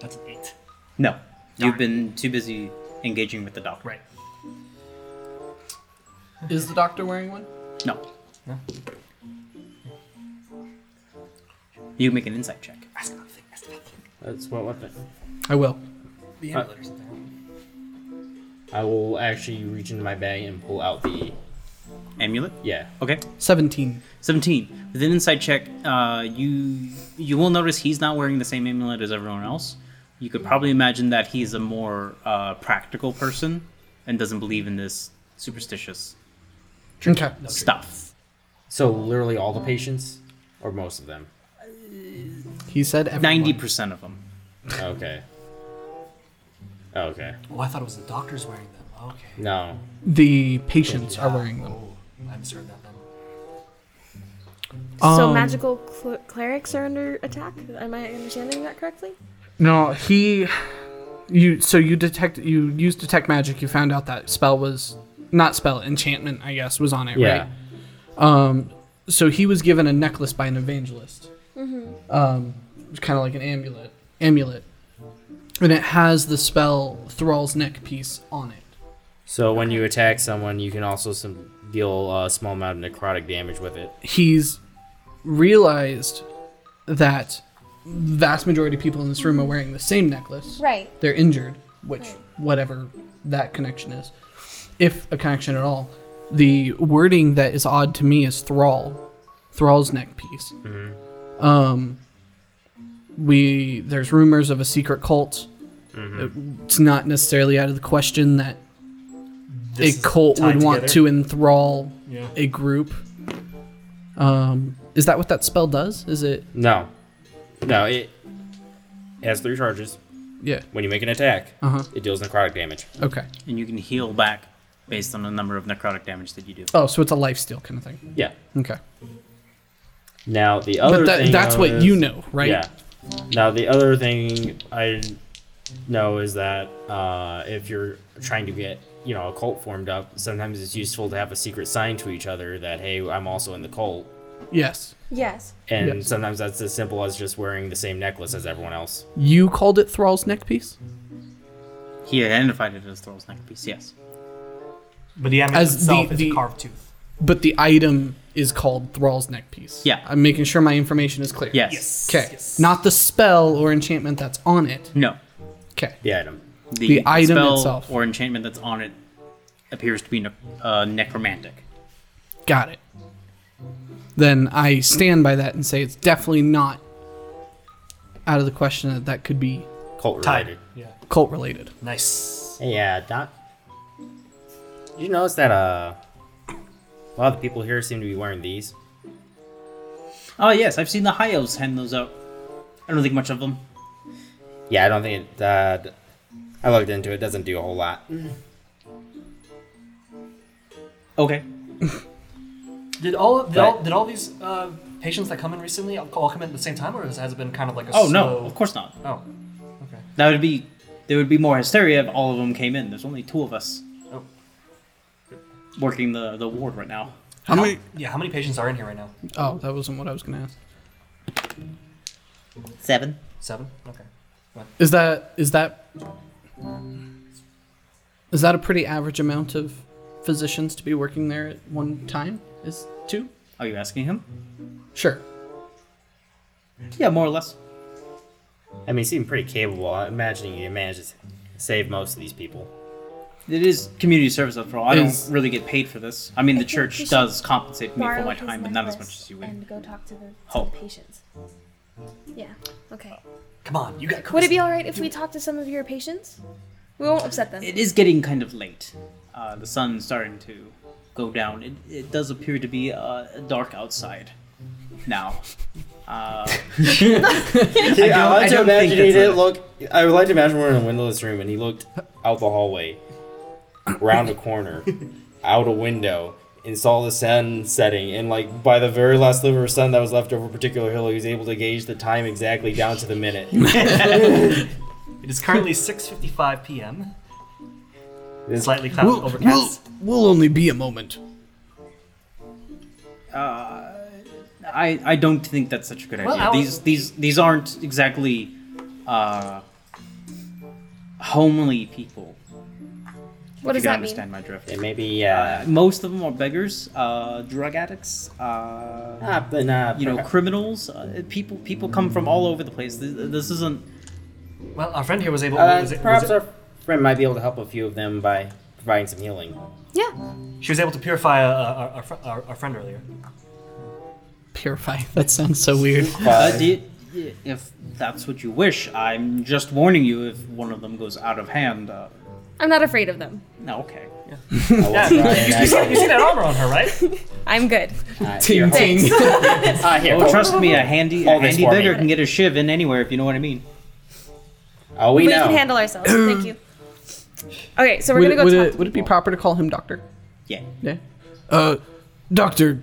[SPEAKER 2] That's an eight.
[SPEAKER 1] No, you've been too busy engaging with the doctor.
[SPEAKER 2] Right.
[SPEAKER 3] Is the doctor wearing one?
[SPEAKER 1] No. You can make an insight check.
[SPEAKER 5] That's what weapon.
[SPEAKER 3] I will.
[SPEAKER 2] The amulet or something.
[SPEAKER 5] I will actually reach into my bag and pull out the
[SPEAKER 1] Amulet.
[SPEAKER 5] yeah.
[SPEAKER 1] Okay.
[SPEAKER 3] 17.
[SPEAKER 1] 17 with an insight check uh, you you will notice he's not wearing the same amulet as everyone else you could probably imagine that he's a more uh, practical person and doesn't believe in this superstitious
[SPEAKER 3] Okay.
[SPEAKER 1] stuff
[SPEAKER 5] So literally all the patients, or most of them.
[SPEAKER 3] He said everyone.
[SPEAKER 1] 90% of them
[SPEAKER 5] Okay. Okay.
[SPEAKER 2] Oh, I thought it was the doctors wearing them. Okay.
[SPEAKER 5] No.
[SPEAKER 3] The patients are wearing them.
[SPEAKER 2] Oh, I misheard that then.
[SPEAKER 4] so
[SPEAKER 3] Um,
[SPEAKER 4] magical cl- clerics are under attack. Am I understanding that correctly?
[SPEAKER 3] No, he. You so you detect you used detect magic. You found out that spell was not spell enchantment. I guess was on it,
[SPEAKER 5] Yeah.
[SPEAKER 3] right? Um, so he was given a necklace by an evangelist. Um, it's kind of like an amulet. Amulet, and it has the spell Thrall's neck piece on it.
[SPEAKER 5] So when you attack someone, you can also some deal a small amount of necrotic damage with it.
[SPEAKER 3] He's realized that vast majority of people in this room are wearing the same necklace.
[SPEAKER 4] Right.
[SPEAKER 3] they're injured, which whatever that connection is, if a connection at all. The wording that is odd to me is thrall, thrall's neck piece.
[SPEAKER 2] Mm-hmm.
[SPEAKER 3] Um, we there's rumors of a secret cult.
[SPEAKER 2] Mm-hmm.
[SPEAKER 3] It's not necessarily out of the question that
[SPEAKER 2] This
[SPEAKER 3] a
[SPEAKER 2] is
[SPEAKER 3] cult
[SPEAKER 2] tied
[SPEAKER 3] would want
[SPEAKER 2] together?
[SPEAKER 3] to enthrall
[SPEAKER 2] Yeah.
[SPEAKER 3] a group. Um, is that what that spell does? Is it?
[SPEAKER 5] No, no, it, it has three charges.
[SPEAKER 3] Yeah.
[SPEAKER 5] When you make an attack,
[SPEAKER 3] Uh huh.
[SPEAKER 5] it deals necrotic damage.
[SPEAKER 3] Okay.
[SPEAKER 1] and you can heal back based on the number of necrotic damage that you do.
[SPEAKER 3] Oh, so it's a life steal kind of thing.
[SPEAKER 5] Yeah.
[SPEAKER 3] Okay.
[SPEAKER 5] Now the other
[SPEAKER 3] but that,
[SPEAKER 5] thing
[SPEAKER 3] that's
[SPEAKER 5] on
[SPEAKER 3] what
[SPEAKER 5] this-
[SPEAKER 3] you know, right?
[SPEAKER 5] Yeah. Now the other thing I know is that uh, if you're trying to get you know a cult formed up, sometimes it's useful to have a secret sign to each other that hey, I'm also in the cult.
[SPEAKER 3] Yes.
[SPEAKER 4] Yes.
[SPEAKER 5] And
[SPEAKER 3] Yes.
[SPEAKER 5] sometimes that's as simple as just wearing the same necklace as everyone else.
[SPEAKER 3] You called it Thrall's neck piece?
[SPEAKER 1] He identified it as Thorl's neck piece. Yes.
[SPEAKER 2] But the amulet
[SPEAKER 3] As the-
[SPEAKER 2] itself is
[SPEAKER 3] the-
[SPEAKER 2] a carved tooth.
[SPEAKER 3] But the item is called Thrall's neck piece.
[SPEAKER 1] Yeah.
[SPEAKER 3] I'm making sure my information is clear.
[SPEAKER 1] Yes.
[SPEAKER 2] Yes.
[SPEAKER 3] Okay.
[SPEAKER 2] yes.
[SPEAKER 3] Not the spell or enchantment that's on it.
[SPEAKER 1] No.
[SPEAKER 3] Okay.
[SPEAKER 5] The item.
[SPEAKER 1] The,
[SPEAKER 3] The item
[SPEAKER 1] spell
[SPEAKER 3] itself.
[SPEAKER 1] or enchantment that's on it appears to be ne- uh, necromantic.
[SPEAKER 3] Got it. Then I stand by that and say it's definitely not out of the question that that could be
[SPEAKER 5] Cult
[SPEAKER 2] tied.
[SPEAKER 5] related.
[SPEAKER 2] Yeah.
[SPEAKER 3] cult related.
[SPEAKER 2] Nice.
[SPEAKER 5] Hey, uh, Doc. Did you notice that uh, a lot of the people here seem to be wearing these?
[SPEAKER 1] Oh yes, I've seen the high elves hand those out. I don't think much of them.
[SPEAKER 5] Yeah, I don't think it. Uh, d- I looked into it. Doesn't do a whole lot.
[SPEAKER 1] Okay.
[SPEAKER 2] Did all did,
[SPEAKER 5] But-
[SPEAKER 2] all, did all these uh, patients that come in recently all all come in at the same time, or has has it been kind of like a
[SPEAKER 1] Oh no,
[SPEAKER 2] slow...
[SPEAKER 1] of course not.
[SPEAKER 2] Oh, okay.
[SPEAKER 1] That would be there would be more hysteria if all of them came in. There's only two of us
[SPEAKER 2] Oh.
[SPEAKER 1] working the the ward right now.
[SPEAKER 3] How many?
[SPEAKER 2] Yeah, how many patients are in here right now?
[SPEAKER 3] Oh, that wasn't what I was going to ask.
[SPEAKER 6] Seven.
[SPEAKER 2] Seven? Okay.
[SPEAKER 3] Is that is that is that a pretty average amount of physicians to be working there at one time? Is two?
[SPEAKER 1] Are you asking him?
[SPEAKER 3] Sure.
[SPEAKER 1] Yeah, more or less.
[SPEAKER 5] I mean, he seemed pretty capable. I'm imagining he managed to save most of these people.
[SPEAKER 1] It is community service after all. I
[SPEAKER 3] Is-
[SPEAKER 1] don't really get paid for this. I mean,
[SPEAKER 4] I
[SPEAKER 1] the
[SPEAKER 4] think
[SPEAKER 1] church
[SPEAKER 4] we should
[SPEAKER 1] does compensate me for
[SPEAKER 4] Borrow
[SPEAKER 1] my
[SPEAKER 4] his
[SPEAKER 1] time, but not as
[SPEAKER 4] necklace
[SPEAKER 1] much as you would.
[SPEAKER 4] And go talk to the, to
[SPEAKER 1] Oh.
[SPEAKER 4] the patients. Yeah. Okay.
[SPEAKER 2] Come on, you got
[SPEAKER 4] Would it be all right if we talked to some of your patients? We won't upset them.
[SPEAKER 1] It is getting kind of late. Uh, the sun's starting to go down. It, it does appear to be uh, dark outside now. Uh,
[SPEAKER 5] Yeah, I,
[SPEAKER 1] I
[SPEAKER 5] like to
[SPEAKER 1] don't think
[SPEAKER 5] imagine he
[SPEAKER 1] it's
[SPEAKER 5] didn't
[SPEAKER 1] a-
[SPEAKER 5] look. I would like to imagine we're in a windowless room and he looked out the hallway, round a (laughs) corner, out a window, and saw the sun setting. And like by the very last sliver of sun that was left over a particular hill, he was able to gauge the time exactly down to the (laughs) minute.
[SPEAKER 2] It is currently 6.55 p.m.
[SPEAKER 5] This-
[SPEAKER 2] Slightly cloud Um, overcast.
[SPEAKER 3] we'll only be a moment.
[SPEAKER 1] I, I don't think that's such a good
[SPEAKER 2] Well,
[SPEAKER 1] idea.
[SPEAKER 2] I
[SPEAKER 1] These
[SPEAKER 2] was-
[SPEAKER 1] these these aren't exactly uh, homely people. if you
[SPEAKER 4] what does
[SPEAKER 1] can
[SPEAKER 4] that
[SPEAKER 1] understand
[SPEAKER 4] mean?
[SPEAKER 1] my drift.
[SPEAKER 5] it may be uh,
[SPEAKER 1] Most of them are beggars, uh, drug addicts, uh,
[SPEAKER 5] ah, but, nah,
[SPEAKER 1] you know,
[SPEAKER 5] perhaps-
[SPEAKER 1] criminals. Uh, people people come from all over the place. This, this isn't
[SPEAKER 2] Well, our friend here was able.
[SPEAKER 5] uh,
[SPEAKER 2] was it- was
[SPEAKER 5] perhaps
[SPEAKER 2] it-
[SPEAKER 5] our friend might be able to help a few of them by providing some healing.
[SPEAKER 4] Yeah.
[SPEAKER 2] she was able to purify uh, our, our, fr- our, our friend earlier.
[SPEAKER 3] Purify. That sounds so weird.
[SPEAKER 1] Uh, do you- if that's what you wish, I'm just warning you. If one of them goes out of hand, uh,
[SPEAKER 4] I'm not afraid of them.
[SPEAKER 1] no, okay.
[SPEAKER 5] (laughs) I will
[SPEAKER 2] Yeah,
[SPEAKER 5] try
[SPEAKER 2] you, you,
[SPEAKER 5] and
[SPEAKER 2] see, you see that armor on her, right?
[SPEAKER 4] I'm good.
[SPEAKER 5] (laughs) act-
[SPEAKER 3] (laughs) Ting
[SPEAKER 5] uh, here,
[SPEAKER 3] ting.
[SPEAKER 5] uh, here.
[SPEAKER 1] Oh, trust me, a handy a
[SPEAKER 5] All this
[SPEAKER 1] handy
[SPEAKER 5] for me.
[SPEAKER 1] beggar can get a shiv in anywhere if you know what I mean.
[SPEAKER 5] Oh, we
[SPEAKER 4] We,
[SPEAKER 5] know.
[SPEAKER 4] can handle ourselves. Thank
[SPEAKER 3] (clears throat)
[SPEAKER 4] you. Okay, so we're
[SPEAKER 3] would,
[SPEAKER 4] gonna go
[SPEAKER 3] would
[SPEAKER 4] talk
[SPEAKER 3] it,
[SPEAKER 4] to
[SPEAKER 3] would it be
[SPEAKER 4] people.
[SPEAKER 3] proper to call him doctor?
[SPEAKER 1] Yeah.
[SPEAKER 3] Yeah. Uh, doctor,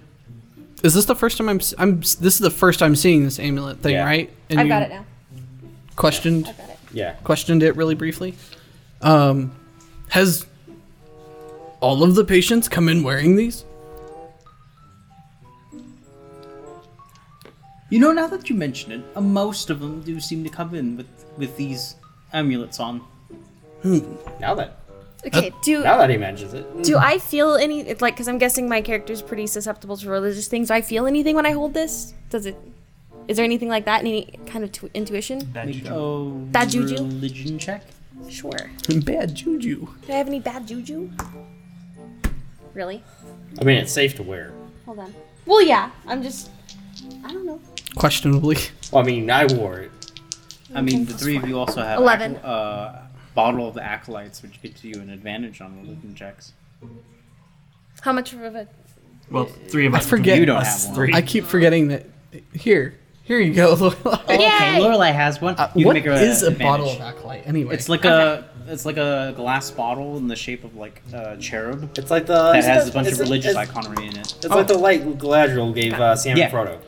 [SPEAKER 3] is this the first time I'm s- I'm s- this is the first time seeing this amulet thing,
[SPEAKER 5] Yeah.
[SPEAKER 3] right? And
[SPEAKER 4] I've
[SPEAKER 3] you
[SPEAKER 4] got it now.
[SPEAKER 3] Questioned.
[SPEAKER 4] I've got it.
[SPEAKER 5] yeah.
[SPEAKER 3] questioned it really briefly. Um, has all of the patients come in wearing these?
[SPEAKER 1] You know, now that you mention it, uh, most of them do seem to come in with with these amulets on.
[SPEAKER 5] Now that
[SPEAKER 4] Okay. Do
[SPEAKER 5] now that he mentions it,
[SPEAKER 4] do I feel any it's like? Because I'm guessing my character's pretty susceptible to religious things. Do I feel anything when I hold this? Does it? Is there anything like that? Any kind of tw intuition?
[SPEAKER 2] Bad
[SPEAKER 1] Make
[SPEAKER 2] juju.
[SPEAKER 1] a
[SPEAKER 4] Bad juju?
[SPEAKER 1] Oh, religion check.
[SPEAKER 4] Sure.
[SPEAKER 3] Bad juju.
[SPEAKER 4] Do I have any bad juju? Really?
[SPEAKER 5] I mean it's safe to wear.
[SPEAKER 4] Hold on. Well, yeah. I'm just. I don't know.
[SPEAKER 3] Questionably.
[SPEAKER 5] Well, I mean I wore it.
[SPEAKER 1] I mean, the three of you also have
[SPEAKER 4] Eleven.
[SPEAKER 1] ac- uh, bottle of the acolytes, which gives you an advantage on religion checks.
[SPEAKER 4] How much of a?
[SPEAKER 2] Well, three of us.
[SPEAKER 3] forget-
[SPEAKER 1] You don't
[SPEAKER 2] us
[SPEAKER 1] have one.
[SPEAKER 2] Three.
[SPEAKER 3] I keep forgetting that. Here, here you go. (laughs) Lorelai.
[SPEAKER 4] Yay!
[SPEAKER 1] Okay, Lorelai has one.
[SPEAKER 3] Uh,
[SPEAKER 1] you
[SPEAKER 3] what
[SPEAKER 1] can make her a
[SPEAKER 3] is a
[SPEAKER 1] advantage.
[SPEAKER 3] bottle of acolyte anyway?
[SPEAKER 1] It's like a it's like a glass bottle in the shape of like a cherub
[SPEAKER 5] It's like the
[SPEAKER 1] that has a bunch of religious
[SPEAKER 5] It's,
[SPEAKER 1] iconography in it.
[SPEAKER 5] it's like the light Galadriel gave uh, Sam
[SPEAKER 1] Yeah.
[SPEAKER 5] and Frodo.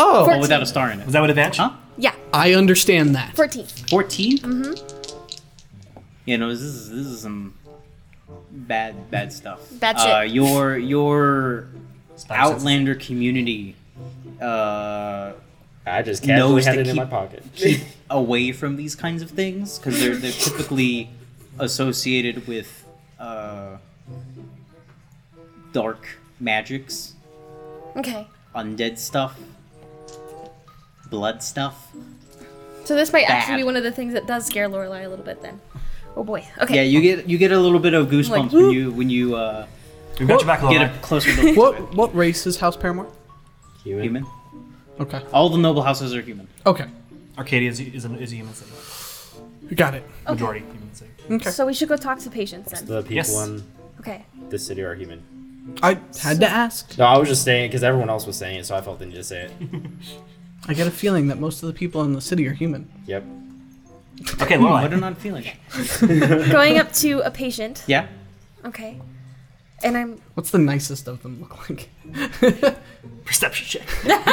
[SPEAKER 3] Oh,
[SPEAKER 1] But without a star in it.
[SPEAKER 2] Was that with advantage?
[SPEAKER 1] Huh?
[SPEAKER 4] Yeah,
[SPEAKER 3] I understand that.
[SPEAKER 4] 14.
[SPEAKER 1] 14? Mm-hmm. You know, this is this is some bad bad stuff.
[SPEAKER 4] Bad
[SPEAKER 9] shit.
[SPEAKER 1] Uh, your your
[SPEAKER 2] Spider sense.
[SPEAKER 1] Outlander community uh,
[SPEAKER 5] I just
[SPEAKER 1] Knows
[SPEAKER 5] casually
[SPEAKER 1] to
[SPEAKER 5] had it in
[SPEAKER 1] keep-
[SPEAKER 5] my
[SPEAKER 1] (laughs)
[SPEAKER 5] pocket.
[SPEAKER 1] keep away from these kinds of things because they're they're typically associated with uh, dark magics,
[SPEAKER 4] Okay.
[SPEAKER 1] undead stuff, blood stuff.
[SPEAKER 4] So this might
[SPEAKER 1] Bad.
[SPEAKER 4] actually be one of the things that does scare Lorelai a little bit then. Oh boy. Okay.
[SPEAKER 1] Yeah, you get you get a little bit of goosebumps
[SPEAKER 4] Like,
[SPEAKER 1] when
[SPEAKER 4] whoop.
[SPEAKER 1] you when you uh,
[SPEAKER 2] We've got your back,
[SPEAKER 1] get
[SPEAKER 2] Lorelai.
[SPEAKER 1] a closer look. to
[SPEAKER 3] What what race is House Paramore?
[SPEAKER 1] it. Human.
[SPEAKER 3] Okay.
[SPEAKER 1] All the noble houses are human.
[SPEAKER 3] Okay.
[SPEAKER 2] Arcadia is, is, an, is a human city.
[SPEAKER 3] Got it.
[SPEAKER 2] Majority human city.
[SPEAKER 3] Okay.
[SPEAKER 4] So we should go talk to patients then.
[SPEAKER 5] The people
[SPEAKER 2] Yes.
[SPEAKER 5] in
[SPEAKER 4] Okay.
[SPEAKER 5] this city are human.
[SPEAKER 3] I had to ask.
[SPEAKER 5] No, I was just saying it because everyone else was saying it, so I felt the need to say it.
[SPEAKER 1] (laughs)
[SPEAKER 3] I get a feeling that most of the people in the city are human.
[SPEAKER 5] Yep.
[SPEAKER 2] Okay,
[SPEAKER 1] What
[SPEAKER 2] Lorelai.
[SPEAKER 1] an odd feeling.
[SPEAKER 4] Going up to a patient.
[SPEAKER 1] Yeah.
[SPEAKER 4] Okay. And I'm
[SPEAKER 3] What's the nicest of them look like?
[SPEAKER 2] Perception check.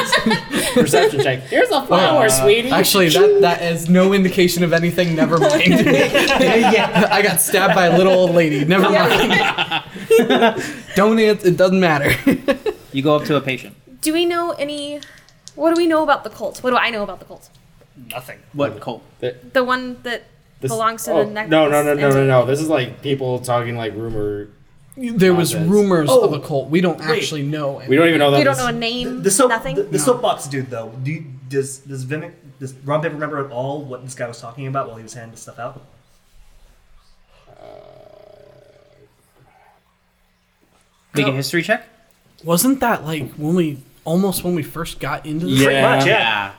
[SPEAKER 5] Perception check. Here's a flower, sweetie.
[SPEAKER 3] Uh, Actually, that that is no indication of anything. Never mind. (laughs) yeah, I got stabbed by a little old lady. Never mind. Don't answer. It doesn't matter. (laughs)
[SPEAKER 1] You go up to a patient.
[SPEAKER 4] do we know any what do we know about the cult? What do I know about the cult?
[SPEAKER 2] Nothing.
[SPEAKER 1] What cult?
[SPEAKER 4] The one that
[SPEAKER 5] This-
[SPEAKER 4] belongs to
[SPEAKER 5] oh,
[SPEAKER 4] the next
[SPEAKER 5] No, no, no, no, no, no. This is like people talking like rumor.
[SPEAKER 3] there was
[SPEAKER 5] Nonsense.
[SPEAKER 3] rumors
[SPEAKER 2] Oh,
[SPEAKER 3] of a cult. We don't
[SPEAKER 2] wait.
[SPEAKER 3] actually know.
[SPEAKER 5] We don't even know that.
[SPEAKER 4] We don't
[SPEAKER 5] this-
[SPEAKER 4] know a name.
[SPEAKER 2] The soap,
[SPEAKER 4] nothing.
[SPEAKER 2] The, the soapbox dude, though. Do you, does does Vimic does Rumpet remember at all what this guy was talking about while he was handing stuff out?
[SPEAKER 1] Make a
[SPEAKER 4] No.
[SPEAKER 1] history check.
[SPEAKER 3] Wasn't that like when we almost when we first got into this?
[SPEAKER 2] Pretty much, yeah.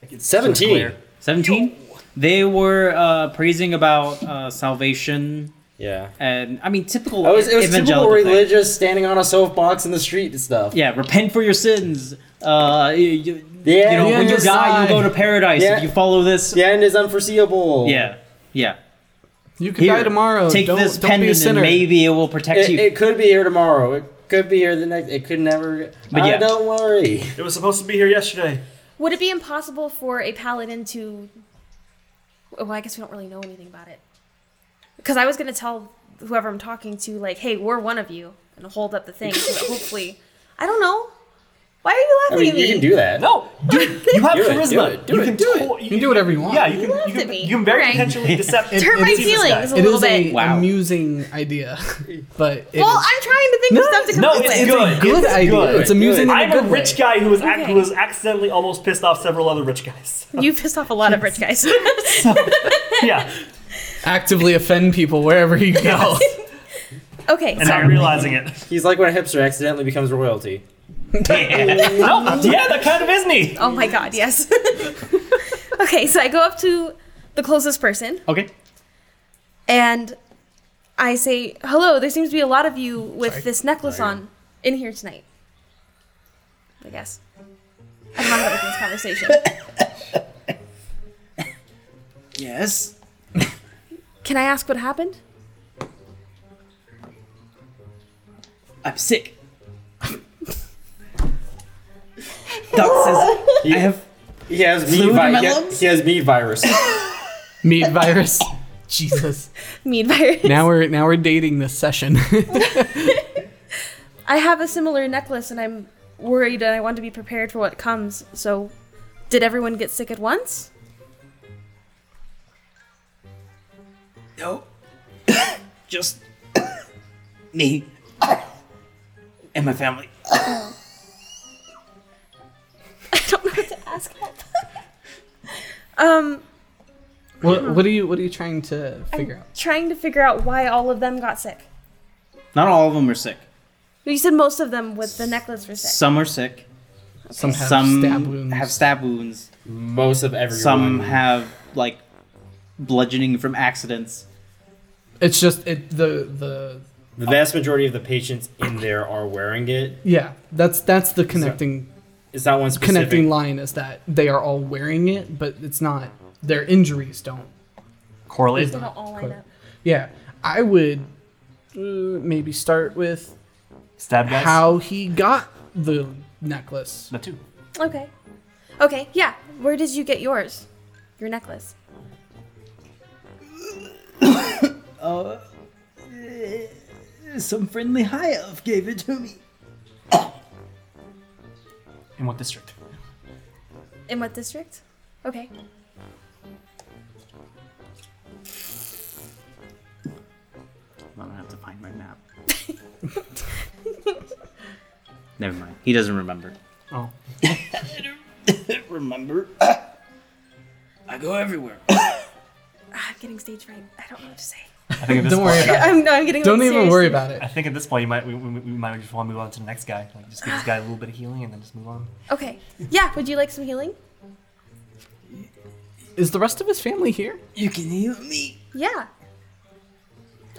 [SPEAKER 2] Like, it's sort of
[SPEAKER 5] 17.
[SPEAKER 2] clear.
[SPEAKER 1] 17 they were uh, praising about uh, salvation
[SPEAKER 5] Yeah.
[SPEAKER 1] and i mean typical
[SPEAKER 5] It was, it was typical
[SPEAKER 1] evangelical thing.
[SPEAKER 5] religious standing on a soapbox in the street and stuff.
[SPEAKER 1] yeah repent for your sins uh, you, you-
[SPEAKER 5] Yeah,
[SPEAKER 1] you know
[SPEAKER 5] yeah,
[SPEAKER 1] when you
[SPEAKER 5] yeah.
[SPEAKER 1] die you go to paradise
[SPEAKER 5] Yeah.
[SPEAKER 1] if you follow this
[SPEAKER 5] The end is unforeseeable.
[SPEAKER 1] yeah yeah
[SPEAKER 3] You could
[SPEAKER 1] Here,
[SPEAKER 3] die tomorrow.
[SPEAKER 1] take
[SPEAKER 3] don't,
[SPEAKER 1] this
[SPEAKER 3] don't be a
[SPEAKER 1] pendant and
[SPEAKER 3] sinner.
[SPEAKER 1] maybe it will protect
[SPEAKER 5] It,
[SPEAKER 1] you
[SPEAKER 5] it could be here tomorrow. It could be here the next. It could never.
[SPEAKER 1] But
[SPEAKER 5] But
[SPEAKER 1] yeah.
[SPEAKER 5] don't worry.
[SPEAKER 2] It was supposed to be here yesterday.
[SPEAKER 4] Would it be impossible for a paladin to? Well, I guess we don't really know anything about it. Because I was going to tell whoever I'm talking to, like, "Hey, we're one of you," and hold up the thing. so that hopefully, I don't know. Why
[SPEAKER 5] I
[SPEAKER 4] are you laughing
[SPEAKER 5] mean, you can
[SPEAKER 4] at me?
[SPEAKER 5] do that.
[SPEAKER 2] No, you, you have
[SPEAKER 5] Do it,
[SPEAKER 2] charisma.
[SPEAKER 5] do it, do
[SPEAKER 2] you
[SPEAKER 5] it,
[SPEAKER 2] can
[SPEAKER 5] do it.
[SPEAKER 2] to-
[SPEAKER 3] You can do whatever you want.
[SPEAKER 2] Yeah, you
[SPEAKER 4] laughed
[SPEAKER 2] can. You
[SPEAKER 4] at
[SPEAKER 2] can,
[SPEAKER 4] me.
[SPEAKER 2] you can very
[SPEAKER 4] Okay.
[SPEAKER 2] (laughs) potentially decept.
[SPEAKER 3] It-
[SPEAKER 4] Hurt
[SPEAKER 3] it
[SPEAKER 4] my
[SPEAKER 3] is-
[SPEAKER 4] feelings a
[SPEAKER 3] It
[SPEAKER 4] little
[SPEAKER 3] is
[SPEAKER 4] bit.
[SPEAKER 3] a
[SPEAKER 1] Wow.
[SPEAKER 3] amusing idea, (laughs) but it
[SPEAKER 4] well,
[SPEAKER 3] is-
[SPEAKER 4] I'm trying to think
[SPEAKER 3] No,
[SPEAKER 4] of stuff to come
[SPEAKER 2] No,
[SPEAKER 4] up
[SPEAKER 2] it's
[SPEAKER 4] with.
[SPEAKER 2] good.
[SPEAKER 3] good
[SPEAKER 2] it's
[SPEAKER 3] idea.
[SPEAKER 2] good.
[SPEAKER 3] It's amusing. in
[SPEAKER 2] I'm
[SPEAKER 3] a, good
[SPEAKER 2] a rich
[SPEAKER 3] way.
[SPEAKER 2] guy who was ac-
[SPEAKER 4] Okay.
[SPEAKER 2] who was accidentally almost pissed off several other rich guys.
[SPEAKER 4] You pissed off a lot of rich
[SPEAKER 2] (laughs)
[SPEAKER 4] guys.
[SPEAKER 2] yeah,
[SPEAKER 3] Actively offend people wherever you go.
[SPEAKER 4] (laughs) okay,
[SPEAKER 2] and (laughs)
[SPEAKER 4] sorry.
[SPEAKER 2] not realizing it.
[SPEAKER 5] He's like when a hipster accidentally becomes royalty.
[SPEAKER 2] No, (laughs) yeah, that kind of is me.
[SPEAKER 4] Oh my god, yes. (laughs) okay, so I go up to the closest person
[SPEAKER 1] okay
[SPEAKER 4] and I say, "Hello, there seems to be a lot of you with this necklace on in here tonight." I guess. I don't know how to begin this conversation.
[SPEAKER 1] yes
[SPEAKER 4] Can I ask what happened? (laughs)
[SPEAKER 1] i'm sick doc says
[SPEAKER 5] He,
[SPEAKER 1] i have
[SPEAKER 5] he has me
[SPEAKER 1] Fluid in my
[SPEAKER 5] virus. He, has-
[SPEAKER 1] lungs?
[SPEAKER 5] he has me virus.
[SPEAKER 3] (laughs) Meat virus. Jesus.
[SPEAKER 4] Mead virus.
[SPEAKER 3] Now we're now we're dating this session. (laughs)
[SPEAKER 4] I have a similar necklace and I'm worried and I want to be prepared for what comes. So, did everyone get sick at once?
[SPEAKER 1] No. Just (coughs) me (coughs) and my family.
[SPEAKER 4] I (laughs) don't know what to ask. about that. um
[SPEAKER 3] what, what are you what are you trying to figure out?
[SPEAKER 4] trying to figure out why all of them got sick.
[SPEAKER 1] Not all of them are sick.
[SPEAKER 4] You said most of them with the necklace were sick.
[SPEAKER 1] Some are sick.
[SPEAKER 3] Some have
[SPEAKER 1] some
[SPEAKER 3] stab wounds.
[SPEAKER 1] have stab wounds.
[SPEAKER 5] Most of everyone.
[SPEAKER 1] Some have like bludgeoning from accidents.
[SPEAKER 3] it's just it the the
[SPEAKER 5] The vast majority of the patients in there are wearing it.
[SPEAKER 3] yeah. That's that's the connecting
[SPEAKER 5] It's not one specific.
[SPEAKER 3] connecting line is that they are all wearing it, but it's not their injuries don't.
[SPEAKER 2] Correlate.
[SPEAKER 4] They don't all line up.
[SPEAKER 3] Yeah, I would uh, maybe start with
[SPEAKER 2] Stab guys.
[SPEAKER 3] how he got the necklace.
[SPEAKER 2] The two.
[SPEAKER 4] Okay. Okay, yeah. Where did you get yours? Your
[SPEAKER 6] (coughs)
[SPEAKER 4] necklace.
[SPEAKER 6] Oh. Uh, Some friendly high elf gave it to me. (coughs)
[SPEAKER 2] In what district?
[SPEAKER 4] In what district? Okay.
[SPEAKER 1] I'm gonna have to find my map. Never mind. He doesn't remember.
[SPEAKER 2] Oh.
[SPEAKER 6] Remember?
[SPEAKER 1] I go everywhere.
[SPEAKER 4] Ah, I'm getting stage fright. I don't know what to
[SPEAKER 6] (coughs)
[SPEAKER 4] say. (laughs)
[SPEAKER 2] I think at this
[SPEAKER 3] Don't worry
[SPEAKER 2] point,
[SPEAKER 3] about it.
[SPEAKER 4] I'm, no, I'm getting.
[SPEAKER 3] Don't
[SPEAKER 4] like,
[SPEAKER 3] even worry
[SPEAKER 4] seriously-
[SPEAKER 3] about it.
[SPEAKER 2] I think at this point you might we, we, we might just want to move on to the next guy. Like just give this guy a little bit of healing and then just move on.
[SPEAKER 4] Okay. Yeah. Would you like some healing?
[SPEAKER 3] Is the rest of his family here?
[SPEAKER 6] You can heal me.
[SPEAKER 4] Yeah.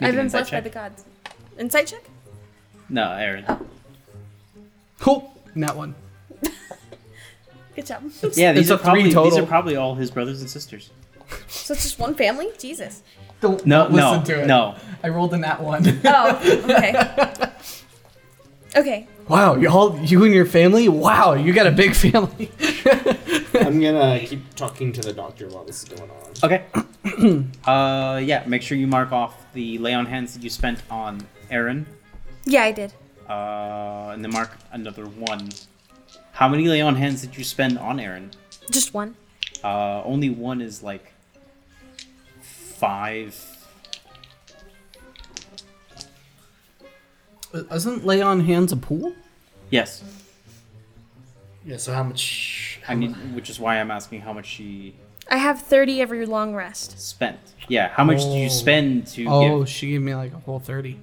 [SPEAKER 4] I've been blessed by
[SPEAKER 1] check.
[SPEAKER 4] the gods. Insight check.
[SPEAKER 1] No, Aaron.
[SPEAKER 3] Cool. Not one.
[SPEAKER 4] Good job.
[SPEAKER 1] (laughs) Yeah, these
[SPEAKER 3] It's
[SPEAKER 1] are
[SPEAKER 3] a three
[SPEAKER 1] probably these
[SPEAKER 3] total.
[SPEAKER 1] are probably all his brothers and sisters.
[SPEAKER 4] so it's just one family. Jesus.
[SPEAKER 3] Don't
[SPEAKER 1] No,
[SPEAKER 3] don't listen
[SPEAKER 1] no,
[SPEAKER 3] to it.
[SPEAKER 1] no.
[SPEAKER 3] I rolled in that one.
[SPEAKER 4] Oh. Okay.
[SPEAKER 1] (laughs)
[SPEAKER 4] Okay.
[SPEAKER 3] (laughs) wow, y'all, you and your family. Wow, you got a big (laughs) family.
[SPEAKER 5] I'm gonna keep talking to the doctor while this is going
[SPEAKER 3] (clears throat)
[SPEAKER 5] on.
[SPEAKER 1] Okay. uh, yeah. Make sure you mark off the lay on hands that you spent on Aaron,
[SPEAKER 4] Yeah, I did.
[SPEAKER 1] uh, and then mark another one. How many lay on hands did you spend on Aaron?
[SPEAKER 4] Just one.
[SPEAKER 1] Uh, only one is like five.
[SPEAKER 3] Isn't lay on hands a pool?
[SPEAKER 1] Yes,
[SPEAKER 2] Yeah. So how much?
[SPEAKER 1] I mean, which is why I'm asking how much she
[SPEAKER 4] I have thirty every long rest.
[SPEAKER 1] spent. Yeah, how much did you spend to
[SPEAKER 3] Oh,
[SPEAKER 1] give?
[SPEAKER 3] she gave me like a whole thirty.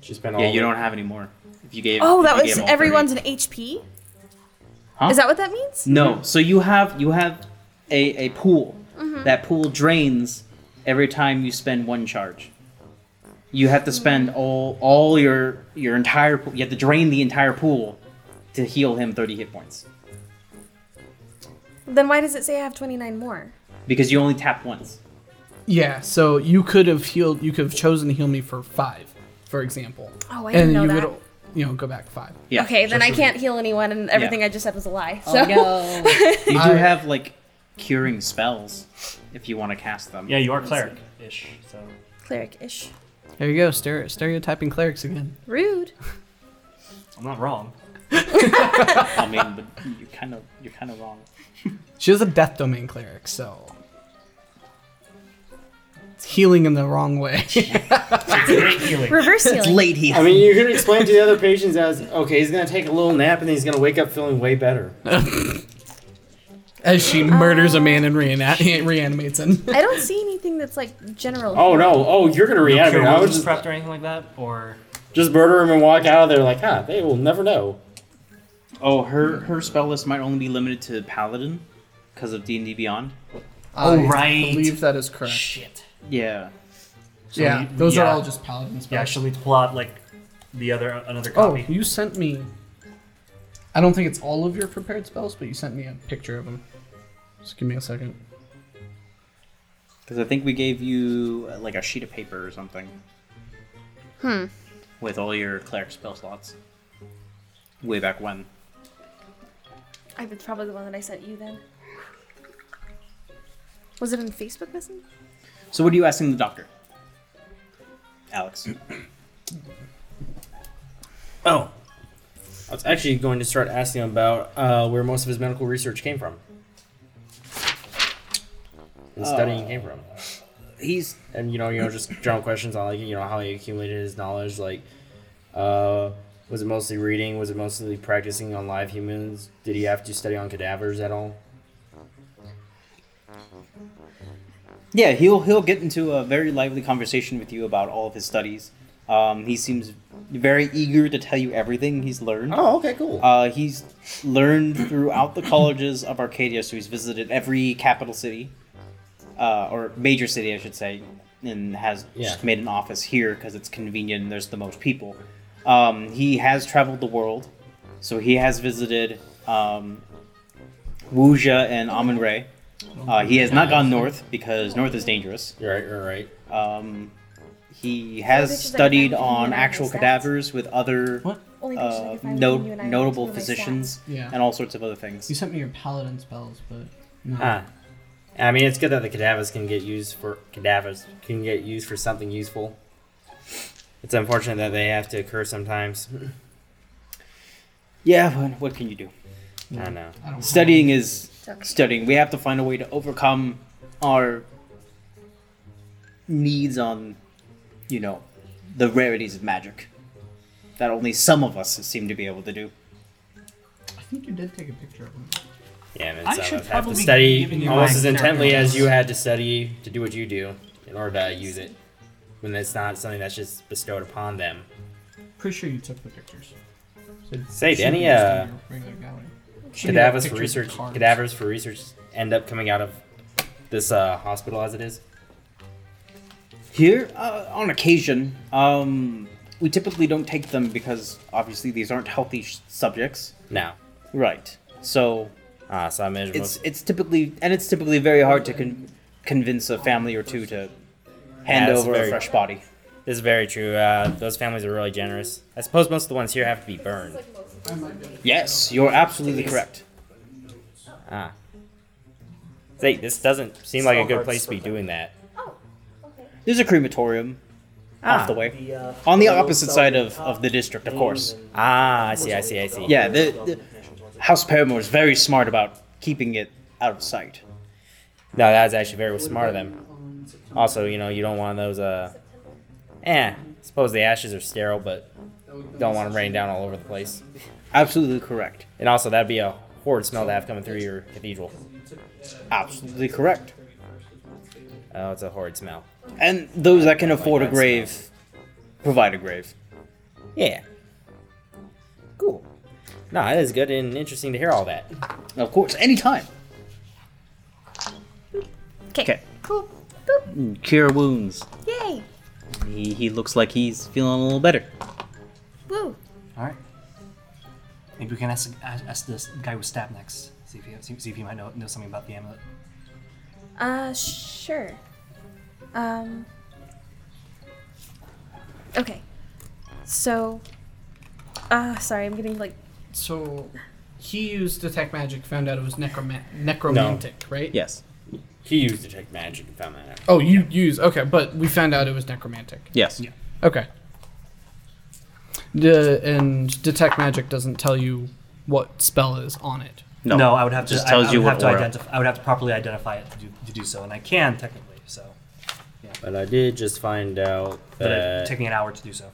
[SPEAKER 5] She's been all
[SPEAKER 1] Yeah, you don't have any more. If you gave.
[SPEAKER 4] Oh,
[SPEAKER 1] if
[SPEAKER 4] that
[SPEAKER 1] you
[SPEAKER 4] was
[SPEAKER 1] gave all
[SPEAKER 4] everyone's an HP.
[SPEAKER 1] Huh?
[SPEAKER 4] Is that what that means?
[SPEAKER 1] No, so you have you have a, a pool.
[SPEAKER 4] Mm-hmm.
[SPEAKER 1] That pool drains every time you spend one charge. You have to
[SPEAKER 4] Mm-hmm.
[SPEAKER 1] spend all all your your entire pool. You have to drain the entire pool to heal him 30 hit points
[SPEAKER 4] Then why does it say I have twenty nine more?
[SPEAKER 1] because you only tap once.
[SPEAKER 3] Yeah, so you could have healed. You could have chosen to heal me for five, for example.
[SPEAKER 4] Oh, I didn't
[SPEAKER 3] and
[SPEAKER 4] know
[SPEAKER 3] you
[SPEAKER 4] that.
[SPEAKER 3] would, you know, go back five.
[SPEAKER 1] Yeah.
[SPEAKER 4] okay, then I can't heal anyone, and everything I just said was a lie. So
[SPEAKER 1] You do
[SPEAKER 3] I-
[SPEAKER 1] have like curing spells if you want to cast them.
[SPEAKER 2] Yeah, you are cleric ish. So
[SPEAKER 4] (laughs) cleric-ish.
[SPEAKER 3] There you go, stere- stereotyping clerics again.
[SPEAKER 4] Rude.
[SPEAKER 2] I'm not wrong.
[SPEAKER 1] I mean, but you kind of you're kind of wrong.
[SPEAKER 3] She was a death domain cleric, so it's healing in the wrong way. (laughs)
[SPEAKER 4] Reverse healing.
[SPEAKER 6] Late heal.
[SPEAKER 5] I mean, you could explain to the other patients as okay, he's gonna take a little nap and then he's gonna wake up feeling way better.
[SPEAKER 3] As she murders a man and reana- reanimates him.
[SPEAKER 4] I don't see anything that's like general.
[SPEAKER 5] Oh no! Oh, you're gonna reanimate.
[SPEAKER 2] Cure
[SPEAKER 5] I was
[SPEAKER 2] wounds
[SPEAKER 5] just
[SPEAKER 2] prepped or anything like that, or
[SPEAKER 5] just murder him and walk out of there like, huh? They will never know.
[SPEAKER 1] Oh, her her spell list might only be limited to paladin because of D and D Beyond.
[SPEAKER 3] Oh,
[SPEAKER 2] right.
[SPEAKER 3] believe that is correct.
[SPEAKER 2] shit.
[SPEAKER 1] Yeah.
[SPEAKER 2] So
[SPEAKER 3] yeah,
[SPEAKER 2] you-
[SPEAKER 3] those are
[SPEAKER 2] yeah.
[SPEAKER 3] all just paladin spells.
[SPEAKER 2] Yeah, she'll need to pull out like the other another
[SPEAKER 3] oh,
[SPEAKER 2] copy.
[SPEAKER 3] you sent me. I don't think it's all of your prepared spells, but you sent me a picture of them. Just give me a second.
[SPEAKER 1] Because I think we gave you uh, like a sheet of paper or something.
[SPEAKER 4] Hmm.
[SPEAKER 1] With all your cleric spell slots. Way back when.
[SPEAKER 4] I it's probably the one that I sent you then. Was it in Facebook Messenger?
[SPEAKER 1] So what are you asking the doctor? Alex.
[SPEAKER 5] Oh, I was actually going to start asking him about uh, where most of his medical research came from, and studying came from.
[SPEAKER 6] He's
[SPEAKER 5] and you know, you know, just general questions on like you know how he accumulated his knowledge. Like, uh, was it mostly reading? Was it mostly practicing on live humans? Did he have to study on cadavers at all?
[SPEAKER 1] Yeah, he'll he'll get into a very lively conversation with you about all of his studies. Um, he seems very eager to tell you everything he's learned.
[SPEAKER 5] Oh, okay, cool.
[SPEAKER 1] Uh, he's learned throughout the colleges of Arcadia, so he's visited every capital city, uh, or major city, I should say, and has
[SPEAKER 5] Yeah.
[SPEAKER 1] just made an office here because it's convenient and there's the most people. Um, he has traveled the world, so he has visited um, Wuja and Amun Re.
[SPEAKER 6] Uh, he has not gone north because north is dangerous.
[SPEAKER 5] You're right, you're right.
[SPEAKER 6] Um, he
[SPEAKER 4] Which
[SPEAKER 6] has
[SPEAKER 4] is like
[SPEAKER 6] studied
[SPEAKER 4] that thing
[SPEAKER 6] on
[SPEAKER 4] about
[SPEAKER 6] actual
[SPEAKER 4] the stats.
[SPEAKER 6] cadavers with other
[SPEAKER 3] What?
[SPEAKER 4] Only pictures I
[SPEAKER 6] uh,
[SPEAKER 4] could find
[SPEAKER 6] no,
[SPEAKER 4] between you and I were two
[SPEAKER 6] notable
[SPEAKER 4] of my
[SPEAKER 6] physicians
[SPEAKER 3] Yeah.
[SPEAKER 6] and all sorts of other things.
[SPEAKER 3] You sent me your paladin spells, but no.
[SPEAKER 5] Huh. I mean, it's good that the cadavers can get used for cadavers can get used for something useful. It's unfortunate that they have to occur sometimes.
[SPEAKER 6] Yeah, but what can you do?
[SPEAKER 5] I don't know.
[SPEAKER 3] I don't
[SPEAKER 6] Studying is
[SPEAKER 4] Okay.
[SPEAKER 6] studying. We have to find a way to overcome our needs on, you know, the rarities of magic that only some of us seem to be able to do.
[SPEAKER 3] I think you did take a picture of him.
[SPEAKER 5] Yeah, and
[SPEAKER 2] I
[SPEAKER 5] some
[SPEAKER 2] should
[SPEAKER 5] of us have to
[SPEAKER 2] probably be giving
[SPEAKER 5] study
[SPEAKER 2] you
[SPEAKER 5] almost
[SPEAKER 2] my
[SPEAKER 5] as intently
[SPEAKER 2] character
[SPEAKER 5] as you had to study to do what you do in order to use it when it's not something that's just bestowed upon them.
[SPEAKER 3] Pretty sure you took the pictures. So
[SPEAKER 5] Say,
[SPEAKER 3] it should
[SPEAKER 5] Danny,
[SPEAKER 3] be just in
[SPEAKER 5] uh,
[SPEAKER 3] your regular gallery. Should be like
[SPEAKER 5] Cadavers for
[SPEAKER 3] pictures of
[SPEAKER 5] research.
[SPEAKER 3] cards.
[SPEAKER 5] Cadavers for research end up coming out of this uh, hospital as it is.
[SPEAKER 6] Here, uh, on occasion, um, we typically don't take them because obviously these aren't healthy sh- subjects.
[SPEAKER 5] Now,
[SPEAKER 6] Right. So
[SPEAKER 5] ah, so I measure
[SPEAKER 6] it's
[SPEAKER 5] most-
[SPEAKER 6] it's typically and it's typically very hard to con- convince a family or two to hand
[SPEAKER 5] Yeah, it's
[SPEAKER 6] over
[SPEAKER 5] very-
[SPEAKER 6] a fresh body.
[SPEAKER 5] This is very true. Uh, those families are really generous. I suppose most of the ones here have to be burned.
[SPEAKER 6] Yes, you're absolutely correct.
[SPEAKER 5] Ah. Say, this doesn't seem like a good place to be doing that.
[SPEAKER 4] Oh, okay.
[SPEAKER 6] There's a crematorium
[SPEAKER 5] Ah.
[SPEAKER 6] off the way.
[SPEAKER 2] uh,
[SPEAKER 6] On the opposite side of, of the district, of course.
[SPEAKER 5] Ah, I see, I see, I see.
[SPEAKER 6] Yeah, the, the House Paramore is very smart about keeping it out of sight.
[SPEAKER 5] No, that was actually very smart of them. Also, you know, you don't want those, uh. Eh, suppose the ashes are sterile, but don't want them raining down all over the place.
[SPEAKER 6] Absolutely correct.
[SPEAKER 5] And also, that'd be a horrid smell to have coming through your cathedral.
[SPEAKER 6] Absolutely correct.
[SPEAKER 5] Oh, it's a horrid smell.
[SPEAKER 6] And those that can afford a grave provide a grave.
[SPEAKER 5] Yeah. Cool. No, that is good and interesting to hear all that.
[SPEAKER 6] Of course, anytime.
[SPEAKER 4] Okay. Cool. Boop.
[SPEAKER 6] Cure wounds.
[SPEAKER 4] Yay.
[SPEAKER 6] He, he looks like he's feeling a little better.
[SPEAKER 4] Woo.
[SPEAKER 2] All right. Maybe we can ask, ask, ask this guy with stab next. See if he see, see if he might know, know something about the amulet.
[SPEAKER 4] Uh, sure. Um. Okay. So. Uh, sorry, I'm getting like.
[SPEAKER 3] So he used detect magic, found out it was necroma- necromantic, right?
[SPEAKER 6] Yes.
[SPEAKER 5] He used detect magic and found that out.
[SPEAKER 3] Oh, you use okay, but we found out it was necromantic.
[SPEAKER 6] Yes.
[SPEAKER 2] Yeah.
[SPEAKER 3] Okay. The and detect magic doesn't tell you what spell is on it.
[SPEAKER 6] No.
[SPEAKER 2] I would have to.
[SPEAKER 6] Just
[SPEAKER 2] I- I,
[SPEAKER 6] tells
[SPEAKER 2] would
[SPEAKER 6] you
[SPEAKER 2] have
[SPEAKER 6] what
[SPEAKER 2] to
[SPEAKER 6] aura.
[SPEAKER 2] identify. I would have to properly identify it to do, to do so, and I can technically. So,
[SPEAKER 5] But I did just find out
[SPEAKER 2] but it
[SPEAKER 5] that
[SPEAKER 2] it took me an hour to do so.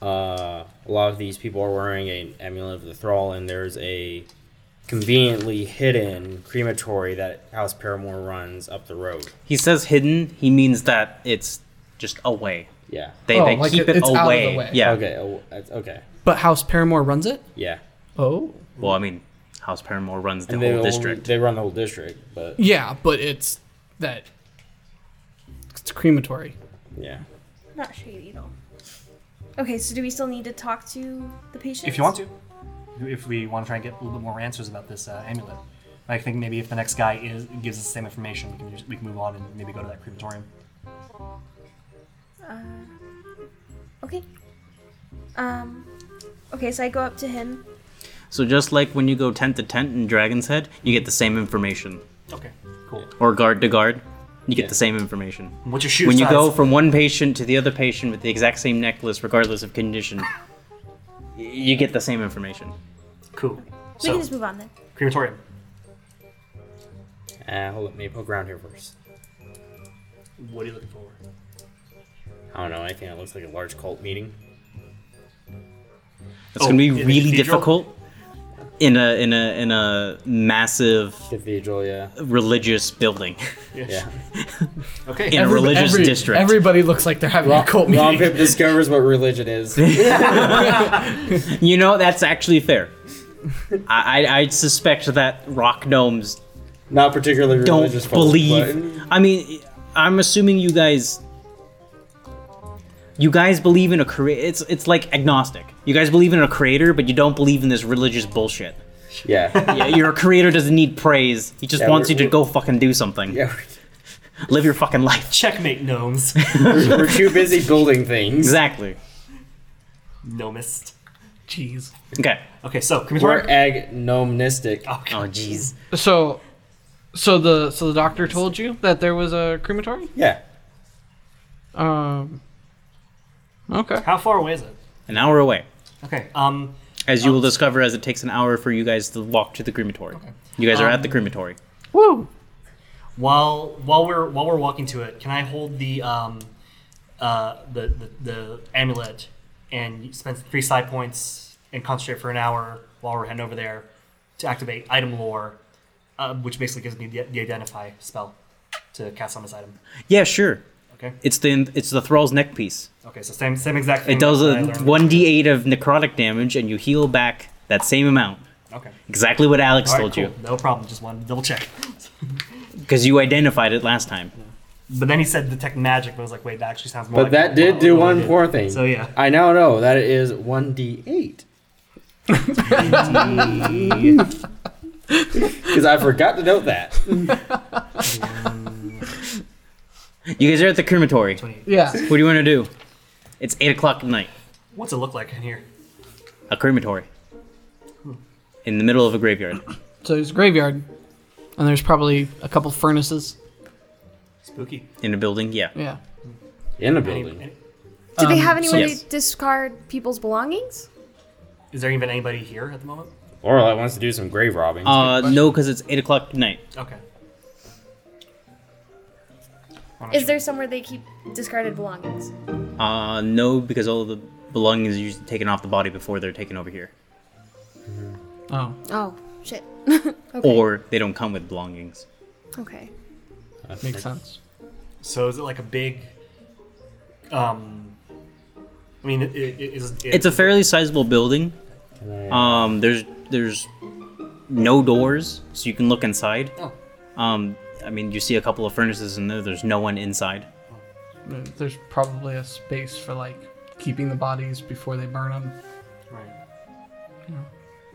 [SPEAKER 5] uh, a lot of these people are wearing an amulet of the thrall, and there's a conveniently hidden crematory that House Paramore runs up the road.
[SPEAKER 1] He says hidden. He means that it's just away.
[SPEAKER 5] Yeah.
[SPEAKER 1] They,
[SPEAKER 3] Oh,
[SPEAKER 1] they
[SPEAKER 3] like
[SPEAKER 1] keep
[SPEAKER 3] it-
[SPEAKER 1] it,
[SPEAKER 3] it's out of the
[SPEAKER 1] away.
[SPEAKER 3] way.
[SPEAKER 1] Yeah.
[SPEAKER 5] Okay. oh, that's- Okay.
[SPEAKER 3] But House Paramore runs it.
[SPEAKER 5] Yeah.
[SPEAKER 3] Oh.
[SPEAKER 1] Well, I mean, House Paramore runs the
[SPEAKER 5] And
[SPEAKER 1] whole
[SPEAKER 5] they only-
[SPEAKER 1] district.
[SPEAKER 5] They run the whole district, (laughs) but
[SPEAKER 3] Yeah, but it's that. It's crematory.
[SPEAKER 5] yeah.
[SPEAKER 4] Not sure you know. Okay, so do we still need to talk to the patient?
[SPEAKER 2] If you want to, if we want to try and get a little bit more answers about this uh, amulet, I think maybe if the next guy is gives us the same information, we can just, we can move on and maybe go to that crematorium.
[SPEAKER 4] Okay. Um. Okay, so I go up to him.
[SPEAKER 1] So just like when you go tent to tent in Dragon's Head, you get the same information.
[SPEAKER 2] Okay, cool.
[SPEAKER 1] Or guard to guard, you get the same information.
[SPEAKER 2] What's your shoe
[SPEAKER 1] when you
[SPEAKER 2] size?
[SPEAKER 1] go from one patient to the other patient with the exact same necklace, regardless of condition, y- you get the same information.
[SPEAKER 2] cool.
[SPEAKER 4] we
[SPEAKER 2] So
[SPEAKER 4] can just move on then.
[SPEAKER 2] crematorium.
[SPEAKER 5] Uh, hold up, maybe poke around here first.
[SPEAKER 2] What are you looking for?
[SPEAKER 5] I don't know anything that looks like a large cult meeting.
[SPEAKER 1] It's
[SPEAKER 2] Oh,
[SPEAKER 1] gonna be
[SPEAKER 2] in a
[SPEAKER 1] really
[SPEAKER 2] cathedral?
[SPEAKER 1] difficult in a in a in a massive
[SPEAKER 5] Cathedral, yeah.
[SPEAKER 1] religious
[SPEAKER 2] (laughs)
[SPEAKER 1] building
[SPEAKER 5] Yeah.
[SPEAKER 2] Okay.
[SPEAKER 1] in a religious
[SPEAKER 3] every-
[SPEAKER 1] district.
[SPEAKER 3] Everybody looks like they're having a cult meeting.
[SPEAKER 5] Ron Pip discovers what religion (laughs) is.
[SPEAKER 1] You know that's actually fair. I, I I suspect that rock gnomes
[SPEAKER 5] Not particularly
[SPEAKER 1] don't
[SPEAKER 5] religious. folk,
[SPEAKER 1] believe. I mean, I'm assuming you guys. You guys believe in a creator. It's it's like agnostic. You guys believe in a creator, but you don't believe in this religious bullshit.
[SPEAKER 5] but (laughs) Yeah.
[SPEAKER 1] yeah, your creator doesn't need praise. He just
[SPEAKER 5] Yeah,
[SPEAKER 1] wants you
[SPEAKER 5] we're-
[SPEAKER 1] to
[SPEAKER 5] we're-
[SPEAKER 1] go fucking do something.
[SPEAKER 5] yeah.
[SPEAKER 1] Live your fucking life. (laughs)
[SPEAKER 2] Checkmate gnomes. (laughs)
[SPEAKER 5] We're, we're too busy building things.
[SPEAKER 1] Exactly.
[SPEAKER 2] Gnomist.
[SPEAKER 3] Jeez.
[SPEAKER 1] Okay.
[SPEAKER 2] Okay, so
[SPEAKER 5] We're
[SPEAKER 2] Kamitora.
[SPEAKER 5] agnomistic.
[SPEAKER 2] Oh, God.
[SPEAKER 1] Oh jeez.
[SPEAKER 3] So, so the so the doctor told you that there was a crematory.
[SPEAKER 5] Yeah.
[SPEAKER 3] Um. Okay.
[SPEAKER 2] How far away is it?
[SPEAKER 1] An hour away.
[SPEAKER 2] Okay. Um,
[SPEAKER 1] As you will discover as it takes an hour for you guys to walk to the crematory. You guys are at the crematory.
[SPEAKER 3] Woo.
[SPEAKER 2] while while we're while we're walking to it, can I hold the um, uh, the, the the amulet and spend three side points and concentrate for an hour while we're heading over there to activate item lore, uh, which basically gives me the, the identify spell to cast on this item.
[SPEAKER 1] Yeah, sure.
[SPEAKER 2] Okay.
[SPEAKER 1] It's the it's the thrall's neck piece.
[SPEAKER 2] Okay. So same same exact thing.
[SPEAKER 1] It does
[SPEAKER 2] that I
[SPEAKER 1] a
[SPEAKER 2] learned.
[SPEAKER 1] one d eight of necrotic damage, and you heal back that same amount.
[SPEAKER 2] Okay.
[SPEAKER 1] Exactly what Alex
[SPEAKER 2] All right,
[SPEAKER 1] told you.
[SPEAKER 2] cool. No problem. Just one double check.
[SPEAKER 1] because you identified it last time.
[SPEAKER 2] But then he said detect magic, but I was like, wait, that actually sounds more. like
[SPEAKER 5] But that
[SPEAKER 2] what-
[SPEAKER 5] did
[SPEAKER 2] what
[SPEAKER 5] do
[SPEAKER 2] we
[SPEAKER 5] one
[SPEAKER 2] did.
[SPEAKER 5] poor thing.
[SPEAKER 2] So yeah.
[SPEAKER 5] I now know that it is 1d8. Because I forgot to note that.
[SPEAKER 1] You guys are at the crematory. What
[SPEAKER 3] Yeah.
[SPEAKER 1] do you want to do? It's eight o'clock at night.
[SPEAKER 2] What's it look like in here?
[SPEAKER 1] A crematory
[SPEAKER 2] Hmm.
[SPEAKER 1] in the middle of a graveyard.
[SPEAKER 3] So there's a graveyard, and there's probably a couple furnaces.
[SPEAKER 2] Spooky.
[SPEAKER 1] In a building, yeah.
[SPEAKER 3] Yeah.
[SPEAKER 5] In a
[SPEAKER 2] Any-
[SPEAKER 5] building.
[SPEAKER 2] any-
[SPEAKER 4] Do they
[SPEAKER 3] Um,
[SPEAKER 4] have any
[SPEAKER 1] so-
[SPEAKER 4] way
[SPEAKER 1] Yes.
[SPEAKER 4] to discard people's belongings?
[SPEAKER 2] Is there even anybody here at the moment?
[SPEAKER 5] Lorelai wants to do some grave robbing.
[SPEAKER 1] Uh, no, because it's eight o'clock at night.
[SPEAKER 2] Okay. I'm not
[SPEAKER 4] Is
[SPEAKER 2] sure.
[SPEAKER 4] there somewhere they keep discarded belongings?
[SPEAKER 1] Uh, no, because all the belongings are usually taken off the body before they're taken over here,
[SPEAKER 3] Oh.
[SPEAKER 4] Oh shit. (laughs) okay.
[SPEAKER 1] or they don't come with belongings.
[SPEAKER 4] okay.
[SPEAKER 3] Makes sense.
[SPEAKER 2] So is it like a big? Um. I mean, it, it, it is.
[SPEAKER 1] It's a fairly sizable building. Um, there's there's no doors, so you can look inside.
[SPEAKER 2] Oh.
[SPEAKER 1] Um, I mean, you see a couple of furnaces in there. There's no one inside.
[SPEAKER 3] There's probably a space for like keeping the bodies before they burn them.
[SPEAKER 2] Right.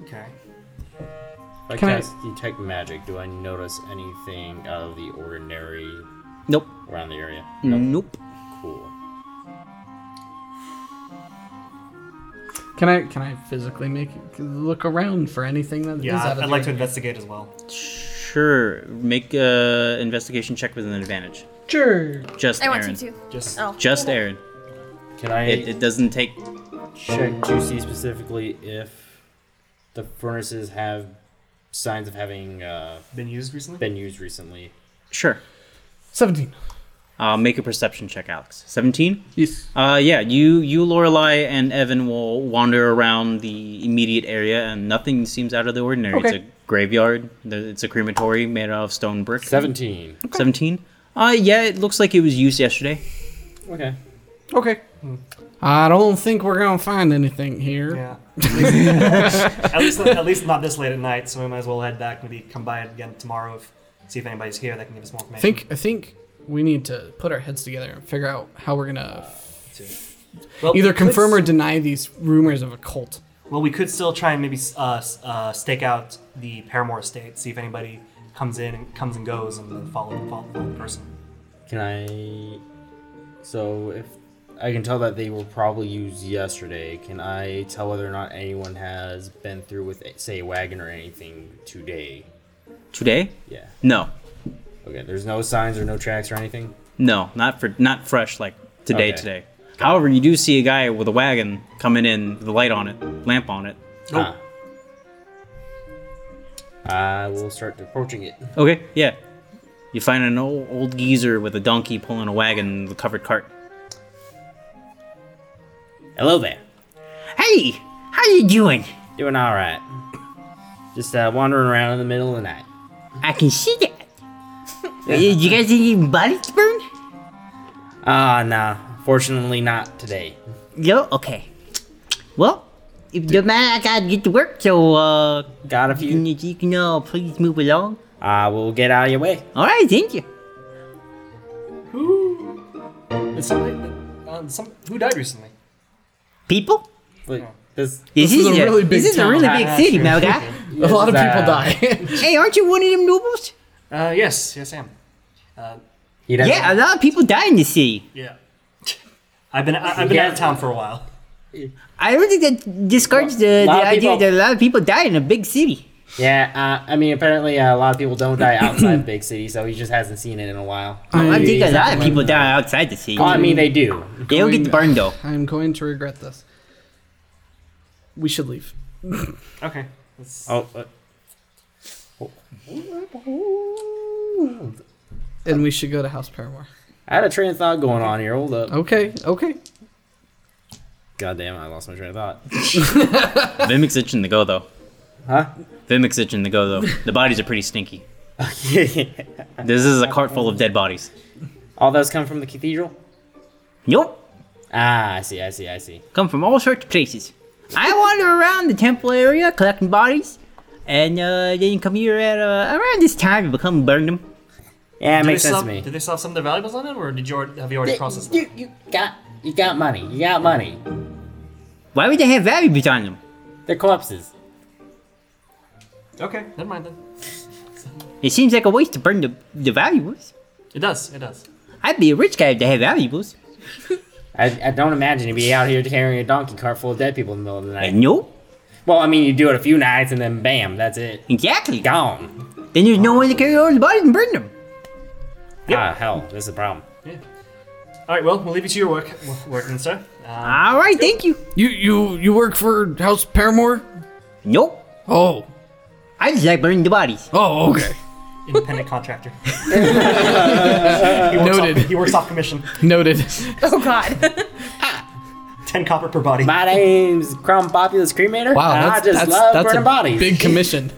[SPEAKER 2] Okay.
[SPEAKER 5] If I
[SPEAKER 3] can I-
[SPEAKER 5] cast detect magic, do I notice anything out of the ordinary
[SPEAKER 1] Nope. Mm.
[SPEAKER 5] around the area?
[SPEAKER 1] Nope.
[SPEAKER 5] Cool.
[SPEAKER 3] Can I can I physically make look around for anything that is
[SPEAKER 2] Yeah,
[SPEAKER 3] out
[SPEAKER 2] I'd,
[SPEAKER 3] of
[SPEAKER 2] I'd
[SPEAKER 3] the
[SPEAKER 2] like to investigate as well.
[SPEAKER 1] Sure. Make a investigation check with an advantage.
[SPEAKER 3] Sure.
[SPEAKER 1] Just
[SPEAKER 4] I want
[SPEAKER 1] Aaron.
[SPEAKER 4] you to.
[SPEAKER 2] Just
[SPEAKER 4] Oh.
[SPEAKER 1] Just Aaron.
[SPEAKER 5] Can I
[SPEAKER 1] It, it doesn't take.
[SPEAKER 5] check to see specifically if the furnaces have signs of having uh,
[SPEAKER 2] been used recently.
[SPEAKER 5] been used recently?
[SPEAKER 1] Sure.
[SPEAKER 3] Seventeen.
[SPEAKER 1] Uh, make a perception check, Alex. Seventeen.
[SPEAKER 3] Yes.
[SPEAKER 1] Uh, yeah. You, you, Lorelai, and Evan will wander around the immediate area, and nothing seems out of the ordinary.
[SPEAKER 3] Okay.
[SPEAKER 1] It's a graveyard. There- It's a crematory made out of stone brick.
[SPEAKER 5] Seventeen.
[SPEAKER 1] Seventeen. Uh, yeah. It looks like it was used yesterday.
[SPEAKER 5] Okay.
[SPEAKER 3] Okay. I don't think we're gonna find anything here.
[SPEAKER 2] Yeah. At least,
[SPEAKER 3] (laughs)
[SPEAKER 2] at least, at least not this late at night. So we might as well head back. Maybe come by again tomorrow. If see if anybody's here that can give us more
[SPEAKER 3] I
[SPEAKER 2] information.
[SPEAKER 3] think I think we need to put our heads together and figure out how we're gonna
[SPEAKER 5] Oh,
[SPEAKER 2] Well,
[SPEAKER 3] either
[SPEAKER 2] let's-
[SPEAKER 3] confirm or deny these rumors of a cult.
[SPEAKER 2] Well, we could still try and maybe uh, s- uh, stake out the Paramore estate, see if anybody comes in and comes and goes, and then follow, follow, follow the person.
[SPEAKER 5] Can I? So if I can tell that they were probably used yesterday, can I tell whether or not anyone has been through with say a wagon or anything today?
[SPEAKER 1] Today?
[SPEAKER 5] Yeah.
[SPEAKER 1] No.
[SPEAKER 5] Okay. There's no signs or no tracks or anything.
[SPEAKER 1] No, not for not fresh like today.
[SPEAKER 5] Okay.
[SPEAKER 1] Today. However, you do see a guy with a wagon coming in, with a light on it, lamp on it.
[SPEAKER 5] Ah. I will start approaching it.
[SPEAKER 1] Okay, yeah. You find an old, old geezer with a donkey pulling a wagon with a covered cart.
[SPEAKER 5] Hello there.
[SPEAKER 1] Hey, how you doing?
[SPEAKER 5] Doing all right. Just uh, wandering around in the middle of the night.
[SPEAKER 1] I can see that. Did you guys any bodies burn?
[SPEAKER 5] Ah, nah. Fortunately, not today.
[SPEAKER 10] Yo, okay. Well, if the man I gotta get to work, so uh,
[SPEAKER 5] Got a
[SPEAKER 10] can
[SPEAKER 5] few.
[SPEAKER 10] you, you can uh, please move along.
[SPEAKER 5] I will get out of your way.
[SPEAKER 10] All right, thank you.
[SPEAKER 2] Is somebody, um, some, who died recently?
[SPEAKER 10] People,
[SPEAKER 5] Like, this
[SPEAKER 10] this,
[SPEAKER 3] is a really big
[SPEAKER 10] this is a
[SPEAKER 3] town.
[SPEAKER 10] really
[SPEAKER 2] Ah,
[SPEAKER 10] big
[SPEAKER 2] that's
[SPEAKER 10] city,
[SPEAKER 5] (laughs)
[SPEAKER 1] (laughs)
[SPEAKER 2] true.
[SPEAKER 10] my guy.
[SPEAKER 2] Okay.
[SPEAKER 3] a lot of people
[SPEAKER 5] that-
[SPEAKER 3] die.
[SPEAKER 10] Hey, aren't you one of them nobles?
[SPEAKER 2] Uh, yes, yes, I am. Uh,
[SPEAKER 5] He'd have
[SPEAKER 10] Yeah, a lot of people die in the sea.
[SPEAKER 2] yeah. I've been I, I've been out of town for a while.
[SPEAKER 10] I don't think that discards the,
[SPEAKER 5] A
[SPEAKER 10] the
[SPEAKER 5] lot of
[SPEAKER 10] idea
[SPEAKER 5] people-
[SPEAKER 10] that a lot of people die in a big city.
[SPEAKER 5] Yeah, uh, I mean, apparently uh, a lot of people don't die outside the big city, so he just hasn't seen it in a while.
[SPEAKER 10] I,
[SPEAKER 3] I- (laughs)
[SPEAKER 10] think a lot of people die outside the city.
[SPEAKER 5] Well, I mean, they do.
[SPEAKER 10] they don't get burned though.
[SPEAKER 3] I'm going to regret this. We should leave.
[SPEAKER 2] Okay. That's,
[SPEAKER 5] Oh, uh,
[SPEAKER 3] And we should go to House Paramore.
[SPEAKER 5] I had a train of thought going on here. Hold up.
[SPEAKER 3] Okay, okay.
[SPEAKER 5] God damn, I lost my train of (laughs) thought.
[SPEAKER 11] Vimic's itching to go though.
[SPEAKER 5] Huh?
[SPEAKER 11] Vimic's itching to go though. The bodies are pretty stinky. This is a cart full of dead bodies.
[SPEAKER 5] All those come from the cathedral?
[SPEAKER 10] Nope.
[SPEAKER 5] Ah, I see, I see, I see.
[SPEAKER 10] Come from all sorts of places. I wander around the temple area collecting bodies, and uh, then come here at uh, around this time and become burn them.
[SPEAKER 5] Yeah, it
[SPEAKER 2] did, they
[SPEAKER 5] makes sense
[SPEAKER 2] still,
[SPEAKER 5] to me.
[SPEAKER 2] did they still have some of their valuables on it, or did you already, have you already processed them?
[SPEAKER 5] You, you got you got money. You got money.
[SPEAKER 10] Why would they have valuables on them?
[SPEAKER 5] They're corpses.
[SPEAKER 2] Okay, never mind then.
[SPEAKER 10] It seems like a waste to burn the, the valuables.
[SPEAKER 2] It does. It does.
[SPEAKER 10] I'd be a rich guy if they had valuables.
[SPEAKER 5] I, I don't imagine you'd be out here carrying a donkey cart full of dead people in the middle of the night.
[SPEAKER 10] Nope.
[SPEAKER 5] Well, I mean, you do it a few nights and then bam, that's it.
[SPEAKER 10] Exactly.
[SPEAKER 5] Gone.
[SPEAKER 10] Then there's no one to carry all the bodies and burn them.
[SPEAKER 5] Ah, hell, this is a problem.
[SPEAKER 2] Yeah. All right. Well, we'll leave you to your work, w- work then, sir. Um,
[SPEAKER 10] All right. Thank you.
[SPEAKER 3] You you you work for House Paramore?
[SPEAKER 10] Nope.
[SPEAKER 3] Oh.
[SPEAKER 10] I just like burning the bodies.
[SPEAKER 3] Oh, okay.
[SPEAKER 2] independent
[SPEAKER 3] (laughs)
[SPEAKER 2] contractor. he works
[SPEAKER 3] Noted.
[SPEAKER 2] Off, he works off commission.
[SPEAKER 3] (laughs) Noted.
[SPEAKER 4] Oh God.
[SPEAKER 2] Ten copper per body.
[SPEAKER 5] My name's Crumb Populous Cremator.
[SPEAKER 3] Wow,
[SPEAKER 5] and
[SPEAKER 3] that's,
[SPEAKER 5] I just
[SPEAKER 3] that's,
[SPEAKER 5] love
[SPEAKER 3] that's
[SPEAKER 5] burning
[SPEAKER 3] a
[SPEAKER 5] bodies.
[SPEAKER 3] big (laughs) commission.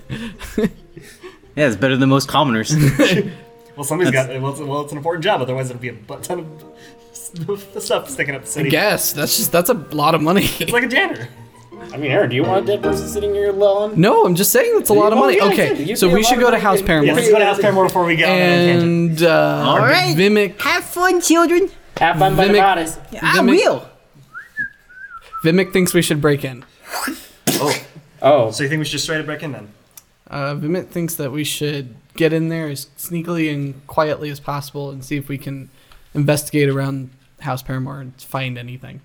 [SPEAKER 11] Yeah, it's better than most commoners.
[SPEAKER 2] Well, somebody's got. Well, it's, well, it's an important job. Otherwise, it'd be a butt ton of (laughs) stuff sticking up the city.
[SPEAKER 3] Guess that's just that's a lot of money.
[SPEAKER 2] It's like a janitor.
[SPEAKER 5] I mean, Aaron, do you want a dead person sitting in your lawn?
[SPEAKER 3] (laughs) No, I'm just saying that's a lot of
[SPEAKER 5] Oh,
[SPEAKER 3] money.
[SPEAKER 5] yeah, dude,
[SPEAKER 3] Okay,
[SPEAKER 5] you'd
[SPEAKER 3] so
[SPEAKER 5] be a
[SPEAKER 3] we
[SPEAKER 5] lot
[SPEAKER 3] should
[SPEAKER 5] of
[SPEAKER 3] go to
[SPEAKER 5] money.
[SPEAKER 3] House
[SPEAKER 2] Yeah,
[SPEAKER 3] Paramore
[SPEAKER 2] let's go to House Paramore before we go. on a tangent.
[SPEAKER 3] and uh,
[SPEAKER 10] All right.
[SPEAKER 3] Vimic
[SPEAKER 10] Have fun, children.
[SPEAKER 5] Have fun burning
[SPEAKER 3] Mimic-
[SPEAKER 5] bodies.
[SPEAKER 10] I
[SPEAKER 3] Then make-
[SPEAKER 10] will.
[SPEAKER 3] Vimic thinks we should break in.
[SPEAKER 5] Oh,
[SPEAKER 2] So you think we should just straight up break in then?
[SPEAKER 3] Uh, Vimit thinks that we should get in there as sneakily and quietly as possible and see if we can investigate around House Paramore and find anything.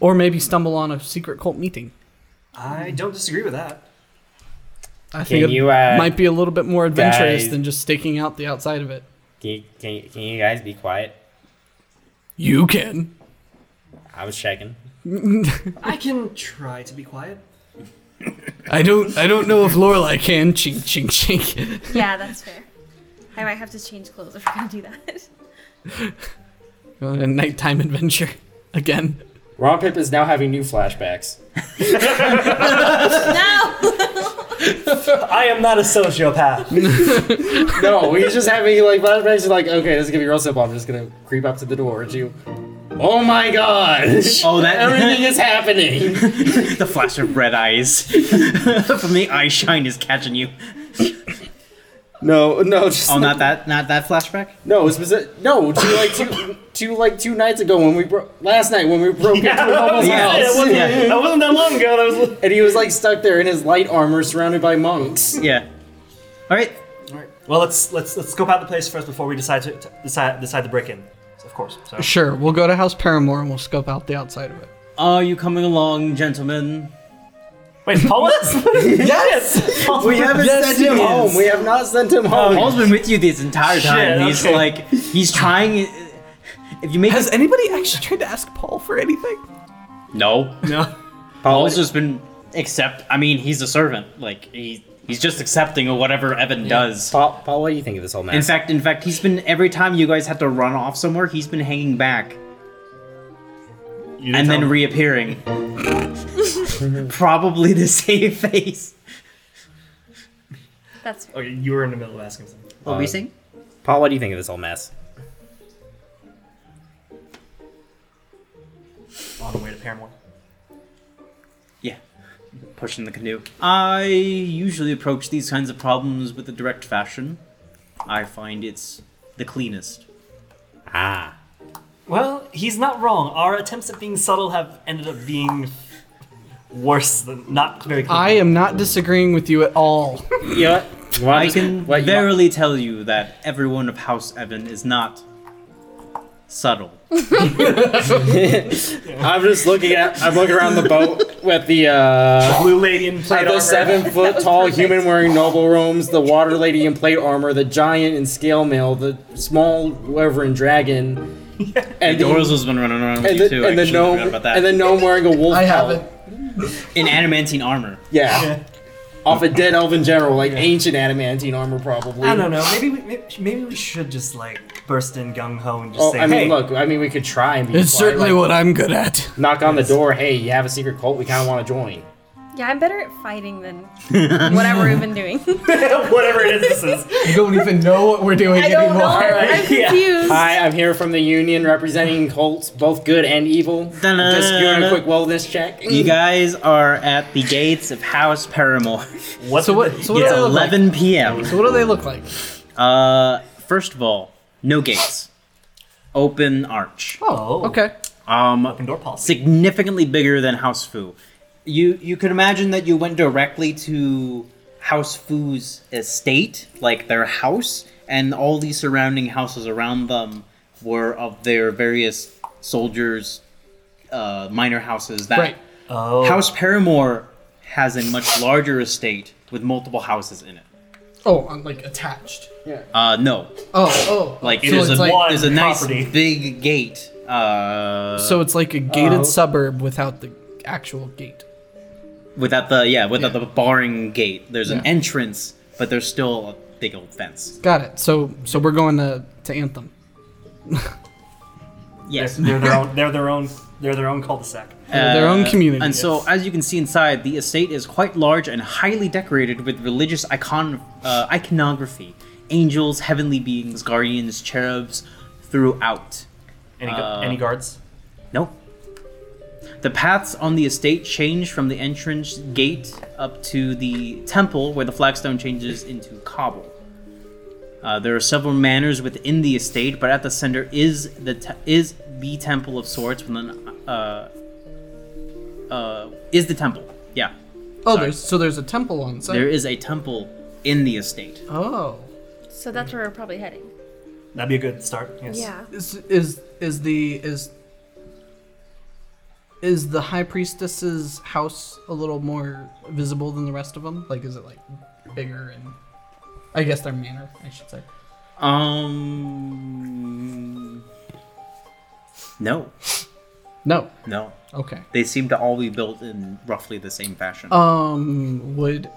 [SPEAKER 3] Or maybe stumble on a secret cult meeting.
[SPEAKER 2] I don't disagree with that.
[SPEAKER 3] I
[SPEAKER 5] Can
[SPEAKER 3] think it
[SPEAKER 5] you, uh,
[SPEAKER 3] might be a little bit more adventurous
[SPEAKER 5] guys-
[SPEAKER 3] than just staking out the outside of it.
[SPEAKER 5] can you, can, you, can you guys be quiet?
[SPEAKER 3] You can.
[SPEAKER 5] I was checking.
[SPEAKER 2] I can try to be quiet.
[SPEAKER 3] I don't. I don't know if Lorelai can. Chink, chink, chink. (laughs)
[SPEAKER 4] yeah, that's fair. I might have to change clothes if we're gonna do that. (laughs)
[SPEAKER 3] Going on a nighttime adventure again.
[SPEAKER 5] Ron Pip is now having new flashbacks.
[SPEAKER 4] no.
[SPEAKER 2] I am not a (laughs) sociopath.
[SPEAKER 5] (laughs) No, he's just having like flashbacks. He's like, okay, this is gonna be real simple. I'm just gonna creep up to the door at you. Oh my god! (laughs)
[SPEAKER 1] Oh, that-
[SPEAKER 5] everything is happening.
[SPEAKER 1] (laughs) the flash of red eyes (laughs) from the eye shine is catching you.
[SPEAKER 5] (laughs) No, no, just
[SPEAKER 1] Oh, not that, not that flashback.
[SPEAKER 5] no. It's specific, no, to like (laughs) two, to like two nights ago when we broke last night when we broke into a (laughs) homeless
[SPEAKER 1] Yeah. Yeah,
[SPEAKER 5] house.
[SPEAKER 1] it wasn't- Yeah.
[SPEAKER 2] that wasn't that long ago. That was.
[SPEAKER 5] and he was like stuck there in his light armor, surrounded by (laughs) monks.
[SPEAKER 1] Yeah. All right.
[SPEAKER 2] (laughs) Well, let's let's let's scope out the place first before we decide to, to decide decide to break in. Of course. (laughs) So.
[SPEAKER 3] Sure, we'll go to House Paramore and we'll scope out the outside of it.
[SPEAKER 1] Are you coming along, gentlemen?
[SPEAKER 2] Wait, Polis? (laughs) yes.
[SPEAKER 5] We haven't sent him home. We have not sent him home.
[SPEAKER 1] Paul's been with you this entire time.
[SPEAKER 2] Shit,
[SPEAKER 1] he's
[SPEAKER 2] okay.
[SPEAKER 1] like, he's trying. If you (laughs) make
[SPEAKER 3] Has
[SPEAKER 1] us,
[SPEAKER 3] anybody actually tried to ask Paul for anything?
[SPEAKER 1] no, (laughs)
[SPEAKER 3] No.
[SPEAKER 1] Paul's just been accept. I mean, he's a servant. Like he, he's just accepting of whatever Evan does.
[SPEAKER 5] Paul, Paul, what do you think of this whole mess?
[SPEAKER 1] In fact, in fact, he's been every time you guys had to run off somewhere, he's been hanging back and then reappearing. Probably the (laughs) same face.
[SPEAKER 4] That's fair.
[SPEAKER 2] Okay, you were in the middle of asking something.
[SPEAKER 10] What were
[SPEAKER 1] Uh,
[SPEAKER 10] you saying?
[SPEAKER 5] Paul, what do you think of this whole mess?
[SPEAKER 2] On the way to Paramore.
[SPEAKER 1] Yeah. Pushing the canoe. I usually approach these kinds of problems with a direct fashion. I find it's the cleanest.
[SPEAKER 5] Ah,
[SPEAKER 2] Well, he's not wrong. Our attempts at being subtle have ended up being worse than not very clean.
[SPEAKER 3] I am not disagreeing with you at all.
[SPEAKER 5] You know what? You wanna
[SPEAKER 1] I
[SPEAKER 5] just-
[SPEAKER 1] can
[SPEAKER 5] what, you want-
[SPEAKER 1] verily tell you that everyone of House Evan is not subtle.
[SPEAKER 5] I'm just looking at. I'm looking around the boat with the uh,
[SPEAKER 2] blue lady in plate
[SPEAKER 5] at the
[SPEAKER 2] armor.
[SPEAKER 5] (laughs) seven foot tall human wearing noble robes, the water lady in plate armor, the giant in scale mail, the small wyvern dragon, (laughs) and
[SPEAKER 1] Dora's
[SPEAKER 5] the,
[SPEAKER 1] has been running around with
[SPEAKER 5] and
[SPEAKER 1] you
[SPEAKER 5] the,
[SPEAKER 1] too.
[SPEAKER 5] and the
[SPEAKER 1] actually, I
[SPEAKER 5] gnome
[SPEAKER 1] forgot about that.
[SPEAKER 5] and the gnome wearing a wolf
[SPEAKER 3] I
[SPEAKER 5] helmet.
[SPEAKER 3] haven't.
[SPEAKER 1] in adamantine armor.
[SPEAKER 5] Yeah. (laughs) Off a dead elven general, like ancient adamantine armor, probably.
[SPEAKER 2] I don't know. Maybe we maybe, maybe we should just like burst in gung ho and just
[SPEAKER 5] Oh,
[SPEAKER 2] say,
[SPEAKER 5] I mean,
[SPEAKER 2] "Hey,
[SPEAKER 5] look. I mean, we could try and be.
[SPEAKER 3] It's
[SPEAKER 5] polite,
[SPEAKER 3] certainly
[SPEAKER 5] like,
[SPEAKER 3] what I'm good at.
[SPEAKER 5] knock on the door. Hey, you have a secret cult. We kind of want to join.
[SPEAKER 4] Yeah, I'm better at
[SPEAKER 1] (laughs)
[SPEAKER 4] fighting than whatever we've been
[SPEAKER 2] (laughs)
[SPEAKER 4] doing.
[SPEAKER 2] whatever it is, this is."
[SPEAKER 3] You don't even know what we're doing
[SPEAKER 4] (laughs) I don't know.
[SPEAKER 3] (laughs)
[SPEAKER 4] I'm
[SPEAKER 2] Yeah.
[SPEAKER 4] confused.
[SPEAKER 5] Hi, I'm here from the Union representing cults, both good and evil.
[SPEAKER 1] Dun-dun-dun-dun.
[SPEAKER 5] Just doing a quick wellness check.
[SPEAKER 1] You guys are at the gates of House Paramore. (laughs)
[SPEAKER 2] What
[SPEAKER 3] So what? So what, do
[SPEAKER 1] It's
[SPEAKER 3] they look like?
[SPEAKER 1] 11 p.m.
[SPEAKER 3] so what do they look like?
[SPEAKER 1] Uh, first of all, no gates, open arch.
[SPEAKER 2] Oh,
[SPEAKER 3] Okay.
[SPEAKER 1] Um,
[SPEAKER 2] Open door policy.
[SPEAKER 1] significantly bigger than House Fu. You you could imagine that you went directly to House Fu's estate, like their house, and all the surrounding houses around them were of their various soldiers, uh, minor houses. That
[SPEAKER 3] Right.
[SPEAKER 2] Oh,
[SPEAKER 1] House Paramore has a much larger estate with multiple houses in it.
[SPEAKER 3] Oh, I'm like attached.
[SPEAKER 1] Uh, no,
[SPEAKER 3] Oh, oh.
[SPEAKER 1] like
[SPEAKER 3] so
[SPEAKER 1] there's
[SPEAKER 3] it's
[SPEAKER 1] a
[SPEAKER 3] like
[SPEAKER 2] one
[SPEAKER 1] there's a nice
[SPEAKER 2] property.
[SPEAKER 1] big gate. Uh,
[SPEAKER 3] so it's like a gated
[SPEAKER 5] Oh.
[SPEAKER 3] suburb without the actual gate.
[SPEAKER 1] without the yeah without
[SPEAKER 3] Yeah.
[SPEAKER 1] the barring gate there's an
[SPEAKER 3] Yeah.
[SPEAKER 1] entrance but there's still a big old fence
[SPEAKER 3] Got it. So so we're going to to Anthem.
[SPEAKER 1] yes
[SPEAKER 2] they're their own. They're their own. They're their own cul-de-sac.
[SPEAKER 3] They're their own community.
[SPEAKER 1] Uh, and so as you can see inside the estate is quite large and highly decorated with religious icon uh, iconography angels heavenly beings guardians cherubs throughout
[SPEAKER 2] Any, gu-
[SPEAKER 1] Uh,
[SPEAKER 2] any guards?
[SPEAKER 1] Nope. The paths on the estate change from the entrance gate up to the temple, where the flagstone changes into cobble. Uh, there are several manors within the estate, but at the center is the te- is the temple of sorts. With an, uh, uh, is the temple? Yeah,
[SPEAKER 3] oh, there's so there's a temple on site.
[SPEAKER 1] there is a temple in the estate.
[SPEAKER 3] oh.
[SPEAKER 4] so that's where we're probably heading.
[SPEAKER 2] That'd be a good start. Yes.
[SPEAKER 4] Yeah.
[SPEAKER 3] Is is is the is is the high priestess's house a little more visible than the rest of them? Like, is it like bigger and I guess their manor, I should say.
[SPEAKER 1] Um, no,
[SPEAKER 3] No.
[SPEAKER 1] no.
[SPEAKER 3] Okay.
[SPEAKER 1] They seem to all be built in roughly the same fashion.
[SPEAKER 3] Um, would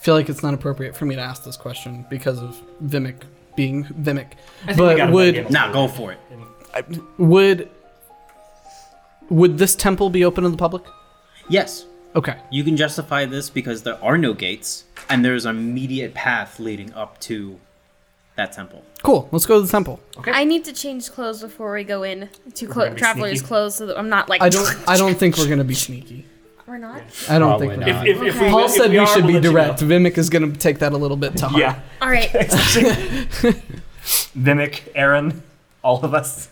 [SPEAKER 3] feel like it's not appropriate for me to ask this question because of Vimic being Vimic,
[SPEAKER 2] we got
[SPEAKER 3] but
[SPEAKER 2] it by the
[SPEAKER 3] would
[SPEAKER 2] end.
[SPEAKER 1] Now go for it.
[SPEAKER 3] would would this temple be open to the public?
[SPEAKER 1] Yes,
[SPEAKER 3] Okay.
[SPEAKER 1] you can justify this because there are no gates, and there's an immediate path leading up to that temple.
[SPEAKER 3] Cool. Let's go to the temple.
[SPEAKER 4] I need to change clothes before we go in to clo-
[SPEAKER 2] be
[SPEAKER 4] traveler's
[SPEAKER 2] sneaky.
[SPEAKER 4] clothes, so that I'm not like.
[SPEAKER 3] I don't. I don't think we're gonna be sneaky.
[SPEAKER 4] We're not.
[SPEAKER 3] I don't
[SPEAKER 5] Probably
[SPEAKER 3] think we're.
[SPEAKER 5] not.
[SPEAKER 3] Gonna
[SPEAKER 2] If, if we,
[SPEAKER 3] Paul
[SPEAKER 2] if
[SPEAKER 3] said we,
[SPEAKER 2] are,
[SPEAKER 3] should
[SPEAKER 2] we'll
[SPEAKER 3] be
[SPEAKER 2] let you know.
[SPEAKER 3] direct. Vimic is gonna take that a little bit to heart.
[SPEAKER 2] Yeah.
[SPEAKER 4] All right.
[SPEAKER 2] Vimic, Aaron, all of us.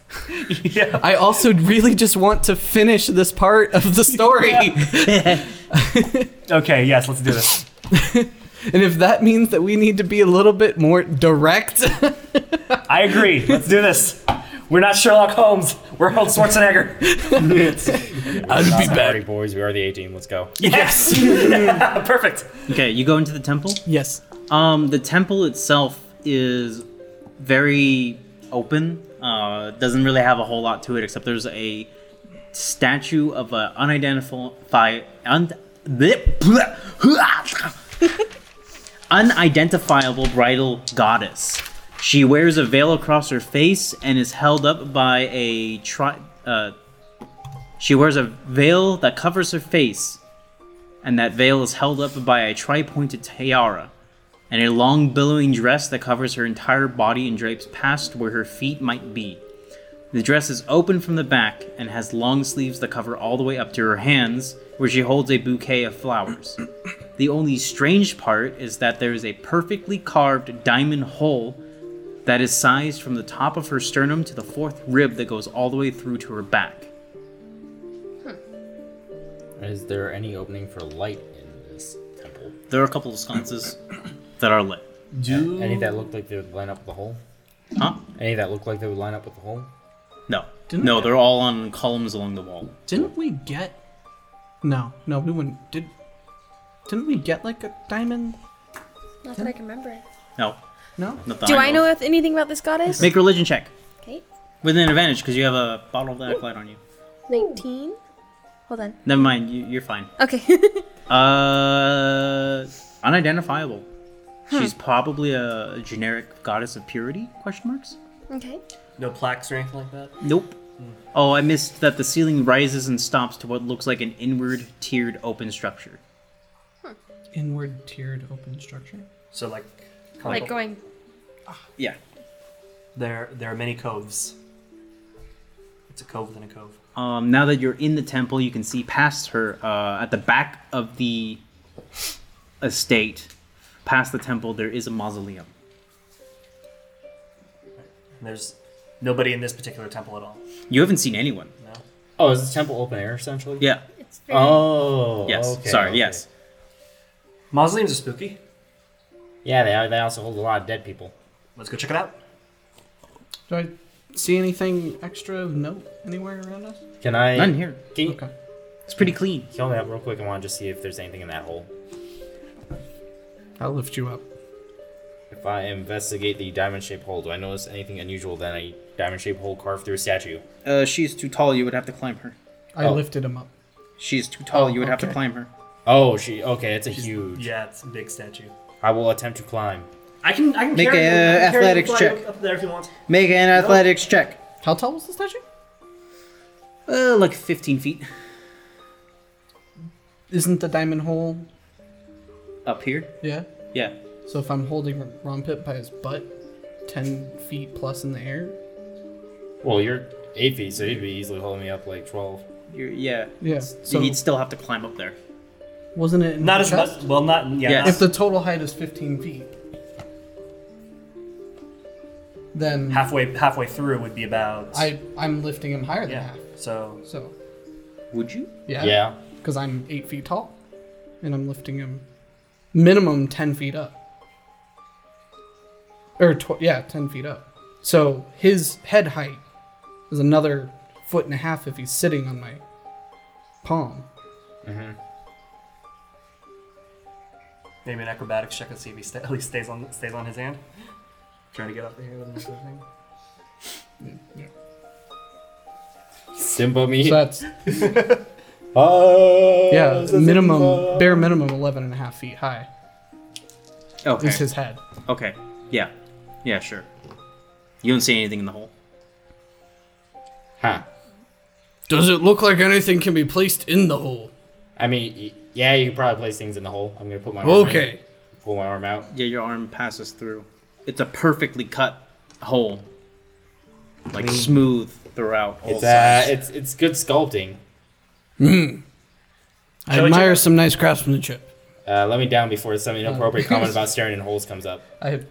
[SPEAKER 2] yeah.
[SPEAKER 3] I also really just want to finish this part of the
[SPEAKER 5] (laughs)
[SPEAKER 3] story,
[SPEAKER 2] Okay. Yes. Let's do this.
[SPEAKER 3] and if that means that we need to be a little bit more direct, (laughs)
[SPEAKER 2] I agree. Let's do this. We're not Sherlock Holmes. We're Arnold Schwarzenegger.
[SPEAKER 5] I'll be back. boys, we are the 18. Let's go.
[SPEAKER 2] (laughs) Yes. Perfect.
[SPEAKER 1] Okay, you go into the temple.
[SPEAKER 3] yes.
[SPEAKER 1] Um, the temple itself is very open. Uh, doesn't really have a whole lot to it, except there's a statue of an unidentified un- (laughs) unidentifiable bridal goddess. She wears a veil across her face and is held up by a tri- uh, She wears a veil that covers her face, and that veil is held up by a tri-pointed tiara and a long billowing dress that covers her entire body and drapes past where her feet might be. The dress is open from the back and has long sleeves that cover all the way up to her hands, where she holds a bouquet of flowers. the only strange part is that there is a perfectly carved diamond hole that is sized from the top of her sternum to the fourth rib that goes all the way through to her back.
[SPEAKER 5] Is there any opening for light in this temple?
[SPEAKER 1] There are a couple of sconces that are lit.
[SPEAKER 2] Do
[SPEAKER 5] Any that looked like they would line up with the hole?
[SPEAKER 1] Huh?
[SPEAKER 5] Any that looked like they would line up with the hole?
[SPEAKER 1] No.
[SPEAKER 3] Didn't
[SPEAKER 1] no,
[SPEAKER 3] we-
[SPEAKER 1] they're all on columns along the wall.
[SPEAKER 3] Didn't we get? No, no, we wouldn't. Did? Didn't we get like a diamond?
[SPEAKER 4] (laughs) Not that I can remember.
[SPEAKER 1] No.
[SPEAKER 3] No.
[SPEAKER 1] Not that
[SPEAKER 4] Do I
[SPEAKER 1] of.
[SPEAKER 4] know if anything about this goddess?
[SPEAKER 1] Make a religion check
[SPEAKER 4] Okay.
[SPEAKER 1] with an advantage because you have a bottle of the acolyte on you.
[SPEAKER 4] 19. Hold on.
[SPEAKER 1] Never mind, you, you're fine.
[SPEAKER 4] Okay. (laughs)
[SPEAKER 1] Uh, unidentifiable. She's probably a generic goddess of purity? Question marks.
[SPEAKER 4] okay.
[SPEAKER 2] no plaques or anything like that?
[SPEAKER 1] Nope. Oh, I missed that the ceiling rises and stops to what looks like an inward tiered open structure.
[SPEAKER 3] Inward tiered open structure.
[SPEAKER 2] So like,
[SPEAKER 4] Like going.
[SPEAKER 1] Yeah.
[SPEAKER 2] There, there are many coves. It's a cove within a cove.
[SPEAKER 1] Um, now that you're in the temple, you can see past her uh, at the back of the estate, past the temple, there is a mausoleum.
[SPEAKER 2] And there's nobody in this particular temple at all.
[SPEAKER 1] You haven't seen anyone.
[SPEAKER 5] Oh, is this temple open air essentially?
[SPEAKER 1] Yeah.
[SPEAKER 4] It's very.
[SPEAKER 5] Oh.
[SPEAKER 1] Yes.
[SPEAKER 5] okay,
[SPEAKER 1] Sorry.
[SPEAKER 5] okay.
[SPEAKER 1] Yes.
[SPEAKER 2] Mausoleums are spooky.
[SPEAKER 5] Yeah, they, are- they also hold a lot of dead people.
[SPEAKER 2] Let's go check it out.
[SPEAKER 3] Do I see anything extra of note anywhere around us?
[SPEAKER 5] Can I?
[SPEAKER 1] None here.
[SPEAKER 5] Can you
[SPEAKER 3] Okay.
[SPEAKER 1] It's pretty clean.
[SPEAKER 5] kill me up real quick? I want to just see if there's anything in that hole.
[SPEAKER 3] I'll lift you up.
[SPEAKER 5] If I investigate the diamond shaped hole, do I notice anything unusual than a diamond shaped hole carved through a statue?
[SPEAKER 1] Uh, she's too tall. You would have to climb her.
[SPEAKER 3] I
[SPEAKER 5] Oh.
[SPEAKER 3] lifted him up.
[SPEAKER 1] She's too tall. you would have to
[SPEAKER 3] okay.
[SPEAKER 1] climb her.
[SPEAKER 5] Oh, she. Okay, it's a huge.
[SPEAKER 2] Yeah, it's a big statue.
[SPEAKER 5] I will attempt to climb.
[SPEAKER 2] I can, I can
[SPEAKER 1] Make
[SPEAKER 2] carry
[SPEAKER 1] a,
[SPEAKER 2] I can
[SPEAKER 1] uh,
[SPEAKER 2] carry the
[SPEAKER 1] athletics
[SPEAKER 2] flag
[SPEAKER 1] check.
[SPEAKER 2] up there if you want.
[SPEAKER 1] Make an athletics check.
[SPEAKER 3] How tall was the statue?
[SPEAKER 1] Uh, like 15 feet
[SPEAKER 3] Isn't the diamond hole?
[SPEAKER 1] up here.
[SPEAKER 3] Yeah.
[SPEAKER 1] Yeah.
[SPEAKER 3] So if I'm holding Rompit by his butt, ten feet plus in the air.
[SPEAKER 5] Well, you're eight feet, so you'd be easily holding me up like twelve.
[SPEAKER 1] You're, yeah.
[SPEAKER 3] Yeah. So
[SPEAKER 1] You'd still have to climb up there.
[SPEAKER 3] wasn't it in
[SPEAKER 2] Not
[SPEAKER 3] the
[SPEAKER 2] as
[SPEAKER 3] chest?
[SPEAKER 2] much. Well, not yeah.
[SPEAKER 1] Yes.
[SPEAKER 2] not-
[SPEAKER 3] If the total height is 15 feet, then
[SPEAKER 2] halfway halfway through would be about
[SPEAKER 3] I I'm lifting him higher than
[SPEAKER 2] yeah.
[SPEAKER 3] half.
[SPEAKER 2] So
[SPEAKER 3] So
[SPEAKER 1] Would you?
[SPEAKER 3] yeah,
[SPEAKER 5] Yeah.
[SPEAKER 3] because I'm eight feet tall, and I'm lifting him minimum 10 feet up, or tw- yeah, 10 feet up. So his head height is another foot and a half if he's sitting on my palm.
[SPEAKER 2] maybe an acrobatics check and see if he sta (laughs) at least stays on stays on his hand. Trying to get up there with another thing.
[SPEAKER 5] Simba me.
[SPEAKER 3] So that's
[SPEAKER 5] (laughs) Oh, (laughs)
[SPEAKER 3] yeah,
[SPEAKER 5] Simba.
[SPEAKER 3] minimum bare minimum 11 and a half feet high
[SPEAKER 1] Okay.
[SPEAKER 3] is his head.
[SPEAKER 1] Okay. Yeah. Yeah, sure. You don't see anything in the hole.
[SPEAKER 5] Huh.
[SPEAKER 3] Does it look like anything can be placed in the hole?
[SPEAKER 5] I mean, y- yeah, you can probably place things in the hole. I'm gonna put my arm in,
[SPEAKER 3] Okay.
[SPEAKER 5] pull my arm out.
[SPEAKER 1] Yeah, your arm passes through. It's a perfectly cut hole. Like smooth throughout all
[SPEAKER 5] It's uh,
[SPEAKER 1] sides.
[SPEAKER 5] it's it's good sculpting.
[SPEAKER 3] I
[SPEAKER 2] Shall we check
[SPEAKER 3] admire
[SPEAKER 2] out-
[SPEAKER 3] some nice craftsmanship.
[SPEAKER 5] Uh, let me down before some inappropriate comment (laughs) about staring in holes comes up.
[SPEAKER 3] I have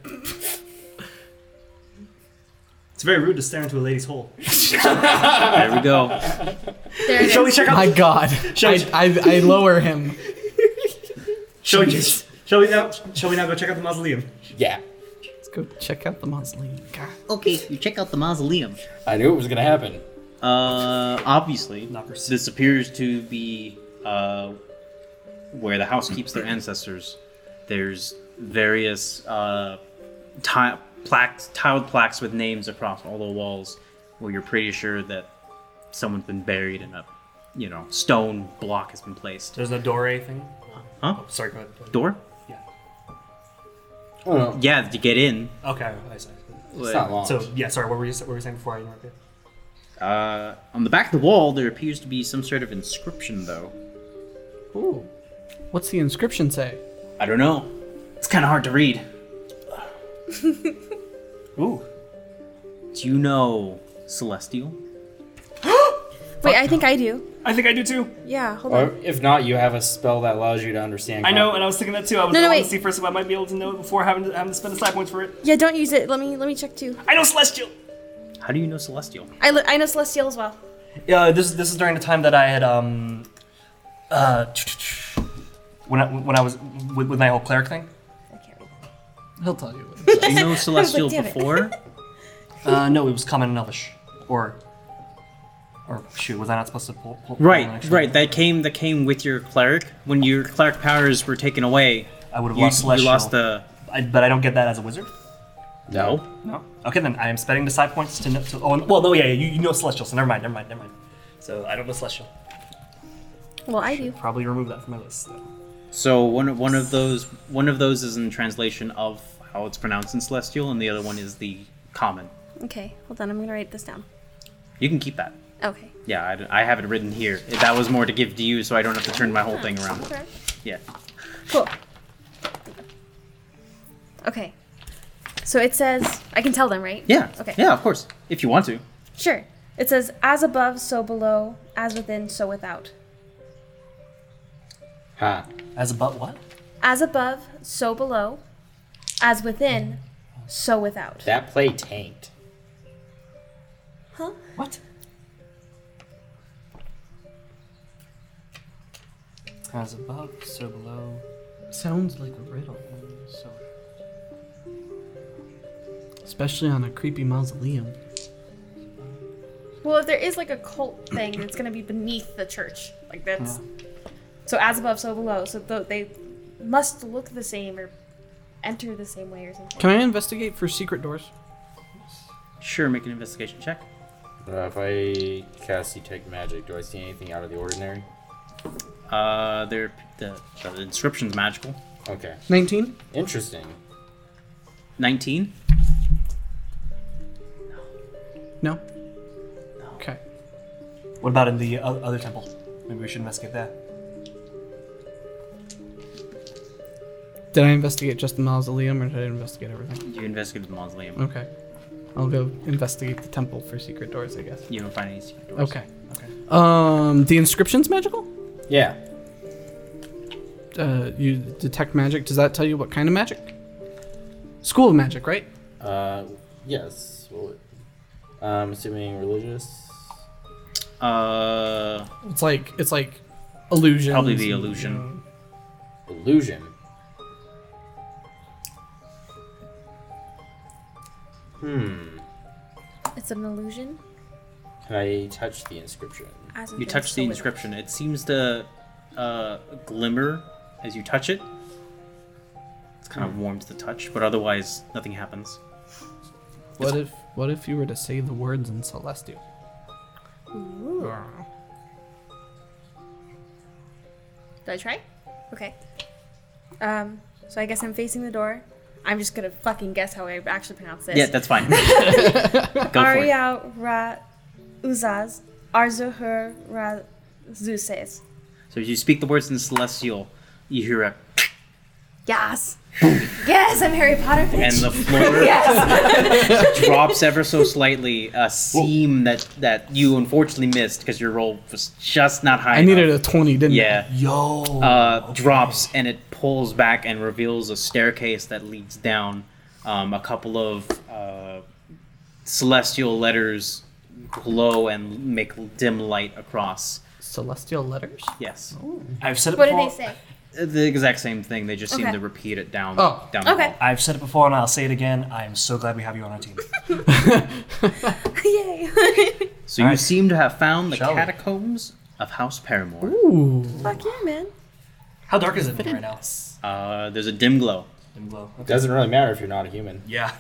[SPEAKER 2] It's very rude to stare into a lady's hole.
[SPEAKER 1] there we go.
[SPEAKER 4] There it
[SPEAKER 2] Shall we
[SPEAKER 4] is.
[SPEAKER 2] check out? (laughs)
[SPEAKER 3] My God,
[SPEAKER 2] Shall
[SPEAKER 3] I,
[SPEAKER 2] we-
[SPEAKER 3] I, I lower him.
[SPEAKER 2] shall we? Shall we now? Shall we now go check out the mausoleum?
[SPEAKER 5] Yeah,
[SPEAKER 3] Let's go check out the mausoleum. God,
[SPEAKER 10] Okay, you check out the mausoleum.
[SPEAKER 5] I knew it was gonna happen.
[SPEAKER 1] Uh, obviously,
[SPEAKER 2] Knockers.
[SPEAKER 1] this appears to be uh, where the house keeps their ancestors. There's various uh, ti- plaques, tiled plaques with names across all the walls, where you're pretty sure that someone's been buried and a, you know, stone block has been placed.
[SPEAKER 2] There's no door or anything.
[SPEAKER 1] Huh?
[SPEAKER 2] Oh, sorry, go ahead.
[SPEAKER 1] Door?
[SPEAKER 2] Yeah.
[SPEAKER 1] Yeah, to get in.
[SPEAKER 2] Okay. I see.
[SPEAKER 5] Oh, It's not long.
[SPEAKER 2] So yeah, sorry. What were you? What were you saying before I interrupted?
[SPEAKER 1] Uh, on the back of the wall, there appears to be some sort of inscription, though.
[SPEAKER 3] ooh, what's the inscription say?
[SPEAKER 1] I don't know. It's kind of hard to read.
[SPEAKER 2] Ooh.
[SPEAKER 1] Do you know Celestial?
[SPEAKER 4] Wait, I think I do.
[SPEAKER 2] I think I do too.
[SPEAKER 4] Yeah, hold on.
[SPEAKER 5] or if not, you have a spell that allows you to understand.
[SPEAKER 2] I know, and I was thinking that too. I was
[SPEAKER 4] No, no,
[SPEAKER 2] I wanted
[SPEAKER 4] wait.
[SPEAKER 2] to see first if I might be able to know it before having to, having to spend the side points for it.
[SPEAKER 4] Yeah, don't use it. Let me let me check too.
[SPEAKER 2] I know Celestial.
[SPEAKER 1] How do you know Celestial?
[SPEAKER 4] I, li- I know Celestial as well.
[SPEAKER 2] Yeah, this this is during the time that I had um Uh, when I, when I was with, with my whole cleric thing,
[SPEAKER 4] I can't read that.
[SPEAKER 2] he'll tell you.
[SPEAKER 1] You
[SPEAKER 4] (laughs)
[SPEAKER 1] know Celestial
[SPEAKER 4] damn it. (laughs)
[SPEAKER 1] before?
[SPEAKER 2] Uh, no, it was common and elvish, or or shoot, was I not supposed to pull? pull pull an
[SPEAKER 1] Right,
[SPEAKER 2] extra-
[SPEAKER 1] right. That came that came with your cleric. When your cleric powers were taken away,
[SPEAKER 2] I would have
[SPEAKER 1] you,
[SPEAKER 2] lost
[SPEAKER 1] you
[SPEAKER 2] celestial.
[SPEAKER 1] lost the
[SPEAKER 2] I, but I don't get that as a wizard.
[SPEAKER 5] No.
[SPEAKER 2] No. Okay, then I am spending the side points to. know- to oh, well, no, yeah, yeah you, you know celestial, so never mind, never mind, never mind. So I don't know celestial.
[SPEAKER 4] Well, I do.
[SPEAKER 2] Probably remove that from my list. though.
[SPEAKER 1] So one of- one of those one of those is in translation of how it's pronounced in Celestial, and the other one is the common.
[SPEAKER 4] Okay, hold on. I'm gonna write this down.
[SPEAKER 1] You can keep that.
[SPEAKER 4] Okay.
[SPEAKER 1] Yeah, I d- I, have it written here. That was more to give to you, so I don't have to turn my whole thing around.
[SPEAKER 4] Okay.
[SPEAKER 1] Yeah.
[SPEAKER 4] Cool. Okay. So it says I can tell them, right?
[SPEAKER 1] Yeah.
[SPEAKER 4] Okay.
[SPEAKER 1] Yeah, of course. If you want to.
[SPEAKER 4] Sure. It says as above, so below, as within, so without.
[SPEAKER 5] Ha.
[SPEAKER 2] As a but what?
[SPEAKER 4] As above, so below, as within, so without.
[SPEAKER 5] That play tanked.
[SPEAKER 4] Huh?
[SPEAKER 2] What? As above, so below.
[SPEAKER 3] Sounds like a riddle. So. Especially on a creepy mausoleum.
[SPEAKER 4] Well, if there is like a cult thing, it's gonna be beneath the church. Like that's so as above, so below. So th- they must look the same or enter the same way or something.
[SPEAKER 3] Can I investigate for secret doors?
[SPEAKER 1] Sure, make an investigation check.
[SPEAKER 5] Uh, if I cast Detect Magic, do I see anything out of the ordinary?
[SPEAKER 1] Uh, they're, the, the inscription's magical.
[SPEAKER 5] Okay.
[SPEAKER 3] 19?
[SPEAKER 5] Interesting.
[SPEAKER 1] 19?
[SPEAKER 3] No? Okay.
[SPEAKER 2] What about in the o- other temple? Maybe we should investigate that.
[SPEAKER 3] Did I investigate just the mausoleum or did I investigate everything?
[SPEAKER 1] You investigated the mausoleum.
[SPEAKER 3] Okay. I'll go investigate the temple for secret doors, I guess.
[SPEAKER 1] You don't find any secret doors.
[SPEAKER 3] Okay. Okay. Um, the inscription's magical?
[SPEAKER 5] Yeah.
[SPEAKER 3] Uh, you detect magic. Does that tell you what kind of magic? School of magic, right?
[SPEAKER 5] Uh, yes. Well, I'm assuming religious.
[SPEAKER 1] Uh,
[SPEAKER 3] It's like it's like illusion.
[SPEAKER 1] Probably the illusion.
[SPEAKER 5] Illusion. Hmm.
[SPEAKER 4] It's an illusion.
[SPEAKER 5] Can I touch the inscription?
[SPEAKER 4] As
[SPEAKER 1] you touch the inscription. It seems to uh, glimmer as you touch it. It's kind
[SPEAKER 3] Hmm.
[SPEAKER 1] of warm to the touch, but otherwise nothing happens.
[SPEAKER 3] What if what if you were to say the words in Celestial?
[SPEAKER 4] Do I try? Okay. Um. So I guess I'm facing the door. I'm just gonna fucking guess how I actually pronounce this.
[SPEAKER 1] Yeah, that's fine. Go for it.
[SPEAKER 4] Arya Ra Uzaz Arzuhur Ra Zuses.
[SPEAKER 1] So you speak the words in celestial, you hear a,
[SPEAKER 4] (laughs) Yes. yes, I'm Harry Potter. Bitch.
[SPEAKER 1] and the floor (laughs)
[SPEAKER 4] yes.
[SPEAKER 1] drops ever so slightly a seam that that you unfortunately missed because your roll was just not high.
[SPEAKER 3] I needed
[SPEAKER 1] enough.
[SPEAKER 3] a twenty, didn't I?
[SPEAKER 1] Yeah.
[SPEAKER 2] Yo.
[SPEAKER 1] Uh, Drops and it pulls back and reveals a staircase that leads down. Um, a couple of uh, celestial letters glow and make dim light across.
[SPEAKER 3] Celestial letters.
[SPEAKER 1] Yes,
[SPEAKER 2] I've said it
[SPEAKER 4] what did
[SPEAKER 2] before.
[SPEAKER 4] they say?
[SPEAKER 1] the exact same thing. They just seem
[SPEAKER 4] Okay.
[SPEAKER 1] to repeat it down.
[SPEAKER 3] Oh.
[SPEAKER 1] down the
[SPEAKER 4] Okay.
[SPEAKER 1] hall.
[SPEAKER 2] I've said it before, and I'll say it again. I am so glad we have you on our team.
[SPEAKER 4] (laughs) Yay. (laughs)
[SPEAKER 1] So you seem to have found the
[SPEAKER 2] Shall we?
[SPEAKER 1] catacombs of House Paramore.
[SPEAKER 3] Ooh.
[SPEAKER 4] Fuck yeah, man.
[SPEAKER 2] How dark is it right now?
[SPEAKER 1] Uh, there's a dim glow.
[SPEAKER 2] Dim glow. Okay.
[SPEAKER 5] Doesn't really matter if you're not a human.
[SPEAKER 2] Yeah.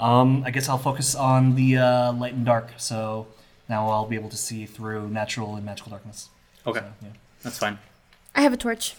[SPEAKER 2] Um, I guess I'll focus on the uh, light and dark. So now I'll be able to see through natural and magical darkness.
[SPEAKER 1] Okay,
[SPEAKER 2] So, yeah.
[SPEAKER 1] that's fine.
[SPEAKER 4] I have a torch.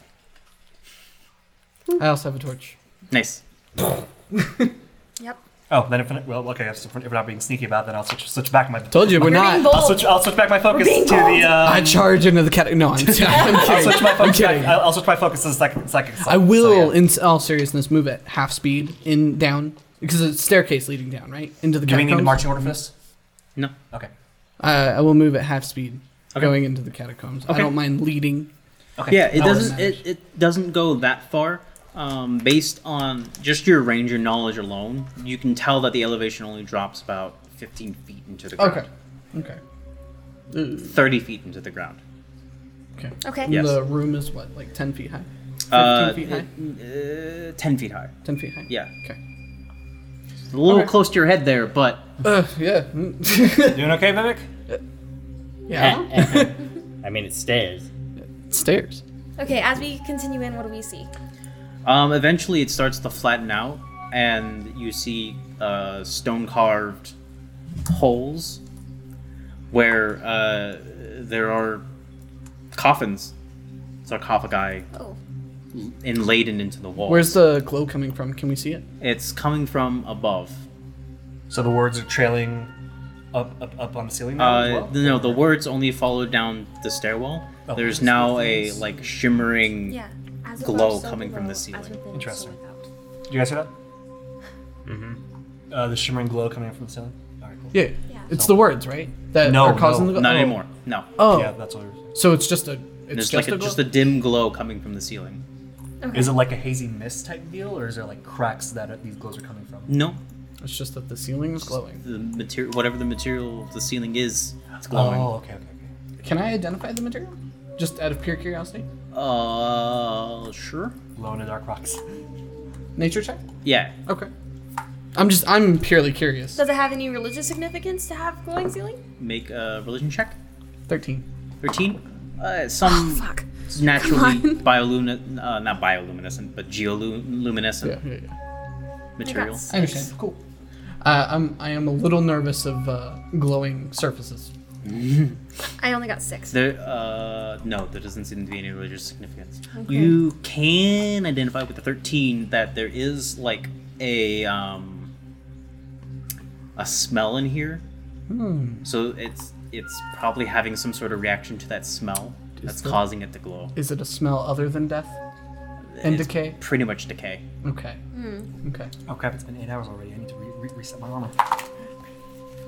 [SPEAKER 3] I also have a torch.
[SPEAKER 1] Nice.
[SPEAKER 4] Yep.
[SPEAKER 2] Oh, then if well, okay. If if we're not being sneaky about, it, then I'll switch, switch back my.
[SPEAKER 3] Told you we're
[SPEAKER 4] You're
[SPEAKER 3] not.
[SPEAKER 4] being bold.
[SPEAKER 2] I'll switch. I'll switch back my focus
[SPEAKER 4] being
[SPEAKER 2] to the. Um,
[SPEAKER 3] I charge into the cat.
[SPEAKER 1] (laughs)
[SPEAKER 3] No, I'm, I'm kidding.
[SPEAKER 2] I'll switch my
[SPEAKER 3] I'm
[SPEAKER 2] focus.
[SPEAKER 3] kidding.
[SPEAKER 2] Back, I'll I'll switch my focus to the second. second
[SPEAKER 3] I will,
[SPEAKER 2] So, yeah.
[SPEAKER 3] in all seriousness, move at half speed in down because it's a staircase leading down right into the
[SPEAKER 2] Do we need a
[SPEAKER 3] catacombs.
[SPEAKER 2] marching order for this?
[SPEAKER 1] No.
[SPEAKER 2] Okay.
[SPEAKER 3] Uh, I will move at half speed going into the catacombs. I
[SPEAKER 1] Okay.
[SPEAKER 3] don't mind leading.
[SPEAKER 2] Okay.
[SPEAKER 1] Yeah, it
[SPEAKER 2] No worries.
[SPEAKER 1] doesn't it, it doesn't go that far. Um, based on just your ranger knowledge alone, you can tell that the elevation only drops about 15 feet into the ground.
[SPEAKER 3] Okay. Okay.
[SPEAKER 1] Okay. 30 feet into the ground.
[SPEAKER 3] Okay.
[SPEAKER 4] Okay.
[SPEAKER 1] Yes.
[SPEAKER 3] The room is what, like ten feet high? Fifteen
[SPEAKER 1] Uh,
[SPEAKER 3] feet high?
[SPEAKER 1] Uh, ten feet high.
[SPEAKER 3] Ten feet high.
[SPEAKER 1] Yeah,
[SPEAKER 3] Okay.
[SPEAKER 1] a little close to your head there, but
[SPEAKER 3] Uh, yeah. (laughs) Mm.
[SPEAKER 2] Doing okay, Vivek? Eh,
[SPEAKER 3] yeah.
[SPEAKER 5] (laughs) I mean, it's stairs.
[SPEAKER 3] Stairs.
[SPEAKER 4] Okay, as we continue in, what do we see?
[SPEAKER 1] Um, eventually, it starts to flatten out, and you see uh, stone carved holes where uh, there are coffins, sarcophagi
[SPEAKER 4] Oh,
[SPEAKER 1] inladen into the wall.
[SPEAKER 3] Where's the glow coming from? Can we see it?
[SPEAKER 1] it's coming from above.
[SPEAKER 2] So the words are trailing up, up, up on the ceiling. now as
[SPEAKER 1] Uh,
[SPEAKER 2] well?
[SPEAKER 1] no, the words only follow down the stairwell.
[SPEAKER 2] Oh,
[SPEAKER 1] There's
[SPEAKER 2] so
[SPEAKER 1] now a
[SPEAKER 2] things-
[SPEAKER 1] like shimmering.
[SPEAKER 4] yeah. As above,
[SPEAKER 1] Glow
[SPEAKER 4] so
[SPEAKER 1] coming from the
[SPEAKER 4] below, as
[SPEAKER 1] ceiling.
[SPEAKER 4] within, so
[SPEAKER 2] Interesting.
[SPEAKER 4] without.
[SPEAKER 2] Do you guys hear that? Mm-hmm. Uh, the shimmering glow coming from the ceiling. All right, cool.
[SPEAKER 3] Yeah.
[SPEAKER 4] Yeah.
[SPEAKER 3] It's the words, right? That
[SPEAKER 2] No,
[SPEAKER 3] are causing
[SPEAKER 2] no.
[SPEAKER 3] the glow.
[SPEAKER 1] Not
[SPEAKER 3] oh.
[SPEAKER 1] anymore. No.
[SPEAKER 3] Oh.
[SPEAKER 2] Yeah, that's what. we We're saying.
[SPEAKER 3] So it's just a. It's
[SPEAKER 1] There's
[SPEAKER 3] just,
[SPEAKER 1] like a,
[SPEAKER 3] a glow?
[SPEAKER 1] just a dim glow coming from the ceiling.
[SPEAKER 4] Okay.
[SPEAKER 2] Is it like a hazy mist type deal, or is there like cracks that uh, these glows are coming from?
[SPEAKER 1] No,
[SPEAKER 3] It's just that the ceiling is glowing.
[SPEAKER 1] the material, whatever the material of the ceiling is, it's glowing.
[SPEAKER 2] Oh, okay, okay, okay.
[SPEAKER 3] Can I identify the material? Just out of pure curiosity.
[SPEAKER 4] Oh.
[SPEAKER 1] Uh, sure.
[SPEAKER 2] Glow in the dark rocks.
[SPEAKER 3] Nature check.
[SPEAKER 1] Yeah.
[SPEAKER 3] Okay. I'm just. I'm purely curious.
[SPEAKER 4] Does it have any religious significance to have glowing ceiling?
[SPEAKER 1] Make a religion check.
[SPEAKER 3] Thirteen.
[SPEAKER 1] Thirteen. Uh, some
[SPEAKER 4] Oh, Fuck.
[SPEAKER 1] naturally
[SPEAKER 4] Come on.
[SPEAKER 1] biolumin, uh, not bioluminescent, but geoluminescent
[SPEAKER 3] Yeah. yeah, yeah.
[SPEAKER 1] material.
[SPEAKER 4] Congrats.
[SPEAKER 3] I understand. Cool. Uh, I'm. I am a little nervous of uh, glowing surfaces.
[SPEAKER 4] I only got six.
[SPEAKER 1] There, uh, no, there doesn't seem to be any religious significance. You can identify with the thirteen that there is like a um, a smell in here. So it's it's probably having some sort of reaction to that smell that's
[SPEAKER 3] that-
[SPEAKER 1] causing it to glow.
[SPEAKER 3] Is it a smell other than death and
[SPEAKER 1] It's
[SPEAKER 3] decay?
[SPEAKER 1] Pretty much decay.
[SPEAKER 3] Okay.
[SPEAKER 4] Hmm.
[SPEAKER 3] Okay.
[SPEAKER 2] Oh crap! It's been eight hours already. I need to re- re- reset my armor.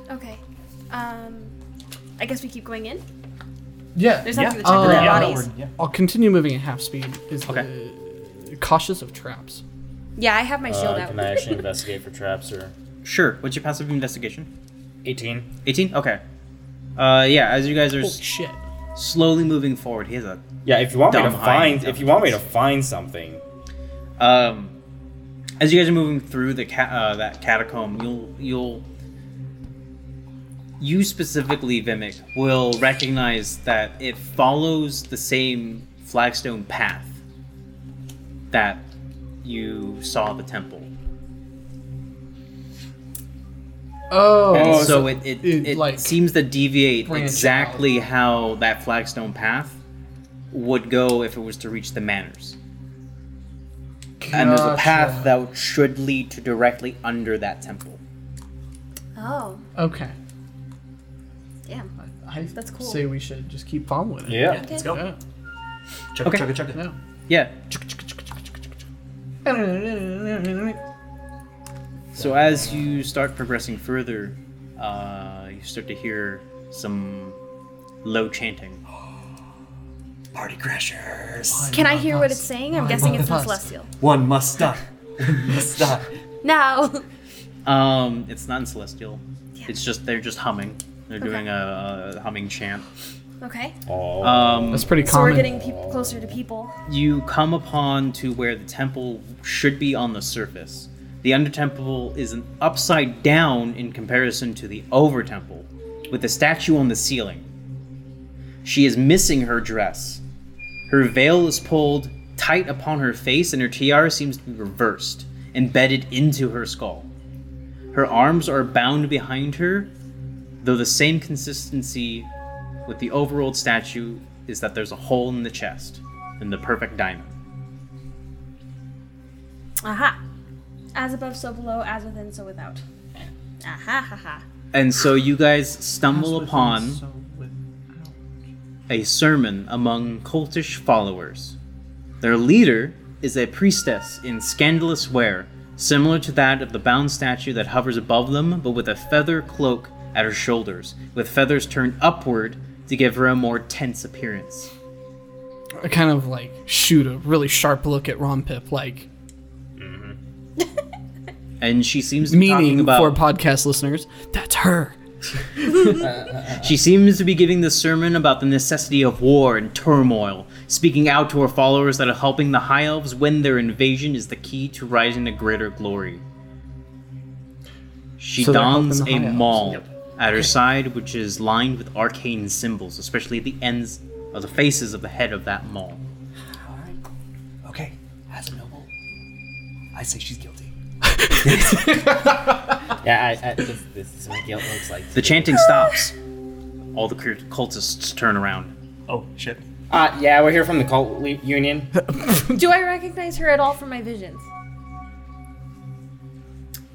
[SPEAKER 4] Okay. Um, I guess we keep going in.
[SPEAKER 3] Yeah.
[SPEAKER 4] There's
[SPEAKER 2] Yeah.
[SPEAKER 4] nothing to check for
[SPEAKER 3] Uh,
[SPEAKER 5] Oh,
[SPEAKER 4] dead
[SPEAKER 2] yeah,
[SPEAKER 4] bodies.
[SPEAKER 2] outward, yeah.
[SPEAKER 3] I'll continue moving at half speed. Is
[SPEAKER 1] Okay.
[SPEAKER 3] the cautious of traps.
[SPEAKER 4] Yeah, I have my shield
[SPEAKER 5] Uh,
[SPEAKER 4] out.
[SPEAKER 5] can I
[SPEAKER 4] (laughs)
[SPEAKER 5] actually investigate for traps or?
[SPEAKER 1] Sure. What's your passive investigation?
[SPEAKER 5] 18.
[SPEAKER 1] 18? Okay. Uh, yeah, as you guys are
[SPEAKER 3] Oh
[SPEAKER 1] s-
[SPEAKER 3] shit.
[SPEAKER 1] slowly moving forward, here's a.
[SPEAKER 5] Yeah, if you want me to
[SPEAKER 1] Dumb hiding
[SPEAKER 5] find, if you want me to find something,
[SPEAKER 1] Um, as you guys are moving through the ca- uh, that catacomb, you'll. you'll you specifically, Vimic, will recognize that it follows the same flagstone path that you saw the temple.
[SPEAKER 3] Oh.
[SPEAKER 1] And so it, it,
[SPEAKER 3] it,
[SPEAKER 1] it,
[SPEAKER 3] like,
[SPEAKER 1] seems to deviate
[SPEAKER 3] branch
[SPEAKER 1] exactly how that flagstone path would go if it was to reach the manors. And there's a path
[SPEAKER 3] Gotcha.
[SPEAKER 1] that should lead to directly under that temple.
[SPEAKER 4] Oh,
[SPEAKER 3] Okay.
[SPEAKER 4] damn.
[SPEAKER 3] I
[SPEAKER 4] That's cool.
[SPEAKER 3] say we should just keep following it.
[SPEAKER 5] yeah,
[SPEAKER 2] Let's go.
[SPEAKER 3] Yeah.
[SPEAKER 2] Chugga,
[SPEAKER 1] Okay.
[SPEAKER 2] chugga, chugga.
[SPEAKER 3] No.
[SPEAKER 1] Yeah. So as you start progressing further, uh, you start to hear some low chanting.
[SPEAKER 2] Party crashers.
[SPEAKER 4] Can I hear what it's saying? I'm
[SPEAKER 3] Why
[SPEAKER 4] guessing it's in
[SPEAKER 3] must-
[SPEAKER 4] celestial.
[SPEAKER 2] One must die. One must die.
[SPEAKER 4] Now. (laughs)
[SPEAKER 1] Um, it's not in celestial. It's just they're just humming. They're
[SPEAKER 4] Okay.
[SPEAKER 1] doing a, a humming chant.
[SPEAKER 4] Okay.
[SPEAKER 5] Oh. Uh,
[SPEAKER 1] Um,
[SPEAKER 3] That's pretty
[SPEAKER 4] So
[SPEAKER 3] common.
[SPEAKER 4] we're getting peop closer to people.
[SPEAKER 1] you come upon to where the temple should be on the surface. The under temple is an upside down in comparison to the over temple, with the statue on the ceiling. She is missing her dress. Her veil is pulled tight upon her face, and her tiara seems to be reversed, embedded into her skull. Her arms are bound behind her, though the same consistency with the overall statue is that there's a hole in the chest and the perfect diamond.
[SPEAKER 4] Aha. As above, so below. As within, so without. Aha ha ha.
[SPEAKER 1] And so you guys stumble upon a sermon among cultish followers. Their leader is a priestess in scandalous wear, similar to that of the bound statue that hovers above them, but with a feather cloak at her shoulders, with feathers turned upward to give her a more tense appearance.
[SPEAKER 3] I kind of like shoot a really sharp look at Rompip, like
[SPEAKER 1] And she seems to be talking
[SPEAKER 3] meaning
[SPEAKER 1] about
[SPEAKER 3] for podcast listeners, that's her.
[SPEAKER 1] She seems to be giving this sermon about the necessity of war and turmoil, speaking out to her followers that helping the High Elves win their invasion is the key to rising to greater glory. She
[SPEAKER 3] So they're helping
[SPEAKER 1] dons
[SPEAKER 3] the
[SPEAKER 1] a
[SPEAKER 3] High Elves.
[SPEAKER 1] maul at her side, which is lined with arcane symbols, especially the ends of the faces of the head of that maul.
[SPEAKER 2] Okay, as a noble, I say she's guilty.
[SPEAKER 5] Yeah, I, I, this, this is what guilt looks like.
[SPEAKER 1] The chanting stops. All the cult- cultists turn around.
[SPEAKER 2] Oh shit.
[SPEAKER 5] Uh, yeah, we're here from the cult le- (laughs) union.
[SPEAKER 4] Do I recognize her at all from my visions?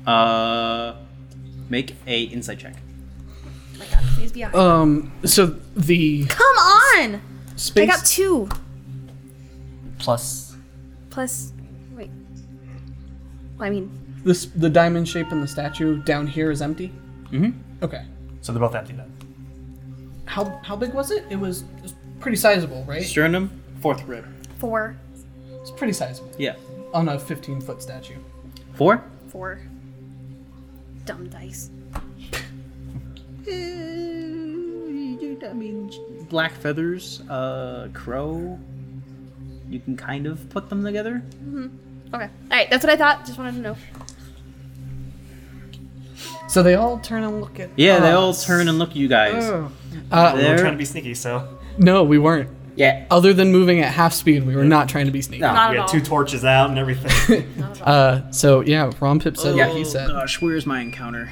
[SPEAKER 1] Uh, make a insight check.
[SPEAKER 4] Oh my god, please be honest.
[SPEAKER 3] Um, so the
[SPEAKER 4] Come on! I
[SPEAKER 3] space.
[SPEAKER 4] got two
[SPEAKER 2] Plus,
[SPEAKER 4] plus. Wait. Well, I mean,
[SPEAKER 3] This the diamond shape in the statue down here is empty. Mm-hmm. Okay.
[SPEAKER 2] so they're both empty then.
[SPEAKER 3] How how big was it? It was, it was pretty sizable, right?
[SPEAKER 1] Sternum?
[SPEAKER 6] Fourth rib.
[SPEAKER 4] four,
[SPEAKER 3] It's pretty sizable
[SPEAKER 1] Yeah.
[SPEAKER 3] on a 15 foot statue.
[SPEAKER 1] Four?
[SPEAKER 4] four. Dumb dice.
[SPEAKER 7] I mean,
[SPEAKER 1] black feathers, uh, crow. You can kind of put them together.
[SPEAKER 4] Okay. All right, that's what I thought. Just wanted to know.
[SPEAKER 3] So they all turn and look at.
[SPEAKER 1] Yeah, they
[SPEAKER 3] us.
[SPEAKER 1] all turn and look at you guys.
[SPEAKER 3] Oh. Uh,
[SPEAKER 1] There-
[SPEAKER 2] We're trying to be sneaky, so
[SPEAKER 3] no, we weren't.
[SPEAKER 5] Yeah.
[SPEAKER 3] Other than moving at half speed, we were not trying to be sneaky.
[SPEAKER 5] No.
[SPEAKER 4] Not
[SPEAKER 2] we
[SPEAKER 4] at
[SPEAKER 2] had
[SPEAKER 4] all.
[SPEAKER 2] two torches out and everything. (laughs)
[SPEAKER 3] Uh, so yeah, Rompip said what
[SPEAKER 1] Oh,
[SPEAKER 3] he said.
[SPEAKER 1] gosh, where's my encounter?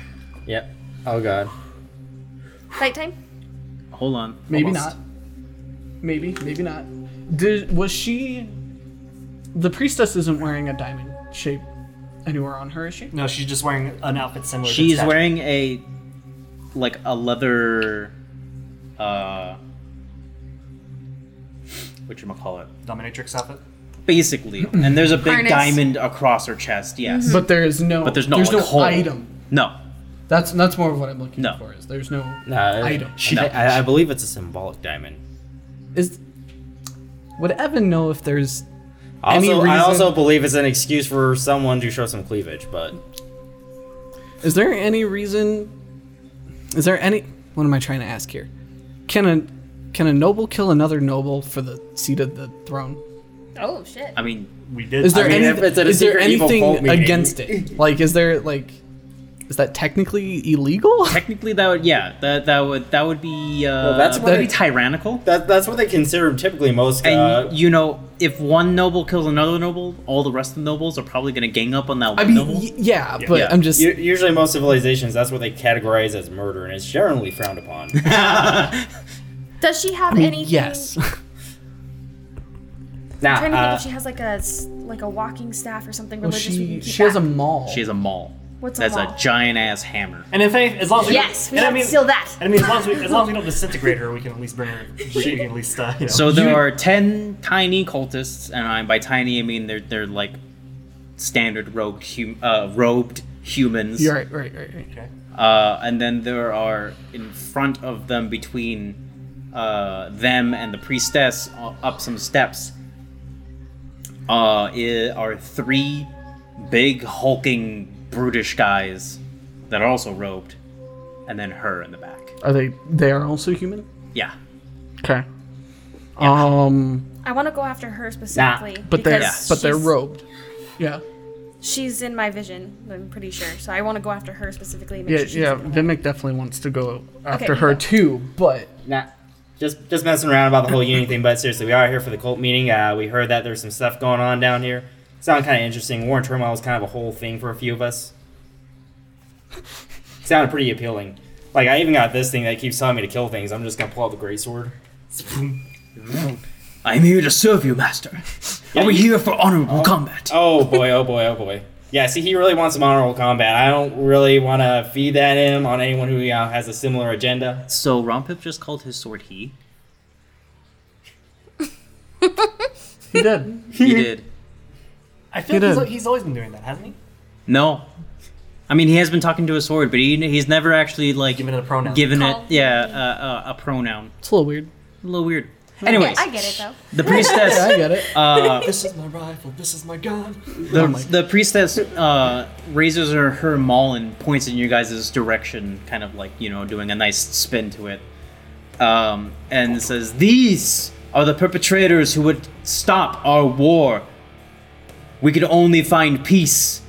[SPEAKER 5] Yep. Oh god.
[SPEAKER 4] Nighttime?
[SPEAKER 1] Hold on.
[SPEAKER 3] Maybe
[SPEAKER 1] Almost.
[SPEAKER 3] not. Maybe, maybe not. Did was she? The priestess isn't wearing a diamond shape anywhere on her, is she?
[SPEAKER 2] no, she's just wearing an outfit similar. to
[SPEAKER 1] She's
[SPEAKER 2] Statue.
[SPEAKER 1] wearing a, like a leather, uh, what you call it?
[SPEAKER 2] dominatrix outfit.
[SPEAKER 1] Basically, and there's a big
[SPEAKER 4] Harness.
[SPEAKER 1] diamond across her chest. Yes.
[SPEAKER 3] But there is no.
[SPEAKER 1] But there's no,
[SPEAKER 3] There's
[SPEAKER 1] like,
[SPEAKER 3] no
[SPEAKER 1] hole.
[SPEAKER 3] item.
[SPEAKER 1] No.
[SPEAKER 3] That's that's more of what I'm looking
[SPEAKER 1] No.
[SPEAKER 3] for. Is there's no
[SPEAKER 5] Nah,
[SPEAKER 3] item.
[SPEAKER 5] I, I, I believe it's a symbolic diamond.
[SPEAKER 3] Is would Evan know if there's? Any
[SPEAKER 5] Also, I
[SPEAKER 3] reason-
[SPEAKER 5] also believe it's an excuse for someone to show some cleavage, but
[SPEAKER 3] Is there any reason? Is there any? What am I trying to ask here? Can a can a noble kill another noble for the seat of the throne?
[SPEAKER 4] Oh, shit.
[SPEAKER 3] Um,
[SPEAKER 1] I mean,
[SPEAKER 2] We did.
[SPEAKER 3] Is there
[SPEAKER 5] mean,
[SPEAKER 3] anyth-
[SPEAKER 5] if it's at a
[SPEAKER 3] is there
[SPEAKER 5] secret evil cult
[SPEAKER 3] anything
[SPEAKER 5] meeting.
[SPEAKER 3] against it? Like, is there like, is that technically illegal? (laughs)
[SPEAKER 1] technically, that would yeah, that that would that would be uh,
[SPEAKER 5] that's what
[SPEAKER 1] pretty
[SPEAKER 5] I-
[SPEAKER 1] tyrannical.
[SPEAKER 5] that, that's what they consider typically most. Uh,
[SPEAKER 1] And you know, if one noble kills another noble, all the rest of the nobles are probably going to gang up on that one
[SPEAKER 3] I mean,
[SPEAKER 1] noble.
[SPEAKER 3] y- yeah, but
[SPEAKER 1] Yeah.
[SPEAKER 3] I'm just
[SPEAKER 5] u- usually, most civilizations that's what they categorize as murder, and it's generally
[SPEAKER 4] (laughs)
[SPEAKER 5] frowned upon.
[SPEAKER 4] Does she have
[SPEAKER 3] I mean,
[SPEAKER 4] anything?
[SPEAKER 3] yes. (laughs)
[SPEAKER 5] nah,
[SPEAKER 4] I'm trying to think
[SPEAKER 5] uh,
[SPEAKER 4] if she has like a s- like a walking staff or something
[SPEAKER 3] well,
[SPEAKER 4] religious. we
[SPEAKER 3] she
[SPEAKER 4] can keep
[SPEAKER 3] she has a
[SPEAKER 4] back.
[SPEAKER 3] mall.
[SPEAKER 1] She has a maul.
[SPEAKER 4] What's a
[SPEAKER 1] That's
[SPEAKER 4] maul?
[SPEAKER 1] a giant ass hammer.
[SPEAKER 2] And if any, as long as we
[SPEAKER 4] Yes, we
[SPEAKER 2] and I
[SPEAKER 4] have
[SPEAKER 2] mean,
[SPEAKER 4] to steal that.
[SPEAKER 2] and I mean, as long as we, as long as we don't disintegrate her, we can at least bring her. We can at least, uh, you know.
[SPEAKER 1] So there
[SPEAKER 3] You-
[SPEAKER 1] are ten tiny cultists, and I, by tiny I mean they're they're like standard robed hum- uh, robed humans.
[SPEAKER 3] You're right, right, right, right.
[SPEAKER 2] okay.
[SPEAKER 1] Uh, and then there are in front of them between uh, them and the priestess uh, up some steps uh, i- are three big hulking brutish guys that are also robed and then her in the back
[SPEAKER 3] Are they? They are also human.
[SPEAKER 1] yeah
[SPEAKER 3] Okay. Um,
[SPEAKER 4] I want to go after her specifically.
[SPEAKER 3] but they're
[SPEAKER 4] because
[SPEAKER 3] but they're
[SPEAKER 4] she's-
[SPEAKER 3] robed. Yeah,
[SPEAKER 4] She's in my vision. I'm pretty sure. So I want to go after her specifically. And make
[SPEAKER 3] yeah,
[SPEAKER 4] sure she's
[SPEAKER 3] yeah.
[SPEAKER 4] in the right.
[SPEAKER 3] Vimic definitely wants to go after
[SPEAKER 4] you
[SPEAKER 3] her
[SPEAKER 4] go.
[SPEAKER 3] too, but
[SPEAKER 5] nah, just just messing around about the whole union thing. But seriously, we are here for the cult meeting. Uh, we heard that there's some stuff going on down here. Sounded kind of interesting. War and turmoil is kind of a whole thing for a few
[SPEAKER 4] (laughs)
[SPEAKER 5] of us. Sounded pretty appealing. Like I even got this thing that keeps telling me to kill things. I'm just gonna pull out the great sword.
[SPEAKER 1] i'm here to serve you (laughs) master
[SPEAKER 5] Yeah,
[SPEAKER 1] we're
[SPEAKER 5] you-
[SPEAKER 1] here for honorable combat
[SPEAKER 5] Oh boy, oh boy, oh boy. Yeah, see, he really wants some honorable combat. I don't really want to feed that him on anyone who uh, has a similar agenda.
[SPEAKER 1] so rompip just called his sword he
[SPEAKER 3] he did.
[SPEAKER 1] he did
[SPEAKER 2] I feel like he's,
[SPEAKER 3] did.
[SPEAKER 2] al- he's always been doing that, hasn't he?
[SPEAKER 1] no i mean he has been talking to his sword but he, he's never actually like
[SPEAKER 2] Given it a pronoun.
[SPEAKER 1] given it
[SPEAKER 4] Call.
[SPEAKER 1] yeah uh, uh, a pronoun
[SPEAKER 3] (laughs) It's a little weird.
[SPEAKER 1] a little weird Anyways,
[SPEAKER 4] (laughs) I get it though.
[SPEAKER 1] the priestess.
[SPEAKER 3] Yeah, I get (laughs) it.
[SPEAKER 1] Uh,
[SPEAKER 2] This is my rifle. This is my gun.
[SPEAKER 1] the, the priestess uh, raises her, her maul and points in your guys' direction, kind of like, you know, doing a nice spin to it. Um, and says, These are the perpetrators who would stop our war. We could only find peace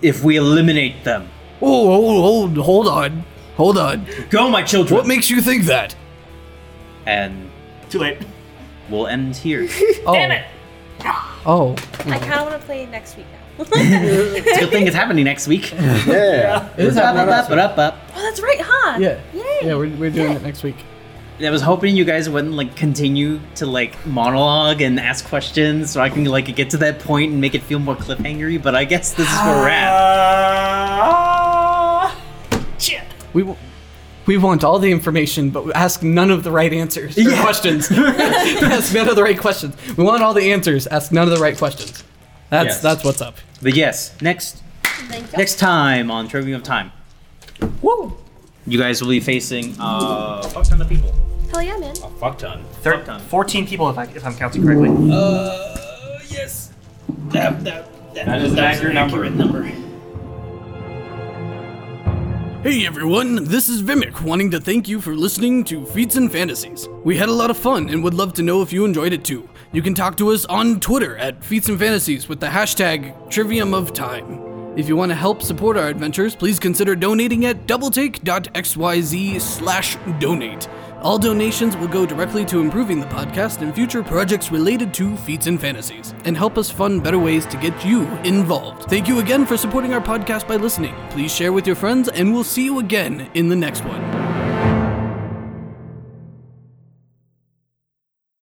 [SPEAKER 1] if we eliminate them.
[SPEAKER 3] Oh, hold, hold, hold on, hold on.
[SPEAKER 1] Go, my children!
[SPEAKER 3] What makes you think that?
[SPEAKER 1] and
[SPEAKER 2] Too late.
[SPEAKER 1] we'll end here.
[SPEAKER 3] Oh. Damn
[SPEAKER 4] it.
[SPEAKER 3] Oh,
[SPEAKER 4] I kind of want to play next week now.
[SPEAKER 1] It's a good thing it's happening next week.
[SPEAKER 5] Yeah.
[SPEAKER 3] it is happening.
[SPEAKER 1] I
[SPEAKER 4] (laughs) Oh, that's right, huh?
[SPEAKER 3] Yeah,
[SPEAKER 4] Yay.
[SPEAKER 3] yeah, we're, we're doing it next week.
[SPEAKER 1] was hoping you guys wouldn't like continue to like monologue and ask questions so I can like get to that point and make it feel more cliffhangery, but I guess this is where we're at.
[SPEAKER 3] We w- we want all the information, but we ask none of the right answers or (laughs) questions. ask none of the right questions. We want all the answers. Ask none of the right questions. That's
[SPEAKER 1] Yes.
[SPEAKER 3] that's what's up.
[SPEAKER 1] But yes, next
[SPEAKER 4] Thank you.
[SPEAKER 1] next time on Trivium of Time. Woo! You guys will be facing uh fuck ton of people.
[SPEAKER 4] Hell yeah, man.
[SPEAKER 5] A fuck ton.
[SPEAKER 2] Thir-
[SPEAKER 1] Fuck ton.
[SPEAKER 2] 14 people, if, I, if I'm counting correctly.
[SPEAKER 5] That is an accurate number.
[SPEAKER 3] Hey everyone, this is Vimic wanting to thank you for listening to Feats and Fantasies. We had a lot of fun and would love to know if you enjoyed it too. You can talk to us on Twitter at Feats and Fantasies with the hashtag Trivium of Time. If you want to help support our adventures, please consider donating at doubletake.xyz slash donate. All donations will go directly to improving the podcast and future projects related to Feats and Fantasies, and help us fund better ways to get you involved. Thank you again for supporting our podcast by listening. Please share with your friends, and we'll see you again in the next one.